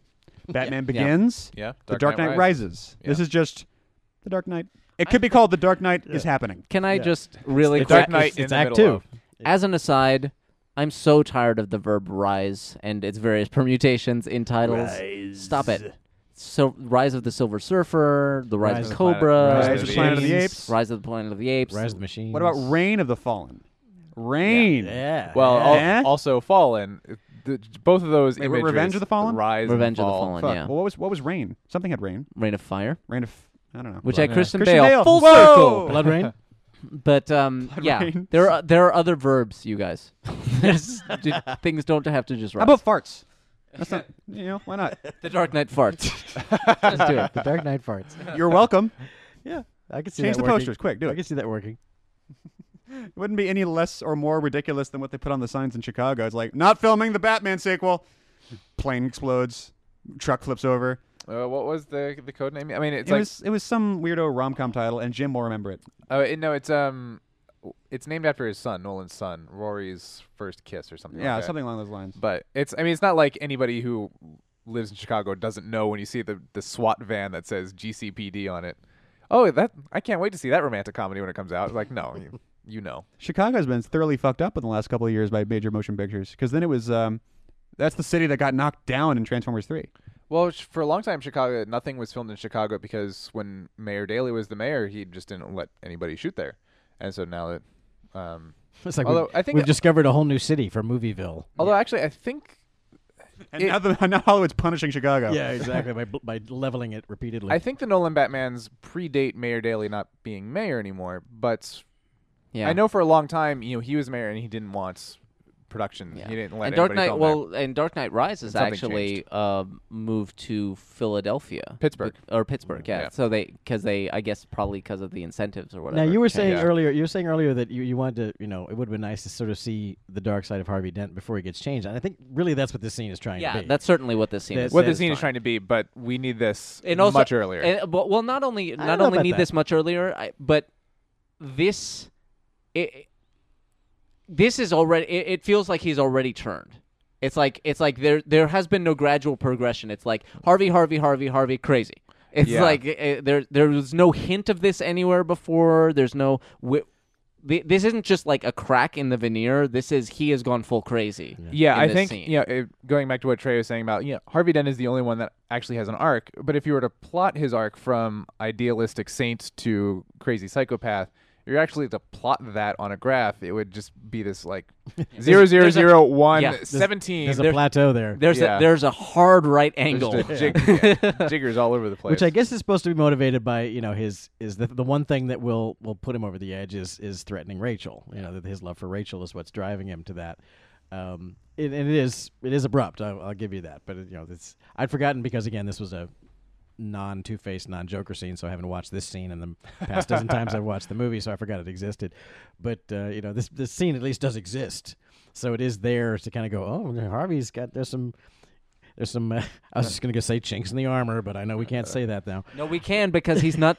[SPEAKER 2] Batman
[SPEAKER 3] Yeah.
[SPEAKER 2] Begins,
[SPEAKER 5] Yeah,
[SPEAKER 2] The
[SPEAKER 5] Dark
[SPEAKER 2] Dark
[SPEAKER 5] Knight
[SPEAKER 2] Knight, Rises. This is just The Dark Knight. It could be called The Dark Knight is happening.
[SPEAKER 3] Can I just really
[SPEAKER 5] The Dark
[SPEAKER 3] quick-
[SPEAKER 5] Knight
[SPEAKER 4] It's,
[SPEAKER 5] in
[SPEAKER 4] it's
[SPEAKER 5] the
[SPEAKER 4] Act
[SPEAKER 5] middle
[SPEAKER 4] Two.
[SPEAKER 5] of-
[SPEAKER 3] As an aside, I'm so tired of the verb rise and its various permutations in titles. Stop it. So, Rise of the Silver Surfer, The Rise,
[SPEAKER 4] Rise
[SPEAKER 3] of
[SPEAKER 4] of the
[SPEAKER 3] Cobra,
[SPEAKER 5] Planet-
[SPEAKER 2] Rise of the Planet of the
[SPEAKER 4] Machines.
[SPEAKER 2] Apes.
[SPEAKER 3] Rise of the Planet of the Apes.
[SPEAKER 4] Rise of the Machine.
[SPEAKER 2] What about Reign of the Fallen? Reign.
[SPEAKER 4] Yeah.
[SPEAKER 5] Well, al-
[SPEAKER 2] Yeah.
[SPEAKER 5] also Fallen. uh, The, both of those
[SPEAKER 2] Eh? Wait,
[SPEAKER 5] imageries.
[SPEAKER 2] Revenge of the Fallen?
[SPEAKER 5] Rise and
[SPEAKER 3] Revenge of the
[SPEAKER 5] Fall.
[SPEAKER 3] Fallen,
[SPEAKER 2] Fuck.
[SPEAKER 3] yeah.
[SPEAKER 2] Well, what was what was Rain? Something had Rain.
[SPEAKER 3] Rain of Fire,
[SPEAKER 2] Rain of I don't know.
[SPEAKER 3] which
[SPEAKER 2] Blood.
[SPEAKER 3] had Kristen,
[SPEAKER 2] Christian Bale.
[SPEAKER 3] Full
[SPEAKER 2] Whoa!
[SPEAKER 3] circle.
[SPEAKER 4] Blood Rain.
[SPEAKER 3] But um, yeah,
[SPEAKER 2] rain.
[SPEAKER 3] there are there are other verbs, you guys. There's- d- things don't have to just.
[SPEAKER 2] How
[SPEAKER 3] Rhyme.
[SPEAKER 2] about farts? That's not, you know, why not?
[SPEAKER 3] the Dark Knight farts? Let's do it.
[SPEAKER 4] The Dark Knight farts.
[SPEAKER 2] You're welcome.
[SPEAKER 4] yeah, I can see
[SPEAKER 2] Change
[SPEAKER 4] that
[SPEAKER 2] the
[SPEAKER 4] working.
[SPEAKER 2] posters, quick, do
[SPEAKER 4] I can
[SPEAKER 2] it.
[SPEAKER 4] see that working.
[SPEAKER 2] It wouldn't be any less or more ridiculous than what they put on the signs in Chicago. It's like, not filming the Batman sequel. Plane explodes, truck flips over.
[SPEAKER 5] Uh, what was the the code name? I mean, it's
[SPEAKER 2] it
[SPEAKER 5] like
[SPEAKER 2] was it was some weirdo rom com title, and Jim will remember it.
[SPEAKER 5] oh it, no, it's um, it's named after his son, Nolan's son, Rory's first kiss or something.
[SPEAKER 2] Yeah,
[SPEAKER 5] like that.
[SPEAKER 2] something along those lines.
[SPEAKER 5] But it's I mean, it's not like anybody who lives in Chicago doesn't know when you see the the SWAT van that says GCPD on it. Oh, that I can't wait to see that romantic comedy when it comes out. Like, no, you, you know.
[SPEAKER 2] Chicago's been thoroughly fucked up in the last couple of years by major motion pictures because then it was um, that's the city that got knocked down in Transformers Three.
[SPEAKER 5] Well, sh- for a long time, Chicago, nothing was filmed in Chicago because when Mayor Daley was the mayor, he just didn't let anybody shoot there, and so now that, um,
[SPEAKER 4] It's like
[SPEAKER 5] Although
[SPEAKER 4] we've,
[SPEAKER 5] I think-
[SPEAKER 4] we've discovered a whole new city for Movieville.
[SPEAKER 5] although actually I think
[SPEAKER 2] And
[SPEAKER 5] It-
[SPEAKER 2] now, the, now Hollywood's punishing Chicago.
[SPEAKER 4] Yeah, exactly. by, bl- by leveling it repeatedly.
[SPEAKER 5] Oh. I think the Nolan Batman's predate Mayor Daley not being mayor anymore, but
[SPEAKER 3] Yeah,
[SPEAKER 5] I know for a long time, you know, he was mayor and he didn't want production.
[SPEAKER 3] Yeah.
[SPEAKER 5] He didn't let
[SPEAKER 3] and Dark
[SPEAKER 5] anybody
[SPEAKER 3] Knight,
[SPEAKER 5] film
[SPEAKER 3] well, and Dark Knight Rises
[SPEAKER 5] Something
[SPEAKER 3] actually uh, moved to Philadelphia,
[SPEAKER 5] Pittsburgh.
[SPEAKER 3] Bec- or Pittsburgh. Yeah,
[SPEAKER 5] Yeah.
[SPEAKER 3] so they because they, I guess, probably because of the incentives or
[SPEAKER 4] now
[SPEAKER 3] whatever.
[SPEAKER 4] you were
[SPEAKER 3] changed.
[SPEAKER 4] saying
[SPEAKER 5] Yeah.
[SPEAKER 4] earlier, you were saying earlier that you, you wanted to, you know, it would have been nice to sort of see the dark side of Harvey Dent before he gets changed. And I think really that's what this scene is trying
[SPEAKER 3] yeah,
[SPEAKER 4] to be.
[SPEAKER 3] that's certainly what this scene
[SPEAKER 4] That-
[SPEAKER 3] is.
[SPEAKER 5] what
[SPEAKER 4] that
[SPEAKER 5] the scene is trying
[SPEAKER 4] fine.
[SPEAKER 5] to be, but we need this
[SPEAKER 3] and also
[SPEAKER 5] much earlier.
[SPEAKER 3] and- but, well, not only
[SPEAKER 4] don't
[SPEAKER 3] not
[SPEAKER 4] know
[SPEAKER 3] only
[SPEAKER 4] about
[SPEAKER 3] need
[SPEAKER 4] that.
[SPEAKER 3] this much earlier, I, but this it, this is already. It, it feels like he's already turned. It's like it's like there there has been no gradual progression. It's like Harvey, Harvey, Harvey, Harvey, crazy. It's
[SPEAKER 5] Yeah.
[SPEAKER 3] like uh, there there was no hint of this anywhere before. There's no. Wi- thi- this isn't just like a crack in the veneer. This is he has gone full crazy.
[SPEAKER 5] Yeah,
[SPEAKER 3] in
[SPEAKER 5] I
[SPEAKER 3] this
[SPEAKER 5] think
[SPEAKER 3] scene.
[SPEAKER 5] you know, it, going back to what Trey was saying about you know, Harvey Dent is the only one that actually has an arc. But if you were to plot his arc from idealistic saint to crazy psychopath, you're actually to plot that on a graph, it would just be this like zero zero
[SPEAKER 3] there's a-
[SPEAKER 5] zero one
[SPEAKER 3] yeah, there's-
[SPEAKER 5] seventeen.
[SPEAKER 4] There's a
[SPEAKER 3] There-
[SPEAKER 4] plateau there.
[SPEAKER 3] There's
[SPEAKER 5] Yeah.
[SPEAKER 3] a, there's a hard right angle.
[SPEAKER 5] There's just a jig- yeah, jiggers all over the place.
[SPEAKER 4] Which I guess is supposed to be motivated by you know his is the the one thing that will will put him over the edge is is threatening Rachel. You know that his love for Rachel is what's driving him to that. Um, it, and it is it is abrupt. I'll, I'll give you that. But you know it's I'd forgotten because again this was a non Two Face non Joker scene, so I haven't watched this scene in the past dozen times I've watched the movie, so I forgot it existed. But uh, you know this this scene at least does exist, so it is there to kind of go oh Harvey's got there's some. There's some. Uh, I was just gonna go say chinks in the armor, but I know we can't say that now.
[SPEAKER 3] No, we can because he's not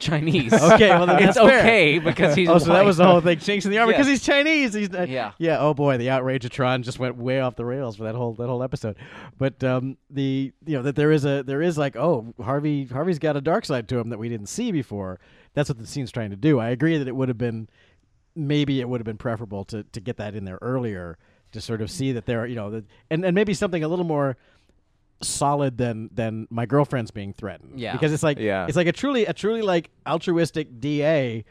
[SPEAKER 3] Chinese.
[SPEAKER 4] Okay, well then
[SPEAKER 3] it's
[SPEAKER 4] that's fair.
[SPEAKER 3] okay because he's.
[SPEAKER 4] Oh, so
[SPEAKER 3] white.
[SPEAKER 4] that was the whole thing. Chinks in the armor
[SPEAKER 3] Yeah.
[SPEAKER 4] because he's Chinese. He's not,
[SPEAKER 3] Yeah.
[SPEAKER 4] yeah. Oh boy, the outrage of Tron just went way off the rails for that whole that whole episode. But um, the you know that there is a there is like oh Harvey Harvey's got a dark side to him that we didn't see before. That's what the scene's trying to do. I agree that it would have been maybe it would have been preferable to to get that in there earlier to sort of see that there are you know that and and maybe something a little more solid than than my girlfriend's being threatened
[SPEAKER 3] Yeah.
[SPEAKER 4] because it's like
[SPEAKER 5] Yeah.
[SPEAKER 4] it's like a truly a truly like altruistic da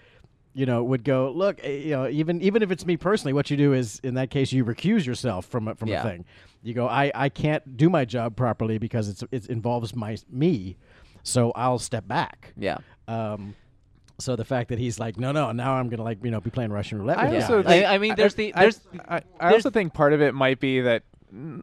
[SPEAKER 4] you know would go look eh, you know even even if it's me personally what you do is in that case you recuse yourself from a, from
[SPEAKER 3] Yeah.
[SPEAKER 4] a thing you go i i can't do my job properly because it's it involves my me so i'll step back
[SPEAKER 3] Yeah.
[SPEAKER 4] um so the fact that he's like no no now i'm gonna like you know be playing russian roulette
[SPEAKER 5] I
[SPEAKER 4] with
[SPEAKER 3] Yeah.
[SPEAKER 5] also
[SPEAKER 4] guys."
[SPEAKER 5] think-
[SPEAKER 3] I- I mean, there's the-
[SPEAKER 5] I-
[SPEAKER 3] there's-
[SPEAKER 5] I, I
[SPEAKER 3] there's-
[SPEAKER 5] also think part of it might be that mm,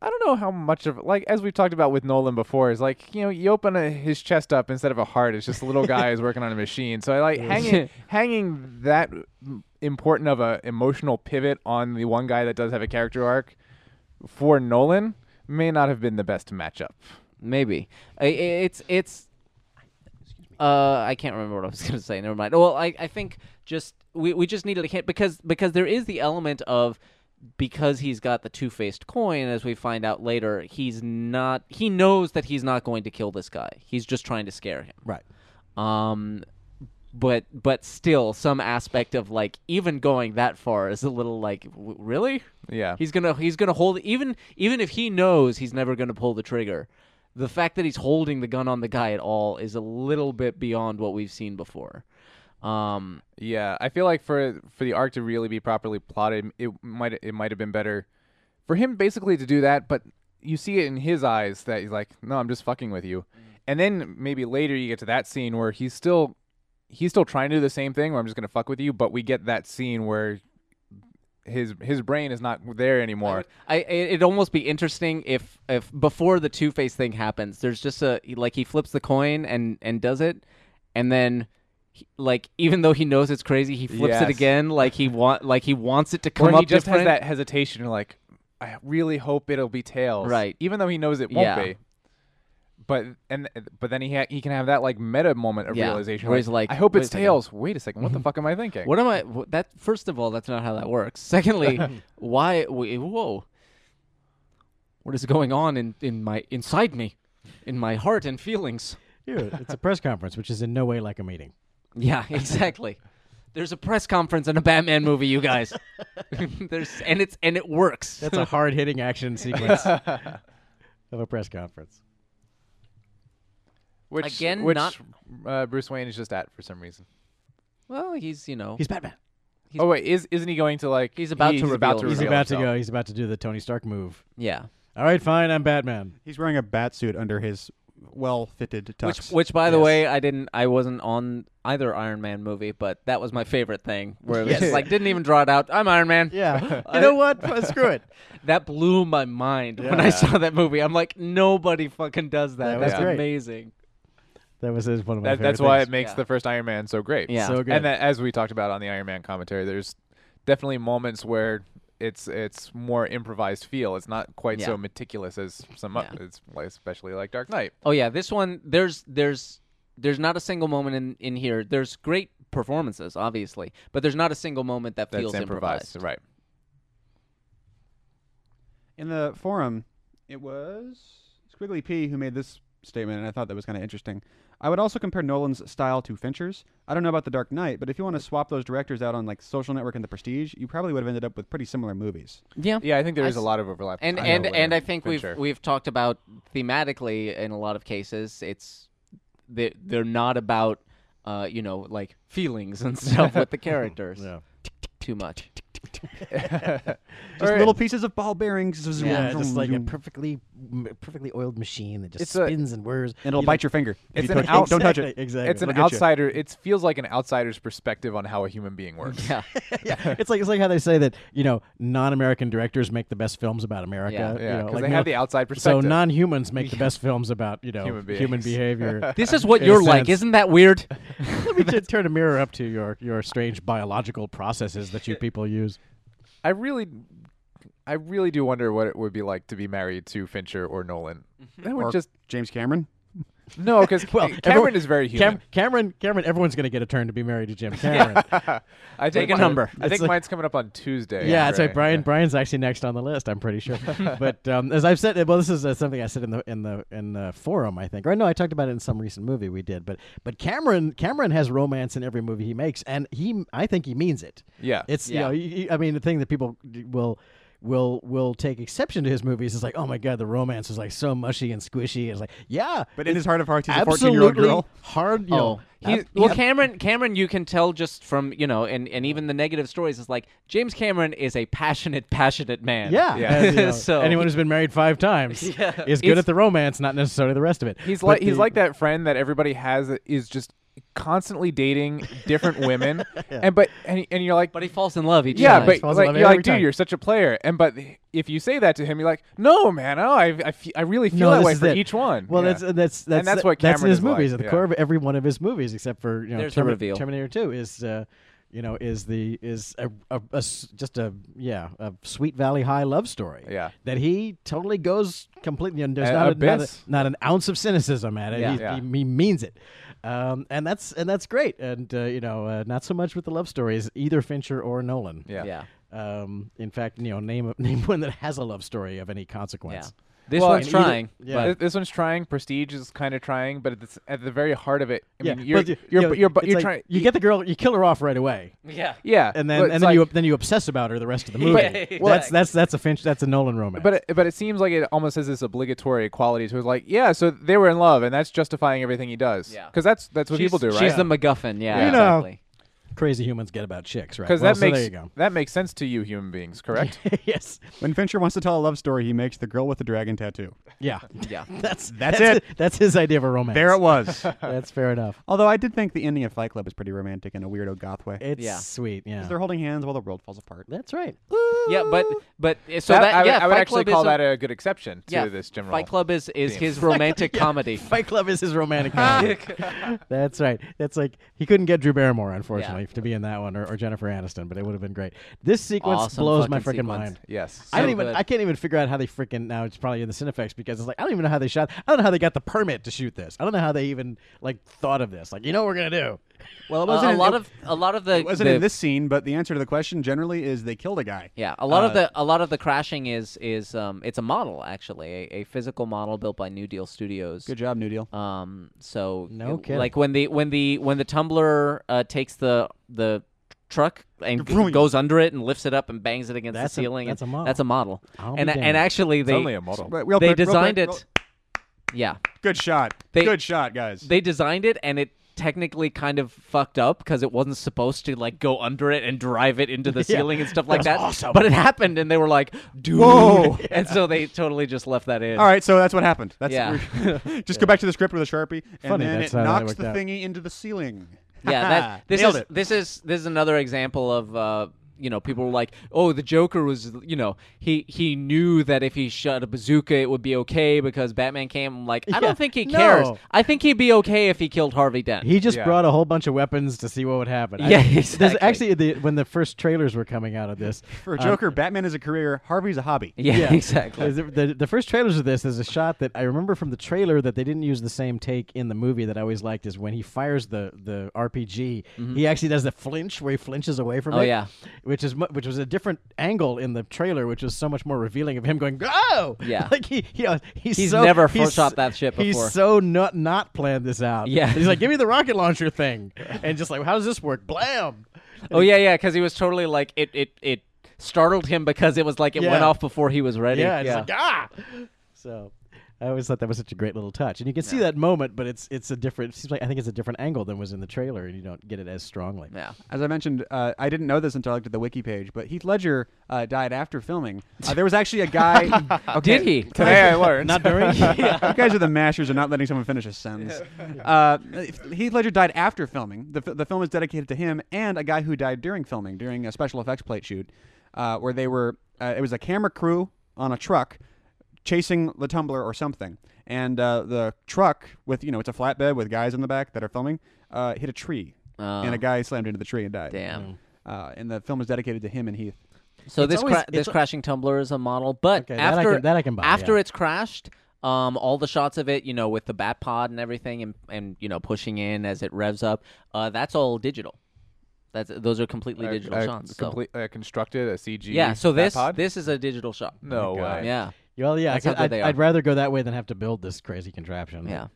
[SPEAKER 5] I don't know how much of like as we've talked about with Nolan before is like you know you open a, his chest up instead of a heart it's just a little guy is working on a machine so I like hanging hanging that m- important of a emotional pivot on the one guy that does have a character arc for Nolan may not have been the best matchup.
[SPEAKER 3] Maybe I- I- it's it's. Uh, I can't remember what I was going to say. Never mind. Well, I, I think just we, we just needed a hint because because there is the element of because he's got the two faced coin, as we find out later, he's not. He knows that he's not going to kill this guy. He's just trying to scare him.
[SPEAKER 4] right
[SPEAKER 3] um but but still some aspect of like even going that far is a little like w- really
[SPEAKER 5] Yeah.
[SPEAKER 3] he's gonna he's gonna hold even even if he knows he's never gonna pull the trigger the fact that he's holding the gun on the guy at all is a little bit beyond what we've seen before um
[SPEAKER 5] Yeah, I feel like for for the arc to really be properly plotted, it might it might have been better for him basically to do that. But you see it in his eyes
[SPEAKER 3] Mm.
[SPEAKER 5] that he's like, "No, I'm just fucking with you," and then maybe later you get to that scene where he's still he's still trying to do the same thing where I'm just gonna fuck with you, but we get that scene where his his brain is not there
[SPEAKER 3] I
[SPEAKER 5] anymore.
[SPEAKER 3] would- I, I it'd almost be interesting if if before the Two Face thing happens, there's just a like he flips the coin and and does it, and then he- like even though he knows it's crazy, he flips
[SPEAKER 5] Yes.
[SPEAKER 3] it again. Like he want like he wants it to
[SPEAKER 5] Or
[SPEAKER 3] come
[SPEAKER 5] he
[SPEAKER 3] up
[SPEAKER 5] just
[SPEAKER 3] different.
[SPEAKER 5] has that hesitation, like, I really hope it'll be tails,
[SPEAKER 3] Right.
[SPEAKER 5] Even though he knows it won't
[SPEAKER 3] Yeah.
[SPEAKER 5] be. But and but then he ha- he can have that like meta moment of
[SPEAKER 3] Yeah,
[SPEAKER 5] realization
[SPEAKER 3] where he's like,
[SPEAKER 5] I hope
[SPEAKER 3] wait
[SPEAKER 5] it's
[SPEAKER 3] a second. Mm-hmm.
[SPEAKER 5] tails. Wait a second, what the fuck am I thinking?
[SPEAKER 3] What am I? wh- That first of all, that's not how that works. Secondly, why? wh- Whoa, what is going on in in my inside me, in my heart and feelings?
[SPEAKER 4] Dude, it's a press conference, which is in no way like a meeting.
[SPEAKER 3] Yeah, exactly. There's a press conference in a Batman movie, you guys. There's and it's and it works.
[SPEAKER 4] That's a hard hitting action sequence of a press conference.
[SPEAKER 5] Which
[SPEAKER 3] Again,
[SPEAKER 5] which,
[SPEAKER 3] not-
[SPEAKER 5] uh, Bruce Wayne is just at for some reason.
[SPEAKER 3] well, he's you know
[SPEAKER 4] He's Batman.
[SPEAKER 3] He's-
[SPEAKER 5] oh wait, is isn't he going to like?
[SPEAKER 3] He's about to
[SPEAKER 5] he's about
[SPEAKER 3] reveal
[SPEAKER 5] to
[SPEAKER 3] himself.
[SPEAKER 4] He's
[SPEAKER 5] reveal
[SPEAKER 4] about to
[SPEAKER 5] himself.
[SPEAKER 4] go. He's about to do the Tony Stark move.
[SPEAKER 3] yeah.
[SPEAKER 4] All right, fine. I'm Batman.
[SPEAKER 2] He's wearing a bat suit under his well-fitted tux.
[SPEAKER 3] Which which by the way, I didn't I wasn't on either Iron Man movie, but that was my favorite thing where it was just like didn't even draw it out. I'm Iron Man.
[SPEAKER 4] Yeah. you know what? F- Screw it.
[SPEAKER 3] That blew my mind when I saw that movie. I'm like nobody fucking does that.
[SPEAKER 4] That was
[SPEAKER 3] That's
[SPEAKER 4] great.
[SPEAKER 3] amazing.
[SPEAKER 4] That was his- one of my
[SPEAKER 5] That,
[SPEAKER 4] favorite
[SPEAKER 5] that's why it
[SPEAKER 4] things.
[SPEAKER 5] makes
[SPEAKER 3] Yeah.
[SPEAKER 5] the first Iron Man so great.
[SPEAKER 3] Yeah.
[SPEAKER 4] so good.
[SPEAKER 5] And that, as we talked about on the Iron Man commentary, there's definitely moments where it's it's more improvised feel. It's not quite
[SPEAKER 3] Yeah.
[SPEAKER 5] so meticulous as some o-
[SPEAKER 3] Yeah.
[SPEAKER 5] it's like- especially like Dark Knight.
[SPEAKER 3] Oh yeah, this one there's there's there's not a single moment in in here. There's great performances, obviously, but there's not a single moment that
[SPEAKER 5] That's
[SPEAKER 3] feels improvised.
[SPEAKER 5] Right.
[SPEAKER 2] in the forum, it was Squiggly P who made this statement, and I thought that was kind of interesting. I would also compare Nolan's style to Fincher's. I don't know about The Dark Knight, but if you want to swap those directors out on like Social Network and The Prestige, you probably would have ended up with pretty similar movies.
[SPEAKER 3] Yeah.
[SPEAKER 5] Yeah, I think there
[SPEAKER 3] I
[SPEAKER 5] is a
[SPEAKER 3] s-
[SPEAKER 5] lot of overlap.
[SPEAKER 3] And
[SPEAKER 5] between
[SPEAKER 3] and
[SPEAKER 5] Nolan
[SPEAKER 3] and I think
[SPEAKER 5] Fincher.
[SPEAKER 3] we've we've talked about thematically in a lot of cases. It's they they're not about uh you know like feelings and stuff with the characters
[SPEAKER 4] Yeah.
[SPEAKER 3] too much.
[SPEAKER 2] Just little pieces of ball bearings.
[SPEAKER 4] Yeah, just like a perfectly, m- perfectly oiled machine that just
[SPEAKER 5] It's a-
[SPEAKER 4] spins and whirs.
[SPEAKER 2] And it'll
[SPEAKER 4] You
[SPEAKER 2] bite your finger. if
[SPEAKER 5] It's
[SPEAKER 2] you
[SPEAKER 5] an
[SPEAKER 2] touch- don't, don't touch it.
[SPEAKER 4] Exactly, Exactly.
[SPEAKER 5] it's an
[SPEAKER 2] It'll get you.
[SPEAKER 5] outsider. It feels like an outsider's perspective on how a human being works.
[SPEAKER 3] Yeah.
[SPEAKER 4] yeah, it's like it's like how they say that you know non-American directors make the best films about America.
[SPEAKER 3] Yeah.
[SPEAKER 4] you
[SPEAKER 5] Yeah,
[SPEAKER 4] know,
[SPEAKER 5] 'cause
[SPEAKER 4] like,
[SPEAKER 5] they
[SPEAKER 4] no-
[SPEAKER 5] have the outside
[SPEAKER 4] So
[SPEAKER 5] perspective.
[SPEAKER 4] non-humans make the best films about you know
[SPEAKER 5] Human beings.
[SPEAKER 4] behavior.
[SPEAKER 3] This is what
[SPEAKER 4] In a
[SPEAKER 3] you're like,
[SPEAKER 4] sense.
[SPEAKER 3] isn't that weird?
[SPEAKER 4] Let me just turn a mirror up to your your strange biological processes that you people use.
[SPEAKER 5] I really, I really do wonder what it would be like to be married to Fincher or Nolan. That would
[SPEAKER 2] Or
[SPEAKER 5] just
[SPEAKER 2] James Cameron.
[SPEAKER 5] no, because
[SPEAKER 4] Well,
[SPEAKER 5] Cameron
[SPEAKER 4] everyone-
[SPEAKER 5] is very
[SPEAKER 4] Cam-
[SPEAKER 5] human.
[SPEAKER 4] Cameron, Cameron, everyone's going to get a turn to be married to Jim Cameron. yeah,
[SPEAKER 5] I think
[SPEAKER 3] Take a
[SPEAKER 5] mine-
[SPEAKER 3] number.
[SPEAKER 5] I think
[SPEAKER 4] It's like-
[SPEAKER 5] mine's coming up on Tuesday.
[SPEAKER 4] that's right. Brian, Brian's actually next on the list. I'm pretty sure. but um, as I've said, well, this is uh, something I said in the in the in the forum, I think, or no, I talked about it in some recent movie we did. But but Cameron, Cameron has romance in every movie he makes, and he, I think, he means it.
[SPEAKER 5] Yeah.
[SPEAKER 4] It's
[SPEAKER 3] Yeah.
[SPEAKER 4] you know, you- you- I mean, the thing that people d- will will will take exception to his movies is like, oh my god, the romance is like so mushy and squishy. It's like, yeah,
[SPEAKER 2] But in his heart of hearts, he's a
[SPEAKER 4] absolutely
[SPEAKER 2] 14-year-old girl. Oh.
[SPEAKER 4] Hard, you know.
[SPEAKER 3] He-
[SPEAKER 4] ab-
[SPEAKER 3] well,
[SPEAKER 4] Oh, yeah.
[SPEAKER 3] Cameron, Cameron, you can tell just from you know, and, and even the negative stories is like James Cameron is a passionate, passionate man.
[SPEAKER 4] yeah.
[SPEAKER 5] Yeah.
[SPEAKER 4] and, you know,
[SPEAKER 3] So-
[SPEAKER 4] anyone who's been married five times
[SPEAKER 3] Yeah.
[SPEAKER 4] is good
[SPEAKER 3] It's-
[SPEAKER 4] at the romance, not necessarily the rest of it.
[SPEAKER 5] He's
[SPEAKER 4] But
[SPEAKER 5] like he's
[SPEAKER 4] the-
[SPEAKER 5] like that friend that everybody has that is just constantly dating different women, and but and, and you're like,
[SPEAKER 3] but he falls in love each
[SPEAKER 5] yeah,
[SPEAKER 3] time.
[SPEAKER 5] but
[SPEAKER 4] falls in
[SPEAKER 5] like,
[SPEAKER 4] love
[SPEAKER 5] you're like,
[SPEAKER 4] every
[SPEAKER 5] dude,
[SPEAKER 4] time."
[SPEAKER 5] you're such a player, and but if you say that to him, you're like, no, man, oh, I I, fe- I really feel
[SPEAKER 4] No,
[SPEAKER 5] that
[SPEAKER 4] this
[SPEAKER 5] way
[SPEAKER 4] is
[SPEAKER 5] for
[SPEAKER 4] it.
[SPEAKER 5] each one.
[SPEAKER 4] Well,
[SPEAKER 5] Yeah.
[SPEAKER 4] that's uh, that's that's
[SPEAKER 5] that's what
[SPEAKER 4] that's in
[SPEAKER 5] Cameron
[SPEAKER 4] his
[SPEAKER 5] is like,
[SPEAKER 4] movies. At the
[SPEAKER 5] yeah.
[SPEAKER 4] core of every one of his movies, except for you know,
[SPEAKER 3] There's the
[SPEAKER 4] Termi-
[SPEAKER 3] reveal.
[SPEAKER 4] Terminator Two is uh, you know is the is a, a- a s- just a yeah a Sweet Valley High love story.
[SPEAKER 5] Yeah.
[SPEAKER 4] that he totally goes completely. And there's
[SPEAKER 5] A-
[SPEAKER 4] not a, not, a,
[SPEAKER 5] abyss.
[SPEAKER 4] not an ounce of cynicism at it.
[SPEAKER 3] Yeah.
[SPEAKER 4] He,
[SPEAKER 5] Yeah.
[SPEAKER 4] He, he means it. Um, and that's and that's great. And uh, you know, uh, not so much with the love stories either Fincher or Nolan.
[SPEAKER 5] yeah.
[SPEAKER 3] yeah,
[SPEAKER 4] Um, in fact, you know, name name one that has a love story of any consequence.
[SPEAKER 3] yeah. This
[SPEAKER 5] Well,
[SPEAKER 3] one's
[SPEAKER 5] and either-
[SPEAKER 3] trying.
[SPEAKER 4] yeah.
[SPEAKER 5] Th- this one's trying. Prestige is kind of trying, but at the, s- at the very heart of it, I mean, you're
[SPEAKER 4] but you-
[SPEAKER 5] you're
[SPEAKER 4] you know,
[SPEAKER 5] but you're, but
[SPEAKER 4] it's
[SPEAKER 5] you're
[SPEAKER 4] like,
[SPEAKER 5] trying.
[SPEAKER 4] You get the girl, you kill her off right away,
[SPEAKER 3] Yeah.
[SPEAKER 5] yeah,
[SPEAKER 4] and then
[SPEAKER 5] but
[SPEAKER 4] and then
[SPEAKER 5] it's
[SPEAKER 4] you
[SPEAKER 5] like-
[SPEAKER 4] then you obsess about her the rest of the movie.
[SPEAKER 3] But- well,
[SPEAKER 4] that's that's that's a Finch, that's a Nolan romance.
[SPEAKER 5] But it, but it seems like it almost has this obligatory quality to it. Like, yeah, so they were in love, and that's justifying everything he does.
[SPEAKER 3] Yeah.
[SPEAKER 5] because that's that's what
[SPEAKER 3] She's-
[SPEAKER 5] people do, right?
[SPEAKER 3] She's the MacGuffin. Yeah,
[SPEAKER 5] You
[SPEAKER 4] know.
[SPEAKER 3] exactly.
[SPEAKER 4] crazy humans get about chicks, right?
[SPEAKER 5] Because
[SPEAKER 4] Well,
[SPEAKER 5] that
[SPEAKER 4] so
[SPEAKER 5] makes
[SPEAKER 4] there you go.
[SPEAKER 5] that makes sense to you, human beings, correct?
[SPEAKER 4] yes.
[SPEAKER 2] When Fincher wants to tell a love story, he makes the girl with the dragon tattoo.
[SPEAKER 4] Yeah.
[SPEAKER 3] Yeah.
[SPEAKER 4] That's
[SPEAKER 2] That's it.
[SPEAKER 4] That's his idea of a romance.
[SPEAKER 2] There it was.
[SPEAKER 4] That's fair enough.
[SPEAKER 2] Although I did think the ending of Fight Club is pretty romantic in a weirdo goth way.
[SPEAKER 4] It's
[SPEAKER 3] Yeah.
[SPEAKER 4] sweet. Yeah.
[SPEAKER 2] They're holding hands while the world falls apart.
[SPEAKER 4] That's right.
[SPEAKER 3] Yeah, but but so
[SPEAKER 5] That-
[SPEAKER 3] that,
[SPEAKER 5] I, would-
[SPEAKER 3] yeah,
[SPEAKER 5] I would
[SPEAKER 3] Fight
[SPEAKER 5] actually
[SPEAKER 3] Club
[SPEAKER 5] call
[SPEAKER 3] is
[SPEAKER 5] that
[SPEAKER 3] a,
[SPEAKER 5] a good exception to
[SPEAKER 3] yeah,
[SPEAKER 5] this general.
[SPEAKER 3] Fight Club is is
[SPEAKER 5] theme.
[SPEAKER 3] his romantic
[SPEAKER 4] Yeah.
[SPEAKER 3] comedy.
[SPEAKER 4] Fight Club is his romantic comedy. That's right. That's like he couldn't get Drew Barrymore, unfortunately, to be in that one, or, or Jennifer Aniston, but it would have been great. This sequence
[SPEAKER 3] Awesome
[SPEAKER 4] blows my freaking
[SPEAKER 3] fucking sequence.
[SPEAKER 4] mind.
[SPEAKER 5] Yes.
[SPEAKER 4] I don't
[SPEAKER 3] So
[SPEAKER 4] even.
[SPEAKER 3] good.
[SPEAKER 4] I can't even figure out how they freaking. Now it's probably in the Cinefex because it's like I don't even know how they shot. I don't know how they got the permit to shoot this. I don't know how they even like thought of this. Like you know what we're gonna do.
[SPEAKER 2] Well, it
[SPEAKER 3] A- a lot of a lot of the
[SPEAKER 2] it wasn't
[SPEAKER 3] the,
[SPEAKER 2] in this scene, but the answer to the question generally is they killed a guy.
[SPEAKER 3] Yeah, a lot
[SPEAKER 2] Uh,
[SPEAKER 3] of the a lot of the crashing is is um it's a model actually a, a physical model built by New Deal Studios.
[SPEAKER 2] Good job, New Deal.
[SPEAKER 3] Um, so
[SPEAKER 4] No
[SPEAKER 3] it-
[SPEAKER 4] kidding.
[SPEAKER 3] like when the when the when the tumbler uh, takes the the truck and
[SPEAKER 2] Vroom.
[SPEAKER 3] goes under it and lifts it up and bangs it against
[SPEAKER 4] That's a-
[SPEAKER 3] the ceiling.
[SPEAKER 4] that's
[SPEAKER 3] and-
[SPEAKER 4] a model.
[SPEAKER 3] That's a model.
[SPEAKER 4] I'll be
[SPEAKER 3] And
[SPEAKER 4] damned.
[SPEAKER 3] and actually
[SPEAKER 5] It's
[SPEAKER 3] they
[SPEAKER 5] only a model.
[SPEAKER 2] Right, real
[SPEAKER 3] they
[SPEAKER 2] quick, real
[SPEAKER 3] designed
[SPEAKER 2] quick, real-
[SPEAKER 3] it. Yeah,
[SPEAKER 2] Good shot.
[SPEAKER 3] They-
[SPEAKER 2] Good shot, guys.
[SPEAKER 3] they designed it and it technically kind of fucked up because it wasn't supposed to like go under it and drive it into the ceiling and stuff like that.
[SPEAKER 4] awesome.
[SPEAKER 3] But it happened and they were like, dude.
[SPEAKER 2] Whoa.
[SPEAKER 3] and so they totally just left that in.
[SPEAKER 2] All right, so that's what happened. That's
[SPEAKER 3] Yeah.
[SPEAKER 2] just go back to the script with a sharpie, and
[SPEAKER 4] Funny,
[SPEAKER 2] then
[SPEAKER 4] that's
[SPEAKER 2] it
[SPEAKER 4] how that
[SPEAKER 2] knocks
[SPEAKER 4] worked
[SPEAKER 2] the
[SPEAKER 4] out.
[SPEAKER 2] thingy into the ceiling.
[SPEAKER 3] Yeah, that, this
[SPEAKER 2] Nailed
[SPEAKER 3] is
[SPEAKER 2] it.
[SPEAKER 3] this is this is another example of uh, you know people were like, oh, the Joker was you know he he knew that if he shot a bazooka it would be okay because Batman came. I'm like, I
[SPEAKER 4] Yeah,
[SPEAKER 3] don't think he cares.
[SPEAKER 4] no.
[SPEAKER 3] I think he'd be okay if he killed Harvey Dent.
[SPEAKER 4] He just
[SPEAKER 5] Yeah.
[SPEAKER 4] brought a whole bunch of weapons to see what would happen.
[SPEAKER 3] Yeah,
[SPEAKER 4] there's
[SPEAKER 3] exactly.
[SPEAKER 4] Actually, the, when the first trailers were coming out of this,
[SPEAKER 2] For a
[SPEAKER 4] um,
[SPEAKER 2] Joker, Batman is a career, Harvey's a hobby.
[SPEAKER 3] yeah, exactly.
[SPEAKER 4] The, the, the first trailers of this, there's a shot that I remember from the trailer that they didn't use the same take in the movie that I always liked is when he fires the, the RPG, he actually does the flinch where he flinches away from
[SPEAKER 3] Mm-hmm. Oh,
[SPEAKER 4] it.
[SPEAKER 3] yeah.
[SPEAKER 4] Which is mu- which was a different angle in the trailer, which was so much more revealing of him going, go!
[SPEAKER 3] Yeah.
[SPEAKER 4] Like he, you know, he's,
[SPEAKER 3] He's
[SPEAKER 4] so,
[SPEAKER 3] never
[SPEAKER 4] he's-
[SPEAKER 3] photoshopped that shit before.
[SPEAKER 4] He's so not, not planned this out.
[SPEAKER 3] Yeah.
[SPEAKER 4] He's like, give me the rocket launcher thing. And just like, how does this work? Blam!
[SPEAKER 3] Oh yeah, yeah, because he was totally like it it it startled him because it was like it went
[SPEAKER 4] Yeah.
[SPEAKER 3] off before he was ready.
[SPEAKER 4] Yeah, it's like ah. So I always thought that was such a great little touch, and you can see that moment, but it's it's a different. It seems like I think it's a different angle than was in the trailer, and you don't get it as strongly.
[SPEAKER 3] yeah.
[SPEAKER 2] As I mentioned, uh, I didn't know this until I looked at the wiki page, but Heath Ledger uh, died after filming. Uh, there was actually a guy.
[SPEAKER 3] Did he?
[SPEAKER 5] Today I learned.
[SPEAKER 4] Not
[SPEAKER 2] you
[SPEAKER 4] during.
[SPEAKER 2] guys are the masters of not letting someone finish a sentence. Uh, Heath Ledger died after filming. The, fi- the film is dedicated to him and a guy who died during filming, during a special effects plate shoot, uh, where they were, uh, it was a camera crew on a truck chasing the tumbler or something. And uh, the truck with, you know, it's a flatbed with guys in the back that are filming, uh, hit a tree.
[SPEAKER 3] Oh.
[SPEAKER 2] And a guy slammed into the tree and died.
[SPEAKER 4] Mm.
[SPEAKER 3] Damn.
[SPEAKER 2] Uh, and the film is dedicated to him and Heath.
[SPEAKER 3] So
[SPEAKER 4] It's
[SPEAKER 3] this
[SPEAKER 4] always-
[SPEAKER 3] cra- this
[SPEAKER 4] it's-
[SPEAKER 3] crashing tumbler is a model, but
[SPEAKER 4] Okay, that I
[SPEAKER 3] after
[SPEAKER 4] can- that I can buy,
[SPEAKER 3] after
[SPEAKER 4] yeah.
[SPEAKER 3] it's crashed, um, all the shots of it, you know, with the bat pod and everything, and and you know pushing in as it revs up, uh, that's all digital. That's those are completely
[SPEAKER 5] A-
[SPEAKER 3] digital
[SPEAKER 5] a
[SPEAKER 3] shots. so-
[SPEAKER 5] complete- uh, constructed a CG.
[SPEAKER 3] yeah, so
[SPEAKER 5] bat
[SPEAKER 3] this
[SPEAKER 5] pod?
[SPEAKER 3] this is a digital shot.
[SPEAKER 5] No
[SPEAKER 4] Oh my God.
[SPEAKER 5] way.
[SPEAKER 3] Yeah,
[SPEAKER 4] well, yeah, I
[SPEAKER 3] That's how
[SPEAKER 4] could-
[SPEAKER 3] good
[SPEAKER 4] I'd,
[SPEAKER 3] they
[SPEAKER 4] I'd
[SPEAKER 3] are.
[SPEAKER 4] rather go that way than have to build this crazy contraption.
[SPEAKER 3] yeah.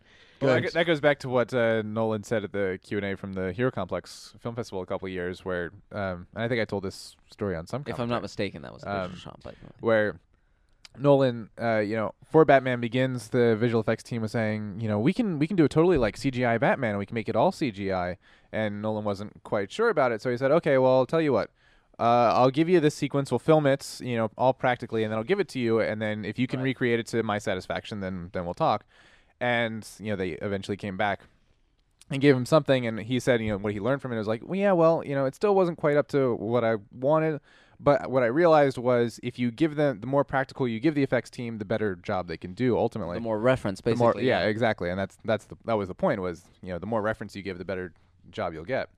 [SPEAKER 5] Well, that, that goes back to what uh, Nolan said at the Q and A from the Hero Complex Film Festival a couple of years, where um, and I think I told this story on some.
[SPEAKER 3] If I'm not
[SPEAKER 5] commentary,
[SPEAKER 3] mistaken, that was a
[SPEAKER 5] Um,
[SPEAKER 3] digital shot. But
[SPEAKER 5] where Nolan, uh, you know, for Batman Begins, the visual effects team was saying, you know, we can we can do a totally like CGI Batman, and we can make it all CGI. And Nolan wasn't quite sure about it, so he said, okay, well, I'll tell you what. Uh, I'll give you this sequence. We'll film it, you know, all practically, and then I'll give it to you. And then if you can recreate it to my satisfaction, then then we'll talk. And you know, they eventually came back and gave him something and he said you know what he learned from it was like well yeah well you know it still wasn't quite up to what i wanted but what i realized was if you give them the more practical you give the effects team the better job they can do ultimately
[SPEAKER 3] the more reference,
[SPEAKER 5] The more-
[SPEAKER 3] basically.
[SPEAKER 5] yeah, exactly and that's that's the, that was the point was you know the more reference you give the better job you'll get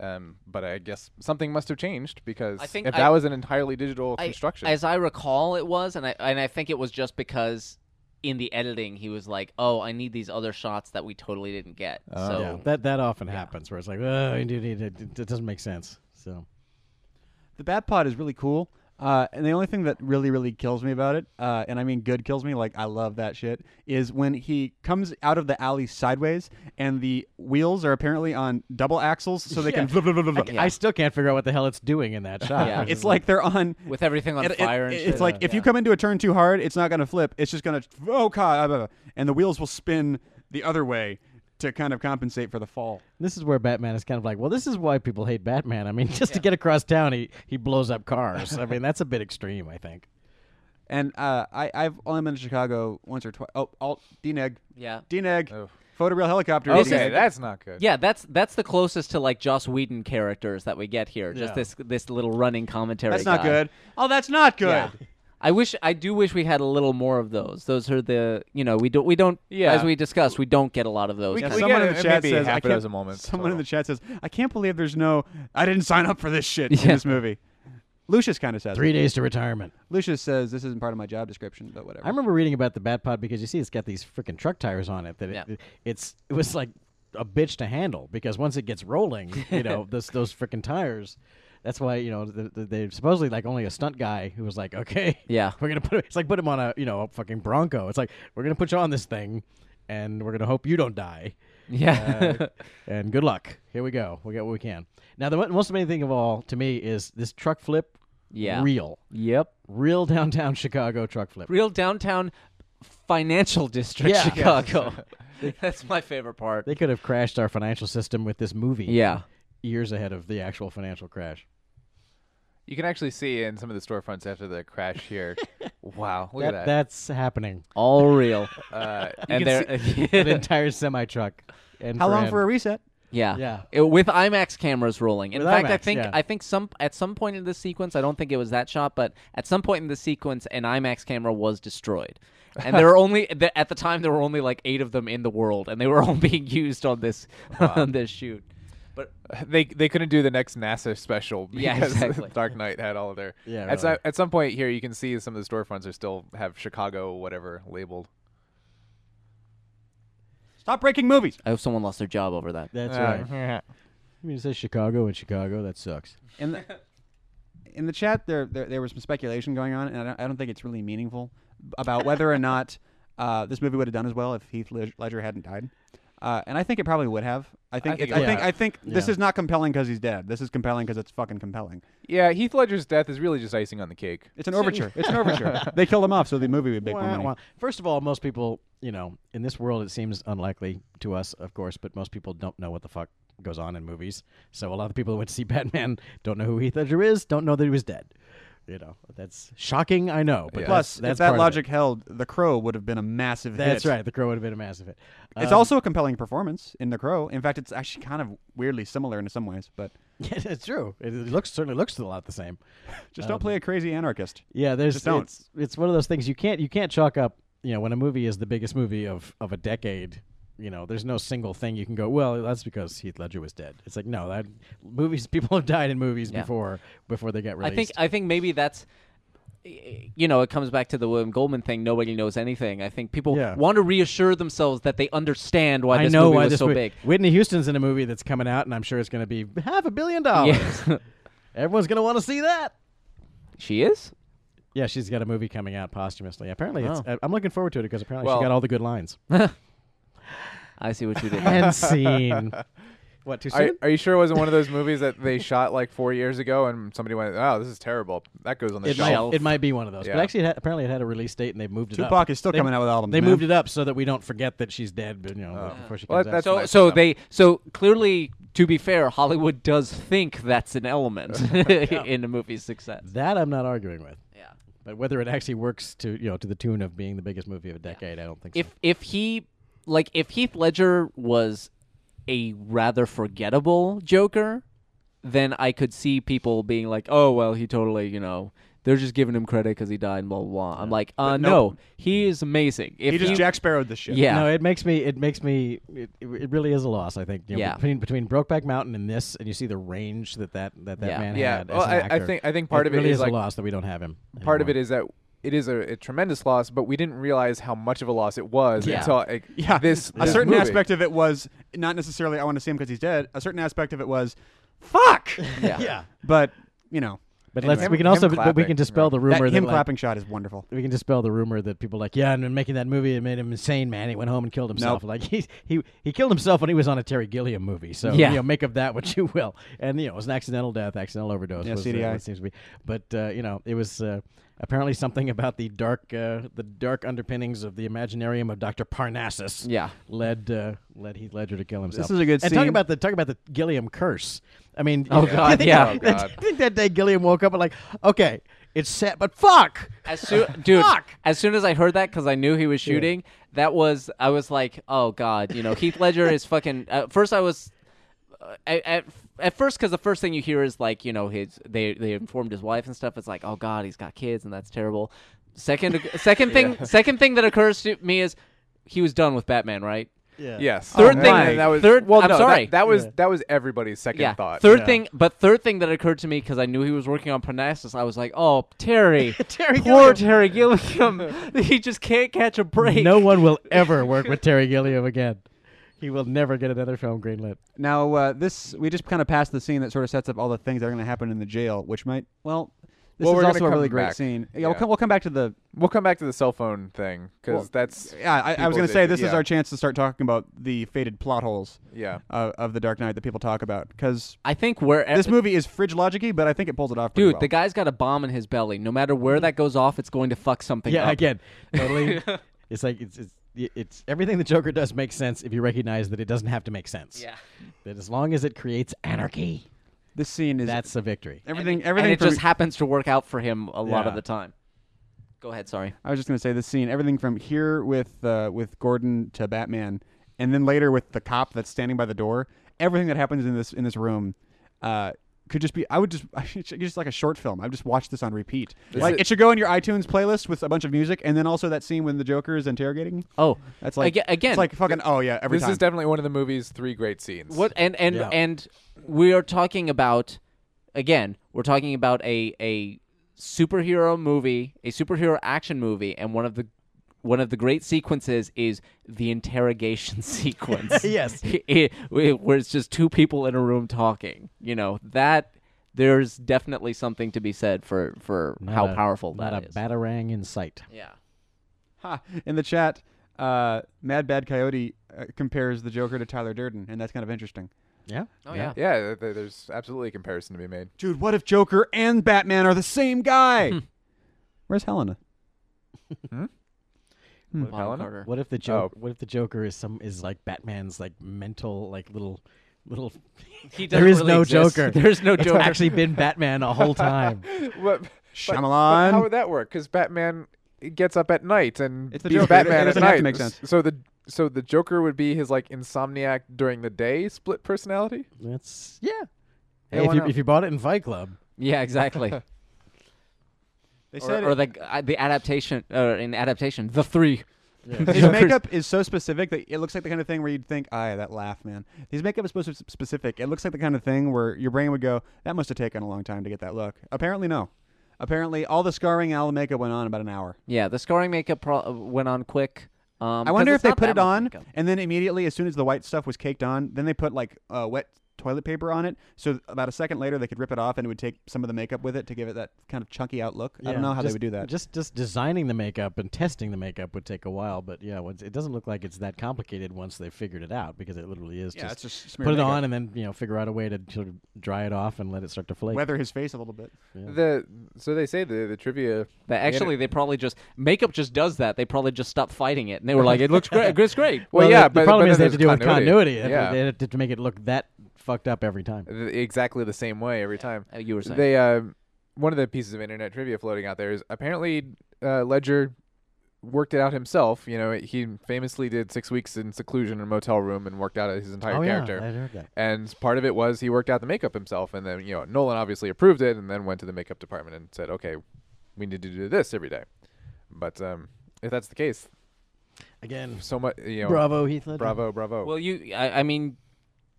[SPEAKER 5] um, but i guess something must have changed because
[SPEAKER 3] I think
[SPEAKER 5] if
[SPEAKER 3] I-
[SPEAKER 5] that was an entirely digital
[SPEAKER 3] I-
[SPEAKER 5] construction
[SPEAKER 3] as I recall, it was, and I and I think it was just because in the editing he was like, "Oh, I need these other shots that we totally didn't get." so
[SPEAKER 4] Yeah, that that often happens where it's like, oh, you do need it. It it doesn't make sense. So
[SPEAKER 2] The Bat Pod is really cool. Uh, and the only thing that really, really kills me about it, uh, and I mean good kills me, like I love that shit, is when he comes out of the alley sideways and the wheels are apparently on double axles so they can.
[SPEAKER 4] Yeah. I, I still can't figure out what the hell it's doing in that shot.
[SPEAKER 3] Yeah.
[SPEAKER 2] It's like they're on.
[SPEAKER 3] with everything on
[SPEAKER 2] it- it-
[SPEAKER 3] fire and
[SPEAKER 2] it's
[SPEAKER 3] shit.
[SPEAKER 2] like if you come into a turn too hard, it's not going to flip. It's just going to. Oh, God. blah, blah, blah, And the wheels will spin the other way. to kind of compensate for the fall.
[SPEAKER 4] This is where Batman is kind of like, well, this is why people hate Batman. I mean, just to get across town, he, he blows up cars. I mean, that's a bit extreme, I think.
[SPEAKER 2] And uh, I, I've only been to Chicago once or twice. Oh, alt Deneg.
[SPEAKER 3] Yeah.
[SPEAKER 2] Deneg.
[SPEAKER 5] Oh.
[SPEAKER 2] Photoreal helicopter.
[SPEAKER 5] Okay,
[SPEAKER 2] Deneg.
[SPEAKER 5] that's not good.
[SPEAKER 3] Yeah, that's that's the closest to like Joss Whedon characters that we get here. Just
[SPEAKER 4] Yeah.
[SPEAKER 3] this this little running commentary.
[SPEAKER 2] That's not
[SPEAKER 3] guy.
[SPEAKER 2] good. Oh, that's not good.
[SPEAKER 3] Yeah. I wish I do wish we had a little more of those. Those are the you know we don't we don't
[SPEAKER 5] Yeah.
[SPEAKER 3] as we discussed we don't get a lot of those.
[SPEAKER 5] We-
[SPEAKER 2] Yeah,
[SPEAKER 3] kinds
[SPEAKER 5] we
[SPEAKER 3] of-
[SPEAKER 2] someone
[SPEAKER 5] get
[SPEAKER 2] in the
[SPEAKER 5] it,
[SPEAKER 2] chat
[SPEAKER 5] maybe
[SPEAKER 2] says
[SPEAKER 5] half
[SPEAKER 2] I
[SPEAKER 5] a
[SPEAKER 2] can't-
[SPEAKER 5] dozen moments
[SPEAKER 2] Someone in
[SPEAKER 5] total.
[SPEAKER 2] the chat says, "I can't believe there's no. I didn't sign up for this shit in
[SPEAKER 3] Yeah.
[SPEAKER 2] this movie." Lucius kind of says.
[SPEAKER 4] Three
[SPEAKER 2] it.
[SPEAKER 4] days to retirement.
[SPEAKER 2] Lucius says this isn't part of my job description, but whatever.
[SPEAKER 4] I remember reading about the Batpod because you see it's got these freaking truck tires on it that it,
[SPEAKER 3] Yeah.
[SPEAKER 4] it's it was like a bitch to handle because once it gets rolling, you know, those those freaking tires. That's why you know the, the, they supposedly like only a stunt guy who was like, okay,
[SPEAKER 3] Yeah.
[SPEAKER 4] we're gonna put it's like put him on a you know a fucking Bronco. It's like we're gonna put you on this thing, and we're gonna hope you don't die.
[SPEAKER 3] yeah.
[SPEAKER 4] and good luck. Here we go. We get what we can. Now the mo- most amazing thing of all to me is this truck flip.
[SPEAKER 3] Yeah.
[SPEAKER 4] real,
[SPEAKER 3] yep.
[SPEAKER 4] real downtown Chicago truck flip.
[SPEAKER 3] Real downtown financial district
[SPEAKER 4] Yeah.
[SPEAKER 3] Chicago. that's my favorite part.
[SPEAKER 4] They could have crashed our financial system with this movie.
[SPEAKER 3] yeah.
[SPEAKER 4] Years ahead of the actual financial crash.
[SPEAKER 5] You can actually see in some of the storefronts after the crash here. wow, look
[SPEAKER 4] That-
[SPEAKER 5] at that.
[SPEAKER 4] That's happening.
[SPEAKER 3] All real.
[SPEAKER 5] Uh,
[SPEAKER 3] and they're
[SPEAKER 4] An entire semi truck.
[SPEAKER 2] How long for a reset?
[SPEAKER 3] Yeah.
[SPEAKER 4] Yeah.
[SPEAKER 3] It- with IMAX cameras rolling. In
[SPEAKER 4] With
[SPEAKER 3] fact, I
[SPEAKER 4] IMAX,
[SPEAKER 3] think
[SPEAKER 4] yeah.
[SPEAKER 3] I think some at some point in this sequence, I don't think it was that shot, but at some point in the sequence, an IMAX camera was destroyed, and there were only th- at the time there were only like eight of them in the world, and they were all being used on this on this shoot. But
[SPEAKER 5] they they couldn't do the next NASA special because
[SPEAKER 3] Yeah, exactly.
[SPEAKER 5] Dark Knight had all of their.
[SPEAKER 4] Yeah,
[SPEAKER 5] At,
[SPEAKER 4] really.
[SPEAKER 5] so- at some point here, you can see some of the storefronts are still have Chicago whatever labeled.
[SPEAKER 2] Stop breaking movies.
[SPEAKER 3] I hope someone lost their job over that.
[SPEAKER 4] That's
[SPEAKER 5] Uh,
[SPEAKER 4] right. I mean, it says Chicago and Chicago. That sucks.
[SPEAKER 2] In the, in the chat, there, there there was some speculation going on, and I don't, I don't think it's really meaningful about whether or not uh, this movie would have done as well if Heath Led- Ledger hadn't died. Uh, and I think it probably would have. I think. I
[SPEAKER 5] think
[SPEAKER 2] think.
[SPEAKER 5] it
[SPEAKER 2] I
[SPEAKER 5] would
[SPEAKER 2] think, I
[SPEAKER 5] have.
[SPEAKER 2] think this
[SPEAKER 4] Yeah.
[SPEAKER 2] is not compelling because he's dead. This is compelling because it's fucking compelling.
[SPEAKER 5] Yeah, Heath Ledger's death is really just icing on the cake.
[SPEAKER 2] It's an overture. It's an overture. They killed him off so the movie would make more
[SPEAKER 4] Wah,
[SPEAKER 2] money.
[SPEAKER 4] wah. First of all, most people, you know, in this world, it seems unlikely to us, of course, but most people don't know what the fuck goes on in movies. So a lot of people who went to see Batman don't know who Heath Ledger is, don't know that he was dead. You know, that's shocking, I know. But
[SPEAKER 5] Yeah.
[SPEAKER 2] Plus,
[SPEAKER 4] that's, that's
[SPEAKER 2] if that
[SPEAKER 4] part of it.
[SPEAKER 2] logic held, The Crow would have been a massive hit.
[SPEAKER 4] That's right. The Crow would have been a massive hit.
[SPEAKER 2] It's
[SPEAKER 4] Um,
[SPEAKER 2] also a compelling performance in The Crow. In fact, it's actually kind of weirdly similar in some ways, but
[SPEAKER 4] Yeah, it's true. It it looks certainly looks a lot the same.
[SPEAKER 2] just
[SPEAKER 4] Um,
[SPEAKER 2] don't play a crazy anarchist.
[SPEAKER 4] Yeah, there's
[SPEAKER 2] Just don't.
[SPEAKER 4] it's it's one of those things you can't you can't chalk up. You know, when a movie is the biggest movie of of a decade, you know, there's no single thing you can go. Well, that's because Heath Ledger was dead. It's like no, that movies people have died in movies
[SPEAKER 3] Yeah.
[SPEAKER 4] before before they get released.
[SPEAKER 3] I think I think maybe that's you know it comes back to the William Goldman thing. Nobody knows anything. I think people
[SPEAKER 4] Yeah.
[SPEAKER 3] want to reassure themselves that they understand why
[SPEAKER 4] I
[SPEAKER 3] this
[SPEAKER 4] know
[SPEAKER 3] movie
[SPEAKER 4] why
[SPEAKER 3] was
[SPEAKER 4] this
[SPEAKER 3] so
[SPEAKER 4] movie-
[SPEAKER 3] big.
[SPEAKER 4] Whitney Houston's in a movie that's coming out, and I'm sure it's going to be half a billion dollars.
[SPEAKER 3] Yeah.
[SPEAKER 4] Everyone's going to want to see that.
[SPEAKER 3] she is.
[SPEAKER 4] Yeah, she's got a movie coming out posthumously. Apparently, it's,
[SPEAKER 3] Oh.
[SPEAKER 4] I- I'm looking forward to it because apparently
[SPEAKER 5] Well-
[SPEAKER 4] she got all the good lines.
[SPEAKER 3] I see what you did. there.
[SPEAKER 4] and scene. What too
[SPEAKER 5] Are,
[SPEAKER 4] soon?
[SPEAKER 5] are you sure it wasn't one of those movies that they shot like four years ago and somebody went, "Oh, this is terrible." That goes on the
[SPEAKER 4] it,
[SPEAKER 5] shelf.
[SPEAKER 4] might, it might be one of those,
[SPEAKER 5] Yeah.
[SPEAKER 4] but actually, it had, apparently, it had a release date, and they've moved it up.
[SPEAKER 2] Tupac is still
[SPEAKER 4] They-
[SPEAKER 2] coming out with albums.
[SPEAKER 4] They
[SPEAKER 2] man.
[SPEAKER 4] moved it up so that we don't forget that she's dead, but you know, before she
[SPEAKER 5] Oh. Well,
[SPEAKER 4] comes
[SPEAKER 5] that's
[SPEAKER 4] out.
[SPEAKER 3] so
[SPEAKER 5] nice
[SPEAKER 3] so
[SPEAKER 5] of them.
[SPEAKER 3] they so clearly to be fair, Hollywood does think that's an element in a movie's success.
[SPEAKER 4] That I'm not arguing with,
[SPEAKER 3] Yeah.
[SPEAKER 4] but whether it actually works to you know to the tune of being the biggest movie of a decade, I don't think
[SPEAKER 3] If
[SPEAKER 4] so.
[SPEAKER 3] if he like if Heath Ledger was a rather forgettable Joker, then I could see people being like, "Oh well, he totally you know." They're just giving him credit because he died and blah blah blah. I'm like, uh,
[SPEAKER 2] nope.
[SPEAKER 3] no, he is amazing. If
[SPEAKER 2] He just Jack Sparrowed the shit.
[SPEAKER 3] yeah,
[SPEAKER 4] No, it makes me. It makes me. It, it really is a loss. I think. You know,
[SPEAKER 3] Yeah.
[SPEAKER 4] Between between Brokeback Mountain and this, and you see the range that that that, that
[SPEAKER 3] Yeah.
[SPEAKER 4] man
[SPEAKER 5] Yeah,
[SPEAKER 4] had.
[SPEAKER 5] well,
[SPEAKER 4] as an
[SPEAKER 5] I- I
[SPEAKER 4] actor,
[SPEAKER 5] think- I think part of it
[SPEAKER 4] really
[SPEAKER 5] is
[SPEAKER 4] is
[SPEAKER 5] like-
[SPEAKER 4] a loss that we don't have him.
[SPEAKER 5] part of
[SPEAKER 4] anymore.
[SPEAKER 5] it is that it is a, a tremendous loss, but we didn't realize how much of a loss it was
[SPEAKER 3] Yeah.
[SPEAKER 5] until like,
[SPEAKER 2] Yeah,
[SPEAKER 5] this
[SPEAKER 2] a
[SPEAKER 5] this
[SPEAKER 2] certain
[SPEAKER 5] movie.
[SPEAKER 2] aspect of it was not necessarily I want to see him because he's dead. A certain aspect of it was, fuck.
[SPEAKER 3] yeah,
[SPEAKER 4] Yeah.
[SPEAKER 2] but you know,
[SPEAKER 4] But
[SPEAKER 5] Anyway.
[SPEAKER 4] let's, we
[SPEAKER 5] Him-
[SPEAKER 4] can also,
[SPEAKER 5] him
[SPEAKER 4] but we can
[SPEAKER 5] clapping,
[SPEAKER 4] dispel
[SPEAKER 5] right.
[SPEAKER 4] the
[SPEAKER 2] that
[SPEAKER 4] rumor that,
[SPEAKER 2] him
[SPEAKER 4] like,
[SPEAKER 2] clapping shot is wonderful.
[SPEAKER 4] we can dispel the rumor that people are like, yeah, and in making that movie, it made him insane, man. He went home and killed himself. Like he, he he killed himself when he was on a Terry Gilliam movie. So
[SPEAKER 3] Yeah.
[SPEAKER 4] you know, make of that what you will. And you know, it was an accidental death, accidental overdose.
[SPEAKER 2] Yeah,
[SPEAKER 4] was, uh,
[SPEAKER 2] CDI.
[SPEAKER 4] what it seems to be. But uh, you know, it was. Uh, Apparently, something about the dark, uh, the dark underpinnings of the Imaginarium of Doctor Parnassus.
[SPEAKER 3] Yeah.
[SPEAKER 4] led uh, led Heath Ledger to kill himself.
[SPEAKER 2] is a good
[SPEAKER 4] And talk
[SPEAKER 2] scene.
[SPEAKER 4] about the talk about the Gilliam curse. I mean,
[SPEAKER 3] Oh,
[SPEAKER 4] I
[SPEAKER 3] God,
[SPEAKER 4] think
[SPEAKER 3] yeah.
[SPEAKER 5] Oh,
[SPEAKER 4] that-
[SPEAKER 5] God.
[SPEAKER 4] I think that day Gilliam woke up and like, okay, it's set, but fuck.
[SPEAKER 3] As soon, dude,
[SPEAKER 4] Fuck!
[SPEAKER 3] as soon as I heard that, because I knew he was shooting, that was I was like, oh god, you know, Heath Ledger is fucking. At first, I was, uh, at at, at first, because the first thing you hear is like, you know, his they they informed his wife and stuff. It's like, oh god, he's got kids and that's terrible. Second, second thing, second thing that occurs to me is he was done with Batman, right?
[SPEAKER 4] Yeah.
[SPEAKER 5] Yes.
[SPEAKER 3] Third
[SPEAKER 5] Oh,
[SPEAKER 3] thing-
[SPEAKER 5] man, That was,
[SPEAKER 3] third-
[SPEAKER 5] Well,
[SPEAKER 3] I'm
[SPEAKER 5] no, that-
[SPEAKER 3] sorry.
[SPEAKER 5] That, was
[SPEAKER 4] Yeah.
[SPEAKER 5] that was everybody's second
[SPEAKER 3] yeah.
[SPEAKER 5] thought.
[SPEAKER 3] Third
[SPEAKER 4] Yeah.
[SPEAKER 3] thing, but third thing that occurred to me because I knew he was working on Parnassus, I was like, oh, Terry,
[SPEAKER 4] Terry
[SPEAKER 3] poor
[SPEAKER 4] Gilliam.
[SPEAKER 3] Terry Gilliam, he just can't catch a break.
[SPEAKER 4] No one will ever work with Terry Gilliam again. He will never get another film greenlit.
[SPEAKER 2] Now, uh, this we just kind of passed the scene that sort of sets up all the things that are going to happen in the jail, which might well. This
[SPEAKER 5] Well, we're
[SPEAKER 2] is
[SPEAKER 5] gonna
[SPEAKER 2] also a
[SPEAKER 5] come
[SPEAKER 2] really great
[SPEAKER 5] back.
[SPEAKER 2] scene. Yeah, We'll,
[SPEAKER 5] Yeah.
[SPEAKER 2] come, we'll come back to the.
[SPEAKER 5] We'll come back to the cell phone thing because
[SPEAKER 2] Well,
[SPEAKER 5] that's
[SPEAKER 2] Yeah, I, I was
[SPEAKER 5] people's
[SPEAKER 2] going to say
[SPEAKER 5] issue.
[SPEAKER 2] this is
[SPEAKER 5] Yeah.
[SPEAKER 2] our chance to start talking about the faded plot holes
[SPEAKER 5] yeah.
[SPEAKER 2] uh, of the Dark Knight that people talk about because
[SPEAKER 3] I think where
[SPEAKER 2] this movie is fridge logicy, but I think it pulls it off. pretty
[SPEAKER 3] Eh, Dude,
[SPEAKER 2] well. Mm-hmm.
[SPEAKER 3] the guy's got a bomb in his belly. No matter where that goes off, it's going to fuck something
[SPEAKER 4] yeah,
[SPEAKER 3] up.
[SPEAKER 4] again, totally. it's like it's, it's it's everything the Joker does makes sense if you recognize that it doesn't have to make sense.
[SPEAKER 3] Yeah.
[SPEAKER 4] That as long as it creates anarchy,
[SPEAKER 2] this scene is
[SPEAKER 4] that's a victory.
[SPEAKER 2] everything.
[SPEAKER 3] And
[SPEAKER 2] everything
[SPEAKER 3] it
[SPEAKER 2] for
[SPEAKER 3] just
[SPEAKER 2] me-
[SPEAKER 3] happens to work out for him a lot of
[SPEAKER 4] Yeah.
[SPEAKER 3] the time. Go ahead, sorry.
[SPEAKER 2] I was just going to say this scene. Everything from here with uh, with Gordon to Batman, and then later with the cop that's standing by the door. Everything that happens in this in this room. Uh, could just be. I would just. I should, just like a short film. I would just watch this on repeat. Like
[SPEAKER 5] it-
[SPEAKER 2] it, should go in your iTunes playlist with a bunch of music, and then also that scene when the Joker is interrogating.
[SPEAKER 3] Oh,
[SPEAKER 2] That's like
[SPEAKER 3] Aga- again,
[SPEAKER 2] It's like fucking. Oh yeah, every
[SPEAKER 5] This
[SPEAKER 2] time.
[SPEAKER 5] is definitely one of the movie's three great scenes.
[SPEAKER 3] what and and
[SPEAKER 4] Yeah.
[SPEAKER 3] and we are talking about again, we're talking about a a superhero movie, a superhero action movie, and one of the one of the great sequences is the interrogation sequence.
[SPEAKER 4] Yes.
[SPEAKER 3] It- it- where it's just two people in a room talking. You know that there's definitely something to be said for for
[SPEAKER 4] Not
[SPEAKER 3] how
[SPEAKER 4] a-
[SPEAKER 3] powerful
[SPEAKER 4] not
[SPEAKER 3] that
[SPEAKER 4] a
[SPEAKER 3] is.
[SPEAKER 4] batarang in sight.
[SPEAKER 3] yeah.
[SPEAKER 2] Ha, in the chat, uh, Mad Bad Coyote uh, compares the Joker to Tyler Durden, and that's kind of interesting.
[SPEAKER 4] Yeah.
[SPEAKER 3] Oh yeah.
[SPEAKER 5] Yeah, th- th- there's absolutely a comparison to be made.
[SPEAKER 2] Dude, what if Joker and Batman are the same guy? Where's Helena?
[SPEAKER 5] With
[SPEAKER 3] Bonham
[SPEAKER 5] Helena?
[SPEAKER 3] Carter.
[SPEAKER 4] What if the joke? What if the Joker is some is like Batman's like mental like little little.
[SPEAKER 3] He
[SPEAKER 4] There
[SPEAKER 3] doesn't
[SPEAKER 4] is
[SPEAKER 3] really
[SPEAKER 4] no
[SPEAKER 3] exist.
[SPEAKER 4] Joker.
[SPEAKER 3] There's no
[SPEAKER 4] It's
[SPEAKER 3] Joker.
[SPEAKER 4] actually been Batman a whole time.
[SPEAKER 5] What, but- but
[SPEAKER 2] Shyamalan.
[SPEAKER 5] how would that work? Because Batman gets up at night and
[SPEAKER 2] It's the
[SPEAKER 5] beats
[SPEAKER 2] Joker.
[SPEAKER 5] Batman
[SPEAKER 2] It doesn't
[SPEAKER 5] at
[SPEAKER 2] have
[SPEAKER 5] night.
[SPEAKER 2] to make sense.
[SPEAKER 5] So the so the Joker would be his like insomniac during the day split personality.
[SPEAKER 4] That's yeah.
[SPEAKER 5] Yeah,
[SPEAKER 4] Hey, if
[SPEAKER 5] why
[SPEAKER 4] you
[SPEAKER 5] not?
[SPEAKER 4] if you bought it in Fight Club,
[SPEAKER 3] Yeah, exactly.
[SPEAKER 2] They
[SPEAKER 3] or, or the uh, the adaptation uh, in adaptation, the three.
[SPEAKER 2] His
[SPEAKER 3] Joker's-
[SPEAKER 2] makeup is so specific that it looks like the kind of thing where you'd think, "Ah, yeah, that laugh, man." His makeup is supposed to be specific. It looks like the kind of thing where your brain would go, "That must have taken a long time to get that look." Apparently, no. Apparently, all the scarring and all the makeup went on about an hour.
[SPEAKER 3] Yeah, the scarring makeup pro- uh, went on quick. Um,
[SPEAKER 2] I wonder if
[SPEAKER 3] 'cause it's
[SPEAKER 2] they
[SPEAKER 3] not
[SPEAKER 2] put
[SPEAKER 3] that
[SPEAKER 2] it
[SPEAKER 3] much
[SPEAKER 2] on
[SPEAKER 3] makeup.
[SPEAKER 2] and then immediately, as soon as the white stuff was caked on, then they put like uh, wet toilet paper on it. So about a second later, they could rip it off and it would take some of the makeup with it to give it that kind of chunky out look. I
[SPEAKER 4] Yeah,
[SPEAKER 2] don't know how they
[SPEAKER 4] just-
[SPEAKER 2] would do that.
[SPEAKER 4] Just just designing the makeup and testing the makeup would take a while, but yeah, once, it doesn't look like it's that complicated once they figured it out because it literally is just
[SPEAKER 2] just
[SPEAKER 4] put it on and then you know figure out a way to sort of dry it off and let it start to flake.
[SPEAKER 2] weather his face a little bit.
[SPEAKER 4] Yeah.
[SPEAKER 5] The so they say the the trivia
[SPEAKER 3] But actually, they probably just makeup just does that. They probably just stopped fighting it, and they were like, "It looks great. It's great."
[SPEAKER 5] Well,
[SPEAKER 4] the-
[SPEAKER 5] yeah,
[SPEAKER 4] the,
[SPEAKER 5] but
[SPEAKER 4] problem
[SPEAKER 5] but
[SPEAKER 4] is they
[SPEAKER 5] then
[SPEAKER 4] have to
[SPEAKER 5] there's
[SPEAKER 4] deal with continuity. They have to-
[SPEAKER 5] Yeah.
[SPEAKER 4] They have to, to make it look that fucked up every time.
[SPEAKER 5] th- exactly the same way every time.
[SPEAKER 3] Uh, you were saying.
[SPEAKER 5] They uh, one of the pieces of internet trivia floating out there is apparently uh, Ledger worked it out himself. You know, he famously did six weeks in seclusion in a motel room and worked out his entire
[SPEAKER 4] oh
[SPEAKER 5] character.
[SPEAKER 4] yeah, I heard that.
[SPEAKER 5] And part of it was he worked out the makeup himself, and then you know Nolan obviously approved it, and then went to the makeup department and said, "Okay, we need to do this every day." But um, if that's the case,
[SPEAKER 4] Again,
[SPEAKER 5] so much you know,
[SPEAKER 4] bravo Heath Ledger.
[SPEAKER 5] bravo, bravo.
[SPEAKER 3] well, you. I, I mean,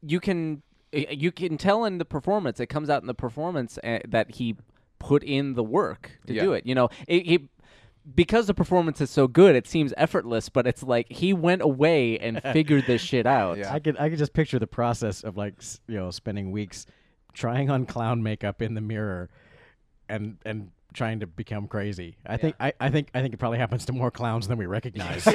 [SPEAKER 3] you can y- you can tell in the performance. It comes out in the performance uh, that he put in the work to
[SPEAKER 5] Yeah.
[SPEAKER 3] do it. You know, it, he because the performance is so good, it seems effortless. But it's like he went away and figured this shit out.
[SPEAKER 5] Yeah.
[SPEAKER 4] I could I could just picture the process of like s- you know spending weeks trying on clown makeup in the mirror and and trying to become crazy. I think I, I think I think it probably happens to more clowns than we recognize.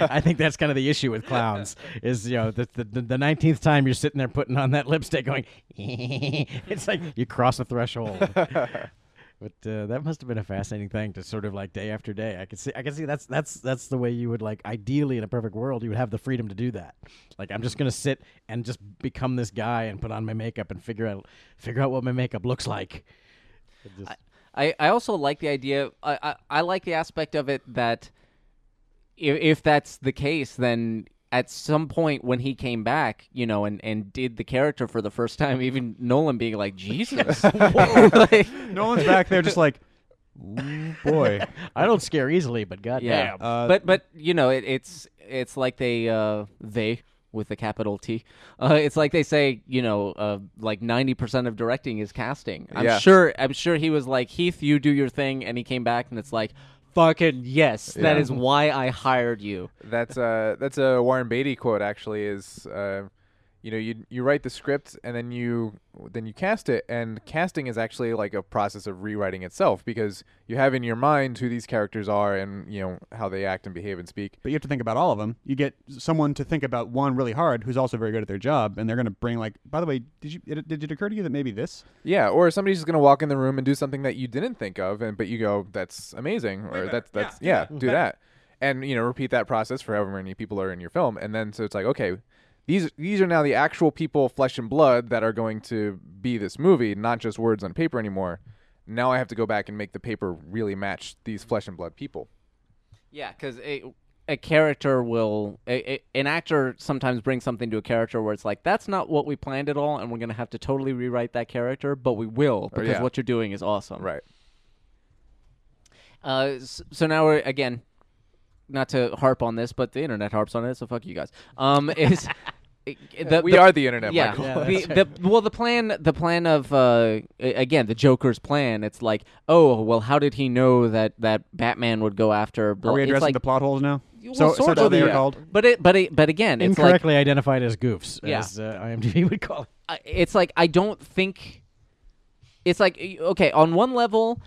[SPEAKER 4] I think that's kind of the issue with clowns is you know the the- the the nineteenth time you're sitting there putting on that lipstick going it's like you cross a threshold. But uh, that must have been a fascinating thing to sort of like day after day. I could see, I could see that's that's that's the way you would like ideally in a perfect world you would have the freedom to do that. Like I'm just gonna sit and just become this guy and put on my makeup and figure out figure out what my makeup looks like. It just-
[SPEAKER 3] I, I also like the idea. I, I, I like the aspect of it that if, if that's the case, then at some point when he came back, you know, and, and did the character for the first time, even Nolan being like, Jesus. Like,
[SPEAKER 2] No one's back there, just like, "Ooh, boy.
[SPEAKER 4] I don't scare easily, but goddamn.
[SPEAKER 3] yeah.
[SPEAKER 2] Uh,
[SPEAKER 3] but, but, you know, it, it's, it's like they, uh, they, with a capital T, uh, it's like they say, you know, uh, like 90% of directing is casting. I'm
[SPEAKER 5] Yeah.
[SPEAKER 3] sure, I'm sure he was like, Heath, you do your thing. And he came back and it's like, Fucking yes, that
[SPEAKER 5] Yeah.
[SPEAKER 3] is why I hired you.
[SPEAKER 5] That's uh that's a Warren Beatty quote actually is uh you know you you write the script and then you then you cast it and casting is actually like a process of rewriting itself because you have in your mind who these characters are and you know how they act and behave and speak.
[SPEAKER 2] But you have to think about all of them. You get someone to think about one really hard who's also very good at their job, and they're going to bring, like, by the way, did, you, it, did it occur to you that maybe this?
[SPEAKER 5] Yeah, or somebody's just going to walk in the room and do something that you didn't think of and but you go that's amazing or that's that's yeah, do that. And you know repeat that process for however many people are in your film and then so it's like okay, these these are now the actual people flesh and blood that are going to be this movie, not just words on paper anymore. Now I have to go back and make the paper really match these flesh and blood people.
[SPEAKER 3] Yeah, because a, a character will a, a- an actor sometimes brings something to a character where it's like that's not what we planned at all, and we're gonna have to totally rewrite that character, but we will because
[SPEAKER 5] Oh, yeah.
[SPEAKER 3] what you're doing is awesome.
[SPEAKER 5] Right.
[SPEAKER 3] Uh, s- so now we're again, not to harp on this, but the internet harps on it, so fuck you guys. Um, is the,
[SPEAKER 5] we
[SPEAKER 3] Uh, the-
[SPEAKER 5] are the internet,
[SPEAKER 3] yeah,
[SPEAKER 5] Michael.
[SPEAKER 3] the, the, well, the plan, the plan of uh, a- again, the Joker's plan. It's like, oh, well, how did he know that that Batman would go after? Blah?
[SPEAKER 2] Are we
[SPEAKER 3] It's
[SPEAKER 2] addressing
[SPEAKER 3] like,
[SPEAKER 2] the plot holes now?
[SPEAKER 3] well,
[SPEAKER 2] so, so
[SPEAKER 3] sort
[SPEAKER 2] that's what
[SPEAKER 3] of,
[SPEAKER 2] they are
[SPEAKER 3] yeah.
[SPEAKER 2] called.
[SPEAKER 3] But it, but it, but again, it's like
[SPEAKER 4] Incorrectly identified as goofs,
[SPEAKER 3] Yeah.
[SPEAKER 4] as uh, IMDb would call it.
[SPEAKER 3] I- it's like I don't think it's like y- okay. On one level,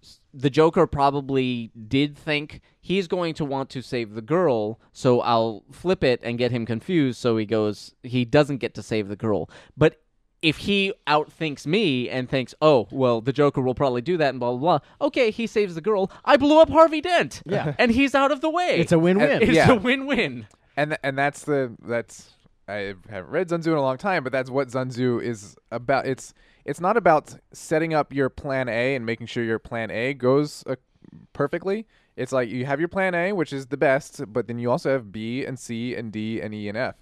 [SPEAKER 3] s- the Joker probably did think he's going to want to save the girl, so I'll flip it and get him confused, so he goes he doesn't get to save the girl, but. If he outthinks me and thinks, "Oh, well, the Joker will probably do that," and blah blah blah. Okay, he saves the girl. I blew up Harvey Dent. Yeah, and he's out of the way.
[SPEAKER 4] It's a win-win.
[SPEAKER 3] It's
[SPEAKER 5] Yeah.
[SPEAKER 3] a win-win.
[SPEAKER 5] and th- and that's the that's I haven't read Zunzu in a long time, but that's what Zunzu is about. It's it's not about setting up your plan A and making sure your plan A goes uh, perfectly. It's like you have your plan A, which is the best, but then you also have B and C and D and E and F.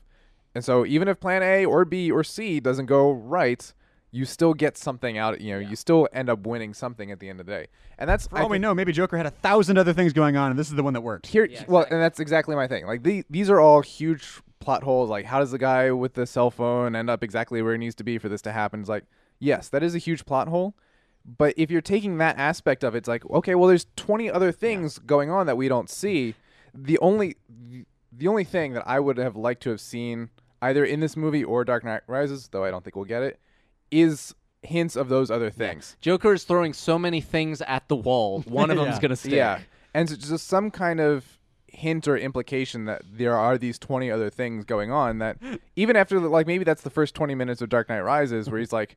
[SPEAKER 5] And so even if plan A or B or C doesn't go right, you still get something out. You know, you still end up winning something at the end of the day. And that's
[SPEAKER 2] For
[SPEAKER 5] I
[SPEAKER 2] all we
[SPEAKER 5] think-
[SPEAKER 2] know, Oh, maybe Joker had a thousand other things going on, and this is the one that worked.
[SPEAKER 5] here well and that's exactly my thing like the, these are all huge plot holes like how does the guy with the cell phone end up exactly where he needs to be for this to happen it's like yes that is a huge plot hole but if you're taking that aspect of it, it's like okay well there's 20 other things going on that we don't see the only the only thing that i would have liked to have seen either in this movie or dark knight rises though i don't think we'll get it is hints of those other things
[SPEAKER 3] Joker is thring so many things at the wall. One of them's
[SPEAKER 4] Yeah.
[SPEAKER 3] gonna stick.
[SPEAKER 5] yeah, and so just some kind of hint or implication that there are these twenty other things going on that even after the, like maybe that's the first twenty minutes of Dark Knight Rises where he's like.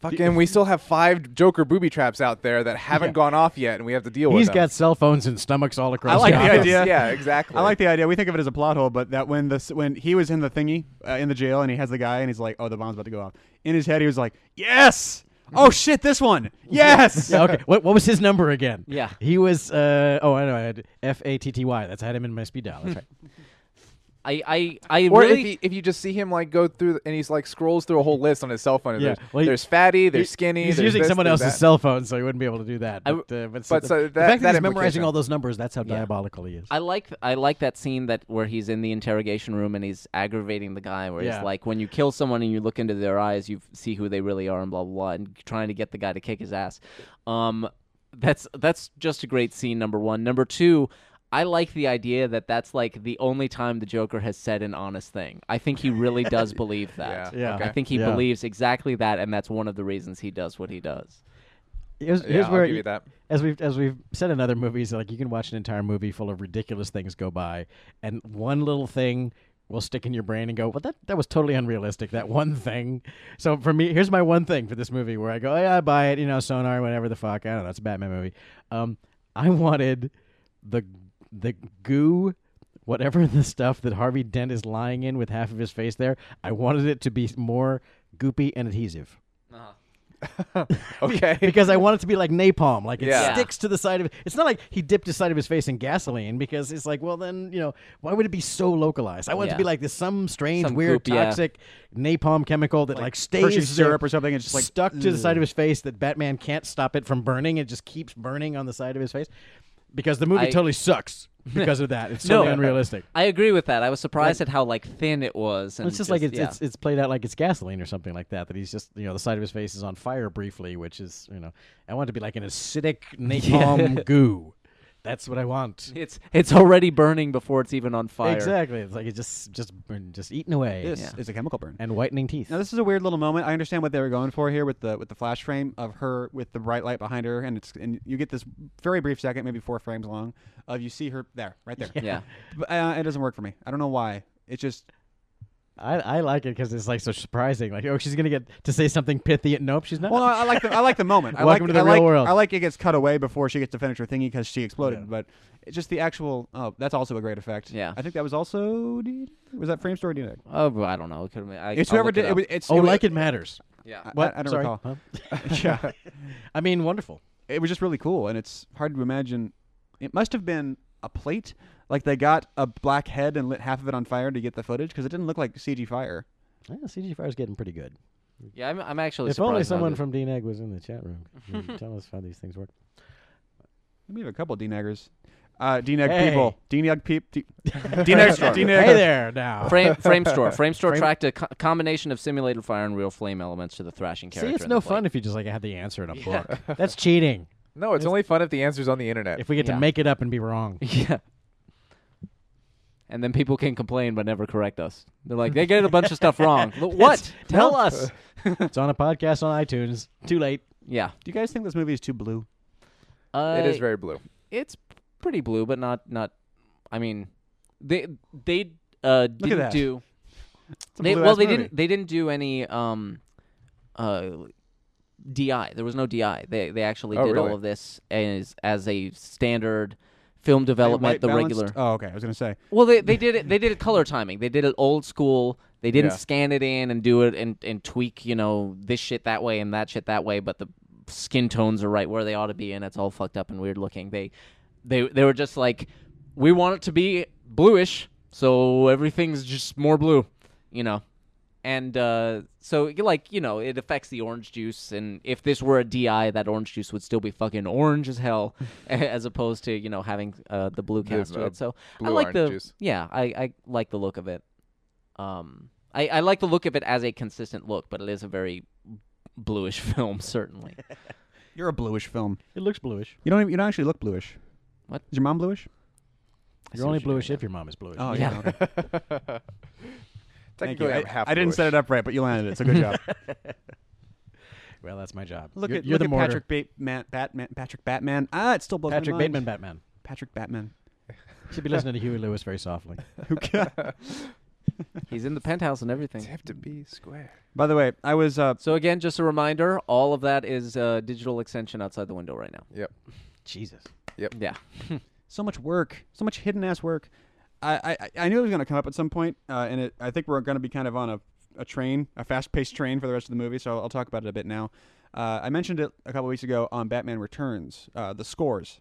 [SPEAKER 5] Fucking, we still have five Joker booby traps out there that haven't gone off yet, and we have to deal
[SPEAKER 4] He's
[SPEAKER 5] with them.
[SPEAKER 4] got cell phones and stomachs all across.
[SPEAKER 2] I like
[SPEAKER 4] the
[SPEAKER 2] the
[SPEAKER 4] office.
[SPEAKER 2] idea.
[SPEAKER 5] Yeah, exactly.
[SPEAKER 2] I like the idea. We think of it as a plot hole, but that when the when he was in the thingy uh, in the jail and he has the guy and he's like, "Oh, the bomb's about to go off." In his head, he was like, "Yes! Oh shit, this one! Yes!"
[SPEAKER 4] Yeah, okay. What, what was his number again?
[SPEAKER 3] Yeah.
[SPEAKER 4] He was, uh, oh, I know. I had F A T T Y. That's I had him in my speed dial. That's right.
[SPEAKER 3] I, I, I
[SPEAKER 5] Or
[SPEAKER 3] really.
[SPEAKER 5] if, he, if you just see him like go through and he's like scrolls through a whole list on his cell phone. and
[SPEAKER 4] Yeah,
[SPEAKER 5] There's,
[SPEAKER 4] well, he-
[SPEAKER 5] there's fatty,
[SPEAKER 4] He-
[SPEAKER 5] there's skinny.
[SPEAKER 4] He's
[SPEAKER 5] there's
[SPEAKER 4] using
[SPEAKER 5] this,
[SPEAKER 4] someone
[SPEAKER 5] there's
[SPEAKER 4] else's
[SPEAKER 5] that.
[SPEAKER 4] cell phone, so he wouldn't be able to do that.
[SPEAKER 3] w-
[SPEAKER 4] But, uh, but,
[SPEAKER 5] But so
[SPEAKER 4] the,
[SPEAKER 5] that-
[SPEAKER 4] fact
[SPEAKER 5] that
[SPEAKER 4] he's memorizing
[SPEAKER 5] implication.
[SPEAKER 4] all those numbers, that's how
[SPEAKER 3] Yeah.
[SPEAKER 4] diabolical he is.
[SPEAKER 3] I like I like that scene that where he's in the interrogation room and he's aggravating the guy where
[SPEAKER 4] Yeah.
[SPEAKER 3] he's like when you kill someone and you look into their eyes you see who they really are and blah blah blah and trying to get the guy to kick his ass. Um that's that's just a great scene number 1. Number 2, I like the idea that that's like the only time the Joker has said an honest thing. I think he really does believe that.
[SPEAKER 4] Yeah.
[SPEAKER 3] I think he
[SPEAKER 4] Yeah.
[SPEAKER 3] believes exactly that and that's one of the reasons he does what he does.
[SPEAKER 4] Here's,
[SPEAKER 5] Yeah,
[SPEAKER 4] here's
[SPEAKER 5] I'll
[SPEAKER 4] where
[SPEAKER 5] give
[SPEAKER 4] you-
[SPEAKER 5] you that.
[SPEAKER 4] As we've as we've said in other movies, like you can watch an entire movie full of ridiculous things go by, and one little thing, will stick in your brain and go, well, that, that was totally unrealistic, that one thing. So for me, here's my one thing for this movie where I go, "Oh, yeah, I buy it, you know, sonar, whatever the fuck. I don't know. It's a Batman movie. Um, I wanted the the goo, whatever the stuff that Harvey Dent is lying in with half of his face there, I wanted it to be more goopy and adhesive.
[SPEAKER 5] Okay.
[SPEAKER 4] because I want it to be like napalm, like it
[SPEAKER 5] Yeah.
[SPEAKER 4] sticks to the side of. It's not like he dipped his side of his face in gasoline because it's like, well, then you know, why would it be so localized? I want it
[SPEAKER 3] Yeah.
[SPEAKER 4] to be like this some strange,
[SPEAKER 3] Some
[SPEAKER 4] weird,
[SPEAKER 3] goop, yeah.
[SPEAKER 4] toxic napalm chemical that like, stays
[SPEAKER 2] Hershey's
[SPEAKER 4] there,
[SPEAKER 2] syrup or something, it's just like,
[SPEAKER 4] stuck to the side of his face that Batman can't stop it from burning. It just keeps burning on the side of his face because the movie
[SPEAKER 3] I-
[SPEAKER 4] totally sucks because of that. It's
[SPEAKER 3] No.
[SPEAKER 4] totally unrealistic.
[SPEAKER 3] I agree with that. I was surprised at how like thin it was. And
[SPEAKER 4] It's just like it's,
[SPEAKER 3] yeah.
[SPEAKER 4] it's it's played out like it's gasoline or something like that. That he's just you know the side of his face is on fire briefly, which is you know I want it to be like an acidic napalm goo. That's what I want.
[SPEAKER 3] it's it's already burning before it's even on fire.
[SPEAKER 4] Exactly. It's like it's just just burn- just eaten away
[SPEAKER 2] This
[SPEAKER 3] Yeah.
[SPEAKER 2] is a chemical burn.
[SPEAKER 4] and whitening teeth.
[SPEAKER 2] Now this is a weird little moment. I understand what they were going for here with the with the flash frame of her with the bright light behind her, and it's and you get this very brief second, maybe four frames long, of you see her there, right there.
[SPEAKER 3] Yeah.
[SPEAKER 2] But, uh, it doesn't work for me. I don't know why. It just
[SPEAKER 4] I, I like it because it's like so surprising. Like oh she's gonna get to say something pithy. and Nope, she's not.
[SPEAKER 2] well, I, I like the I like the moment. I
[SPEAKER 4] Welcome
[SPEAKER 2] like,
[SPEAKER 4] to the
[SPEAKER 2] I
[SPEAKER 4] real
[SPEAKER 2] like,
[SPEAKER 4] world.
[SPEAKER 2] I like it gets cut away before she gets to finish her thingy because she exploded. But it's just the actual. Oh, that's also a great effect.
[SPEAKER 3] Yeah.
[SPEAKER 2] I think that was also. Was that frame story? Diddy?
[SPEAKER 3] Oh, but I don't know. It could have been. I,
[SPEAKER 2] It's
[SPEAKER 3] I'll
[SPEAKER 2] whoever
[SPEAKER 3] look
[SPEAKER 2] did.
[SPEAKER 3] It
[SPEAKER 2] It
[SPEAKER 3] up.
[SPEAKER 2] was, it's
[SPEAKER 4] oh,
[SPEAKER 2] it was-
[SPEAKER 4] like it matters.
[SPEAKER 3] yeah.
[SPEAKER 4] What?
[SPEAKER 2] I don't
[SPEAKER 4] Sorry.
[SPEAKER 2] recall.
[SPEAKER 4] Huh?
[SPEAKER 2] yeah.
[SPEAKER 4] I mean, wonderful.
[SPEAKER 2] it was just really cool and it's hard to imagine it must have been a plate like they got a black head and lit half of it on fire to get the footage because it didn't look like cg fire
[SPEAKER 4] Yeah, CG Fire's getting pretty good.
[SPEAKER 3] Yeah. I'm, I'm actually.
[SPEAKER 4] if only
[SPEAKER 3] surprised now
[SPEAKER 4] someone
[SPEAKER 3] that-
[SPEAKER 4] from DNAG was in the chat room, You'd tell us how these things work.
[SPEAKER 2] we have a couple d-naggers uh, d-nag
[SPEAKER 4] Hey.
[SPEAKER 2] people d-nag peep d- d-nag
[SPEAKER 4] Hey there now.
[SPEAKER 3] Frame, frame store. Frame store
[SPEAKER 4] Frame-
[SPEAKER 3] tracked a co- combination of simulated fire and real flame elements to the thrashing character.
[SPEAKER 4] See, it's
[SPEAKER 3] in the
[SPEAKER 4] no
[SPEAKER 3] plate.
[SPEAKER 4] fun if you just like have the answer in a book. That's cheating.
[SPEAKER 5] no, it's only fun if the answer's on the internet.
[SPEAKER 4] If we get to
[SPEAKER 3] Yeah.
[SPEAKER 4] make it up and be wrong,
[SPEAKER 3] Yeah. And then people can complain but never correct us. They're like, they get a bunch of stuff wrong. But what? Tell us.
[SPEAKER 4] it's on a podcast on iTunes. Too late.
[SPEAKER 3] Yeah.
[SPEAKER 2] do you guys think this movie is too blue
[SPEAKER 3] Uh,
[SPEAKER 5] it is very blue.
[SPEAKER 3] It's pretty blue, but not not. I mean, they they uh didn't
[SPEAKER 2] that.
[SPEAKER 3] do.
[SPEAKER 2] It's a
[SPEAKER 3] They,
[SPEAKER 2] blue-ass
[SPEAKER 3] well, they
[SPEAKER 2] movie.
[SPEAKER 3] didn't. They didn't do any um, uh, DI. There was no DI. They they actually
[SPEAKER 5] Oh,
[SPEAKER 3] did
[SPEAKER 5] really?
[SPEAKER 3] all of this as as a standard film development.
[SPEAKER 2] White
[SPEAKER 3] The
[SPEAKER 2] balanced-
[SPEAKER 3] regular.
[SPEAKER 2] oh okay i was gonna say
[SPEAKER 3] Well, they, they did it. They did it color timing. They did it old school. They didn't
[SPEAKER 5] Yeah.
[SPEAKER 3] scan it in and do it and, and tweak, you know, this shit that way and that shit that way. But the skin tones are right where they ought to be, and it's all fucked up and weird looking. They, they, they were just like, we want it to be bluish, so everything's just more blue, you know. And uh, so, like, you know, it affects the orange juice. And if this were a DI, that orange juice would still be fucking orange as hell, as opposed to you know having uh, the blue cast to
[SPEAKER 5] uh,
[SPEAKER 3] it. So I
[SPEAKER 5] blue
[SPEAKER 3] like the
[SPEAKER 5] orange juice.
[SPEAKER 3] yeah, I, I like the look of it. Um, I, I like the look of it as a consistent look, but it is a very bluish film, certainly.
[SPEAKER 2] you're a bluish film
[SPEAKER 4] It looks bluish.
[SPEAKER 2] you don't even, you don't actually look bluish
[SPEAKER 3] What?
[SPEAKER 2] is your mom bluish
[SPEAKER 4] You're only bluish if your mom is bluish.
[SPEAKER 2] oh
[SPEAKER 3] Yeah.
[SPEAKER 2] yeah, okay. thank
[SPEAKER 5] Technically,
[SPEAKER 2] you
[SPEAKER 5] I'm
[SPEAKER 2] I,
[SPEAKER 5] half
[SPEAKER 2] I didn't set it up right but you landed it so good job
[SPEAKER 4] Well, that's my job.
[SPEAKER 2] look
[SPEAKER 4] you're,
[SPEAKER 2] at
[SPEAKER 4] you're
[SPEAKER 2] look
[SPEAKER 4] the
[SPEAKER 2] at
[SPEAKER 4] mortar.
[SPEAKER 2] patrick bateman batman patrick batman ah it still blows my
[SPEAKER 4] Patrick
[SPEAKER 2] mind.
[SPEAKER 4] Bateman, Batman.
[SPEAKER 2] patrick batman
[SPEAKER 4] Should be listening to Huey Lewis very softly.
[SPEAKER 3] He's in the penthouse and everything.
[SPEAKER 5] have to be square.
[SPEAKER 2] By the way, I was uh,
[SPEAKER 3] So again, just a reminder: all of that is uh, digital extension outside the window right now.
[SPEAKER 5] Yep.
[SPEAKER 4] Jesus.
[SPEAKER 3] Yeah,
[SPEAKER 2] so much work, so much hidden ass work. I, I, I knew it was going to come up at some point, uh, and it, I think we're going to be kind of on a, a train, a fast paced train for the rest of the movie, so I'll, I'll talk about it a bit now. Uh, I mentioned it a couple weeks ago on Batman Returns, uh, the scores,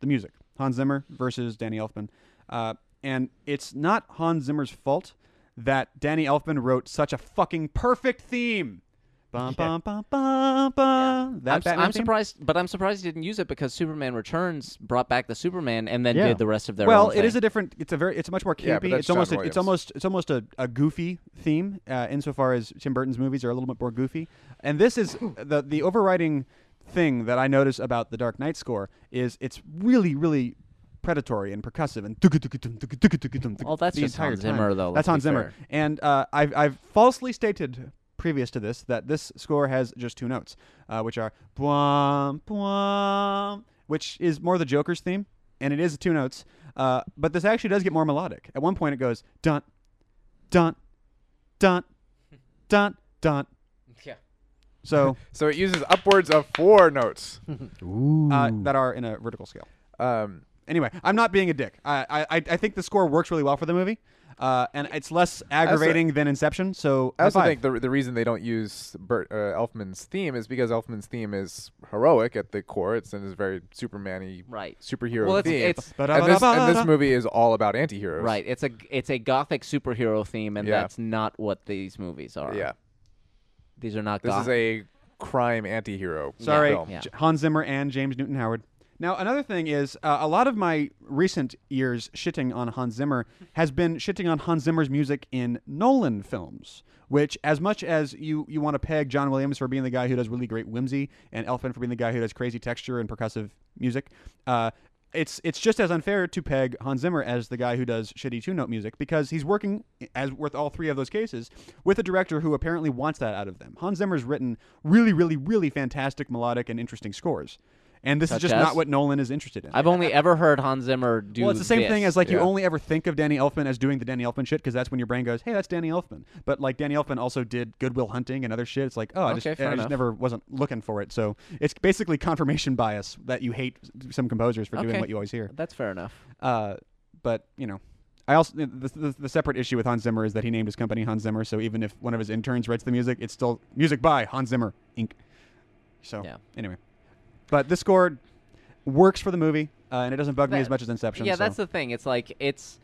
[SPEAKER 2] the music, Hans Zimmer versus Danny Elfman. Uh, and it's not Hans Zimmer's fault that Danny Elfman wrote such a fucking perfect theme. Bum, bum, bum, bum, bum. That
[SPEAKER 3] I'm, s-
[SPEAKER 2] Batman
[SPEAKER 3] I'm
[SPEAKER 2] theme?
[SPEAKER 3] surprised, but I'm surprised he didn't use it because Superman Returns brought back the Superman and then
[SPEAKER 4] Yeah.
[SPEAKER 3] did the rest of their.
[SPEAKER 2] well
[SPEAKER 3] own
[SPEAKER 2] it is
[SPEAKER 3] thing.
[SPEAKER 2] a different it's a very it's a much more
[SPEAKER 5] Yeah, but
[SPEAKER 2] campy
[SPEAKER 5] that's
[SPEAKER 2] it's almost
[SPEAKER 5] John
[SPEAKER 2] a, it's
[SPEAKER 5] Williams.
[SPEAKER 2] almost it's almost a, a goofy theme uh, insofar as tim burton's movies are a little bit more goofy and this is the the overriding thing that i notice about the dark knight score is it's really really predatory and percussive and
[SPEAKER 3] Well, that's
[SPEAKER 2] the
[SPEAKER 3] just
[SPEAKER 2] entire
[SPEAKER 3] Hans
[SPEAKER 2] time.
[SPEAKER 3] Zimmer, though,
[SPEAKER 2] that's
[SPEAKER 3] let's
[SPEAKER 2] Hans
[SPEAKER 3] be
[SPEAKER 2] Zimmer,
[SPEAKER 3] fair.
[SPEAKER 2] and uh, I've I've falsely stated previous to this that this score has just two notes, uh, which are bwam bwam, which is more the Joker's theme, and it is two notes. Uh, but this actually does get more melodic. At one point, it goes dun dun, dun, dun, dun.
[SPEAKER 3] Yeah.
[SPEAKER 2] So
[SPEAKER 5] So it uses upwards of four notes.
[SPEAKER 2] uh, that are in a vertical scale.
[SPEAKER 5] Um,
[SPEAKER 2] Anyway, I'm not being a dick. I I, I- I think the score works really well for the movie, uh, and it's less aggravating than Inception. So
[SPEAKER 5] I also
[SPEAKER 2] high five.
[SPEAKER 5] think the the reason they don't use Bert, uh, Elfman's theme is because Elfman's theme is heroic at the core. It's and is very Superman-y,
[SPEAKER 3] Right.
[SPEAKER 5] Superhero
[SPEAKER 3] Well, it's-
[SPEAKER 5] theme.
[SPEAKER 3] it's-
[SPEAKER 5] and, this, and this movie is all about antiheroes.
[SPEAKER 3] Right. It's a it's a gothic superhero theme, and
[SPEAKER 5] Yeah.
[SPEAKER 3] that's not what these movies are.
[SPEAKER 5] Yeah.
[SPEAKER 3] These are not.
[SPEAKER 5] This is
[SPEAKER 3] gothic.
[SPEAKER 5] a crime antihero.
[SPEAKER 2] Sorry,
[SPEAKER 5] Film.
[SPEAKER 3] Yeah.
[SPEAKER 2] J- Hans Zimmer and James Newton Howard. Now, another thing is uh, a lot of my recent years shitting on Hans Zimmer has been shitting on Hans Zimmer's music in Nolan films, which, as much as you, you want to peg John Williams for being the guy who does really great whimsy and Elfman for being the guy who does crazy texture and percussive music, uh, it's it's just as unfair to peg Hans Zimmer as the guy who does shitty two note music because he's working as with all three of those cases with a director who apparently wants that out of them. Hans Zimmer's written really, really, really fantastic melodic and interesting scores, and this
[SPEAKER 3] Such
[SPEAKER 2] is just
[SPEAKER 3] as?
[SPEAKER 2] not what Nolan is interested in.
[SPEAKER 3] I've only ever heard Hans Zimmer do.
[SPEAKER 2] well, it's the same
[SPEAKER 3] this.
[SPEAKER 2] thing as like you
[SPEAKER 5] Yeah.
[SPEAKER 2] only ever think of Danny Elfman as doing the Danny Elfman shit because that's when your brain goes, "Hey, that's Danny Elfman." But like Danny Elfman also did Goodwill Hunting and other shit. It's like, oh, I just,
[SPEAKER 3] Okay, fair
[SPEAKER 2] I just
[SPEAKER 3] enough.
[SPEAKER 2] never wasn't looking for it. So it's basically confirmation bias that you hate some composers for doing
[SPEAKER 3] Okay.
[SPEAKER 2] what you always hear.
[SPEAKER 3] That's fair enough.
[SPEAKER 2] Uh, but you know, I also the, the, the separate issue with Hans Zimmer is that he named his company Hans Zimmer. So even if one of his interns writes the music, it's still music by Hans Zimmer Inc. So
[SPEAKER 3] Yeah.
[SPEAKER 2] anyway, but this score works for the movie, uh, and it doesn't bug me
[SPEAKER 3] That-
[SPEAKER 2] as much as Inception.
[SPEAKER 3] Yeah,
[SPEAKER 2] so.
[SPEAKER 3] that's the thing. It's like it's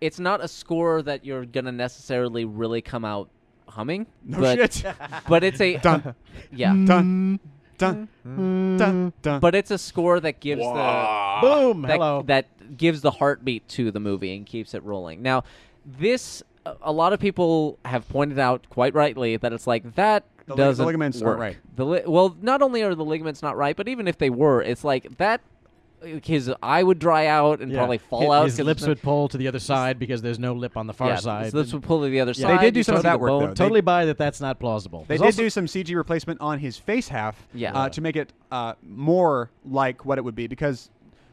[SPEAKER 3] it's not a score that you're gonna necessarily really come out humming.
[SPEAKER 2] no
[SPEAKER 3] but,
[SPEAKER 2] shit.
[SPEAKER 3] But it's a
[SPEAKER 2] dun
[SPEAKER 3] yeah.
[SPEAKER 2] dun dun dun dun.
[SPEAKER 3] But it's a score that gives the
[SPEAKER 4] Boom.
[SPEAKER 3] that,
[SPEAKER 4] Hello.
[SPEAKER 3] that gives the heartbeat to the movie and keeps it rolling. Now, this a- a lot of people have pointed out quite rightly that it's like that
[SPEAKER 2] The lig- the
[SPEAKER 3] doesn't
[SPEAKER 2] ligaments aren't
[SPEAKER 3] work.
[SPEAKER 2] right.
[SPEAKER 3] The li- well, not only are the ligaments not right, but even if they were, it's like that his eye would dry out and
[SPEAKER 4] Yeah.
[SPEAKER 3] probably fall
[SPEAKER 4] His-
[SPEAKER 3] out.
[SPEAKER 4] His
[SPEAKER 3] 'cause
[SPEAKER 4] lips
[SPEAKER 3] it's not-
[SPEAKER 4] would pull to the other side because there's no lip on the far
[SPEAKER 3] yeah,
[SPEAKER 4] side.
[SPEAKER 3] His lips would pull to the other
[SPEAKER 4] Yeah.
[SPEAKER 3] side.
[SPEAKER 4] They
[SPEAKER 2] did do
[SPEAKER 3] you
[SPEAKER 2] some of
[SPEAKER 3] don't
[SPEAKER 2] that
[SPEAKER 3] see the
[SPEAKER 2] work, though.
[SPEAKER 3] bone.
[SPEAKER 2] They-
[SPEAKER 4] totally buy that that's not plausible.
[SPEAKER 2] They
[SPEAKER 4] There's
[SPEAKER 2] did
[SPEAKER 4] also-
[SPEAKER 2] do some CG replacement on his face half,
[SPEAKER 3] Yeah.
[SPEAKER 2] uh, to make it uh, more like what it would be. Because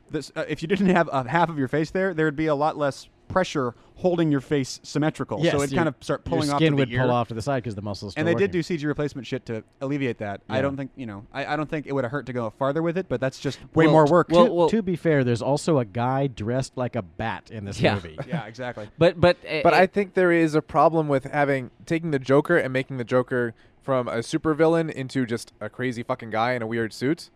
[SPEAKER 2] this, uh, if you didn't have uh, half of your face there, there would be a lot less pressure holding your face symmetrical.
[SPEAKER 4] Yes,
[SPEAKER 2] so it'd
[SPEAKER 4] your-
[SPEAKER 2] kind of start pulling
[SPEAKER 4] your
[SPEAKER 2] off.
[SPEAKER 4] skin
[SPEAKER 2] to the
[SPEAKER 4] would
[SPEAKER 2] ear.
[SPEAKER 4] pull off to the side because the muscles.
[SPEAKER 2] And they did do CG replacement shit to alleviate that. I
[SPEAKER 4] Yeah.
[SPEAKER 2] don't think you know. I, I don't think it would have hurt to go farther with it, but that's just way
[SPEAKER 3] Well,
[SPEAKER 2] more work.
[SPEAKER 3] well-
[SPEAKER 4] To, to be fair, there's also a guy dressed like a bat in this
[SPEAKER 3] Yeah.
[SPEAKER 4] movie.
[SPEAKER 2] yeah, exactly.
[SPEAKER 3] But but uh,
[SPEAKER 5] But I
[SPEAKER 3] it-
[SPEAKER 5] think there is a problem with having taking the Joker and making the Joker from a supervillain into just a crazy fucking guy in a weird suit.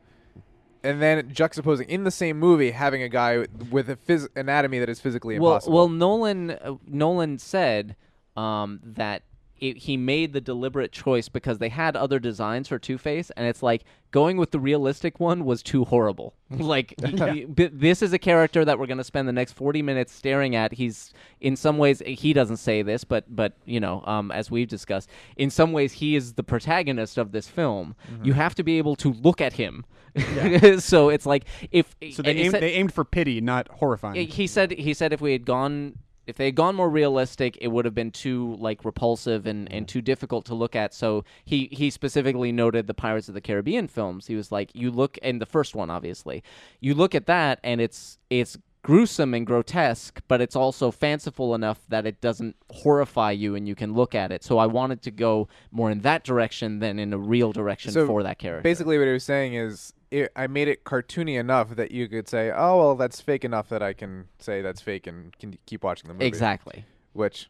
[SPEAKER 5] And then juxtaposing in the same movie having a guy with a phys- anatomy that is physically
[SPEAKER 3] well,
[SPEAKER 5] impossible.
[SPEAKER 3] Well, Nolan uh, Nolan said um, that it, he made the deliberate choice because they had other designs for Two Face, and it's like going with the realistic one was too horrible. like y- b- this is a character that we're going to spend the next forty minutes staring at. He's in some ways eh, he doesn't say this, but but you know, um, as we've discussed, in some ways he is the protagonist of this film.
[SPEAKER 2] Mm-hmm.
[SPEAKER 3] You have to be able to look at him. so it's like if eh,
[SPEAKER 2] So they
[SPEAKER 3] and he
[SPEAKER 2] aimed,
[SPEAKER 3] said-
[SPEAKER 2] they aimed for pity, not horrifying.
[SPEAKER 3] yeah, he said he said if we had gone if they had gone more realistic it would have been too like repulsive and, and too difficult to look at so he he specifically noted the pirates of the caribbean films he was like you look and the first one obviously you look at that and it's it's gruesome and grotesque but it's also fanciful enough that it doesn't horrify you and you can look at it so i wanted to go more in that direction than in a real direction
[SPEAKER 5] So
[SPEAKER 3] for that character
[SPEAKER 5] Basically, what he was saying is, it, I made it cartoony enough that you could say, "Oh, well, that's fake enough that I can say that's fake and can keep watching the movie."
[SPEAKER 3] exactly
[SPEAKER 5] Which,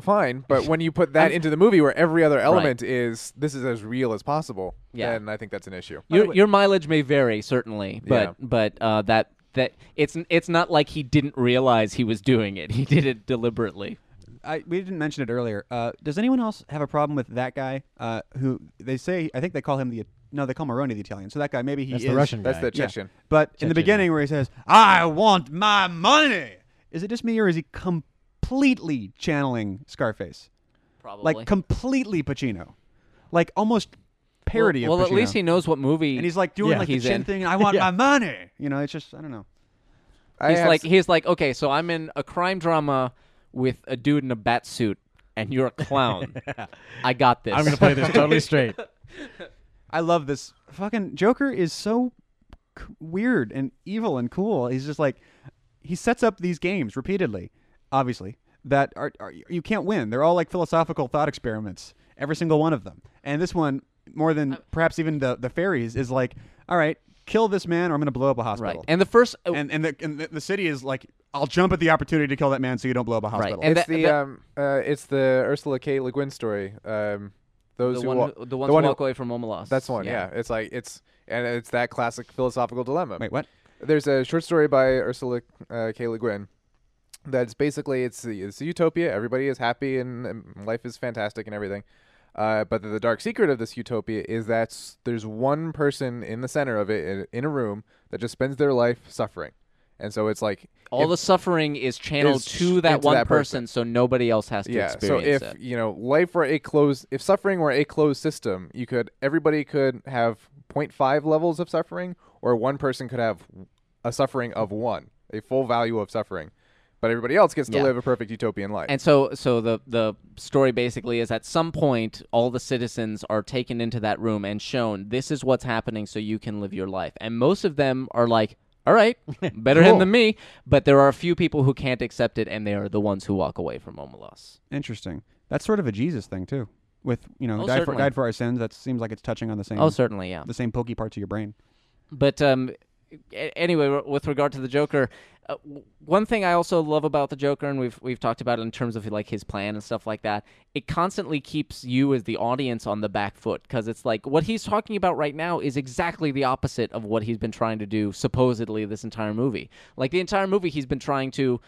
[SPEAKER 5] fine, but when you put that into the movie, where every other element is this is as real as possible,
[SPEAKER 3] Yeah.
[SPEAKER 5] then I think that's an issue.
[SPEAKER 3] Your your mileage may vary certainly, but
[SPEAKER 5] Yeah.
[SPEAKER 3] but uh, that that it's it's not like he didn't realize he was doing it. He did it deliberately.
[SPEAKER 2] I we didn't mention it earlier. Uh, does anyone else have a problem with that guy? Uh, who they say I think they call him the no, they call Maroni the Italian. So that guy maybe he
[SPEAKER 4] That's
[SPEAKER 2] is
[SPEAKER 4] the Russian
[SPEAKER 5] That's
[SPEAKER 4] guy.
[SPEAKER 5] the
[SPEAKER 2] Yeah.
[SPEAKER 5] Chechen.
[SPEAKER 2] But in the
[SPEAKER 4] Chechen.
[SPEAKER 2] beginning where he says, "I want my money," is it just me or is he completely channeling Scarface?
[SPEAKER 3] Probably
[SPEAKER 2] Like completely Pacino, like almost parody
[SPEAKER 3] Well,
[SPEAKER 2] of
[SPEAKER 3] well,
[SPEAKER 2] Pacino.
[SPEAKER 3] at least he knows what movie.
[SPEAKER 2] and he's like doing
[SPEAKER 4] Yeah.
[SPEAKER 2] like the
[SPEAKER 3] he's
[SPEAKER 2] chin
[SPEAKER 3] in.
[SPEAKER 2] thing. I want my
[SPEAKER 4] Yeah.
[SPEAKER 2] money. You know, it's just I don't know.
[SPEAKER 5] I
[SPEAKER 3] he's
[SPEAKER 5] have
[SPEAKER 3] like
[SPEAKER 5] s-
[SPEAKER 3] he's like okay, so I'm in a crime drama with a dude in a bat suit, and you're a clown. I got this.
[SPEAKER 4] I'm going to play this totally straight.
[SPEAKER 2] I love this fucking Joker is so c- weird and evil and cool. He's just like he sets up these games repeatedly, obviously. that are, are you can't win. They're all like philosophical thought experiments, every single one of them. And this one, more than
[SPEAKER 3] Uh,
[SPEAKER 2] perhaps even the the fairies, is like, all right, kill this man, or I'm going to blow up a
[SPEAKER 3] right.
[SPEAKER 2] hospital.
[SPEAKER 3] And the first oh,
[SPEAKER 2] and and the, and the the city is like, I'll jump at the opportunity to kill that man, so you don't blow up a hospital.
[SPEAKER 3] And
[SPEAKER 5] it's
[SPEAKER 3] that-
[SPEAKER 5] the
[SPEAKER 3] that-
[SPEAKER 5] um, uh, it's the Ursula K. Le Guin story. Um, those
[SPEAKER 3] the
[SPEAKER 5] who
[SPEAKER 3] one,
[SPEAKER 5] walk,
[SPEAKER 3] who- the ones
[SPEAKER 5] the one
[SPEAKER 3] who
[SPEAKER 5] who-
[SPEAKER 3] walk away from Omelas.
[SPEAKER 5] That's the one. Yeah. it's like it's and it's that classic philosophical dilemma.
[SPEAKER 2] Wait, what?
[SPEAKER 5] There's a short story by Ursula uh, K. Le Guin that's basically it's the it's a utopia. Everybody is happy and, and life is fantastic and everything. Uh, but the, the dark secret of this utopia is that s- there's one person in the center of it in, in a room that just spends their life suffering, and so it's like
[SPEAKER 3] All
[SPEAKER 5] if-
[SPEAKER 3] the suffering is channeled
[SPEAKER 5] Is
[SPEAKER 3] to that
[SPEAKER 5] into
[SPEAKER 3] one
[SPEAKER 5] that
[SPEAKER 3] person,
[SPEAKER 5] person.
[SPEAKER 3] so nobody else has to experience
[SPEAKER 5] so if
[SPEAKER 3] it.
[SPEAKER 5] you know life were a closed if suffering were a closed system you could everybody could have 0.5 levels of suffering or one person could have a suffering of one a full value of suffering but everybody else gets to
[SPEAKER 3] Yeah.
[SPEAKER 5] live a perfect utopian life
[SPEAKER 3] And so, so the the story basically is at some point, all the citizens are taken into that room and shown this is what's happening, so you can live your life. And most of them are like, "All right, better him than me." But there are a few people who can't accept it, and they are the ones who walk away from Omelas.
[SPEAKER 2] Interesting. That's sort of a Jesus thing too. With you know,
[SPEAKER 3] Oh,
[SPEAKER 2] died for
[SPEAKER 3] certainly.
[SPEAKER 2] died for our sins. That seems like it's touching on the same
[SPEAKER 3] Oh, certainly, yeah.
[SPEAKER 2] the same pokey parts of your brain.
[SPEAKER 3] But um, a- anyway, w- with regard to the Joker, uh, w- one thing I also love about the Joker, and we've we've talked about it in terms of like his plan and stuff like that, it constantly keeps you as the audience on the back foot because it's like what he's talking about right now is exactly the opposite of what he's been trying to do supposedly this entire movie. Like the entire movie, he's been trying to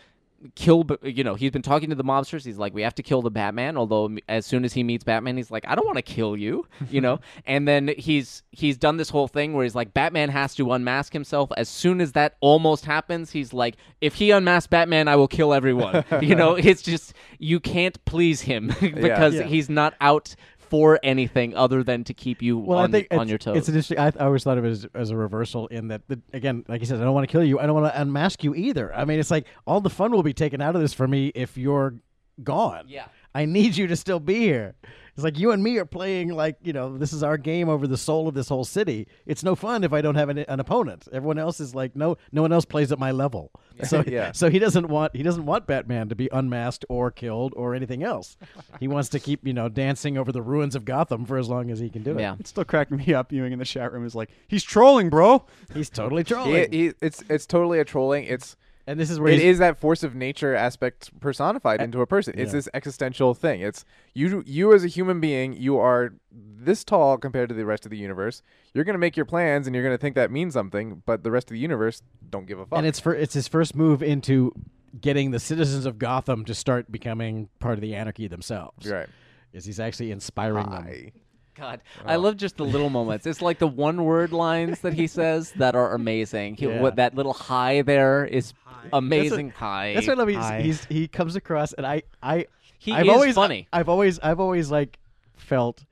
[SPEAKER 3] kill b- you know he's been talking to the mobsters he's like we have to kill the batman although m- as soon as he meets batman he's like i don't want to kill you you know and then he's he's done this whole thing where he's like batman has to unmask himself as soon as that almost happens he's like if he unmasks batman i will kill everyone you know it's just you can't please him because
[SPEAKER 4] Yeah.
[SPEAKER 3] he's not out for anything other than to keep you
[SPEAKER 4] Well,
[SPEAKER 3] on,
[SPEAKER 4] I think
[SPEAKER 3] on
[SPEAKER 4] it's-
[SPEAKER 3] your toes
[SPEAKER 4] It's an interesting. I, I always thought of it as, as a reversal in that, the, again, like he says, I don't want to kill you. I don't want to unmask you either. I mean, it's like all the fun will be taken out of this for me if you're gone.
[SPEAKER 3] Yeah.
[SPEAKER 4] I need you to still be here. It's like you and me are playing like you know this is our game over the soul of this whole city. It's no fun if I don't have an, an opponent. Everyone else is like no, no one else plays at my level. So
[SPEAKER 5] Yeah.
[SPEAKER 4] so he doesn't want he doesn't want Batman to be unmasked or killed or anything else. He wants to keep you know dancing over the ruins of Gotham for as long as he can do it.
[SPEAKER 3] yeah
[SPEAKER 2] It still cracked me up. Ewing in the chat room is like, he's trolling, bro.
[SPEAKER 4] He's totally trolling.
[SPEAKER 5] He- he- it's it's totally a trolling it's
[SPEAKER 4] and this is where
[SPEAKER 5] it
[SPEAKER 4] he's,
[SPEAKER 5] is that force of nature aspect personified into a person. It's
[SPEAKER 4] yeah.
[SPEAKER 5] this existential thing. It's you you as a human being, you are this tall compared to the rest of the universe. You're going to make your plans and you're going to think that means something, but the rest of the universe don't give a fuck.
[SPEAKER 4] and it's for it's his first move into getting the citizens of Gotham to start becoming part of the anarchy themselves.
[SPEAKER 5] You're right.
[SPEAKER 4] Is he's actually inspiring them.
[SPEAKER 5] I,
[SPEAKER 3] God, I
[SPEAKER 5] Oh.
[SPEAKER 3] love just the little moments. It's like the one word lines that he says that are amazing. He,
[SPEAKER 4] Yeah.
[SPEAKER 3] what, that little hi there is amazing hi.
[SPEAKER 4] That's what I love. He's,
[SPEAKER 2] I-
[SPEAKER 4] he's he comes across, and I I
[SPEAKER 3] He
[SPEAKER 4] I've
[SPEAKER 3] is
[SPEAKER 4] always
[SPEAKER 3] funny.
[SPEAKER 4] I've always I've always like felt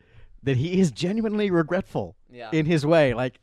[SPEAKER 4] that he is genuinely regretful
[SPEAKER 3] Yeah.
[SPEAKER 4] in his way. Like,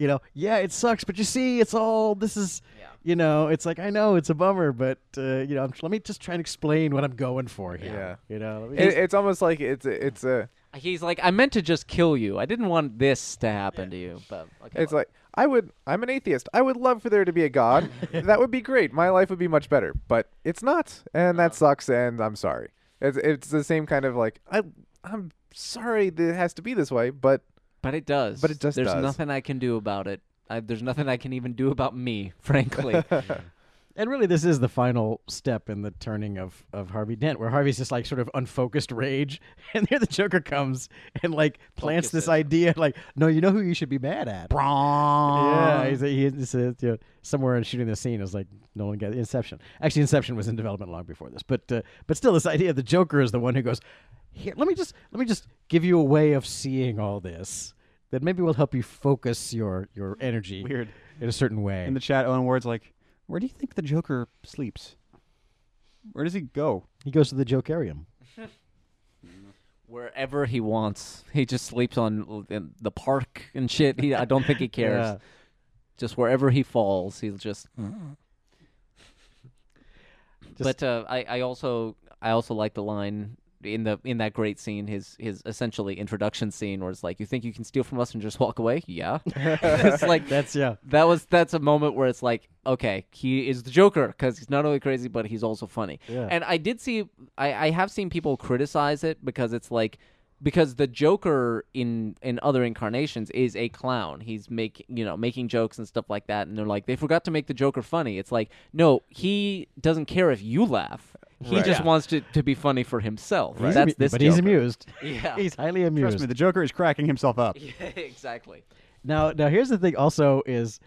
[SPEAKER 4] you know, yeah, it sucks, but you see, it's all this is.
[SPEAKER 3] Yeah.
[SPEAKER 4] You know, it's like I know it's a bummer, but uh, you know, I'm, let me just try and explain what I'm going for here. Yeah. You know, let me
[SPEAKER 5] it,
[SPEAKER 4] just-
[SPEAKER 5] it's almost like it's a, it's a
[SPEAKER 3] He's like, I meant to just kill you. I didn't want this to happen to you. But okay,
[SPEAKER 5] it's like I would I'm an atheist. I would love for there to be a god. that would be great. My life would be much better, but it's not, and that sucks and I'm sorry. It's it's the same kind of like I I'm sorry that it has to be this way, but
[SPEAKER 3] but it does.
[SPEAKER 5] but it just
[SPEAKER 3] There's
[SPEAKER 5] does.
[SPEAKER 3] nothing I can do about it. I, there's nothing I can even do about me, frankly.
[SPEAKER 4] And really, this is the final step in the turning of, of Harvey Dent, where Harvey's just like sort of unfocused rage, and there the Joker comes and like plants this idea, like, no, you know who you should be mad at. Yeah, he's, he, he said, you know, somewhere in shooting the scene is like Nolan got Inception. Actually, Inception was in development long before this, but uh, but still, this idea the Joker is the one who goes, here, let me just let me just give you a way of seeing all this that maybe will help you focus your your energy
[SPEAKER 2] Weird.
[SPEAKER 4] in a certain way.
[SPEAKER 2] In the chat, Owen Ward's like, where do you think the Joker sleeps? Where does he go?
[SPEAKER 4] he goes to the Jokerium.
[SPEAKER 3] Wherever he wants, he just sleeps on in the park and shit. He, I don't think he cares.
[SPEAKER 4] Yeah.
[SPEAKER 3] Just wherever he falls, he'll just
[SPEAKER 4] Just-
[SPEAKER 3] but uh, I, I also I also like the line in the in that great scene, his his essentially introduction scene, where it's like, "You think you can steal from us and just walk away?" Yeah, it's like
[SPEAKER 4] That's yeah.
[SPEAKER 3] that was that's a moment where it's like, okay, he is the Joker because he's not only crazy but he's also funny.
[SPEAKER 4] Yeah.
[SPEAKER 3] And I did see, I, I have seen people criticize it because it's like, because the Joker in in other incarnations is a clown. He's making you know making jokes and stuff like that, and they're like, they forgot to make the Joker funny. It's like, no, he doesn't care if you laugh. He
[SPEAKER 5] Right.
[SPEAKER 3] just
[SPEAKER 4] Yeah.
[SPEAKER 3] wants to, to be funny for himself.
[SPEAKER 4] He's
[SPEAKER 3] That's
[SPEAKER 4] amu-
[SPEAKER 3] this.
[SPEAKER 4] but he's
[SPEAKER 3] Joker.
[SPEAKER 4] amused.
[SPEAKER 3] Yeah.
[SPEAKER 4] He's highly
[SPEAKER 2] Trust me,
[SPEAKER 4] amused.
[SPEAKER 2] the Joker is cracking himself up.
[SPEAKER 3] exactly.
[SPEAKER 4] Now, now here's the thing. Also, is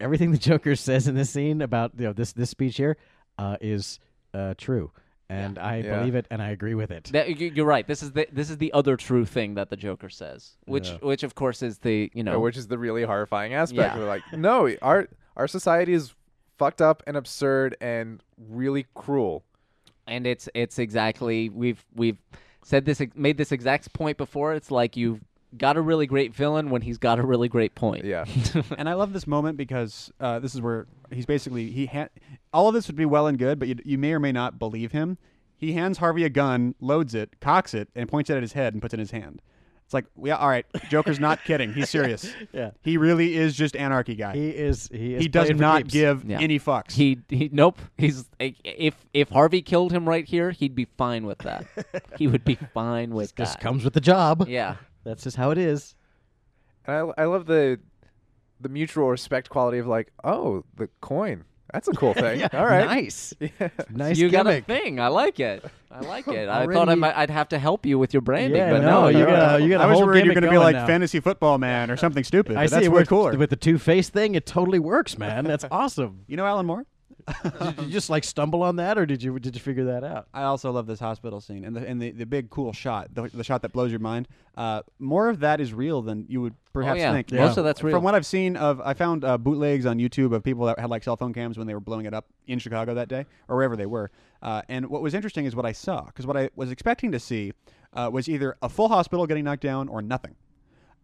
[SPEAKER 4] everything the Joker says in this scene about you know this this speech here uh, is uh, true, and I
[SPEAKER 5] Yeah.
[SPEAKER 4] believe it and I agree with it.
[SPEAKER 3] That, you- you're right. This is the this is the other true thing that the Joker says, which
[SPEAKER 4] Yeah.
[SPEAKER 3] which of course is the you know
[SPEAKER 5] which is the really horrifying aspect.
[SPEAKER 3] Yeah.
[SPEAKER 5] We're like, no, our our society is fucked up and absurd and really cruel.
[SPEAKER 3] and it's it's exactly we've we've said this ex- made this exact point before. It's like you've got a really great villain when he's got a really great point.
[SPEAKER 5] Yeah.
[SPEAKER 2] and I love this moment because uh, this is where he's basically he ha- all of this would be well and good, but you, you may or may not believe him. He hands Harvey a gun, loads it, cocks it, and points it at his head and puts it in his hand. It's like, yeah, all right, Joker's not kidding. He's serious.
[SPEAKER 4] Yeah.
[SPEAKER 2] he really is just anarchy guy. He,
[SPEAKER 4] He is. He is.
[SPEAKER 2] does
[SPEAKER 4] playing for
[SPEAKER 2] not
[SPEAKER 4] keeps.
[SPEAKER 2] give
[SPEAKER 3] Yeah.
[SPEAKER 2] any fucks.
[SPEAKER 3] He, he nope. He's eh, if if Harvey killed him right here, he'd be fine with that. he would be fine with
[SPEAKER 4] This
[SPEAKER 3] that.
[SPEAKER 4] comes with the job.
[SPEAKER 3] yeah.
[SPEAKER 4] That's just how it is.
[SPEAKER 5] And I, I love the the mutual respect quality of like, oh, the coin. That's a cool thing. All right.
[SPEAKER 4] Nice. Nice.
[SPEAKER 3] you got a
[SPEAKER 4] gimmick.
[SPEAKER 3] thing. I like it. I like it. I thought I
[SPEAKER 4] Already-
[SPEAKER 3] might, I'd have to help you with your branding,
[SPEAKER 4] Yeah,
[SPEAKER 3] but
[SPEAKER 4] no,
[SPEAKER 3] no,
[SPEAKER 4] you
[SPEAKER 3] you're
[SPEAKER 4] gotta-
[SPEAKER 3] right.
[SPEAKER 4] you gotta-
[SPEAKER 2] I was
[SPEAKER 4] whole
[SPEAKER 2] worried you were
[SPEAKER 4] gimmick
[SPEAKER 2] gonna be
[SPEAKER 4] going
[SPEAKER 2] like
[SPEAKER 4] now.
[SPEAKER 2] fantasy football man or something stupid.
[SPEAKER 4] I
[SPEAKER 2] but
[SPEAKER 4] see.
[SPEAKER 2] that's
[SPEAKER 4] it
[SPEAKER 2] way
[SPEAKER 4] with,
[SPEAKER 2] cooler.
[SPEAKER 4] With the two face thing, it totally works, man. That's awesome.
[SPEAKER 2] you know Alan Moore.
[SPEAKER 4] did you just like stumble on that, or did you did you figure that out?
[SPEAKER 2] I also love this hospital scene and the and the, the big cool shot, the, the shot that blows your mind. Uh, more of that is real than you would perhaps
[SPEAKER 3] Oh, yeah.
[SPEAKER 2] think.
[SPEAKER 3] Most Yeah. of that's real.
[SPEAKER 2] From what I've seen of, I found uh, bootlegs on YouTube of people that had like cell phone cams when they were blowing it up in Chicago that day or wherever they were. Uh, and what was interesting is what I saw because what I was expecting to see uh, was either a full hospital getting knocked down or nothing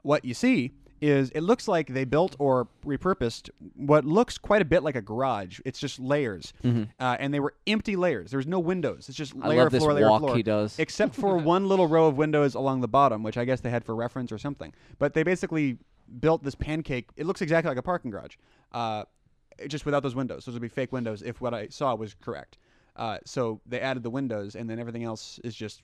[SPEAKER 2] what you see is it looks like they built or repurposed what looks quite a bit like a garage. It's just layers, uh, and they were empty layers. There was no windows. It's just
[SPEAKER 3] Mm-hmm. I
[SPEAKER 2] layer
[SPEAKER 3] love this
[SPEAKER 2] floor, layer
[SPEAKER 3] walk
[SPEAKER 2] floor,
[SPEAKER 3] he does.
[SPEAKER 2] except for one little row of windows along the bottom, which I guess they had for reference or something. But they basically built this pancake. It looks exactly like a parking garage, uh, just without those windows. Those would be fake windows if what I saw was correct. Uh, so they added the windows, and then everything else is just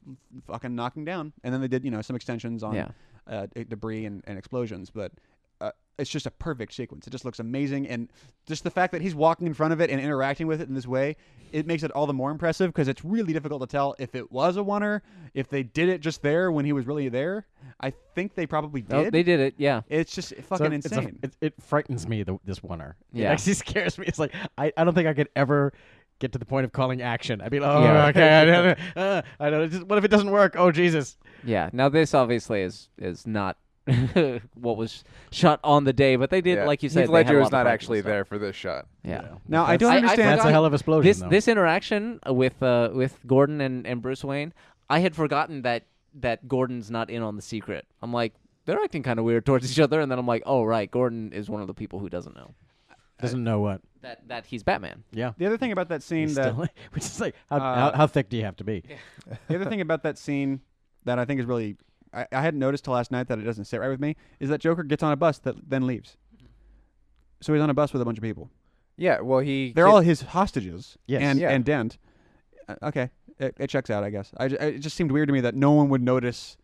[SPEAKER 2] fucking knocking down. And then they did, you know, some extensions on
[SPEAKER 3] Yeah.
[SPEAKER 2] uh, d- debris and, and explosions, but uh, it's just a perfect sequence. It just looks amazing, and just the fact that he's walking in front of it and interacting with it in this way, it makes it all the more impressive because it's really difficult to tell if it was a oneer, if they did it just there when he was really there. I think they probably did.
[SPEAKER 3] Oh, they did it. Yeah.
[SPEAKER 2] It's just
[SPEAKER 4] So
[SPEAKER 2] fucking
[SPEAKER 4] it's a-
[SPEAKER 2] insane.
[SPEAKER 4] it, it frightens me, the, this oneer. It
[SPEAKER 3] Yeah.
[SPEAKER 4] actually scares me. It's like, I, I don't think I could ever get to the point of calling action. I'd be like, oh,
[SPEAKER 3] Yeah.
[SPEAKER 4] okay. I don't, uh, I don't, just, what if it doesn't work? Oh, Jesus.
[SPEAKER 3] Yeah. Now this obviously is is not what was shot on the day, but they did,
[SPEAKER 5] Yeah.
[SPEAKER 3] like you said,
[SPEAKER 5] Heath
[SPEAKER 3] they had a
[SPEAKER 5] Ledger was
[SPEAKER 3] lot of
[SPEAKER 5] not
[SPEAKER 3] practical
[SPEAKER 5] actually
[SPEAKER 3] stuff.
[SPEAKER 5] there for this shot.
[SPEAKER 3] Yeah.
[SPEAKER 2] now I don't
[SPEAKER 3] I- I
[SPEAKER 2] understand.
[SPEAKER 4] That's a hell of a explosion,
[SPEAKER 3] This
[SPEAKER 4] though.
[SPEAKER 3] this interaction with uh with Gordon and, and Bruce Wayne, I had forgotten that that Gordon's not in on the secret. I'm like, they're acting kind of weird towards each other, and then I'm like, oh right, Gordon is one of the people who doesn't know
[SPEAKER 4] doesn't know what.
[SPEAKER 3] that that he's Batman.
[SPEAKER 4] Yeah.
[SPEAKER 2] the other thing about that scene that
[SPEAKER 4] Still- which is like, how,
[SPEAKER 2] Uh,
[SPEAKER 4] how, how thick do you have to be?
[SPEAKER 2] the other thing about that scene that I think is really I, I hadn't noticed till last night that it doesn't sit right with me is that Joker gets on a bus that then leaves. So he's on a bus with a bunch of people.
[SPEAKER 5] Yeah. Well, he
[SPEAKER 2] They're
[SPEAKER 5] kid-
[SPEAKER 2] all his hostages.
[SPEAKER 4] Yes.
[SPEAKER 2] And
[SPEAKER 5] Yeah.
[SPEAKER 2] and Dent. Uh, okay, it, it checks out, I guess. I, ju- it just seemed weird to me that no one would notice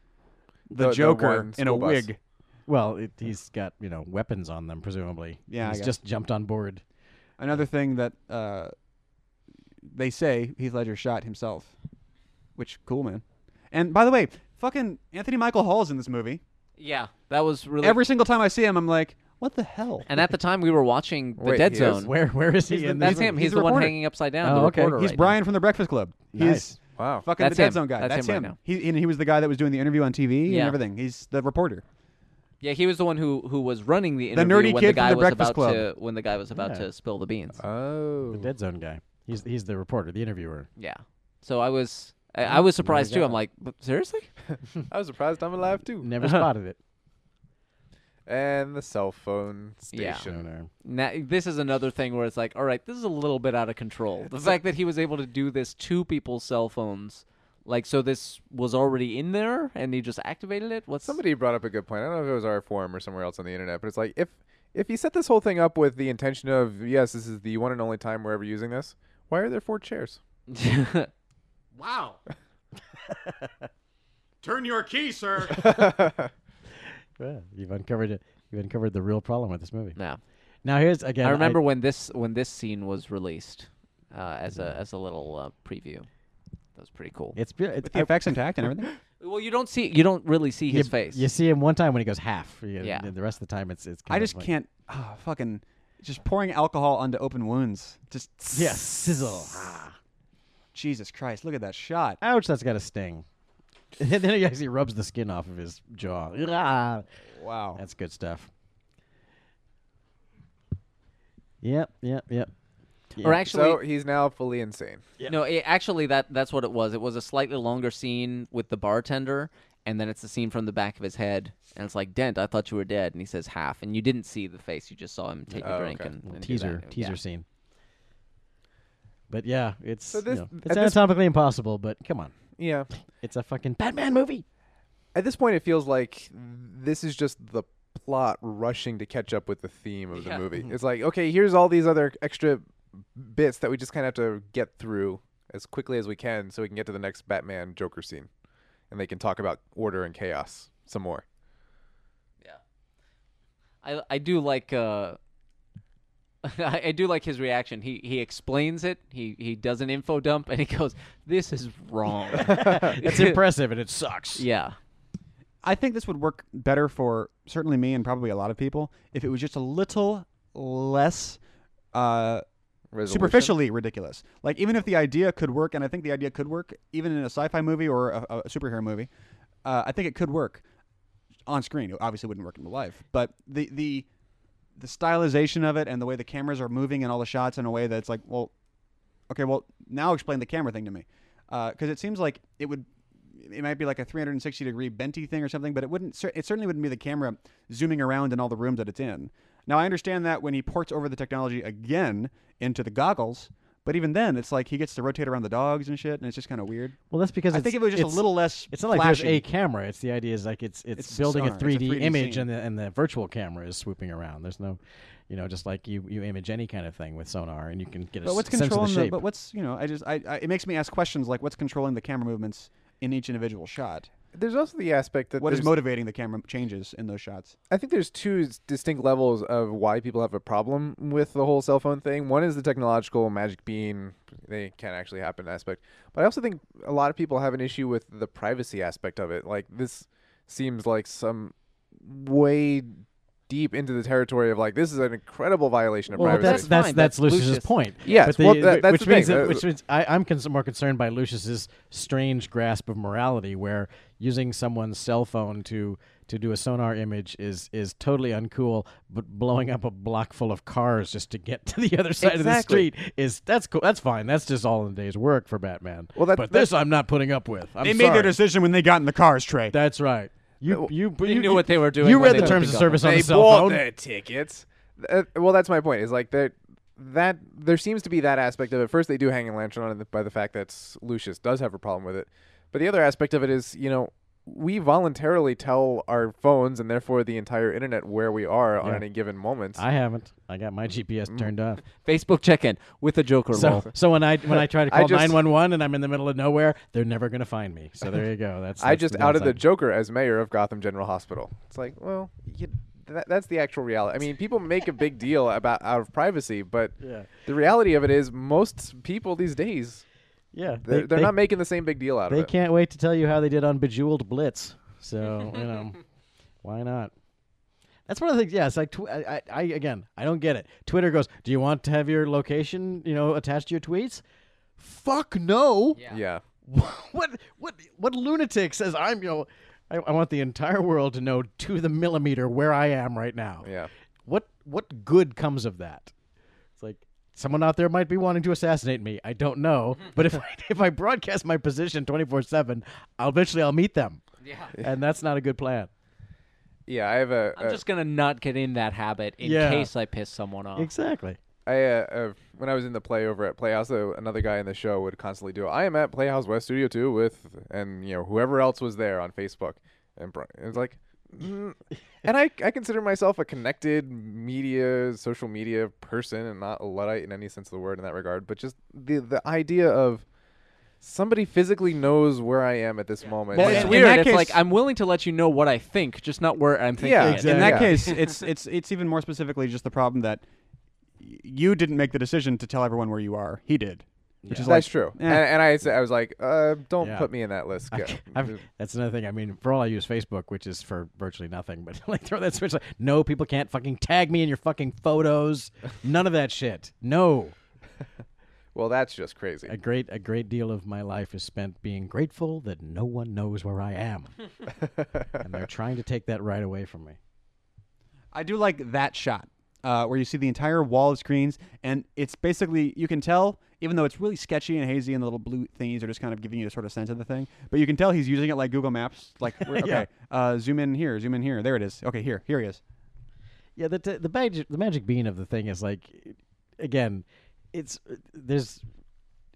[SPEAKER 5] The-
[SPEAKER 2] the,
[SPEAKER 5] the
[SPEAKER 2] Joker
[SPEAKER 5] one
[SPEAKER 2] in a
[SPEAKER 5] school bus.
[SPEAKER 2] wig.
[SPEAKER 4] Well, it, he's got, you know, weapons on them, presumably.
[SPEAKER 2] Yeah, I
[SPEAKER 4] He's
[SPEAKER 2] guess.
[SPEAKER 4] just jumped on board.
[SPEAKER 2] Another thing that uh, they say Heath Ledger shot himself, which cool man. And by the way, fucking Anthony Michael Hall's in this movie.
[SPEAKER 3] Yeah, that was really
[SPEAKER 2] Every single time I see him, I'm like, what the hell?
[SPEAKER 3] And at the time we were watching the
[SPEAKER 5] Wait,
[SPEAKER 3] Dead
[SPEAKER 5] he is?
[SPEAKER 3] Zone.
[SPEAKER 4] Where, where is he
[SPEAKER 2] He's the-
[SPEAKER 4] in this
[SPEAKER 3] That's him.
[SPEAKER 4] movie?
[SPEAKER 3] He's,
[SPEAKER 2] He's
[SPEAKER 3] the,
[SPEAKER 2] the
[SPEAKER 3] one
[SPEAKER 2] reporter.
[SPEAKER 3] hanging upside down.
[SPEAKER 4] Oh,
[SPEAKER 3] the
[SPEAKER 4] okay.
[SPEAKER 3] reporter
[SPEAKER 2] He's
[SPEAKER 3] right now.
[SPEAKER 2] Brian from the Breakfast Club.
[SPEAKER 4] Nice.
[SPEAKER 2] He's
[SPEAKER 5] wow.
[SPEAKER 2] fucking
[SPEAKER 3] That's
[SPEAKER 2] the Dead
[SPEAKER 3] him.
[SPEAKER 2] Zone guy.
[SPEAKER 3] That's
[SPEAKER 2] That's,
[SPEAKER 3] him right
[SPEAKER 2] him.
[SPEAKER 3] now.
[SPEAKER 2] He and he was the guy that was doing the interview on TV
[SPEAKER 3] Yeah.
[SPEAKER 2] and everything. He's the reporter.
[SPEAKER 3] Yeah, he was the one who who was running the
[SPEAKER 2] The
[SPEAKER 3] interview
[SPEAKER 2] nerdy
[SPEAKER 3] when
[SPEAKER 2] kid from
[SPEAKER 3] the guy
[SPEAKER 2] the
[SPEAKER 3] was
[SPEAKER 2] Breakfast
[SPEAKER 3] about
[SPEAKER 2] Club. Uh,
[SPEAKER 3] to when the guy was about
[SPEAKER 4] Yeah.
[SPEAKER 3] to spill the beans.
[SPEAKER 5] Oh.
[SPEAKER 4] The Dead Zone guy. He's, he's the reporter, the interviewer.
[SPEAKER 3] yeah. So I was I, I was surprised too. I'm like, "But seriously?
[SPEAKER 5] Oh. I was surprised I'm alive too.
[SPEAKER 4] Never
[SPEAKER 2] Uh-huh.
[SPEAKER 4] spotted it.
[SPEAKER 5] And the cell phone
[SPEAKER 3] Yeah.
[SPEAKER 5] station.
[SPEAKER 4] No, no.
[SPEAKER 3] Now, this is another thing where it's like, all right, this is a little bit out of control. The fact that he was able to do this to people's cell phones Like, so this was already in there, and he just activated it. What's
[SPEAKER 5] Somebody brought up a good point. I don't know if it was our forum or somewhere else on the internet, but it's like if if you set this whole thing up with the intention of yes, this is the one and only time we're ever using this. Why are there four chairs?
[SPEAKER 7] Wow. Turn your key, sir.
[SPEAKER 4] Yeah, you've uncovered it. You've uncovered the real problem with this movie.
[SPEAKER 3] no.
[SPEAKER 4] Now here's again.
[SPEAKER 3] I remember when this when this scene was released uh, as
[SPEAKER 2] Mm-hmm.
[SPEAKER 3] a as a little uh, preview. That was pretty cool.
[SPEAKER 4] it's be- it's
[SPEAKER 2] The effects intact and everything.
[SPEAKER 3] Well, you don't see you don't really see his
[SPEAKER 4] you,
[SPEAKER 3] face.
[SPEAKER 4] You see him one time when he goes half. yeah.
[SPEAKER 3] Yeah.
[SPEAKER 4] The rest of the time it's it's.
[SPEAKER 2] I
[SPEAKER 4] kind of
[SPEAKER 2] just
[SPEAKER 4] like-
[SPEAKER 2] can't. ah, fucking just pouring alcohol onto open wounds. Just
[SPEAKER 4] Yeah, sizzle.
[SPEAKER 2] Jesus Christ! Look at that shot.
[SPEAKER 4] Ouch! That's got a sting. then he actually rubs the skin off of his jaw. Ah,
[SPEAKER 2] Wow.
[SPEAKER 4] That's good stuff. Yep, yep, yep.
[SPEAKER 3] Or
[SPEAKER 4] Yeah.
[SPEAKER 3] actually,
[SPEAKER 5] So he's now fully insane.
[SPEAKER 3] No, it, actually, that that's what it was. It was a slightly longer scene with the bartender, and then it's the scene from the back of his head, and it's like, "Dent, I thought you were dead," and he says half, and you didn't see the face; you just saw him take a
[SPEAKER 5] Oh,
[SPEAKER 3] drink
[SPEAKER 5] okay.
[SPEAKER 3] and, and do
[SPEAKER 4] teaser,
[SPEAKER 3] that.
[SPEAKER 4] teaser
[SPEAKER 3] Yeah.
[SPEAKER 4] scene. But yeah, it's you
[SPEAKER 5] this-
[SPEAKER 4] know,
[SPEAKER 5] at
[SPEAKER 4] it's
[SPEAKER 5] this-
[SPEAKER 4] anatomically impossible. But come on,
[SPEAKER 5] Yeah.
[SPEAKER 4] it's a fucking Batman movie.
[SPEAKER 5] At this point, it feels like this is just the plot rushing to catch up with the theme of the
[SPEAKER 3] Yeah.
[SPEAKER 5] movie. It's like, okay, here's all these other extra bits that we just kind of have to get through as quickly as we can so we can get to the next Batman Joker scene. And they can talk about order and chaos some more.
[SPEAKER 3] I I do like uh, I, I do like his reaction. He he explains it. He he does an info dump, and he goes, "This is wrong."
[SPEAKER 4] It's impressive, and it sucks.
[SPEAKER 3] yeah.
[SPEAKER 2] I think this would work better for certainly me and probably a lot of people if it was just a little less uh,
[SPEAKER 5] Resolution.
[SPEAKER 2] superficially ridiculous. Like even if the idea could work, and I think the idea could work even in a sci-fi movie or a, a superhero movie, uh, I think it could work on screen. It obviously wouldn't work in real life, but the the the stylization of it and the way the cameras are moving and all the shots in a way that's like, well, okay, well now explain the camera thing to me, because it seems like it would. It might be like a 360 degree Benty thing or something, but it wouldn't. cer- It certainly wouldn't be the camera zooming around in all the rooms that it's in. Now I understand that when he ports over the technology again into the goggles, but even then, it's like he gets to rotate around the dogs and shit, and it's just kind of weird.
[SPEAKER 4] Well, that's because
[SPEAKER 2] I
[SPEAKER 4] it's-
[SPEAKER 2] think if it was just a
[SPEAKER 4] it's-
[SPEAKER 2] little less.
[SPEAKER 4] It's not like
[SPEAKER 2] flashy.
[SPEAKER 4] there's a camera. It's the idea is like it's it's,
[SPEAKER 2] It's
[SPEAKER 4] building
[SPEAKER 2] sonar.
[SPEAKER 4] a
[SPEAKER 2] It's a
[SPEAKER 4] 3D,
[SPEAKER 2] 3D
[SPEAKER 4] image,
[SPEAKER 2] scene.
[SPEAKER 4] and the and the virtual camera is swooping around. There's no, you know, just like you you image any kind of thing with sonar, and you can get a
[SPEAKER 2] But what's
[SPEAKER 4] s- sense of the
[SPEAKER 2] controlling the,
[SPEAKER 4] shape.
[SPEAKER 2] But what's you know? I just I, I it makes me ask questions like what's controlling the camera movements in each individual shot.
[SPEAKER 5] There's also the aspect that
[SPEAKER 2] What is
[SPEAKER 5] there's-
[SPEAKER 2] motivating the camera changes in those shots?
[SPEAKER 5] I think there's two s- distinct levels of why people have a problem with the whole cell phone thing. One is the technological magic bean; they can't actually happen aspect. But I also think a lot of people have an issue with the privacy aspect of it. Like this seems like some way deep into the territory of like this is an incredible violation of
[SPEAKER 4] Well,
[SPEAKER 5] privacy.
[SPEAKER 4] that's that's
[SPEAKER 3] fine.
[SPEAKER 4] that's
[SPEAKER 3] That's
[SPEAKER 4] Lucius's
[SPEAKER 3] Lucius.
[SPEAKER 4] point.
[SPEAKER 5] Yes,
[SPEAKER 4] but
[SPEAKER 5] well,
[SPEAKER 4] the-
[SPEAKER 5] that- that's
[SPEAKER 4] which
[SPEAKER 5] the
[SPEAKER 4] means
[SPEAKER 5] thing.
[SPEAKER 4] that-
[SPEAKER 5] Uh,
[SPEAKER 4] which means I, I'm cons- more concerned by Lucius's strange grasp of morality, where using someone's cell phone to to do a sonar image is is totally uncool, but blowing up a block full of cars just to get to the other side of the
[SPEAKER 5] Exactly.
[SPEAKER 4] street is that's cool. That's fine. That's just all in the day's work for Batman.
[SPEAKER 5] Well, that-
[SPEAKER 4] but
[SPEAKER 5] that-
[SPEAKER 4] this I'm not putting up with. I'm
[SPEAKER 2] They made
[SPEAKER 4] sorry.
[SPEAKER 2] their decision when they got in the cars, Trey.
[SPEAKER 4] That's right. You you you,
[SPEAKER 3] knew what they were doing
[SPEAKER 4] You
[SPEAKER 3] when
[SPEAKER 4] read
[SPEAKER 3] they
[SPEAKER 4] the
[SPEAKER 3] put
[SPEAKER 4] terms
[SPEAKER 3] the
[SPEAKER 4] of
[SPEAKER 3] gun.
[SPEAKER 4] service on
[SPEAKER 5] they
[SPEAKER 4] the cell
[SPEAKER 5] bought
[SPEAKER 4] phone.
[SPEAKER 5] their tickets. Uh, well, that's my point. Is like that that there seems to be that aspect of it. First, they do hang a lantern on it by the fact that Lucius does have a problem with it, but the other aspect of it is you know we voluntarily tell our phones and therefore the entire internet where we are on
[SPEAKER 4] Yeah.
[SPEAKER 5] any given moment.
[SPEAKER 4] I haven't. I got my GPS turned off.
[SPEAKER 3] Facebook check-in with a Joker
[SPEAKER 4] So,
[SPEAKER 3] roll.
[SPEAKER 4] so when I when I try to
[SPEAKER 5] I
[SPEAKER 4] call
[SPEAKER 5] just-
[SPEAKER 4] nine one one and I'm in the middle of nowhere, they're never gonna find me. So there you go. That's,
[SPEAKER 5] I
[SPEAKER 4] that's
[SPEAKER 5] just
[SPEAKER 4] the
[SPEAKER 5] outed the
[SPEAKER 4] downside.
[SPEAKER 5] Joker as mayor of Gotham General Hospital. It's like, well, you, that, that's the actual reality. I mean, people make a big deal about out of privacy, but
[SPEAKER 4] Yeah.
[SPEAKER 5] the reality of it is most people these days
[SPEAKER 4] Yeah,
[SPEAKER 5] they're, they're not making the same big deal out of
[SPEAKER 4] They
[SPEAKER 5] it.
[SPEAKER 4] can't wait to tell you how they did on Bejeweled Blitz. So you know, why not? That's one of the things. Yeah, it's like tw- I, I, I again, I don't get it. Twitter goes, "Do you want to have your location, you know, attached to your tweets?" Fuck no.
[SPEAKER 5] Yeah.
[SPEAKER 4] what what what lunatic says I'm you know I, I want the entire world to know to the millimeter where I am right now.
[SPEAKER 5] Yeah.
[SPEAKER 4] What what good comes of that? It's like someone out there might be wanting to assassinate me. I don't know, but if I, if I broadcast my position 24/7, I'll eventually I'll meet them.
[SPEAKER 3] Yeah.
[SPEAKER 4] And that's not a good plan.
[SPEAKER 5] Yeah, I have a,
[SPEAKER 3] I'm
[SPEAKER 5] a-
[SPEAKER 3] just gonna not get in that habit in
[SPEAKER 4] Yeah.
[SPEAKER 3] case I piss someone off.
[SPEAKER 4] Exactly.
[SPEAKER 5] I uh, uh, when I was in the play over at Playhouse, uh, another guy in the show would constantly do. I am at Playhouse West Studio Two with and you know whoever else was there on Facebook, and Bri- it's like, mm. and I I consider myself a connected media social media person and not a luddite in any sense of the word in that regard. But just the the idea of somebody physically knows where I am at this moment.
[SPEAKER 2] Well,
[SPEAKER 5] is
[SPEAKER 2] yeah.
[SPEAKER 3] in,
[SPEAKER 2] weird.
[SPEAKER 3] that
[SPEAKER 2] In that
[SPEAKER 3] case, like
[SPEAKER 2] case-
[SPEAKER 3] I'm willing to let you know what I think, just not where I'm thinking.
[SPEAKER 5] Yeah,
[SPEAKER 3] it.
[SPEAKER 5] exactly.
[SPEAKER 2] In that
[SPEAKER 5] Yeah.
[SPEAKER 2] case, it's it's it's even more specifically just the problem that y- you didn't make the decision to tell everyone where you are. He did, which is like
[SPEAKER 5] That's true.
[SPEAKER 2] Yeah.
[SPEAKER 5] And, and I, said- I was like, uh, don't
[SPEAKER 4] Yeah.
[SPEAKER 5] put me in that list.
[SPEAKER 4] I
[SPEAKER 5] Go-
[SPEAKER 4] can't- I've- that's another thing. I mean, for all I use Facebook, which is for virtually nothing, but like throw that switch. Like, no, people can't fucking tag me in your fucking photos. None of that shit. No.
[SPEAKER 5] well, that's just crazy.
[SPEAKER 4] A great, a great deal of my life is spent being grateful that no one knows where I am, and they're trying to take that right away from me.
[SPEAKER 2] I do like that shot uh, where you see the entire wall of screens, and it's basically you can tell, even though it's really sketchy and hazy, and the little blue thingies are just kind of giving you a sort of sense of the thing. But you can tell he's using it like Google Maps. Like, we're- okay, uh, zoom in here, zoom in here. There it is. Okay, here, here he is.
[SPEAKER 4] Yeah, the the magic the magic bean of the thing is like, again, it's there's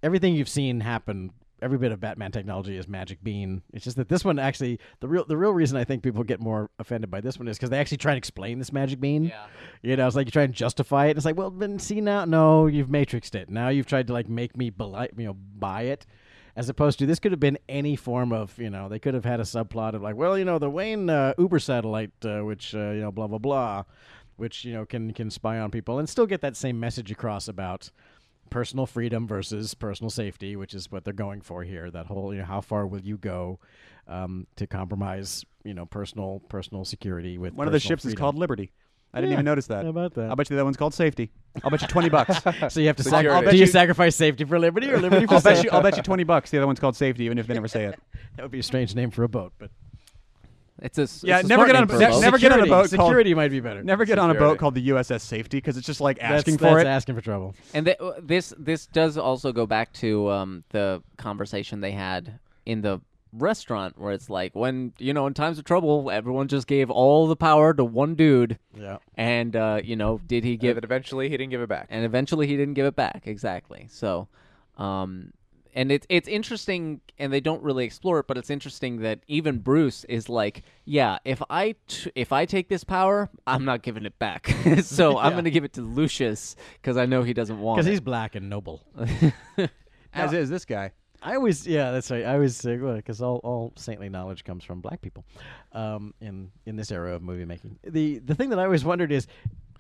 [SPEAKER 4] everything you've seen happen. Every bit of Batman technology is magic bean. It's just that this one actually the real the real reason I think people get more offended by this one is because they actually try and explain this magic bean. Yeah, you know, it's like you try and justify it. it's like, well, then see now, no, you've matrixed it. Now you've tried to like make me beli- you know buy it. As opposed to this could have been any form of you know they could have had a subplot of like well you know the Wayne uh, Uber satellite uh, which uh, you know blah blah blah, which you know can can spy on people and still get that same message across about personal freedom versus personal safety, which is what they're going for here. That whole, you know, how far will you go um, to compromise, you know, personal personal security with
[SPEAKER 2] One of the
[SPEAKER 4] personal
[SPEAKER 2] ships is called
[SPEAKER 4] freedom.
[SPEAKER 2] Liberty. I didn't
[SPEAKER 4] Yeah,
[SPEAKER 2] even notice that.
[SPEAKER 4] how about that?
[SPEAKER 2] I'll bet you that one's called Safety. I'll bet you twenty bucks.
[SPEAKER 4] So you have to sac-
[SPEAKER 5] Security. I'll
[SPEAKER 4] do
[SPEAKER 5] bet
[SPEAKER 4] you,
[SPEAKER 2] you-
[SPEAKER 4] sacrifice safety for liberty or liberty for
[SPEAKER 2] I'll bet
[SPEAKER 4] safety?
[SPEAKER 2] you. I'll bet you twenty bucks. The other one's called Safety, even if they never say it.
[SPEAKER 4] That would be a strange name for a boat, but
[SPEAKER 3] It's a s-
[SPEAKER 2] Yeah,
[SPEAKER 3] it's a
[SPEAKER 2] never
[SPEAKER 3] smart
[SPEAKER 2] get on
[SPEAKER 3] name
[SPEAKER 2] a-
[SPEAKER 3] for
[SPEAKER 2] ne-
[SPEAKER 3] boat.
[SPEAKER 2] never get on a
[SPEAKER 4] Security.
[SPEAKER 2] boat called-
[SPEAKER 4] Security might be better.
[SPEAKER 2] Never get on a boat
[SPEAKER 5] Security.
[SPEAKER 2] called the USS Safety because it's just like
[SPEAKER 4] That's-
[SPEAKER 2] asking
[SPEAKER 4] that's
[SPEAKER 2] for it.
[SPEAKER 4] asking for trouble.
[SPEAKER 3] And th- uh, this this does also go back to um, the conversation they had in the restaurant where it's like when you know in times of trouble everyone just gave all the power to one dude.
[SPEAKER 4] Yeah.
[SPEAKER 3] And uh, you know, did he
[SPEAKER 5] Give
[SPEAKER 3] give
[SPEAKER 5] it eventually. He didn't give it back.
[SPEAKER 3] and eventually he didn't give it back exactly so um and it's it's interesting and they don't really explore it but it's interesting that even bruce is like yeah if i t- if i take this power i'm not giving it back so i'm gonna give it to lucius because i know he doesn't want
[SPEAKER 4] Because
[SPEAKER 3] it
[SPEAKER 4] he's black and noble.
[SPEAKER 2] As is this guy.
[SPEAKER 4] I always, yeah, that's right. I always say, because all, all saintly knowledge comes from black people, um, in in this era of movie making. The the thing that I always wondered is,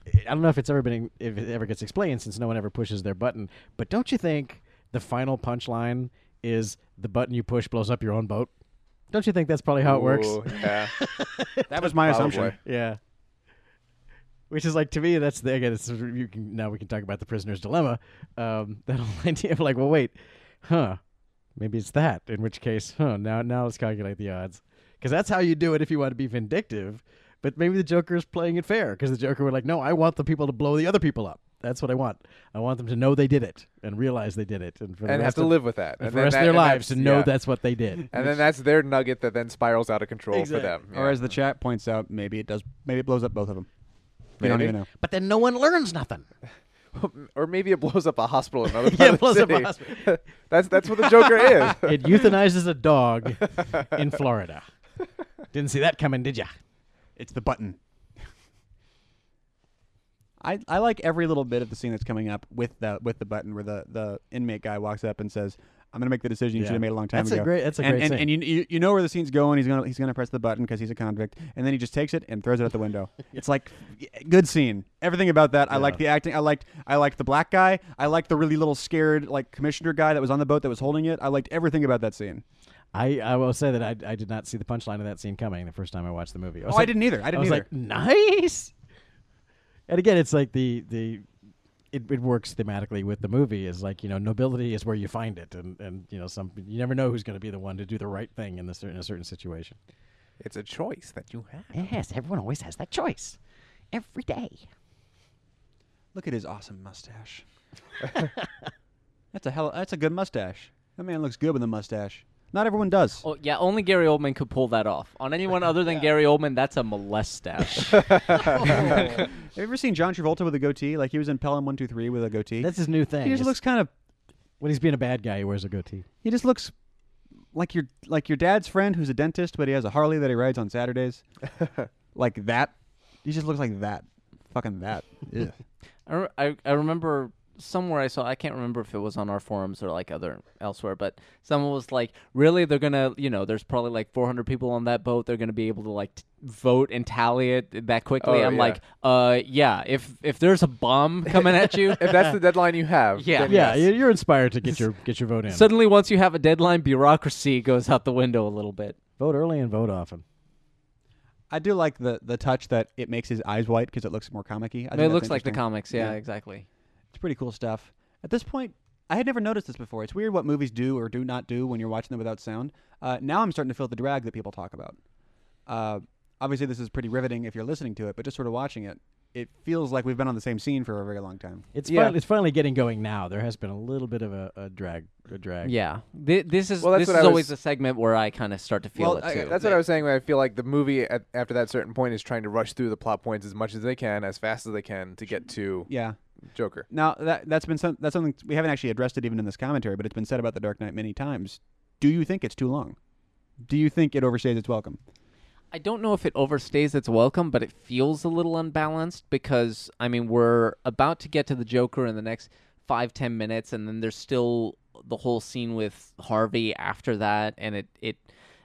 [SPEAKER 4] I don't know if it's ever been if it ever gets explained since no one ever pushes their button. But don't you think the final punchline is the button you push blows up your own boat? Don't you think that's probably how it works?
[SPEAKER 5] Ooh, yeah.
[SPEAKER 2] That was my assumption.
[SPEAKER 5] Probably.
[SPEAKER 4] Yeah. Which is like to me, that's the again. It's, you can now we can talk about the prisoner's dilemma. Um, that whole idea of like, well, wait, huh? Maybe it's that. In which case, huh? Now, now let's calculate the odds, because that's how you do it if you want to be vindictive. But maybe the Joker's playing it fair, because the Joker were like, no, I want the people to blow the other people up. That's what I want. I want them to know they did it and realize they did it, and for the
[SPEAKER 5] and have
[SPEAKER 4] rest
[SPEAKER 5] to
[SPEAKER 4] of,
[SPEAKER 5] live with that.
[SPEAKER 4] and
[SPEAKER 5] And
[SPEAKER 4] for the
[SPEAKER 5] then
[SPEAKER 4] rest
[SPEAKER 5] that-
[SPEAKER 4] of their
[SPEAKER 5] and
[SPEAKER 4] lives to
[SPEAKER 5] that's-
[SPEAKER 4] know
[SPEAKER 5] yeah.
[SPEAKER 4] that's what they did.
[SPEAKER 5] And then that's their nugget that then spirals out of control
[SPEAKER 4] Exactly.
[SPEAKER 5] for them.
[SPEAKER 2] Or
[SPEAKER 5] yeah.
[SPEAKER 2] as the chat points out, maybe it does. Maybe it blows up both of them. You don't
[SPEAKER 5] Maybe.
[SPEAKER 2] even know.
[SPEAKER 4] but then no one learns nothing.
[SPEAKER 5] or maybe it blows up a hospital in another part
[SPEAKER 4] Yeah,
[SPEAKER 5] of the
[SPEAKER 4] blows up a
[SPEAKER 5] city.
[SPEAKER 4] hospital.
[SPEAKER 5] that's that's what the Joker is.
[SPEAKER 4] it euthanizes a dog in Florida. Didn't see that coming, did ya?
[SPEAKER 2] It's the button. I, I like every little bit of the scene that's coming up with the with the button where the, the inmate guy walks up and says, "I'm gonna make the decision you
[SPEAKER 4] Yeah.
[SPEAKER 2] should have made a long time
[SPEAKER 4] That's a
[SPEAKER 2] ago."
[SPEAKER 4] great- that's a
[SPEAKER 2] and,
[SPEAKER 4] great
[SPEAKER 2] and,
[SPEAKER 4] scene.
[SPEAKER 2] And you, you you know where the scene's going. He's gonna he's gonna press the button because he's a convict, and then he just takes it and throws it out the window. It's like good scene. Everything about that. I liked the acting. I liked I liked the black guy. I liked the really little scared like commissioner guy that was on the boat that was holding it. I liked everything about that scene.
[SPEAKER 4] I, I will say that I, I did not see the punchline of that scene coming the first time I watched the movie. was
[SPEAKER 2] Oh, I
[SPEAKER 4] like-
[SPEAKER 2] didn't either. I didn't
[SPEAKER 4] I was
[SPEAKER 2] either.
[SPEAKER 4] like, nice. And again, it's like the the it, it works thematically with the movie is like you know nobility is where you find it, and and you know some you never know who's going to be the one to do the right thing in this in a certain situation.
[SPEAKER 5] it's a choice that you have.
[SPEAKER 4] Yes, everyone always has that choice every day.
[SPEAKER 2] Look at his awesome mustache. that's a hell. That's a good mustache. That man looks good with a mustache. Not everyone does.
[SPEAKER 3] Oh yeah, only Gary Oldman could pull that off. On anyone other than Gary Oldman, that's a molestache.
[SPEAKER 2] Have you ever seen John Travolta with a goatee? Like he was in Pelham One Two Three with a goatee.
[SPEAKER 4] That's his new thing.
[SPEAKER 2] he just
[SPEAKER 4] It's-
[SPEAKER 2] looks kind of.
[SPEAKER 4] when he's being a bad guy, he wears a goatee.
[SPEAKER 2] He just looks like your like your dad's friend who's a dentist, but he has a Harley that he rides on Saturdays. like that. He just looks like that. Fucking that. Ugh.
[SPEAKER 3] I, re- I, I remember somewhere I saw I can't remember if it was on our forums or like other elsewhere, but someone was like, "Really, they're gonna you know, there's probably like 400 people on that boat. They're gonna be able to like t- vote and tally it that quickly."
[SPEAKER 5] Oh,
[SPEAKER 3] I'm
[SPEAKER 5] yeah.
[SPEAKER 3] like, "Uh, yeah. If if there's a bomb coming at you,
[SPEAKER 5] If that's the deadline you have,
[SPEAKER 3] Yeah.
[SPEAKER 5] then
[SPEAKER 4] Yeah,
[SPEAKER 5] yes.
[SPEAKER 4] you- you're inspired to get your get your vote in.
[SPEAKER 3] suddenly once you have a deadline, bureaucracy goes out the window a little bit."
[SPEAKER 4] vote early and vote often.
[SPEAKER 2] I do like the the touch that it makes his eyes white because it looks more comic-y. I think
[SPEAKER 3] it
[SPEAKER 2] that's
[SPEAKER 3] looks like the
[SPEAKER 2] interesting.
[SPEAKER 3] comics. Yeah,
[SPEAKER 2] Yeah.
[SPEAKER 3] exactly.
[SPEAKER 2] It's pretty cool stuff. At this point, I had never noticed this before. It's weird what movies do or do not do when you're watching them without sound. Uh, now I'm starting to feel the drag that people talk about. Uh, obviously, this is pretty riveting if you're listening to it, but just sort of watching it, it feels like we've been on the same scene for a very long time.
[SPEAKER 4] It's
[SPEAKER 5] Yeah.
[SPEAKER 4] fin- it's finally getting going now. There has been a little bit of a, a drag a drag.
[SPEAKER 3] Yeah. Th- this is
[SPEAKER 5] Well, that's
[SPEAKER 3] this is
[SPEAKER 5] what I was-
[SPEAKER 3] always a segment where I kind of start to feel
[SPEAKER 5] Well,
[SPEAKER 3] it
[SPEAKER 5] I-
[SPEAKER 3] too.
[SPEAKER 5] that's what I was saying. When I feel like the movie at, after that certain point is trying to rush through the plot points as much as they can, as fast as they can, to get to
[SPEAKER 2] Yeah.
[SPEAKER 5] Joker.
[SPEAKER 2] Now that that's been some, that's something we haven't actually addressed it even in this commentary, but it's been said about the Dark Knight many times. Do you think it's too long? Do you think it overstays its welcome?
[SPEAKER 3] I don't know if it overstays its welcome, but it feels a little unbalanced because I mean we're about to get to the Joker in the next five ten minutes, and then there's still the whole scene with Harvey after that, and it it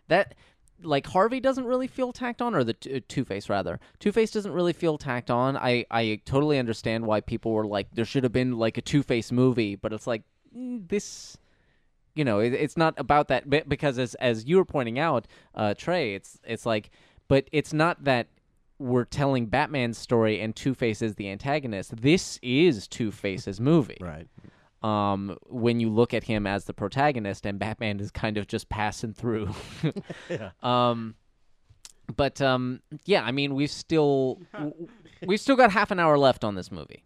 [SPEAKER 3] that like Harvey doesn't really feel tacked on, or the t- Two Face rather. Two Face doesn't really feel tacked on. I I totally understand why people were like there should have been like a Two Face movie, but it's like mm, this you know it, it's not about that bit because as as you were pointing out uh trey it's it's like but it's not that we're telling batman's story and two-face is the antagonist this is two-face's movie
[SPEAKER 4] Right.
[SPEAKER 3] um when you look at him as the protagonist and batman is kind of just passing through um but um yeah i mean we've still w- we've still got half an hour left on this movie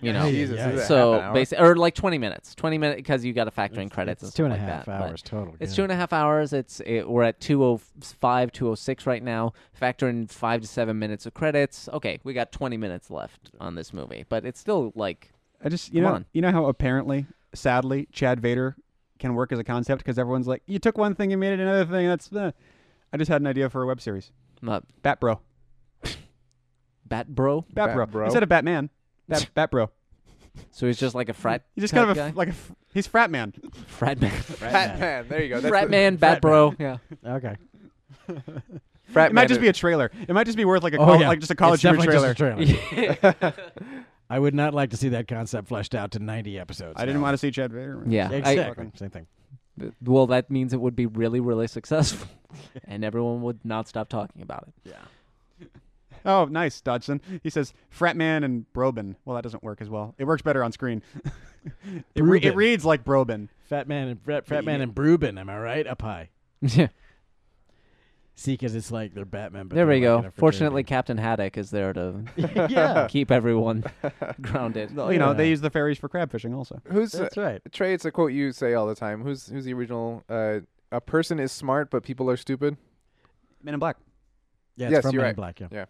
[SPEAKER 3] you know
[SPEAKER 5] Jesus,
[SPEAKER 4] yeah,
[SPEAKER 5] is it half an
[SPEAKER 3] so
[SPEAKER 5] hour?
[SPEAKER 3] basically, or like twenty minutes, twenty minutes because you got to factor in credits.
[SPEAKER 4] It's
[SPEAKER 3] and
[SPEAKER 4] two and a
[SPEAKER 3] stuff like
[SPEAKER 4] half
[SPEAKER 3] that, but
[SPEAKER 4] hours total.
[SPEAKER 3] It's
[SPEAKER 4] yeah.
[SPEAKER 3] two and a half hours. It's it, we're at 205, 206 right now. Factor in five to seven minutes of credits. Okay, we got twenty minutes left on this movie, but it's still like
[SPEAKER 2] I just you
[SPEAKER 3] Come
[SPEAKER 2] know
[SPEAKER 3] on.
[SPEAKER 2] you know how apparently, sadly, Chad Vader can work as a concept because everyone's like, you took one thing and made it another thing. That's uh. I just had an idea for a web series,
[SPEAKER 3] not
[SPEAKER 2] Bat Bro,
[SPEAKER 3] Bat Bro.
[SPEAKER 2] Bat,
[SPEAKER 5] Bat
[SPEAKER 2] Bro.
[SPEAKER 5] Bro.
[SPEAKER 2] instead of Batman, Bat, Bat Bro.
[SPEAKER 3] So he's just like a frat.
[SPEAKER 2] He's just
[SPEAKER 3] type
[SPEAKER 2] kind of a,
[SPEAKER 3] guy?
[SPEAKER 2] like a f- he's frat man.
[SPEAKER 3] frat man.
[SPEAKER 5] Fat man, there you
[SPEAKER 2] Oh,
[SPEAKER 5] go. That's
[SPEAKER 3] frat
[SPEAKER 5] the-
[SPEAKER 3] man, Bat Bro. Yeah.
[SPEAKER 4] Okay.
[SPEAKER 5] Frat
[SPEAKER 2] It
[SPEAKER 5] man
[SPEAKER 2] might just
[SPEAKER 5] is-
[SPEAKER 2] be a trailer. It might just be worth like a
[SPEAKER 4] Oh,
[SPEAKER 2] col-
[SPEAKER 4] yeah.
[SPEAKER 2] like just a college
[SPEAKER 4] it's
[SPEAKER 2] humor
[SPEAKER 4] definitely
[SPEAKER 2] trailer.
[SPEAKER 4] just a trailer. I would not like to see that concept fleshed out to 90 episodes.
[SPEAKER 2] I didn't want to see Chad Vader.
[SPEAKER 3] Yeah. I-
[SPEAKER 4] Exactly. Same thing.
[SPEAKER 3] Th- Well, that means it would be really, really successful, and everyone would not stop talking about it.
[SPEAKER 2] Oh, nice, Dodson. He says frat man and brobin. Well, that doesn't work as well. It works better on screen. it, re- it
[SPEAKER 4] Brobin.
[SPEAKER 2] reads like brobin.
[SPEAKER 4] Fat Man and Fat, fat Man and Brubin. Am I right? Up high.
[SPEAKER 3] Yeah.
[SPEAKER 4] See, because it's like they're Batman. But
[SPEAKER 3] there
[SPEAKER 4] they're
[SPEAKER 3] we
[SPEAKER 4] like
[SPEAKER 3] go.
[SPEAKER 4] in a
[SPEAKER 3] Fortunately, Captain Haddock is there to
[SPEAKER 4] fraternity. yeah.
[SPEAKER 3] keep everyone grounded.
[SPEAKER 2] You know, they
[SPEAKER 4] Yeah.
[SPEAKER 2] use the fairies for crab fishing also.
[SPEAKER 5] who's
[SPEAKER 4] That's right.
[SPEAKER 5] Trey? It's a quote you say all the time. Who's who's the original? Uh, a person is smart, but people are stupid.
[SPEAKER 2] Men in Black.
[SPEAKER 4] Yeah, it's
[SPEAKER 5] Yes,
[SPEAKER 4] from
[SPEAKER 5] you're
[SPEAKER 4] Men in
[SPEAKER 5] right.
[SPEAKER 4] Black. Yeah.
[SPEAKER 5] Yeah.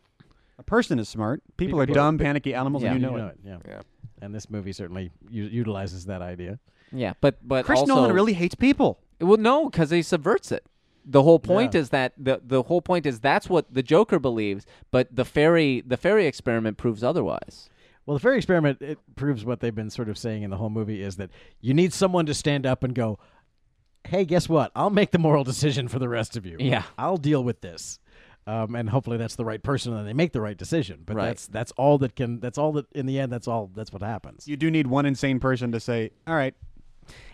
[SPEAKER 2] A person is smart. People,
[SPEAKER 4] People
[SPEAKER 2] are
[SPEAKER 4] are-
[SPEAKER 2] dumb, panicky animals,
[SPEAKER 3] Yeah.
[SPEAKER 2] and you know,
[SPEAKER 4] You
[SPEAKER 2] it.
[SPEAKER 4] know it. Yeah.
[SPEAKER 5] Yeah.
[SPEAKER 4] And this movie certainly u- utilizes that idea.
[SPEAKER 3] Yeah, but but
[SPEAKER 2] Chris
[SPEAKER 3] also,
[SPEAKER 2] Nolan really hates people.
[SPEAKER 3] well, no, because he subverts it. The whole point
[SPEAKER 4] Yeah.
[SPEAKER 3] is that the the whole point is that's what the Joker believes, but the fairy the fairy experiment proves otherwise.
[SPEAKER 4] Well, the fairy experiment it proves what they've been sort of saying in the whole movie is that you need someone to stand up and go, "Hey, guess what? I'll make the moral decision for the rest of you.
[SPEAKER 3] Yeah.
[SPEAKER 4] I'll deal with this." Um, and hopefully that's the right person, and they make the right decision. But
[SPEAKER 3] Right.
[SPEAKER 4] that's that's all that can. That's all that in the end. That's all. That's what happens.
[SPEAKER 2] You do need one insane person to say, "All right,"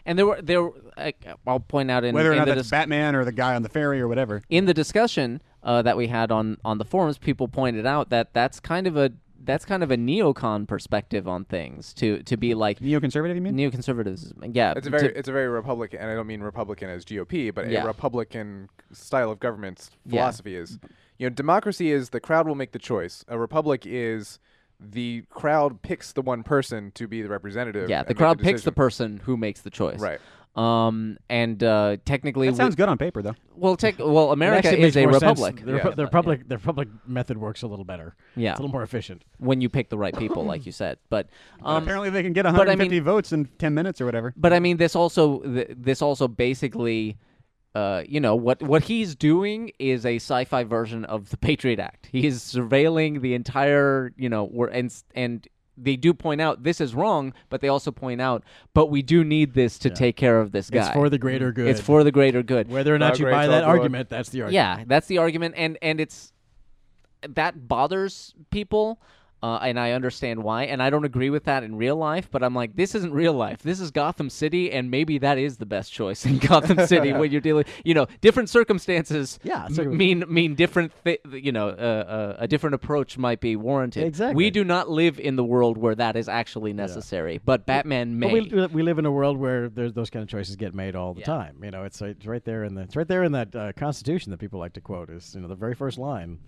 [SPEAKER 3] And there were there, I, I'll point out in
[SPEAKER 2] whether or
[SPEAKER 3] in
[SPEAKER 2] not
[SPEAKER 3] the
[SPEAKER 2] that's
[SPEAKER 3] dis-
[SPEAKER 2] Batman or the guy on the ferry or whatever.
[SPEAKER 3] in the discussion uh, that we had on on the forums, people pointed out that that's kind of a that's kind of a neocon perspective on things to to be like
[SPEAKER 2] Neoconservative, you mean?
[SPEAKER 3] neoconservatism. Yeah,
[SPEAKER 5] It's a
[SPEAKER 3] to-
[SPEAKER 5] very it's a very Republican, and I don't mean Republican as GOP, but
[SPEAKER 3] Yeah.
[SPEAKER 5] a Republican style of government
[SPEAKER 3] Yeah.
[SPEAKER 5] philosophy is, you know, democracy is the crowd will make the choice. A republic is the crowd picks the one person to be the representative.
[SPEAKER 3] yeah.
[SPEAKER 5] and
[SPEAKER 3] The
[SPEAKER 5] make
[SPEAKER 3] crowd picks the
[SPEAKER 5] decision.
[SPEAKER 3] person who makes the choice.
[SPEAKER 5] Right.
[SPEAKER 3] Um, and uh, technically,
[SPEAKER 2] It sounds good on paper, though.
[SPEAKER 3] well, tech, well,
[SPEAKER 4] It
[SPEAKER 3] America
[SPEAKER 4] actually
[SPEAKER 3] is
[SPEAKER 4] makes
[SPEAKER 3] a
[SPEAKER 4] more sense.
[SPEAKER 3] republic.
[SPEAKER 4] The,
[SPEAKER 5] Yeah.
[SPEAKER 4] Repu- the republic, the republic method works a little better.
[SPEAKER 3] Yeah.
[SPEAKER 4] it's a little more efficient.
[SPEAKER 3] when you pick the right people, like you said. But um,
[SPEAKER 2] Apparently, they can get
[SPEAKER 3] but I
[SPEAKER 2] 150
[SPEAKER 3] mean-
[SPEAKER 2] votes in 10 minutes or whatever.
[SPEAKER 3] but I mean, this also th- this also basically, uh, you know, what what he's doing is a sci-fi version of the Patriot Act. He is surveilling the entire, you know, we and s- and they do point out this is wrong, but they also point out, but we do need this to take care of this guy.
[SPEAKER 4] It's for the greater good.
[SPEAKER 3] It's for the greater good.
[SPEAKER 4] whether or not you
[SPEAKER 5] great
[SPEAKER 4] buy
[SPEAKER 5] job,
[SPEAKER 4] that
[SPEAKER 5] Lord.
[SPEAKER 4] argument. That's the argument.
[SPEAKER 3] Yeah, that's the argument, and and it's that bothers people, uh, and I understand why, and I don't agree with that in real life. But I'm like, this isn't real life. This is Gotham City, and maybe that is the best choice in Gotham City when you're dealing. You know, different circumstances.
[SPEAKER 4] Yeah,
[SPEAKER 3] m-
[SPEAKER 4] circum-
[SPEAKER 3] mean mean different. Thi- you know, uh, uh, a different approach might be warranted. We
[SPEAKER 4] Exactly.
[SPEAKER 3] do not live in the world where that is actually necessary, but Batman may.
[SPEAKER 4] But we, we live in a world where there's those kind of choices get made all the
[SPEAKER 3] Yeah.
[SPEAKER 4] time. You know, it's, it's right there in the it's right there in that uh, Constitution that people like to quote is you know the very first line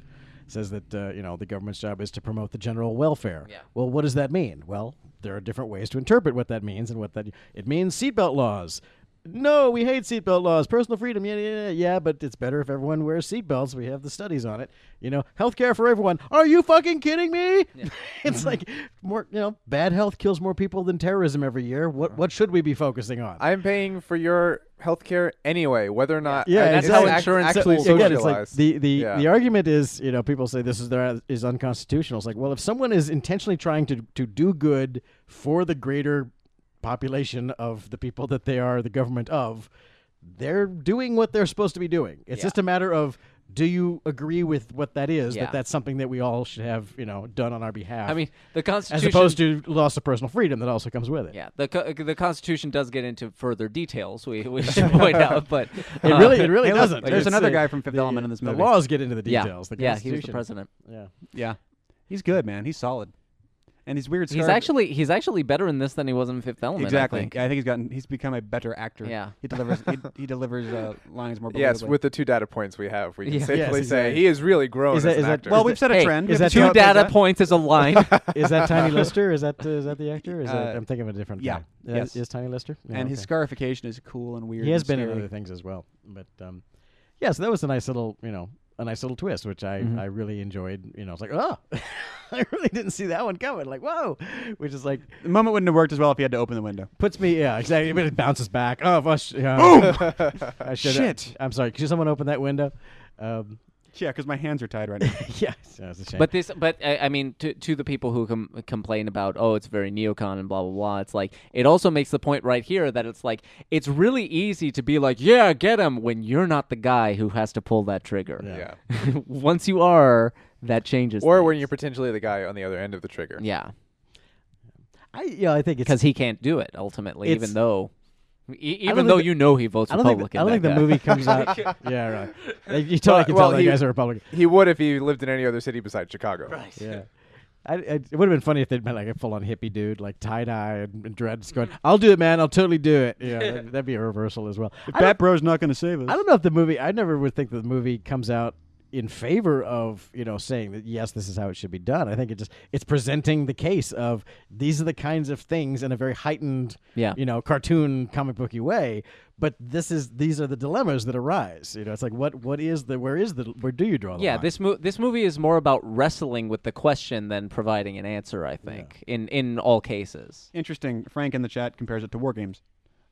[SPEAKER 4] says that uh, you know the government's job is to promote the general welfare.
[SPEAKER 3] Yeah.
[SPEAKER 4] Well, what does that mean? Well, there are different ways to interpret what that means and what that it means. Seatbelt laws. No, we hate seatbelt laws. Personal freedom. Yeah, yeah, yeah, yeah. But it's better if everyone wears seatbelts. We have the studies on it. You know, healthcare for everyone. Are you fucking kidding me? it's like more. You know, bad health kills more people than terrorism every year. What what should we be focusing on?
[SPEAKER 5] I'm paying for your health care anyway, whether or not
[SPEAKER 4] Yeah,
[SPEAKER 5] I-
[SPEAKER 4] that's
[SPEAKER 5] it's
[SPEAKER 4] how
[SPEAKER 5] act-
[SPEAKER 3] insurance
[SPEAKER 5] actually
[SPEAKER 3] is-
[SPEAKER 4] Again, it's like
[SPEAKER 5] socialized.
[SPEAKER 4] the the,
[SPEAKER 5] Yeah.
[SPEAKER 4] the argument is you know people say this is their, is unconstitutional. It's like well if someone is intentionally trying to to do good for the greater population of the people that they are the government of, they're doing what they're supposed to be doing. It's just a matter of do you agree with what that is?
[SPEAKER 3] Yeah.
[SPEAKER 4] That that's something that we all should have you know done on our behalf.
[SPEAKER 3] I mean, the
[SPEAKER 4] as
[SPEAKER 3] Constitution.
[SPEAKER 4] opposed to loss of personal freedom that also comes with it.
[SPEAKER 3] Yeah, the co- uh, the Constitution does get into further details. We we should point out, but
[SPEAKER 4] It
[SPEAKER 3] uh,
[SPEAKER 4] really, it really
[SPEAKER 2] Hey, look,
[SPEAKER 4] doesn't.
[SPEAKER 2] there's
[SPEAKER 4] It's,
[SPEAKER 2] another
[SPEAKER 4] uh,
[SPEAKER 2] guy from Fifth
[SPEAKER 4] the-
[SPEAKER 2] Element in this
[SPEAKER 4] the
[SPEAKER 2] movie.
[SPEAKER 4] laws get into the
[SPEAKER 3] yeah,
[SPEAKER 4] details. The
[SPEAKER 3] yeah, he was the
[SPEAKER 4] Constitution.
[SPEAKER 3] president.
[SPEAKER 4] Yeah.
[SPEAKER 2] Yeah, he's good, man. He's solid, and he's weird.
[SPEAKER 3] He's
[SPEAKER 2] scarred-
[SPEAKER 3] actually he's actually better in this than he was in Fifth Element. I
[SPEAKER 2] exactly.
[SPEAKER 3] think.
[SPEAKER 2] Yeah, I think he's gotten. He's become a better actor.
[SPEAKER 3] Yeah.
[SPEAKER 2] he delivers. he, he delivers uh, lines more.
[SPEAKER 5] yes,
[SPEAKER 2] believably.
[SPEAKER 5] with the two data points we have, we can
[SPEAKER 3] Yeah.
[SPEAKER 5] safely
[SPEAKER 4] Yes,
[SPEAKER 5] say
[SPEAKER 4] exactly.
[SPEAKER 5] he has really grown as
[SPEAKER 4] Is that-
[SPEAKER 5] an
[SPEAKER 4] is that-
[SPEAKER 5] actor.
[SPEAKER 2] well, we've set a
[SPEAKER 3] Hey,
[SPEAKER 2] trend. We
[SPEAKER 4] is
[SPEAKER 2] have
[SPEAKER 4] that
[SPEAKER 2] to see how
[SPEAKER 3] Two
[SPEAKER 2] it plays
[SPEAKER 3] data
[SPEAKER 2] out.
[SPEAKER 3] points is a line.
[SPEAKER 4] is that Tiny Lister? Is that uh, is that the actor? Is that,
[SPEAKER 2] Uh,
[SPEAKER 4] I'm thinking of a different
[SPEAKER 2] yeah.
[SPEAKER 4] guy. That
[SPEAKER 2] Yes.
[SPEAKER 4] Is Tiny Lister? Yeah,
[SPEAKER 2] And his
[SPEAKER 4] okay.
[SPEAKER 2] scarification is cool and weird.
[SPEAKER 4] he has
[SPEAKER 2] and
[SPEAKER 4] been in
[SPEAKER 2] scary.
[SPEAKER 4] other things as well. But um, yeah, so that was a nice little you know a nice little twist, which I I really enjoyed. You know, I was like, oh, I really didn't see that one coming. Like, whoa, which is like
[SPEAKER 2] The moment wouldn't have worked as well if he had to open the window.
[SPEAKER 4] puts me yeah exactly. But it bounces back. Oh, I sh- uh, I should
[SPEAKER 2] Shit.
[SPEAKER 4] I'm sorry. Could someone open that window? Um,
[SPEAKER 2] Yeah, because my hands are tied right now.
[SPEAKER 4] yeah, so it's a shame.
[SPEAKER 3] but this, but I, I mean, to to the people who com- complain about oh, it's very neocon and blah blah blah. It's like it also makes the point right here that it's like it's really easy to be like yeah, get him when you're not the guy who has to pull that trigger.
[SPEAKER 5] yeah.
[SPEAKER 3] Once you are, that changes.
[SPEAKER 5] Or
[SPEAKER 3] things.
[SPEAKER 5] when you're potentially the guy on the other end of the trigger.
[SPEAKER 3] yeah.
[SPEAKER 4] I yeah, I think it's
[SPEAKER 3] because he can't do it ultimately, even
[SPEAKER 4] It's-
[SPEAKER 3] though, e-
[SPEAKER 4] don't
[SPEAKER 3] even
[SPEAKER 4] think
[SPEAKER 3] though
[SPEAKER 4] the-
[SPEAKER 3] you know he votes
[SPEAKER 4] I don't think
[SPEAKER 3] Republican.
[SPEAKER 4] the, I don't think
[SPEAKER 3] that
[SPEAKER 4] the
[SPEAKER 3] guy.
[SPEAKER 4] movie comes out. yeah, right. Like, You totally
[SPEAKER 5] Well-
[SPEAKER 4] can
[SPEAKER 5] well,
[SPEAKER 4] tell that
[SPEAKER 5] he-
[SPEAKER 4] guy's a Republican.
[SPEAKER 5] He would if he lived in any other city besides Chicago. Right.
[SPEAKER 4] Yeah. I, I, it would have been funny if they'd been like a full-on hippie dude, like tie-dye and, and dreads, going, "I'll do it, man. I'll totally do it." Yeah, that'd, that'd be a reversal as well. I don't,
[SPEAKER 2] Bat Bro's not going to save us.
[SPEAKER 4] I don't know if the movie. I never would think that the movie comes out in favor of you know saying that yes, this is how it should be done. I think it just it's presenting the case of these are the kinds of things in a very heightened,
[SPEAKER 3] Yeah.
[SPEAKER 4] you know, cartoon comic booky way. But this is these are the dilemmas that arise. You know, it's like what what is the where is the where do you draw the
[SPEAKER 3] yeah,
[SPEAKER 4] line?
[SPEAKER 3] this mo- this movie is more about wrestling with the question than providing an answer. I think in in all cases.
[SPEAKER 2] Interesting. Frank in the chat compares it to war games.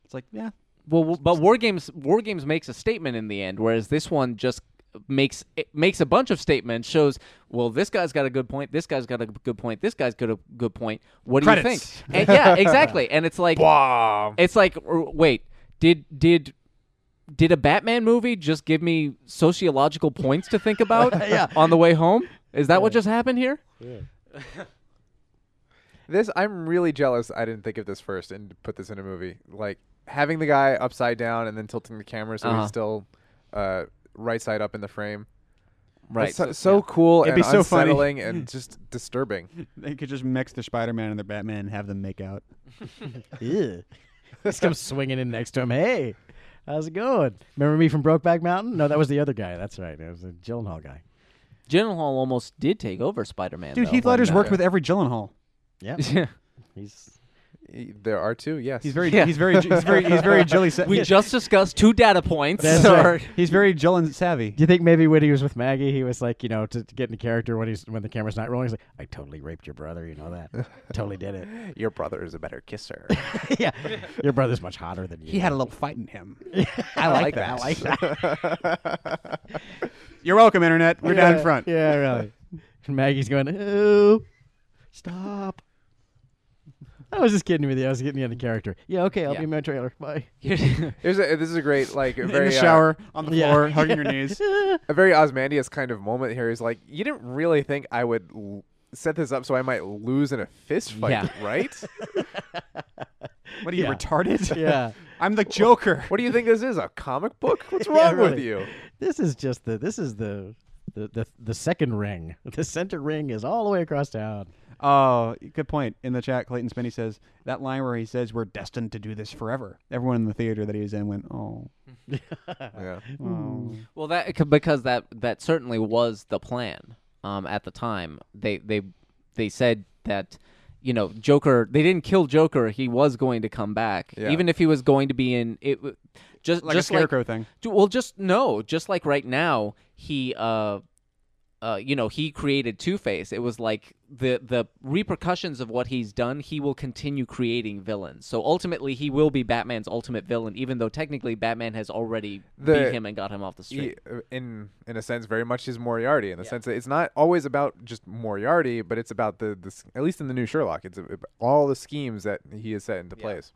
[SPEAKER 2] It's like, yeah,
[SPEAKER 3] Well, w- but war games war games makes a statement in the end, whereas this one just makes it makes a bunch of statements. Shows well, this guy's got a good point. This guy's got a good point. This guy's got a good point. What do you
[SPEAKER 2] Credits.
[SPEAKER 3] think? And- yeah, exactly. And it's like
[SPEAKER 5] Wow.
[SPEAKER 3] It's like, r- wait, did did did a Batman movie just give me sociological points to think about on the way home? Is that what just happened here?
[SPEAKER 5] This I'm really jealous. I didn't think of this first and put this in a movie. Like having the guy upside down and then tilting the camera so
[SPEAKER 3] Uh-huh.
[SPEAKER 5] he's still uh, right side up in the frame.
[SPEAKER 3] Right.
[SPEAKER 5] It's so, so cool
[SPEAKER 2] It'd
[SPEAKER 5] and
[SPEAKER 2] be so funny.
[SPEAKER 5] unsettling and just disturbing.
[SPEAKER 2] they could just mix the Spider-Man and the Batman and have them make out.
[SPEAKER 4] Ew. Just comes swinging in next to him. Hey, how's it going? Remember me from Brokeback Mountain? No, that was the other guy. That's right. It was the Gyllenhaal guy.
[SPEAKER 3] Gyllenhaal almost did take over Spider-Man.
[SPEAKER 2] Dude,
[SPEAKER 3] though,
[SPEAKER 2] Heath Ledger's
[SPEAKER 3] when,
[SPEAKER 2] worked
[SPEAKER 3] uh,
[SPEAKER 2] with every Gyllenhaal.
[SPEAKER 4] Yeah, he's
[SPEAKER 5] Y- There are two. Yes.
[SPEAKER 2] He's very,
[SPEAKER 3] Yeah.
[SPEAKER 2] he's very, he's very, he's very Jilly. Sa-
[SPEAKER 3] We just discussed two data points.
[SPEAKER 4] That's
[SPEAKER 3] or-
[SPEAKER 4] right.
[SPEAKER 2] he's very Jill and savvy.
[SPEAKER 4] Do you think maybe when he was with Maggie, he was like, you know, to, to get into character when he's when the camera's not rolling, he's like, I totally raped your brother, you know that, totally did it.
[SPEAKER 5] Your brother is a better kisser.
[SPEAKER 4] yeah, your brother's much hotter than you.
[SPEAKER 2] a little fight in him.
[SPEAKER 4] I like that. I like that.
[SPEAKER 2] You're welcome, internet. We're down
[SPEAKER 4] Yeah,
[SPEAKER 2] in front.
[SPEAKER 4] Yeah, really. And Maggie's going, oh, stop. I was just kidding with you. I was getting you into character. Yeah, okay, I'll
[SPEAKER 3] Yeah.
[SPEAKER 4] be in my trailer. Bye.
[SPEAKER 5] There's a, this is a great like a very
[SPEAKER 2] in the
[SPEAKER 5] uh,
[SPEAKER 2] shower, on the
[SPEAKER 4] Yeah.
[SPEAKER 2] floor, hugging your knees.
[SPEAKER 5] a very Osmandius kind of moment here is like you didn't really think I would l- set this up so I might lose in a fist fight,
[SPEAKER 3] Yeah.
[SPEAKER 5] right?
[SPEAKER 2] What are you
[SPEAKER 4] Yeah.
[SPEAKER 2] retarded?
[SPEAKER 4] Yeah.
[SPEAKER 2] I'm the Joker.
[SPEAKER 5] what do you think this is? A comic book? What's
[SPEAKER 4] Yeah,
[SPEAKER 5] wrong with
[SPEAKER 4] really.
[SPEAKER 5] you?
[SPEAKER 4] This is just the this is the the, the the second ring. The center ring is all the way across town.
[SPEAKER 2] Oh, good point. In the chat, Clayton Spinney says that line where he says we're destined to do this forever. Everyone in the theater that he was in went, oh.
[SPEAKER 4] Uh,
[SPEAKER 5] Yeah.
[SPEAKER 2] oh.
[SPEAKER 3] Well, that c- because that that certainly was the plan um, at the time. They they they said that you know Joker. They didn't kill Joker. He was going to come back,
[SPEAKER 5] Yeah.
[SPEAKER 3] even if he was going to be in it. w- Just
[SPEAKER 2] Like a
[SPEAKER 3] just
[SPEAKER 2] scarecrow thing.
[SPEAKER 3] Ju- Well, just no. Just like right now, he uh. Uh, you know, he created Two Face. It was like the the repercussions of what he's done. He will continue creating villains. So ultimately, he will be Batman's ultimate villain, even though technically Batman has already
[SPEAKER 5] The-
[SPEAKER 3] beat him and got him off the street.
[SPEAKER 5] He, uh, in in a sense, very much is Moriarty in the sense that it's not always about just Moriarty, but it's about the the s- at least in the new Sherlock, it's ab- all the schemes that he has set into place.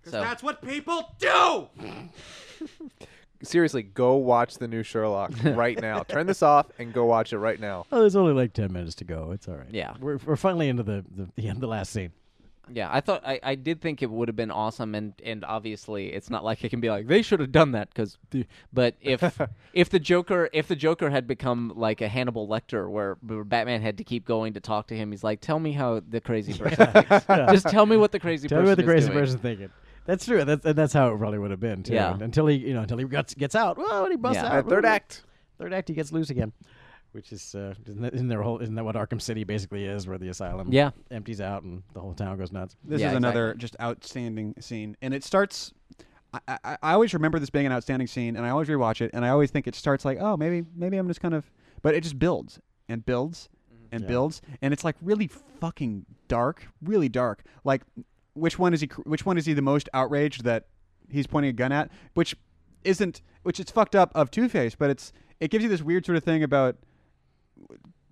[SPEAKER 7] Because
[SPEAKER 3] So-
[SPEAKER 7] that's what people do.
[SPEAKER 5] Seriously, go watch the new Sherlock right now. Turn this off and go watch it right now.
[SPEAKER 4] Oh, there's only like ten minutes to go. It's all right.
[SPEAKER 3] Yeah.
[SPEAKER 4] we're we're finally into the the, the end, the last scene.
[SPEAKER 3] Yeah, I thought I, I did think it would have been awesome, and, and obviously it's not like it can be like they should have done that because, but if if the Joker if the Joker had become like a Hannibal Lecter where where Batman had to keep going to talk to him, he's like, tell me how the crazy person thinks. Just tell me what the crazy
[SPEAKER 4] Tell
[SPEAKER 3] person
[SPEAKER 4] me what the
[SPEAKER 3] is
[SPEAKER 4] crazy
[SPEAKER 3] doing."
[SPEAKER 4] person's thinking. That's true. That's and that's how it probably would have been too.
[SPEAKER 3] Yeah.
[SPEAKER 4] And Until he you know until he gets gets out. Well, when he busts
[SPEAKER 3] Yeah.
[SPEAKER 4] out.
[SPEAKER 5] Uh, third
[SPEAKER 4] woo,
[SPEAKER 5] act.
[SPEAKER 4] Third act, he gets loose again. Which is uh, isn't, that, isn't their whole isn't that what Arkham City basically is, where the asylum
[SPEAKER 3] Yeah.
[SPEAKER 4] empties out and the whole town goes nuts.
[SPEAKER 2] This
[SPEAKER 3] Yeah,
[SPEAKER 2] is another just outstanding scene, and it starts. I, I, I always remember this being an outstanding scene, and I always rewatch it, and I always think it starts like, oh, maybe maybe I'm just kind of, but it just builds and builds and
[SPEAKER 3] Mm-hmm.
[SPEAKER 4] Yeah.
[SPEAKER 2] builds, and it's like really fucking dark, really dark. Like, which one is he? cr- Which one is he the most outraged that he's pointing a gun at? Which isn't, which is fucked up of Two Face, but it's it gives you this weird sort of thing about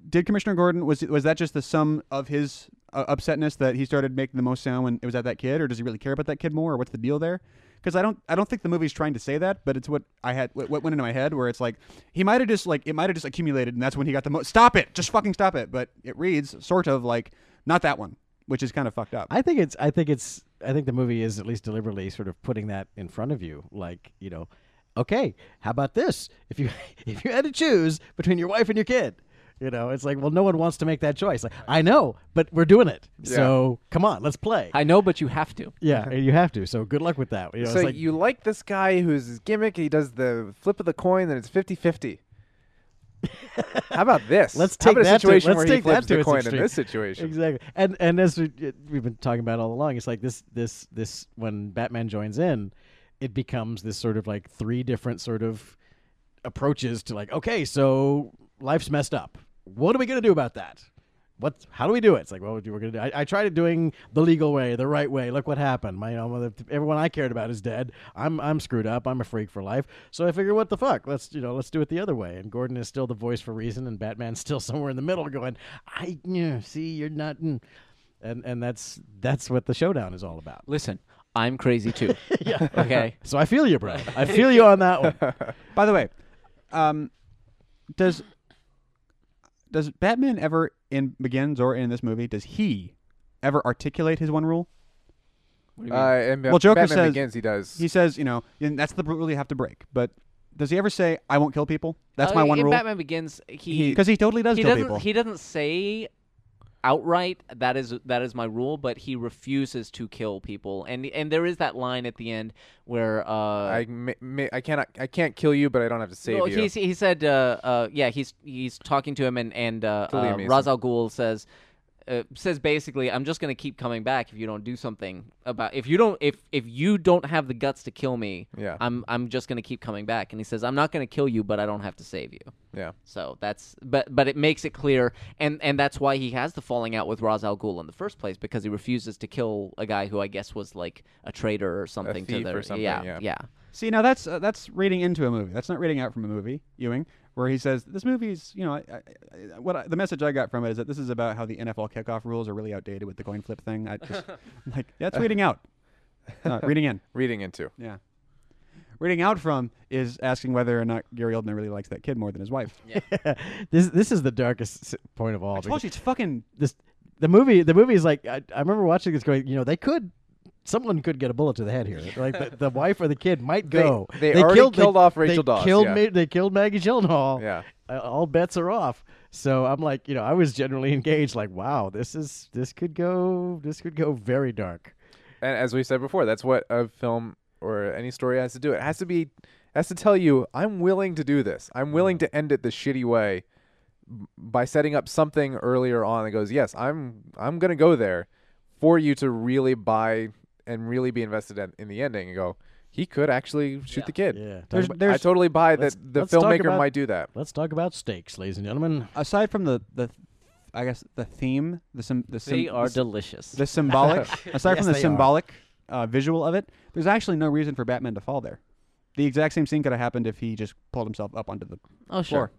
[SPEAKER 2] did Commissioner Gordon was was that just the sum of his uh, upsetness that he started making the most sound when it was at that kid, or does he really care about that kid more, or what's the deal there? Because I don't I don't think the movie's trying to say that, but it's what I had what, what went into my head where it's like he might have just like it might have just accumulated, and that's when he got the most. Stop it, just fucking stop it. But it reads sort of like not that one, which is kind of fucked up.
[SPEAKER 4] I think it's I think it's I think the movie is at least deliberately sort of putting that in front of you, like you know, okay, how about this? If you if you had to choose between your wife and your kid, you know, it's like well, no one wants to make that choice. Like I know, but we're doing it, so come on, let's play.
[SPEAKER 3] I know, but you have to.
[SPEAKER 4] yeah, you have to. So good luck with that. You know,
[SPEAKER 5] so
[SPEAKER 4] it's like
[SPEAKER 5] you like this guy who's his gimmick he does the flip of the coin then it's 50-50 how about this
[SPEAKER 4] Let's
[SPEAKER 5] how
[SPEAKER 4] take
[SPEAKER 5] about a
[SPEAKER 4] that. To, let's
[SPEAKER 5] situation where he
[SPEAKER 4] take
[SPEAKER 5] flips
[SPEAKER 4] that to
[SPEAKER 5] the
[SPEAKER 4] its
[SPEAKER 5] coin
[SPEAKER 4] extreme.
[SPEAKER 5] in this situation
[SPEAKER 4] Exactly. And and as we, we've been talking about all along, it's like this this this when Batman joins in, it becomes this sort of like three different sort of approaches to like okay, so life's messed up. What are we gonna do about that? What? How do we do it? It's like, well, we're gonna do. I, I tried it doing the legal way, the right way. Look what happened. My, you know, mother- everyone I cared about is dead. I'm, I'm screwed up. I'm a freak for life. So I figure, what the fuck? Let's, you know, let's do it the other way. And Gordon is still the voice for reason, and Batman's still somewhere in the middle, going, I, yeah, see, you're not. mm." And and that's that's what the showdown is all about.
[SPEAKER 3] Listen, I'm crazy too. yeah. Okay.
[SPEAKER 4] So I feel you, bro. I feel you on that one.
[SPEAKER 2] By the way, um, does does Batman ever in Begins or in this movie does he ever articulate his one rule?
[SPEAKER 5] uh, and
[SPEAKER 2] Well, Joker
[SPEAKER 5] Batman
[SPEAKER 2] says-
[SPEAKER 5] begins he does
[SPEAKER 2] He says, you know, and that's the rule you have to break. But does he ever say, "I won't kill people"? That's
[SPEAKER 3] Uh,
[SPEAKER 2] my one
[SPEAKER 3] in
[SPEAKER 2] rule.
[SPEAKER 3] Batman Begins, he
[SPEAKER 2] Because he totally does
[SPEAKER 3] he
[SPEAKER 2] kill
[SPEAKER 3] doesn't
[SPEAKER 2] people.
[SPEAKER 3] he doesn't say outright that is that is my rule but he refuses to kill people and and there is that line at the end where uh
[SPEAKER 5] I, ma- ma- I cannot I can't kill you but I don't have to save
[SPEAKER 3] well,
[SPEAKER 5] you
[SPEAKER 3] he's- he said uh, uh yeah he's he's talking to him and and uh,
[SPEAKER 5] Liam
[SPEAKER 3] uh
[SPEAKER 5] Neeson.
[SPEAKER 3] Ra's al Ghul says uh, says basically, "I'm just gonna keep coming back if you don't do something about if you don't if if you don't have the guts to kill me.
[SPEAKER 5] Yeah.
[SPEAKER 3] I'm I'm just gonna keep coming back." And he says, "I'm not gonna kill you, but I don't have to save you."
[SPEAKER 5] Yeah.
[SPEAKER 3] So that's but but it makes it clear, and and that's why he has the falling out with Ra's al Ghul in the first place because he refuses to kill a guy who I guess was like a traitor or something to
[SPEAKER 5] thief
[SPEAKER 3] their
[SPEAKER 5] or something, yeah.
[SPEAKER 3] yeah.
[SPEAKER 2] See, now that's uh, that's reading into a movie. That's not reading out from a movie, Ewing, where he says this movie's. You know, I, I, I- what I, the message I got from it is that this is about how the NFL kickoff rules are really outdated with the coin flip thing. I just like that's reading out, not reading in.
[SPEAKER 5] Reading into.
[SPEAKER 2] Yeah. Reading out from is asking whether or not Gary Oldman really likes that kid more than his wife.
[SPEAKER 4] this this is the darkest s- point of all.
[SPEAKER 2] I told
[SPEAKER 4] because
[SPEAKER 2] you it's fucking.
[SPEAKER 4] This the movie the movie is like I, I remember watching this going you know they could someone could get a bullet to the head here like the, the wife or the kid might
[SPEAKER 5] They-
[SPEAKER 4] go.
[SPEAKER 5] they already killed off
[SPEAKER 4] they
[SPEAKER 5] Rachel Dawes,
[SPEAKER 4] Killed
[SPEAKER 5] yeah.
[SPEAKER 4] Ma- they killed Maggie Gyllenhaal.
[SPEAKER 5] Yeah.
[SPEAKER 4] Uh, all bets are off. So I'm like you know I was generally engaged like wow this is this could go this could go very dark.
[SPEAKER 5] And as we said before, that's what a film or any story has to do. It has to be has to tell you, I'm willing to do this. I'm willing
[SPEAKER 3] Mm-hmm.
[SPEAKER 5] to end it the shitty way b- by setting up something earlier on that goes, yes, I'm I'm gonna go there for you to really buy and really be invested in, in the ending and go, he could actually shoot the kid.
[SPEAKER 4] Yeah.
[SPEAKER 2] There's,
[SPEAKER 5] I
[SPEAKER 2] there's
[SPEAKER 5] totally buy
[SPEAKER 4] Let's-
[SPEAKER 5] that the
[SPEAKER 4] let's talk
[SPEAKER 5] filmmaker
[SPEAKER 4] about-
[SPEAKER 5] might do that.
[SPEAKER 4] Let's talk about stakes, ladies and gentlemen.
[SPEAKER 2] aside from the the, I guess the theme, the sim, the sim,
[SPEAKER 3] They are
[SPEAKER 2] the,
[SPEAKER 3] delicious.
[SPEAKER 2] the symbolic. aside
[SPEAKER 4] Yes,
[SPEAKER 2] from
[SPEAKER 4] they
[SPEAKER 2] the
[SPEAKER 4] are.
[SPEAKER 2] symbolic uh, visual of it, there's actually no reason for Batman to fall there. The exact same scene could have happened if he just pulled himself up onto the
[SPEAKER 3] oh sure.
[SPEAKER 2] floor,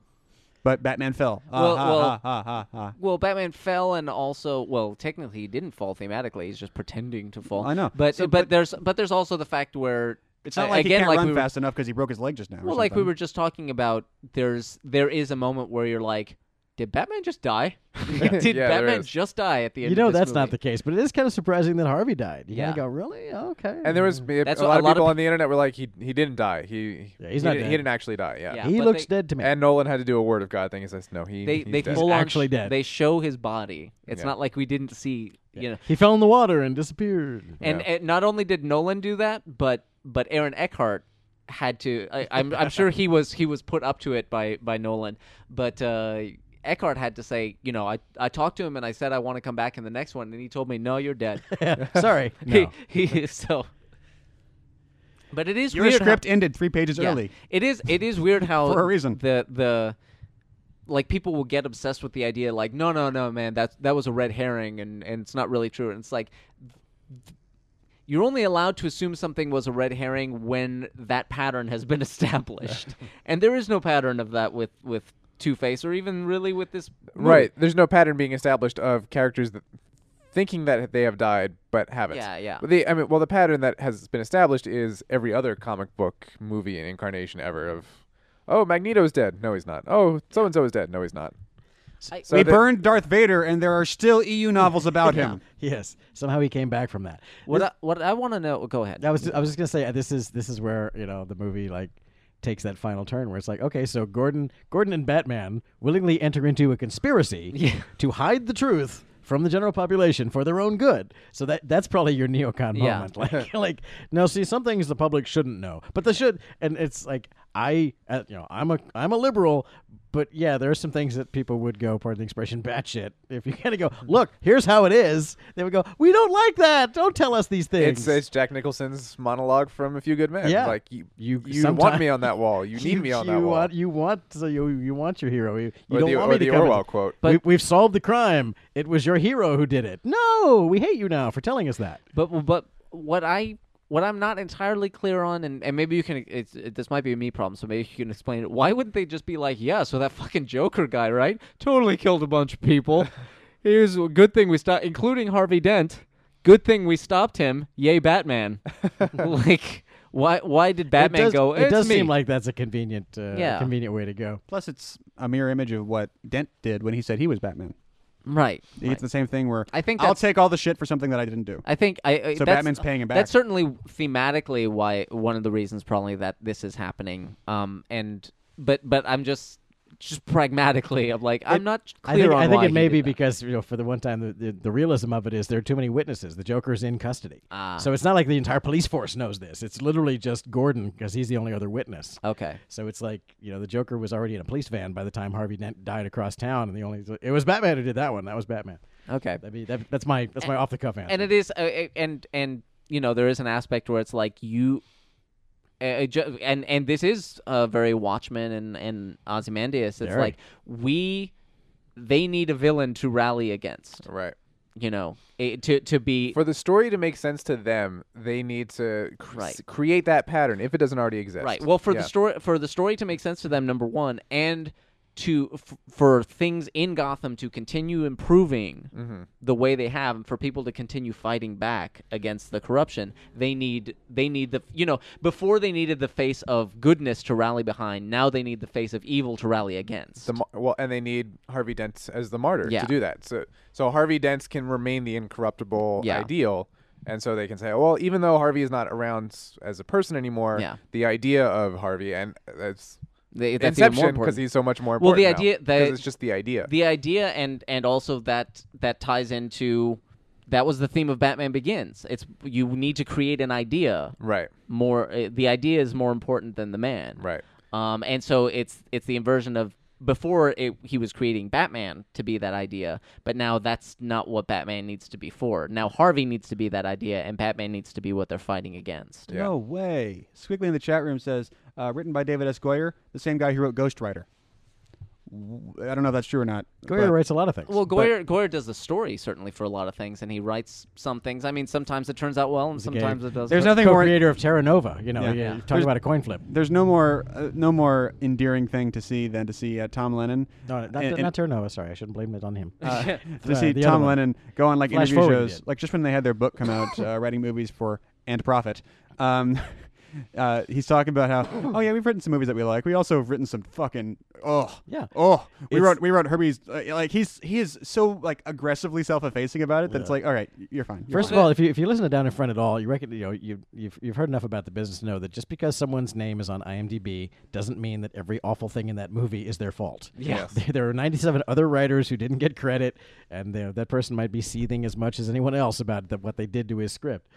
[SPEAKER 2] but Batman fell. Ah,
[SPEAKER 3] Well-
[SPEAKER 2] ha,
[SPEAKER 3] well-
[SPEAKER 2] ha, ha, ha, ha.
[SPEAKER 3] Well, Batman fell, and also, well, technically he didn't fall thematically. He's just pretending to fall.
[SPEAKER 2] I know.
[SPEAKER 3] but
[SPEAKER 2] So,
[SPEAKER 3] but, there's but there's also the fact where
[SPEAKER 2] It's not
[SPEAKER 3] a-
[SPEAKER 2] like
[SPEAKER 3] again,
[SPEAKER 2] he can't
[SPEAKER 3] like
[SPEAKER 2] run
[SPEAKER 3] we were,
[SPEAKER 2] fast enough because he broke his leg just now. or
[SPEAKER 3] Well, like we
[SPEAKER 2] something.
[SPEAKER 3] were just talking about, there's there is a moment where you're like, did Batman just die? did
[SPEAKER 5] Yeah, there
[SPEAKER 3] Batman
[SPEAKER 5] is.
[SPEAKER 3] just die at the end?
[SPEAKER 4] You know
[SPEAKER 3] of this
[SPEAKER 4] that's not the
[SPEAKER 3] movie?
[SPEAKER 4] case, but it is kind of surprising that Harvey died. You
[SPEAKER 3] Yeah.
[SPEAKER 4] gotta go really okay.
[SPEAKER 5] And there was a,
[SPEAKER 3] Mm-hmm. That's
[SPEAKER 5] a
[SPEAKER 3] what
[SPEAKER 5] lot
[SPEAKER 3] a
[SPEAKER 5] of
[SPEAKER 3] lot of
[SPEAKER 5] people
[SPEAKER 3] pe-
[SPEAKER 5] on the internet were like, he he didn't die. He
[SPEAKER 4] Yeah, he's
[SPEAKER 5] he
[SPEAKER 4] not
[SPEAKER 5] didn't,
[SPEAKER 4] dead.
[SPEAKER 5] he didn't actually die. Yeah.
[SPEAKER 3] Yeah.
[SPEAKER 4] he
[SPEAKER 3] but
[SPEAKER 4] looks
[SPEAKER 3] they-
[SPEAKER 4] dead to me.
[SPEAKER 5] And Nolan had to do a word of God thing. He says, no, he
[SPEAKER 3] They
[SPEAKER 5] he's
[SPEAKER 3] they
[SPEAKER 5] dead."
[SPEAKER 3] full on
[SPEAKER 4] actually
[SPEAKER 3] sh-
[SPEAKER 4] dead.
[SPEAKER 3] They show his body. It's
[SPEAKER 5] Yeah.
[SPEAKER 3] not like we didn't see. You know,
[SPEAKER 4] he fell in the water and disappeared.
[SPEAKER 3] And,
[SPEAKER 5] Yeah.
[SPEAKER 3] and not only did Nolan do that, but but Aaron Eckhart had to. I, I'm I'm sure he was he was put up to it by by Nolan, but. Uh, Eckhart had to say, you know, I, I talked to him and I said I want to come back in the next one, and he told me, no, you're dead.
[SPEAKER 4] Sorry, no.
[SPEAKER 3] he, he so. But it is
[SPEAKER 2] your
[SPEAKER 3] weird.
[SPEAKER 2] script
[SPEAKER 3] how,
[SPEAKER 2] ended three pages
[SPEAKER 3] yeah.
[SPEAKER 2] early.
[SPEAKER 3] It is it is weird how
[SPEAKER 2] For a reason.
[SPEAKER 3] the the like people will get obsessed with the idea like no no no man that that was a red herring and and it's not really true and it's like you're only allowed to assume something was a red herring when that pattern has been established and there is no pattern of that with with Two Face or even really with this movie.
[SPEAKER 5] Right. There's no pattern being established of characters that thinking that they have died but haven't.
[SPEAKER 3] Yeah, yeah.
[SPEAKER 5] But the I mean, well, the pattern that has been established is every other comic book movie and incarnation ever of, oh, Magneto's dead. No, he's not. Oh, so and so is dead. No, he's not.
[SPEAKER 3] I-
[SPEAKER 5] So
[SPEAKER 2] they
[SPEAKER 5] the-
[SPEAKER 2] burned Darth Vader, and there are still EU novels about him.
[SPEAKER 4] yes. Somehow he came back from that.
[SPEAKER 3] what I, what I want to know go ahead
[SPEAKER 4] That was I was just gonna say uh, this is this is where you know the movie like takes that final turn where it's like okay so Gordon Gordon and Batman willingly enter into a conspiracy
[SPEAKER 3] Yeah.
[SPEAKER 4] to hide the truth from the general population for their own good. So that that's probably your neocon
[SPEAKER 3] Yeah.
[SPEAKER 4] moment. Like like no see some things the public shouldn't know, but they should and it's like I uh, you know I'm a I'm a liberal but yeah, there are some things that people would go, pardon the expression, batshit. If you kind of go, look, here's how it is, they would go, we don't like that. Don't tell us these things.
[SPEAKER 5] It's, it's Jack Nicholson's monologue from A Few Good Men.
[SPEAKER 4] Yeah.
[SPEAKER 5] Like you
[SPEAKER 4] You
[SPEAKER 5] you,
[SPEAKER 4] sometime-
[SPEAKER 5] want me on that wall. You need me on
[SPEAKER 4] you
[SPEAKER 5] that wall.
[SPEAKER 4] Want, you want so you you want your hero. You, you
[SPEAKER 5] Or
[SPEAKER 4] don't
[SPEAKER 5] the-
[SPEAKER 4] want
[SPEAKER 5] or
[SPEAKER 4] me to
[SPEAKER 5] the
[SPEAKER 4] come in-
[SPEAKER 5] Orwell quote.
[SPEAKER 4] We, we've solved the crime. It was your hero who did it. No, we hate you now for telling us that.
[SPEAKER 3] But but what I what I'm not entirely clear on, and, and maybe you can it's, it, this might be a me problem, so maybe you can explain it. Why wouldn't they just be like, yeah, so that fucking Joker guy, right? Totally killed a bunch of people. it was a good thing we stopped, including Harvey Dent. Good thing we stopped him. Yay, Batman! like, why why did Batman
[SPEAKER 4] it does,
[SPEAKER 3] go?
[SPEAKER 4] It
[SPEAKER 3] "It's
[SPEAKER 4] does
[SPEAKER 3] me."
[SPEAKER 4] seem like that's a convenient, uh,
[SPEAKER 3] Yeah.
[SPEAKER 4] convenient way to go.
[SPEAKER 2] Plus, it's a mirror image of what Dent did when he said he was Batman.
[SPEAKER 3] right.
[SPEAKER 2] It's the same thing where
[SPEAKER 3] I think
[SPEAKER 2] I'll
[SPEAKER 3] that's-
[SPEAKER 2] take all the shit for something that I didn't do.
[SPEAKER 3] I think I. I
[SPEAKER 2] So
[SPEAKER 3] that's-
[SPEAKER 2] Batman's paying him back.
[SPEAKER 3] That's certainly thematically why one of the reasons probably that this is happening. Um, and but but I'm just just pragmatically, I'm like I'm not clear
[SPEAKER 4] I think,
[SPEAKER 3] on
[SPEAKER 4] I think
[SPEAKER 3] why
[SPEAKER 4] it may
[SPEAKER 3] he did
[SPEAKER 4] be
[SPEAKER 3] that.
[SPEAKER 4] because you know, for the one time, the, the, the realism of it is there are too many witnesses. The Joker's in custody,
[SPEAKER 3] Ah.
[SPEAKER 4] so it's not like the entire police force knows this. It's literally just Gordon because he's the only other witness.
[SPEAKER 3] Okay.
[SPEAKER 4] So it's like you know the Joker was already in a police van by the time Harvey Dent died across town, and the only it was Batman who did that one. That was Batman.
[SPEAKER 3] Okay.
[SPEAKER 4] That'd be, that, that's my that's my off the cuff answer.
[SPEAKER 3] and it is uh, uh, and and you know there is an aspect where it's like you uh, ju- and and this is uh, very Watchmen and and Ozymandias. It's
[SPEAKER 4] Very.
[SPEAKER 3] like we they need a villain to rally against.
[SPEAKER 5] Right.
[SPEAKER 3] You know, eh, to to be
[SPEAKER 5] For the story to make sense to them, they need to cr-
[SPEAKER 3] Right.
[SPEAKER 5] s- create that pattern if it doesn't already exist.
[SPEAKER 3] Right. Well, for
[SPEAKER 5] Yeah.
[SPEAKER 3] the story for the story to make sense to them, number one, and to f- for things in Gotham to continue improving
[SPEAKER 5] Mm-hmm.
[SPEAKER 3] the way they have, and for people to continue fighting back against the corruption, they need they need the you know before they needed the face of goodness to rally behind. Now they need the face of evil to rally against.
[SPEAKER 5] The mar- well, and they need Harvey Dent as the martyr
[SPEAKER 3] Yeah.
[SPEAKER 5] to do that. So, so Harvey Dent can remain the incorruptible
[SPEAKER 3] Yeah.
[SPEAKER 5] ideal, and so they can say, well, even though Harvey is not around s- as a person anymore,
[SPEAKER 3] Yeah.
[SPEAKER 5] the idea of Harvey and that's
[SPEAKER 3] They- that's even more
[SPEAKER 5] Inception because
[SPEAKER 3] important.
[SPEAKER 5] he's so much more
[SPEAKER 3] Well,
[SPEAKER 5] important.
[SPEAKER 3] the
[SPEAKER 5] now,
[SPEAKER 3] idea-
[SPEAKER 5] 'cause
[SPEAKER 3] the-
[SPEAKER 5] it's just the idea.
[SPEAKER 3] the idea and and also that that ties into that was the theme of Batman Begins. It's you need to create an idea
[SPEAKER 5] right.
[SPEAKER 3] more uh, the idea is more important than the man
[SPEAKER 5] Right.
[SPEAKER 3] um and so it's it's the inversion of before it, he was creating batman to be that idea but now that's not what batman needs to be for now harvey needs to be that idea and batman needs to be what they're fighting against
[SPEAKER 2] No way. Squiggly in the chat room says, uh, written by David S. Goyer, the same guy who wrote Ghost Rider. W- I don't know if that's true or not.
[SPEAKER 4] Goyer
[SPEAKER 2] but-
[SPEAKER 4] writes a lot of things.
[SPEAKER 3] well goyer goyer does the story certainly for a lot of things and he writes some things i mean sometimes it turns out well and
[SPEAKER 4] He's a gay-
[SPEAKER 3] sometimes it doesn't
[SPEAKER 2] There's nothing more.
[SPEAKER 4] co-creator of Terra Nova. You know,
[SPEAKER 2] Yeah.
[SPEAKER 4] yeah.
[SPEAKER 2] Yeah.
[SPEAKER 4] you talk
[SPEAKER 2] There's-
[SPEAKER 4] about a coin flip.
[SPEAKER 2] There's no more, uh, no more endearing thing to see than to see uh, Tom Lennon.
[SPEAKER 4] No, not,
[SPEAKER 2] and-
[SPEAKER 4] not Terra Nova. Sorry, I shouldn't blame it on him.
[SPEAKER 2] to
[SPEAKER 4] Uh,
[SPEAKER 2] see
[SPEAKER 4] the other
[SPEAKER 2] Tom
[SPEAKER 4] one.
[SPEAKER 2] Lennon go on like
[SPEAKER 4] Flash
[SPEAKER 2] interview
[SPEAKER 4] forward a
[SPEAKER 2] shows,
[SPEAKER 4] bit.
[SPEAKER 2] like just when they had their book come out, uh, writing movies for and profit. Um, uh, he's talking about how, oh yeah, we've written some movies that we like. We also have written some fucking oh
[SPEAKER 4] Yeah.
[SPEAKER 2] oh we
[SPEAKER 4] It's-
[SPEAKER 2] wrote we wrote Herbie's uh, like he's he is so like aggressively self effacing about it that it's like all right you're fine. You're
[SPEAKER 4] First of all, if you if you listen to Down in Front at all, you reckon you know you you've, you've heard enough about the business to know that just because someone's name is on IMDb doesn't mean that every awful thing in that movie is their fault.
[SPEAKER 3] Yeah. Yes.
[SPEAKER 4] there are 97 other writers who didn't get credit, and they, that person might be seething as much as anyone else about the, what they did to his script.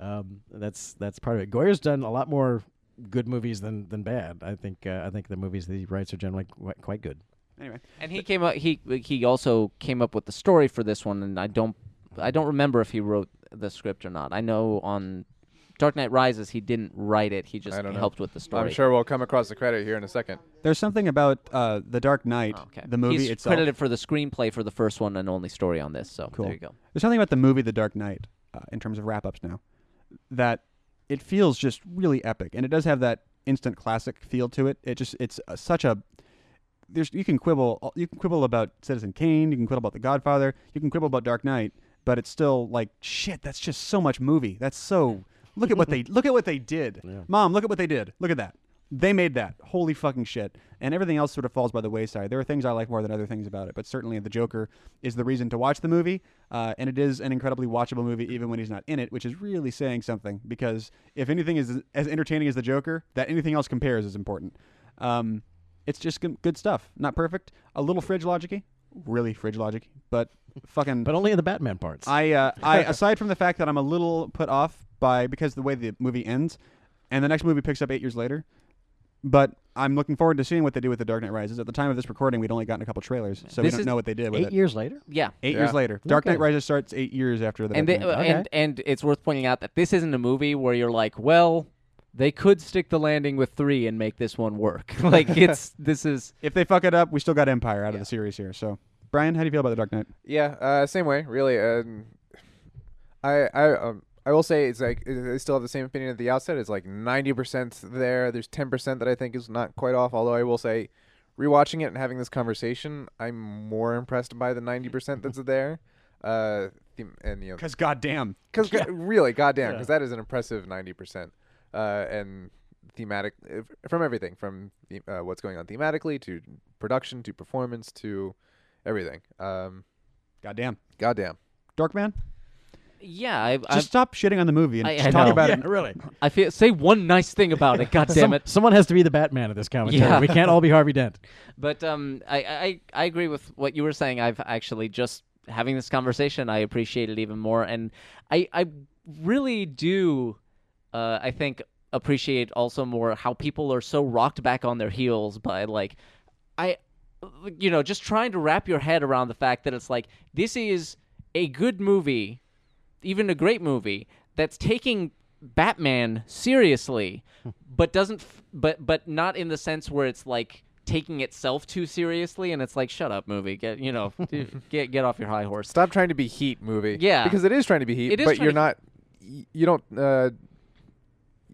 [SPEAKER 4] Um, that's that's part of it. Goyer's done a lot more good movies than than bad. I think uh, I think the movies that he writes are generally quite, quite good.
[SPEAKER 2] anyway,
[SPEAKER 3] And he came up. He he also came up with the story for this one, and I don't I don't remember if he wrote the script or not. I know on Dark Knight Rises he didn't write it. He just
[SPEAKER 5] I don't know.
[SPEAKER 3] helped with the story.
[SPEAKER 5] I'm sure we'll come across the credit here in a second.
[SPEAKER 2] there's something about uh, the Dark Knight,
[SPEAKER 3] Oh, okay.
[SPEAKER 2] the movie
[SPEAKER 3] He's
[SPEAKER 2] itself.
[SPEAKER 3] credited for the screenplay for the first one and only story on this. So
[SPEAKER 2] Cool.
[SPEAKER 3] there you go.
[SPEAKER 2] There's something about the movie The Dark Knight, uh, in terms of wrap ups now, that it feels just really epic, and it does have that instant classic feel to it. It just it's uh, such a there's you can quibble you can quibble about Citizen Kane, you can quibble about The Godfather, you can quibble about Dark Knight, but it's still like shit. That's just so much movie. That's so look at what they look at what they did. Mom, look at what they did. Look at that. They made that. Holy fucking shit. And everything else sort of falls by the wayside. There are things I like more than other things about it, but certainly the Joker is the reason to watch the movie. Uh, and it is an incredibly watchable movie, even when he's not in it, which is really saying something because if anything is as entertaining as the Joker, that anything else compares is important. Um, it's just g- good stuff. Not perfect. A little fridge logicy. Really fridge logic, but fucking.
[SPEAKER 4] But only in the Batman parts.
[SPEAKER 2] I, uh, I aside from the fact that I'm a little put off by because the way the movie ends, and the next movie picks up eight years later. But I'm looking forward to seeing what they do with the Dark Knight Rises. At the time of this recording, we'd only gotten a couple trailers, so we
[SPEAKER 3] This
[SPEAKER 2] don't
[SPEAKER 3] is
[SPEAKER 2] know what they did with
[SPEAKER 4] Eight
[SPEAKER 2] it.
[SPEAKER 4] years later.
[SPEAKER 3] Yeah.
[SPEAKER 2] Eight years
[SPEAKER 5] Yeah.
[SPEAKER 2] later, Dark Knight
[SPEAKER 4] Okay.
[SPEAKER 2] Rises starts eight years after the.
[SPEAKER 3] And
[SPEAKER 2] Dark
[SPEAKER 3] they, uh,
[SPEAKER 2] Knight.
[SPEAKER 4] Okay.
[SPEAKER 3] and and it's worth pointing out that this isn't a movie where you're like, well, they could stick the landing with three and make this one work. like it's this is
[SPEAKER 2] if they fuck it up, we still got Empire out of the series here. So, Brian, how do you feel about the Dark Knight?
[SPEAKER 5] Yeah, uh, same way, really. Um, I I um, I will say it's like I I still have the same opinion at the outset. It's like ninety percent there. There's ten percent that I think is not quite off. Although I will say, rewatching it and having this conversation, I'm more impressed by the ninety percent that's there. Uh, the- and you know,
[SPEAKER 2] Because goddamn,
[SPEAKER 5] because really, goddamn, because that is an impressive ninety percent. Uh, and thematic uh, from everything from the- uh, what's going on thematically to production to performance to everything. Um,
[SPEAKER 2] goddamn,
[SPEAKER 5] goddamn.
[SPEAKER 2] Dark Man.
[SPEAKER 3] yeah. I I,
[SPEAKER 2] Just stop shitting on the movie and
[SPEAKER 3] I-
[SPEAKER 2] just
[SPEAKER 3] I
[SPEAKER 2] talk
[SPEAKER 3] know.
[SPEAKER 2] about
[SPEAKER 4] yeah,
[SPEAKER 2] it.
[SPEAKER 4] really.
[SPEAKER 3] I feel say one nice thing about it. God damn
[SPEAKER 4] Some-
[SPEAKER 3] it.
[SPEAKER 4] Someone has to be the Batman of this commentary.
[SPEAKER 3] Yeah.
[SPEAKER 4] We can't all be Harvey Dent.
[SPEAKER 3] But um, I, I I agree with what you were saying. I've actually just having this conversation, I appreciate it even more, and I I really do. Uh, I think appreciate also more how people are so rocked back on their heels by like, I, you know, just trying to wrap your head around the fact that it's like this is a good movie, even a great movie that's taking Batman seriously, but doesn't, f- but but not in the sense where it's like taking itself too seriously, and it's like, shut up, movie, get you know, dude, get get off your high horse.
[SPEAKER 5] Stop trying to be Heat movie.
[SPEAKER 3] Yeah.
[SPEAKER 5] because it is trying to be Heat,
[SPEAKER 3] It is
[SPEAKER 5] but
[SPEAKER 3] trying
[SPEAKER 5] you're
[SPEAKER 3] to-
[SPEAKER 5] not. y- You don't. Uh,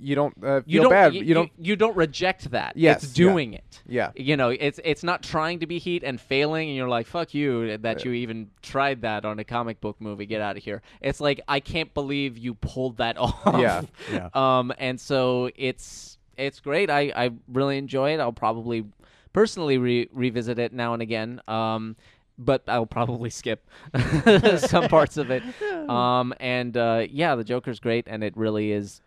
[SPEAKER 5] you don't uh, feel
[SPEAKER 3] You don't,
[SPEAKER 5] bad.
[SPEAKER 3] You,
[SPEAKER 5] you don't.
[SPEAKER 3] You, don't reject that.
[SPEAKER 5] Yes,
[SPEAKER 3] it's
[SPEAKER 5] yeah.
[SPEAKER 3] doing it.
[SPEAKER 5] Yeah.
[SPEAKER 3] You know, it's it's not trying to be heat and failing, and you're like, "Fuck you!" That you even tried that on a comic book movie. Get out of here. It's like I can't believe you pulled that off.
[SPEAKER 5] Yeah,
[SPEAKER 4] yeah.
[SPEAKER 3] Um, and so it's it's great. I I really enjoy it. I'll probably personally re- revisit it now and again. Um. But I'll probably skip some parts of it, um, and uh, yeah, the Joker's great, and it really is,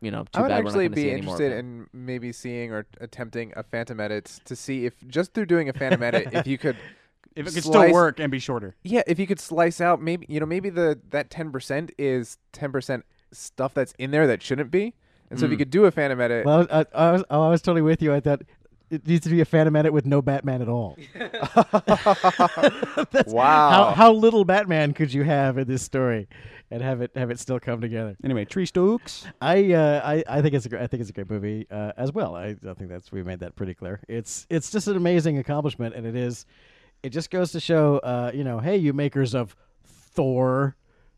[SPEAKER 3] you know, too
[SPEAKER 5] I would
[SPEAKER 3] bad we're not
[SPEAKER 5] actually
[SPEAKER 3] gonna see
[SPEAKER 5] be
[SPEAKER 3] any more of
[SPEAKER 5] interested
[SPEAKER 3] it.
[SPEAKER 5] in maybe seeing or attempting a Phantom edit to see if just through doing a Phantom edit, if you could,
[SPEAKER 2] If it could
[SPEAKER 5] slice-
[SPEAKER 2] still work and be shorter.
[SPEAKER 5] Yeah, if you could slice out maybe you know maybe the that ten percent is ten percent stuff that's in there that shouldn't be, and
[SPEAKER 3] Mm.
[SPEAKER 5] so if you could do a Phantom edit,
[SPEAKER 4] Well, I, I, was, oh, I was totally with you. I thought it needs to be a Phantom edit with no Batman at all. That's
[SPEAKER 5] Wow.
[SPEAKER 4] How, how little Batman could you have in this story, and have it have it still come together?
[SPEAKER 2] Anyway, Tree Stokes.
[SPEAKER 4] I uh, I, I think it's a, gr- I think it's a great movie uh, as well. I, I think that's we made that pretty clear. It's it's just an amazing accomplishment, and it is. It just goes to show, uh, you know, hey, you makers of Thor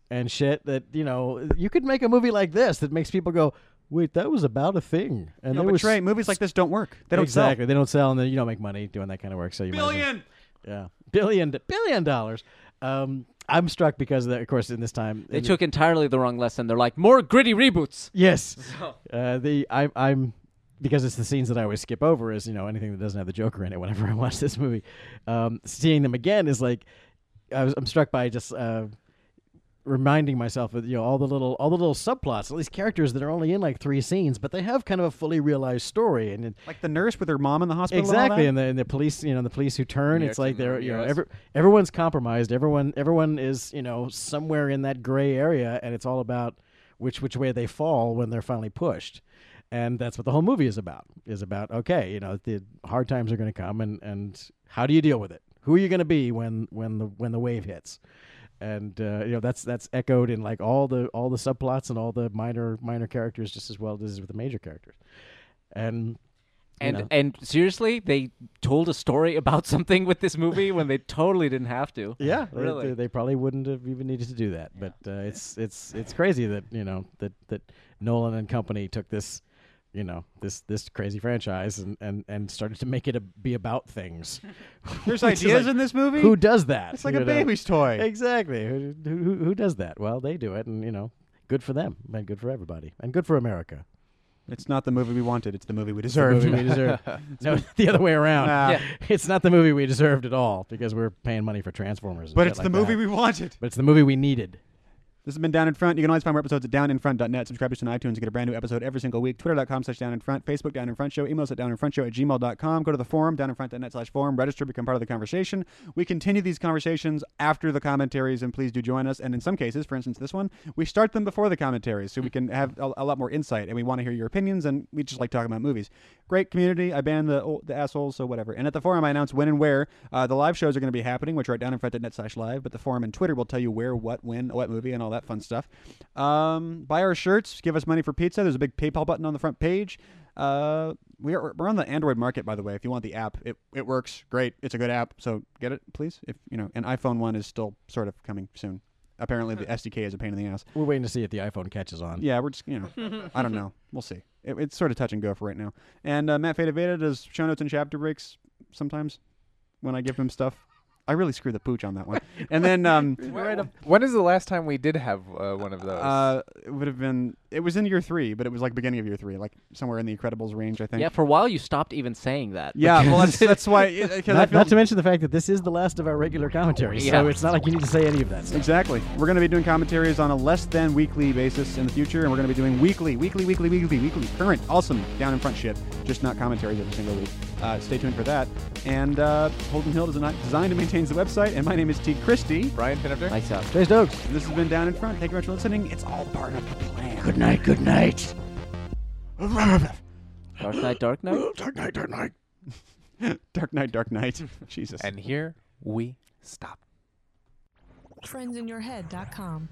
[SPEAKER 4] and shit, that you know you could make a movie like this that makes people go, wait, that was about a thing, and
[SPEAKER 2] No,
[SPEAKER 4] there
[SPEAKER 2] but
[SPEAKER 4] was
[SPEAKER 2] Trey, movies like this don't work. They don't sell.
[SPEAKER 4] exactly. They don't sell, and then you don't make money doing that kind of work. So you might as well-
[SPEAKER 7] Billion.
[SPEAKER 4] yeah, billion, billion dollars. Um, I'm struck because of that, of course, in this time
[SPEAKER 3] They took entirely the wrong lesson. They're like more gritty reboots.
[SPEAKER 4] Yes. Uh, the I, I'm because it's the scenes that I always skip over is you know anything that doesn't have the Joker in it. Whenever I watch this movie, um, seeing them again is like I was, I'm struck by just. Uh, reminding myself of you know all the little all the little subplots all these characters that are only in like three scenes but they have kind of a fully realized story and it,
[SPEAKER 2] Like the nurse with her mom in the hospital.
[SPEAKER 4] exactly
[SPEAKER 2] And
[SPEAKER 4] and the, and the police you know the police who turn it's like they're you know
[SPEAKER 5] Ramirez.
[SPEAKER 4] every, everyone's compromised everyone everyone is you know somewhere in that gray area and it's all about which which way they fall when they're finally pushed and that's what the whole movie is about is about okay you know the hard times are going to come and and how do you deal with it who are you going to be when when the when the wave hits and uh, you know that's that's echoed in like all the all the subplots and all the minor minor characters just as well as with the major characters and
[SPEAKER 3] And
[SPEAKER 4] know.
[SPEAKER 3] and seriously, they told a story about something with this movie when they totally didn't have to.
[SPEAKER 4] Yeah, they,
[SPEAKER 3] really.
[SPEAKER 4] They, they probably wouldn't have even needed to do that. But uh, it's it's it's crazy that you know that that Nolan and company took this, you know, this this crazy franchise and and and started to make it a, be about things.
[SPEAKER 2] There's
[SPEAKER 4] Which is
[SPEAKER 2] ideas
[SPEAKER 4] like,
[SPEAKER 2] in this movie.
[SPEAKER 4] Who does that?
[SPEAKER 2] It's like
[SPEAKER 4] you
[SPEAKER 2] a
[SPEAKER 4] know?
[SPEAKER 2] baby's toy.
[SPEAKER 4] Exactly. Who, who who does that? Well, they do it, and you know, good for them, and good for everybody, and good for America.
[SPEAKER 2] It's not the movie we wanted. It's the movie we
[SPEAKER 4] The
[SPEAKER 2] deserved.
[SPEAKER 4] movie we deserve. no, the other way around.
[SPEAKER 2] Ah,
[SPEAKER 3] Yeah.
[SPEAKER 4] It's not the movie we deserved at all because we're paying money for Transformers. and
[SPEAKER 2] But
[SPEAKER 4] shit
[SPEAKER 2] it's the
[SPEAKER 4] like
[SPEAKER 2] movie
[SPEAKER 4] that.
[SPEAKER 2] we wanted.
[SPEAKER 4] But it's the movie we needed.
[SPEAKER 2] This has been Down in Front. You can always find more episodes at downinfront.net. Subscribe to us on iTunes and get a brand new episode every single week. Twitter.com slash down in front. Facebook down in front show. Email us at downinfrontshow at gmail.com. Go to the forum, downinfront.net slash forum. Register, become part of the conversation. We continue these conversations after the commentaries, and please do join us. And in some cases, for instance, this one, we start them before the commentaries so we can have a, a lot more insight and we want to hear your opinions and we just like talking about movies. Great community. I ban the, old- the assholes, so whatever. And at the forum, I announce when and where uh, the live shows are going to be happening, which are at downinfront.net slash live. But the forum and Twitter will tell you where, what, when, what movie, and all that fun stuff. Um, buy our shirts. Give us money for pizza. There's a big PayPal button on the front page. Uh, we are, we're on the Android market, by the way. If you want the app, it, it works great. It's a good app, so get it, please. If you know, an iPhone one is still sort of coming soon. Apparently, the SDK is a pain in the ass.
[SPEAKER 4] We're waiting to see if the iPhone catches on.
[SPEAKER 2] Yeah, we're just you know, I don't know. We'll see. It, it's sort of touch and go for right now. And uh, Matt Feta Veda does show notes and chapter breaks sometimes when I give him stuff. I really screw the pooch on that one. And then um,
[SPEAKER 5] when is the last time we did have uh, one of those?
[SPEAKER 2] uh, it would have been it was in year three, but it was like beginning of year three, like somewhere in the Incredibles range, I think.
[SPEAKER 3] Yeah, for a while you stopped even saying that.
[SPEAKER 2] Yeah, well, that's, that's why. Because I
[SPEAKER 4] Not,
[SPEAKER 2] feel
[SPEAKER 4] not to mention the fact that this is the last of our regular commentaries, so
[SPEAKER 3] Yeah.
[SPEAKER 4] it's not like you need to say any of that stuff.
[SPEAKER 2] Exactly. We're going to be doing commentaries on a less than weekly basis in the future, and we're going to be doing weekly, weekly, weekly, weekly, weekly, current, awesome, down in front shit, just not commentaries every single week. Uh, stay tuned for that. And uh, Holden Hill design- designed and maintains the website, and my name is T. Christie.
[SPEAKER 5] Brian Pinafter.
[SPEAKER 3] Nice out.
[SPEAKER 4] Trace Stokes.
[SPEAKER 2] This has been Down in Front. Thank you very much for listening. It's all part of the plan.
[SPEAKER 4] Good night. Good night.
[SPEAKER 3] Dark Knight, Dark Knight.
[SPEAKER 6] Dark Knight, Dark Knight.
[SPEAKER 2] Dark night, dark night. Jesus.
[SPEAKER 5] And here we stop.
[SPEAKER 1] friendsinyourhead.com.